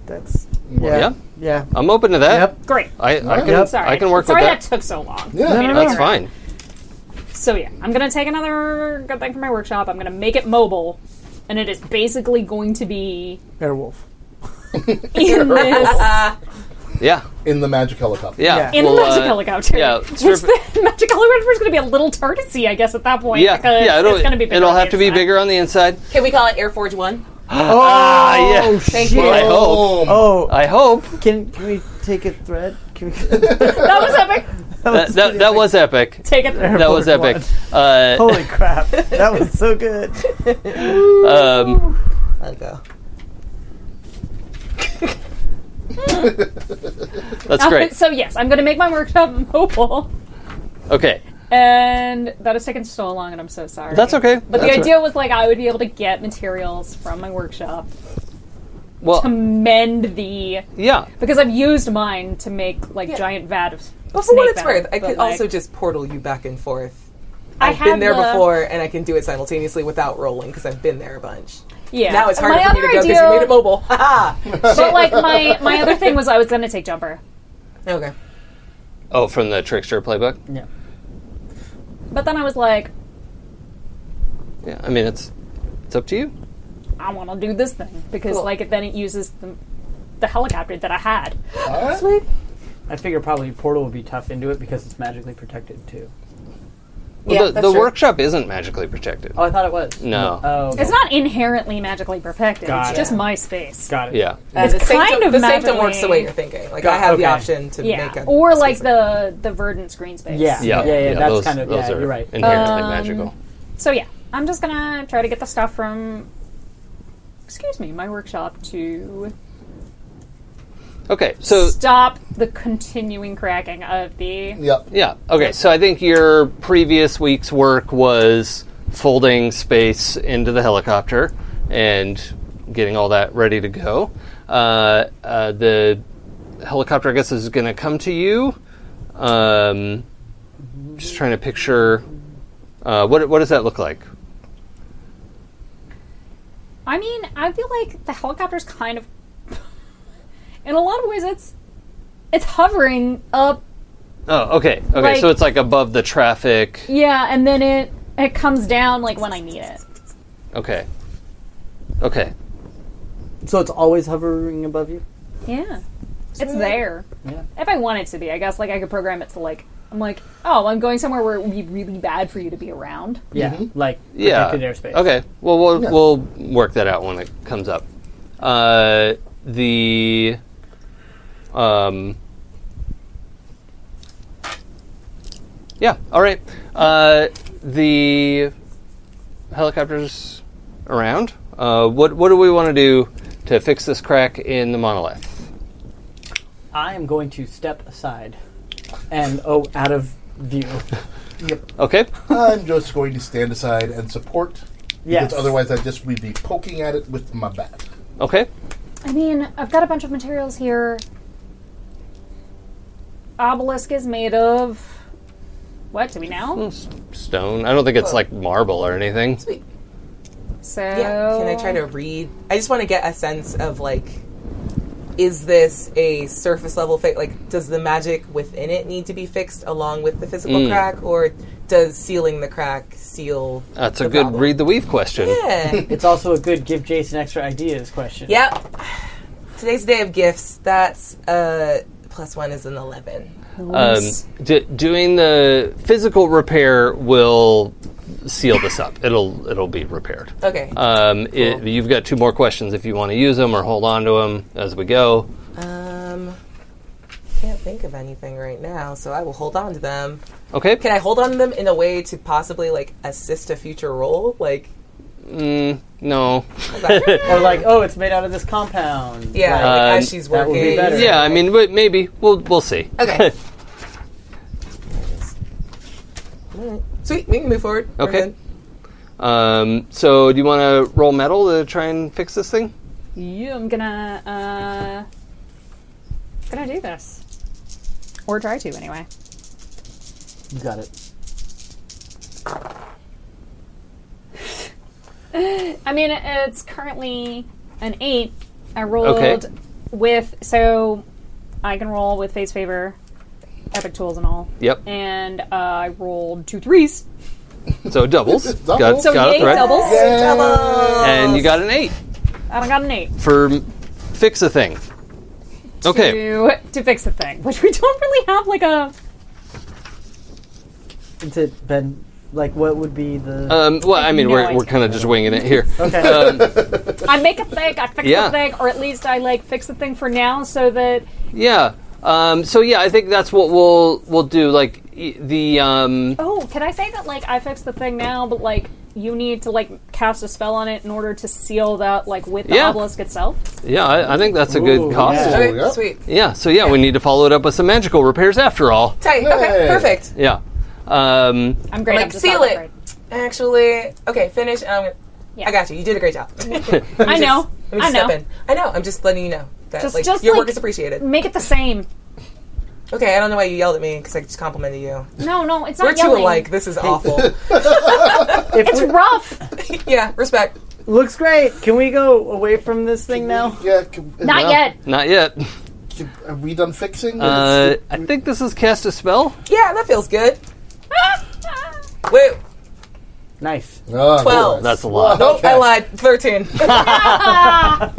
That's
yeah.
yeah.
I'm open to that.
Yep.
great.
I, I can
Yep.
Sorry.
I can work
Sorry
with
that.
that.
took so long.
Yeah.
I mean,
That's
alright.
fine.
So yeah, I'm gonna take another good thing from my workshop. I'm gonna make it mobile, and it is basically going to be
Airwolf.
in this
Yeah.
in the magic helicopter.
Yeah.
in
Well,
the
uh,
magic helicopter.
Yeah.
which
strip-
the magic helicopter is gonna be a little hard to see, I guess, at that point.
yeah.
because
Yeah. It'll,
it's gonna be bigger
it'll
on the
have to be
inside.
bigger on the inside.
can we call it Air Forge One?
Ah. Yeah.
Thank
Well, I
you.
hope.
Oh,
I hope
can can we take a thread? Can we?
That was epic.
that that, that was epic.
Take it. There.
That was
Lord,
epic. Uh,
Holy crap! That was so good.
um,
I go.
that's great.
Uh, So yes, I'm gonna make my workshop mobile,
Okay.
and that has taken so long, and I'm so sorry.
That's okay.
But the idea was like I would be able to get materials from my workshop,
Well,
mend the
yeah.
Because I've used mine to make like
Yeah.
giant vat of.
But for
snake
what it's
venom,
worth, I
but,
could
like,
also just portal you back and forth.
I
I've been
had
there
the-
before, and I can do it simultaneously without rolling because I've been there a bunch.
Yeah.
Now it's harder
My
for me to
other
go because
idea-
you made it mobile. Haha.
But like my my other thing was I was gonna take jumper,
okay.
Oh, from the trickster playbook.
Yeah.
but then I was like,
Yeah. I mean, it's it's up to you.
I want to do this thing because
Cool.
like then it uses the the helicopter that I had.
Alright.
Sweet.
I figure probably portal would be tough into it because it's magically protected too.
Well,
Yeah,
the,
that's
the
true.
workshop isn't magically protected.
Oh, I thought it was.
No.
Oh, okay.
It's not inherently magically perfected.
Got
it's
it.
just my space.
Got it.
Yeah.
Uh, the
kind
sanctum,
of
the sanctum
magically-
works the way you're thinking. Like
Got-
I have the
okay.
option to
yeah.
make a
or like
space.
the the verdant screen space.
Yeah.
Yeah.
Yeah. Yeah. that's
those,
kind of.
those
Yeah.
are
You're right. Um,
Inherently magical.
So yeah, I'm just gonna try to get the stuff from. Excuse me, my workshop to
Okay. So
stop the continuing cracking of the
Yep.
yeah. Okay. So I think your previous week's work was folding space into the helicopter and getting all that ready to go. Uh, uh, the helicopter, I guess, is going to come to you. Um, just trying to picture. Uh, what what does that look like?
I mean, I feel like the helicopter's kind of in a lot of ways it's it's hovering up
Oh, okay. Okay,
Like-
so it's like above the traffic.
yeah, and then it it comes down like when I need it.
Okay. Okay.
So it's always hovering above you.
Yeah. It's there. If I want it to be, I guess like I could program it to like I'm like, oh, I'm going somewhere where it would be really bad for you to be around.
Yeah, like
Mm-hmm. yeah.
protected airspace.
Okay. Well, we'll
Yeah.
we'll work that out when it comes up. Uh, the um. Yeah. All right. Uh, the helicopters around. Uh, what what do we want to do to fix this crack in the monolith?
I am going to step aside and oh, out of view.
Okay.
I'm just going to stand aside and support.
Yes.
Because otherwise, I'd just we'd be poking at it with my bat.
Okay.
I mean, I've got a bunch of materials here. Obelisk is made of. What do we
Hmm.
know?
S- Stone. I don't think it's like marble or anything.
So
Yeah. Can I
Oh.
try to read? I just want to get a sense of like, is this a surface level fix? Like, does the magic within it need to be fixed along with the physical
Mm.
crack, or does sealing the crack seal?
That's a
the
good
problem?
read the weave question.
Yeah.
It's also a good give Jason extra ideas question.
yep. Today's the day of gifts. That's uh, plus one is an eleven.
Um, d- doing the physical repair will seal this up. It'll it'll be repaired.
Okay.
Um, it- you've got two more questions if you want to use them or hold on to them as we go.
Um, can't think of anything right now, so I will hold on to them.
Okay.
Can I hold on to them in a way to possibly like assist a future role? Like,
Mm, no.
Or like, oh, it's made out of this compound.
yeah,
Like,
like
Um,
as she's
Uh, that
working.
would be better.
Yeah, I mean, but maybe we'll we'll see.
Okay. Alright. Sweet, we can move forward. We're
Okay.
good.
Um, so, do you want to roll metal to try and fix this thing?
Yeah, I'm gonna uh, gonna do this, or try to anyway.
you got it.
I mean, it's currently an eight. I rolled
Okay.
with so I can roll with face favor, epic tools and all,
Yep.
and uh, I rolled two threes.
So it doubles.
Double.
Got,
So
got
yay,
it right.
doubles.
And you got an eight
And I got an eight
for m- fix a thing. Okay.
to to fix the thing, which we don't really have like a.
Is it Ben? Like, what would be the?
Um, well, I mean,
no
we're,
idea.
we're kind of just winging it here.
okay.
Um,
I make a thing, I fix
Yeah.
the thing, or at least I like fix the thing for now, so that
yeah. Um, so yeah, I think that's what we'll we'll do. Like e- the um,
Oh, can I say that like I fixed the thing now, but like you need to like cast a spell on it in order to seal that like with the
Yeah.
obelisk itself?
yeah, I, I think that's a good
Ooh,
cost.
yeah.
Yeah.
Okay,
Yep.
sweet.
So yeah, we need to follow it up with some magical repairs after all.
Tight. Okay,
Yay.
perfect.
Yeah. Um,
I'm great.
Like,
I'm just
seal
not that
it.
great.
Actually, okay, finish. Um,
Yeah.
I got you. You did a great job.
I know.
Let
I
me just
know.
step in. I know. I'm just letting you know that
Just-
like,
just,
your
like-
work is appreciated.
Make it the same.
Okay, I don't know why you yelled at me because I just complimented you.
No, no, it's not
We're two
yelling.
alike. This is awful.
It's rough.
yeah, respect.
Looks great. Can we go away from this thing now?
Yeah. Can,
Not
now,
yet.
not yet.
Can, are we done fixing?
Uh, I think this is cast a spell.
Yeah, that feels good. Wait,
Nice.
Oh,
Twelve.
boy.
That's a lot.
nope, I lied. Thirteen. it's not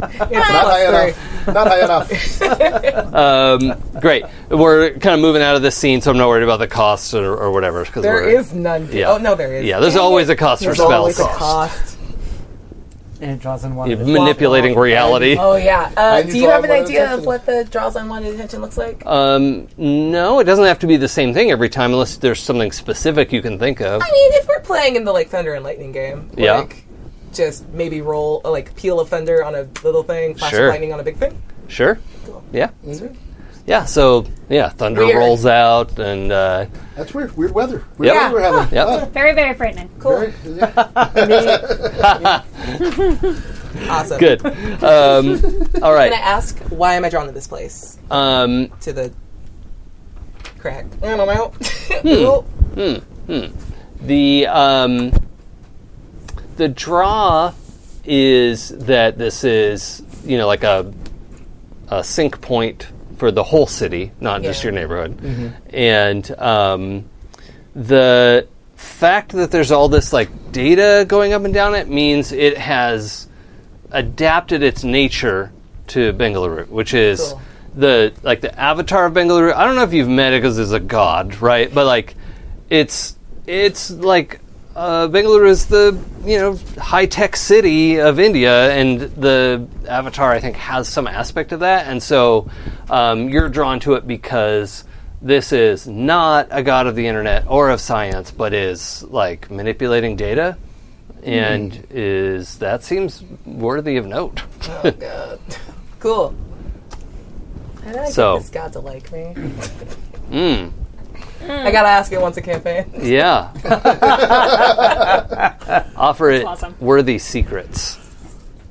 Not high
plus three.
enough. Not high enough.
Um, great. We're kind of moving out of this scene, so I'm not worried about the cost or, or whatever. Cause
There
we're,
is none.
Yeah.
Oh no, there is.
Yeah, there's always a cost
There's
for spells.
always a cost.
And it draws in one.
You're
of his-
manipulating reality.
Oh yeah. Uh,
And you
do you
draw
have an
unwanted
idea
attention.
of what the draws unwanted attention looks like?
Um, no, it doesn't have to be the same thing every time, unless there's something specific you can think of.
I mean, if we're playing in the like thunder and lightning game,
Yeah.
like just maybe roll uh, like peel of thunder on a little thing, flash
Sure.
of lightning on a big thing.
Sure. Yeah.
Mm-hmm.
Yeah. So yeah, thunder
Weird.
rolls out, and uh,
That's weird. Weird weather. Weird
Yep.
weather we're having.
Yep.
Ah,
Very, very frightening.
Cool.
very- yeah.
Awesome.
good. Um, all
Can I
right.
ask why am I drawn to this place?
Um,
To the crack. I don't know.
Hmm.
Ooh.
the um, the draw is that this is you know like a a sink point for the whole city, not just
Yeah. Mm-hmm.
your neighborhood, and um, the fact that there's all this like data going up and down it means it has adapted its nature to Bengaluru, which is
Cool.
the like the avatar of Bengaluru. I don't know if you've met it because it's a god, right? But like, it's it's like uh, Bengaluru is the you know high tech city of India, and the avatar I think has some aspect of that, and so um, you're drawn to it because this is not a god of the internet or of science, but is like manipulating data. And is that seems worthy of note?
Cool. How did I
So-
get this god to like me?
Mm.
I gotta ask it once a campaign.
Yeah. Offer it
awesome.
worthy secrets.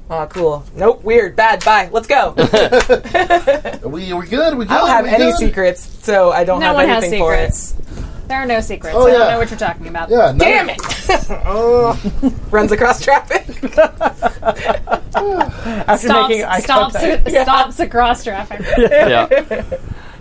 Aw, cool. Nope, weird, bad, bye. Let's go. I
Are we are we good? We good?
don't have
we
any
good?
secrets, so I don't
No
have
one has
anything
secrets. There are no secrets.
Oh,
I don't
yeah.
know what you're talking about.
Yeah. no-
for it. Damn it! Runs across traffic.
After
Stomps,
making eye
stomps,
contact.
stomps across traffic.
Yeah.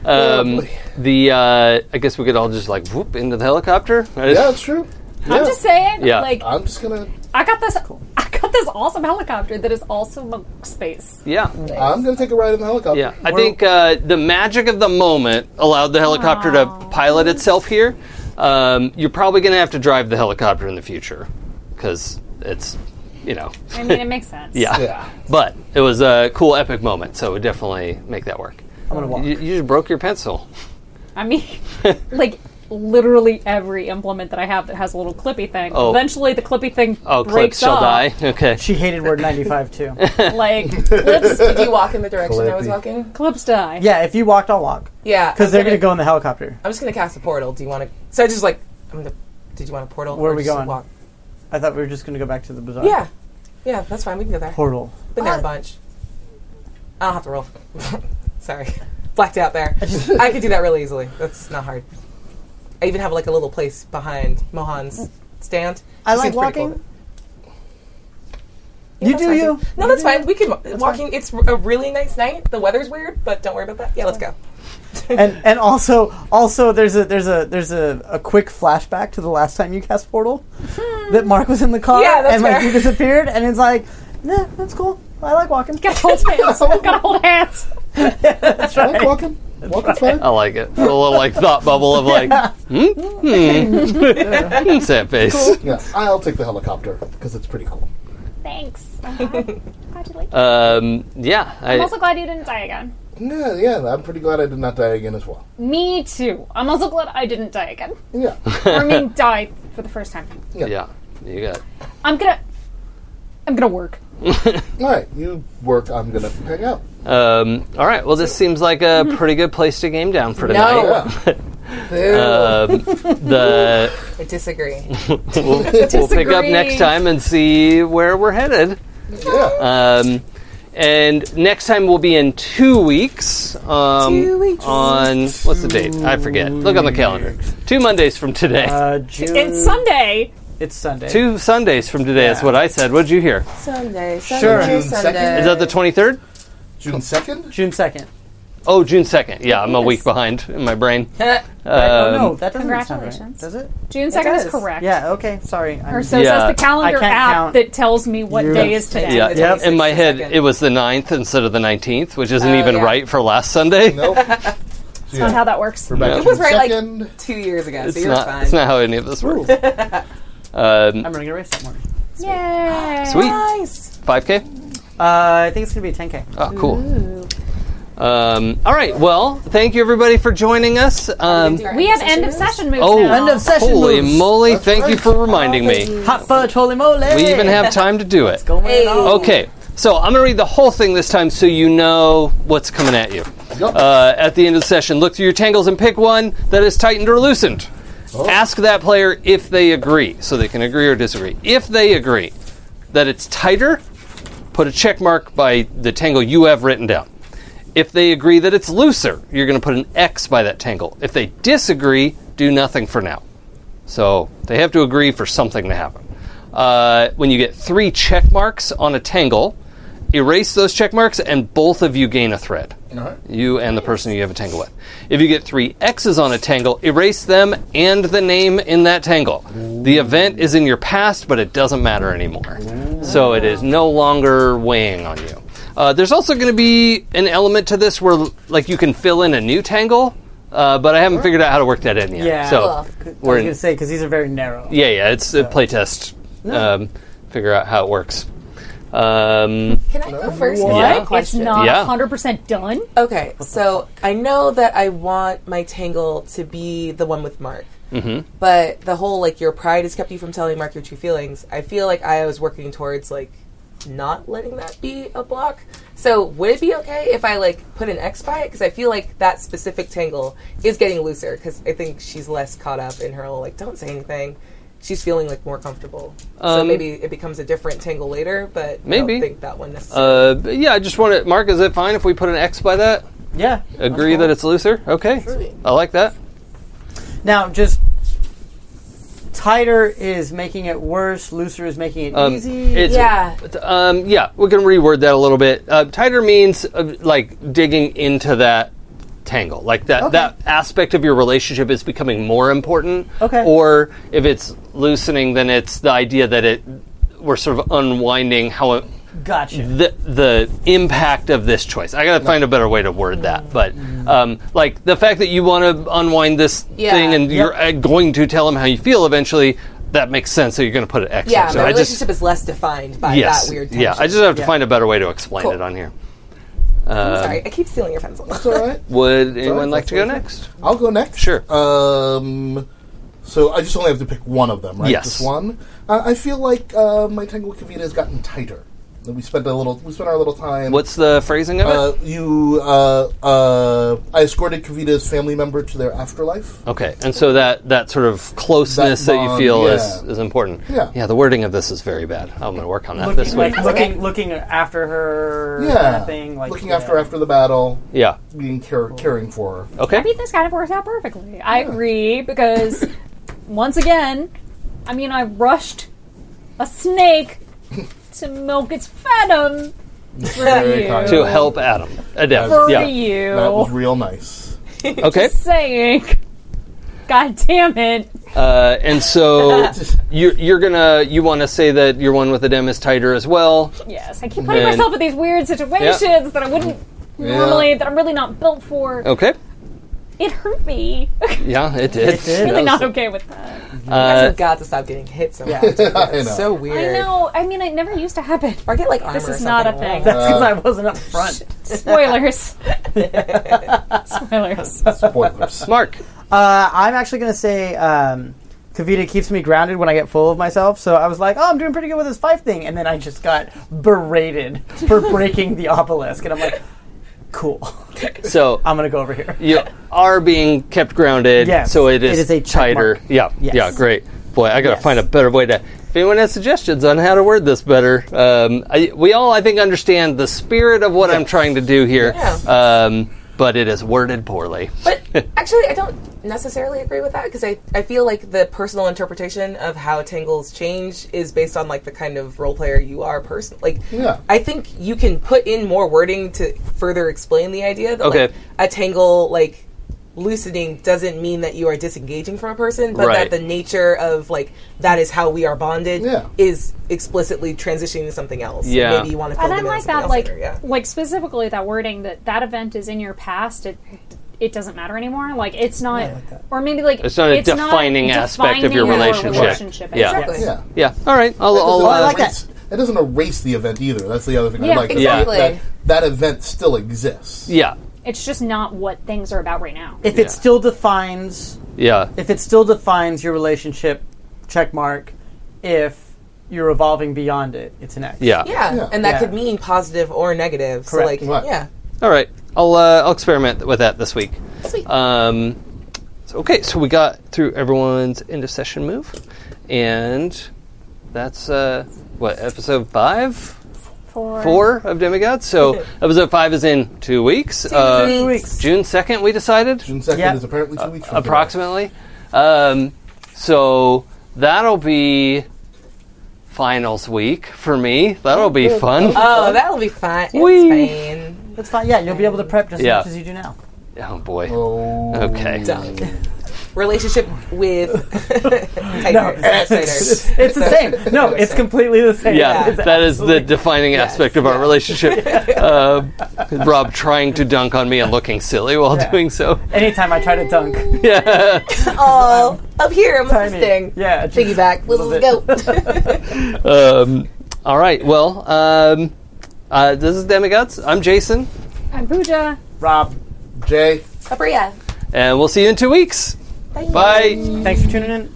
Um, the uh, I guess we could all just like whoop into the helicopter.
Yeah, it's true.
I'm just saying,
Yeah.
like
I'm just gonna.
I got this, I got this awesome helicopter that is also monk space.
Yeah.
I'm gonna take a ride in the helicopter.
Yeah. I think uh, the magic of the moment allowed the helicopter to pilot itself here. Um, you're probably going to have to drive the helicopter in the future because it's, you know,
I mean, it makes sense.
yeah.
Yeah.
But it was a cool, epic moment, so it would definitely make that work. I'm gonna
walk.
You, you just broke your pencil.
I mean, like literally every implement that I have that has a little clippy thing.
Oh.
Eventually, the clippy thing
Oh, clips
breaks
shall
off.
die. Okay.
She hated word 95 too.
Like
Clips, did you walk in the direction I was
Clippy.
walking?
clips die.
yeah, if you walked, I'll walk.
Yeah.
Because
I'm
they're going to go in the helicopter.
I'm just gonna cast a portal. Do you want to? So I just like, I'm gonna. Did you want a portal?
Where
or
are we
just
going?
Walk?
I thought we were just going to go back to the bazaar.
Yeah, yeah, that's fine. We can go there.
Portal.
Been there a bunch. I don't have to roll. Sorry, blacked out there. I could do that really easily. That's not hard. I even have like a little place behind Mohan's stand.
I
It
like
seems pretty
walking.
Yeah,
You
that's
do
fine,
you.
too. No, that's fine. We can walking. It's a really nice night. The weather's weird, but don't worry about that. Yeah, let's go.
and and also also there's a there's a there's a, a quick flashback to the last time you cast portal that Mark was in the car
Hmm. Yeah, that's
and like
fair.
you disappeared and it's like nah that's cool I like walking
Gotta hold hands. Gotta hold hands.
I like walking. Walking's fine.
I like it. A little like thought bubble of like, hmm, hmm. sad face.
Yeah, I'll take the helicopter because it's pretty cool.
Thanks. I'm glad, glad you like it.
Um, yeah,
I'm
I,
also glad you didn't die again.
Yeah, yeah. I'm pretty glad I did not die again as well.
Me too. I'm also glad I didn't die again.
Yeah.
Or I mean, die for the first time.
yeah, you got.
I'm gonna, I'm gonna work.
All right, you work. I'm gonna hang out.
Um, all right, well, this seems like a
Mm-hmm.
pretty good place to game down for tonight.
No,
Yeah.
Um, the
I disagree.
we'll, we'll pick up
Disagree.
next time and see where we're headed.
yeah.
Um, and next time will be in two weeks. Um,
Two weeks.
On what's the date? I forget. Look on the calendar. Two Mondays from today.
uh, June
It's Sunday.
it's Sunday
two Sundays from today. That's
Yeah.
what I said. What'd you hear?
Sunday,
Sure.
Sunday,
June second.
Sunday.
Is that the twenty third?
June second.
June second
Oh, June second. Yeah, I'm a
Yes.
week behind in my brain.
oh
Um,
no that doesn't sound right
congratulations.
does it
June second is
does.
correct.
yeah okay sorry I'm,
Or so
Yeah.
says the calendar
I can't
app
count.
that tells me what
You're-
day is today.
Yeah,
The
Yep.
26th
in my
is
head,
second.
it was the 9th instead of the 19th, which isn't even
yeah.
right for last Sunday.
Nope. It
That's not how that works.
No.
It
was right, like-
second. like.
two years ago.
It's
so you're
not.
fine.
It's not how any of this works. um,
I'm running a race that morning
Yay!
sweet,
nice.
5K.
uh, I think it's gonna be a 10k
Oh, cool. Um, all right. Well, thank you everybody for joining us. Um,
We have end of session moves
oh,
now.
End of session
Holy
moves.
moly! thank you for reminding me.
hot fudge holy moly
We even have Oh, time to do it.
going on
Okay, so I'm gonna read the whole thing this time, so you know what's coming at you. Uh, at the end of the session, look through your tangles and pick one that is tightened or loosened. Ask that player if they agree, so they can agree or disagree. If they agree that it's tighter, put a check mark by the tangle you have written down. If they agree that it's looser, you're going to put an X by that tangle. If they disagree, do nothing for now. So they have to agree for something to happen. Uh, when you get three check marks on a tangle, erase those check marks, and both of you gain a thread. You and the person you have a tangle with. If you get three X's on a tangle, erase them and the name in that tangle. The event is in your past, but it doesn't matter anymore. So it is no longer weighing on you. Uh, there's also going to be an element to this where like you can fill in a new tangle, uh, but I haven't figured out how to work that in yet.
Yeah.
So
Cool. I
we're
was
in-
gonna say because these are very narrow.
yeah, yeah. It's a playtest. Um, figure out how it works. Um,
Can I go first? 'Cause I
Yeah.
have a
It's
question.
It's not
Yeah.
100% done.
Okay, so I know that I want my tangle to be the one with Mark. Mm-hmm. But the whole, like, your pride has kept you from telling Mark your true feelings, I feel like I was working towards, like, not letting that be a block. So would it be okay if I, like, put an X by it? Because I feel like that specific tangle is getting looser because I think she's less caught up in her whole, like, don't say anything. She's feeling, like, more comfortable. so
Um,
maybe it becomes a different tangle later, but I
Maybe.
don't think that one necessarily.
uh, but yeah, I just want to. Mark, is it fine if we put an X by that?
Yeah.
Agree that it's looser? Okay. I like that.
Now, just tighter is making it worse. Looser is making it
Um,
easy.
it's-
Yeah.
Um, yeah, we can reword that a little bit. Uh, tighter means uh, like digging into that tangle, like that that aspect of your relationship is becoming more important.
Okay.
Or if it's loosening, then it's the idea that it we're sort of unwinding how it,
gotcha.
the the impact of this choice. I gotta find a better way to word that, but um, like the fact that you want to unwind this
Mm-hmm. Yeah.
thing and you're uh, going to tell him how you feel eventually. That makes sense. So you're going to put an X.
Yeah,
there. so
my
I just,
relationship is less defined by that weird tension.
yeah, I just have to
Yeah.
find a better way to explain
Cool.
it on here.
I'm sorry,
um,
I keep stealing your pencil.
It's all right.
Would anyone
Sorry,
like to go
that's okay.
next?
I'll go
Mm-hmm.
next.
Sure.
Um, so I just only have to pick one of them, right?
Yes.
Just one. I, I feel like uh, my tangle Kavita has gotten tighter. We spent a little. We spent our little time.
What's the phrasing of
uh, you? Uh, uh, I escorted Kavita's family member to their afterlife.
it? Okay, and so that that sort of closeness that,
That
you
bond,
feel is
yeah.
is important.
Yeah.
the wording of this is very bad. I'm going to work on that
Looking,
this week.
like, looking, looking after her. kind
Yeah,
of thing, like
looking
yeah.
after after the battle,
Yeah.
being care, caring for her.
Okay.
I mean, this kind of works out perfectly. I agree because, once again, I mean, I rushed a snake to milk its venom for you.
kind.
To help Adam, Adam.
For
yeah.
you.
That was real nice.
Okay.
saying. God damn it.
Uh, and so you're, you're gonna you want to say that your one with the dem is tighter as well.
Yes, I keep putting
Then-
myself in these weird situations that I wouldn't normally, that I'm really not built for.
Okay.
It hurt me.
Oh. Yeah, it did.
It did.
That
really
was-
not okay with that.
I
Uh,
just got to stop getting hit so much.
I
It's
know.
so weird.
I know. I mean, it never used to happen.
Or get like armor.
This
or
is not a
something.
thing.
That's because I wasn't up front.
Spoilers. Spoilers.
Spoilers.
Mark.
Uh, I'm actually going to say um, Kavita keeps me grounded when I get full of myself. So I was like, oh, I'm doing pretty good with this five thing. And then I just got berated for breaking the obelisk. And I'm like, cool.
So
I'm going to go over here.
you are being kept grounded.
Um, Yes.
So it is,
It is a check
tighter.
mark.
Yeah.
Yes.
Yeah. Great. Boy, I gotta
Yes.
find a better way to. If anyone has suggestions on how to word this better, um, I, we all I think understand the spirit of what I'm trying to do here.
Yeah.
Um, but it is worded poorly.
But actually, I don't necessarily agree with that because I, I feel like the personal interpretation of how tangles change is based on like the kind of role player you are person. Like,
Yeah.
I think you can put in more wording to further explain the idea that like,
Okay.
a tangle like loosening doesn't mean that you are disengaging from a person, but
Right.
that the nature of like that is how we are bonded
Yeah.
is explicitly transitioning to something else.
Yeah.
maybe you want to.
and I like that, like,
yeah.
like specifically that wording that that event is in your past. It it doesn't matter anymore. Like it's not, or maybe like
It's not a defining aspect of your
defining
relationship.
relationship.
Yeah.
Exactly.
Yeah.
Yeah. All right. I'll. I'll
Doesn't
uh,
like that.
erase- That doesn't erase the event either. That's the other thing I
Yeah,
like. that-
exactly.
That, that event still exists.
Yeah.
It's just not what things are about right now.
If
Yeah.
it still defines,
Yeah.
if it still defines your relationship, check mark. If you're evolving beyond it, it's an X.
Yeah.
Yeah.
Yeah.
and that
Yeah.
could mean positive or negative.
Correct.
So, like,
Right.
yeah.
All right. I'll. Uh, I'll experiment with that this week.
Sweet.
Um, so, okay, so we got through everyone's end of session move, and that's uh, what episode five,
For
four of Demigod. So episode five is in two weeks.
Two
Uh,
weeks.
June second, we decided
June second
Yeah.
is apparently two weeks. from today.
approximately. Um, so that'll be finals week for me. That'll be fun.
Oh, that'll be fine.
Whee!
It's fine.
That's fine. Yeah, you'll be able to prep just
Yeah.
as much as you do now.
oh boy.
Oh,
Oh, Okay.
Done. relationship with Titan-
it's,
Titan-
it's the same. No, it's completely the same.
Yeah,
It's
that is the
absolutely-
defining aspect of our relationship. Uh, Rob trying to dunk on me and looking silly while
Yeah.
doing so.
Anytime I try to dunk,
Yeah.
Oh, up here, I'm
Timing.
assisting.
yeah, it's just-
Piggyback. Let's,
Little
go.
Um, all right. Well, um, uh, this is Demigods. I'm Jason,
I'm Pooja.
Rob,
Jay.
Abria.
and we'll see you in two weeks. Bye.
thanks for tuning in.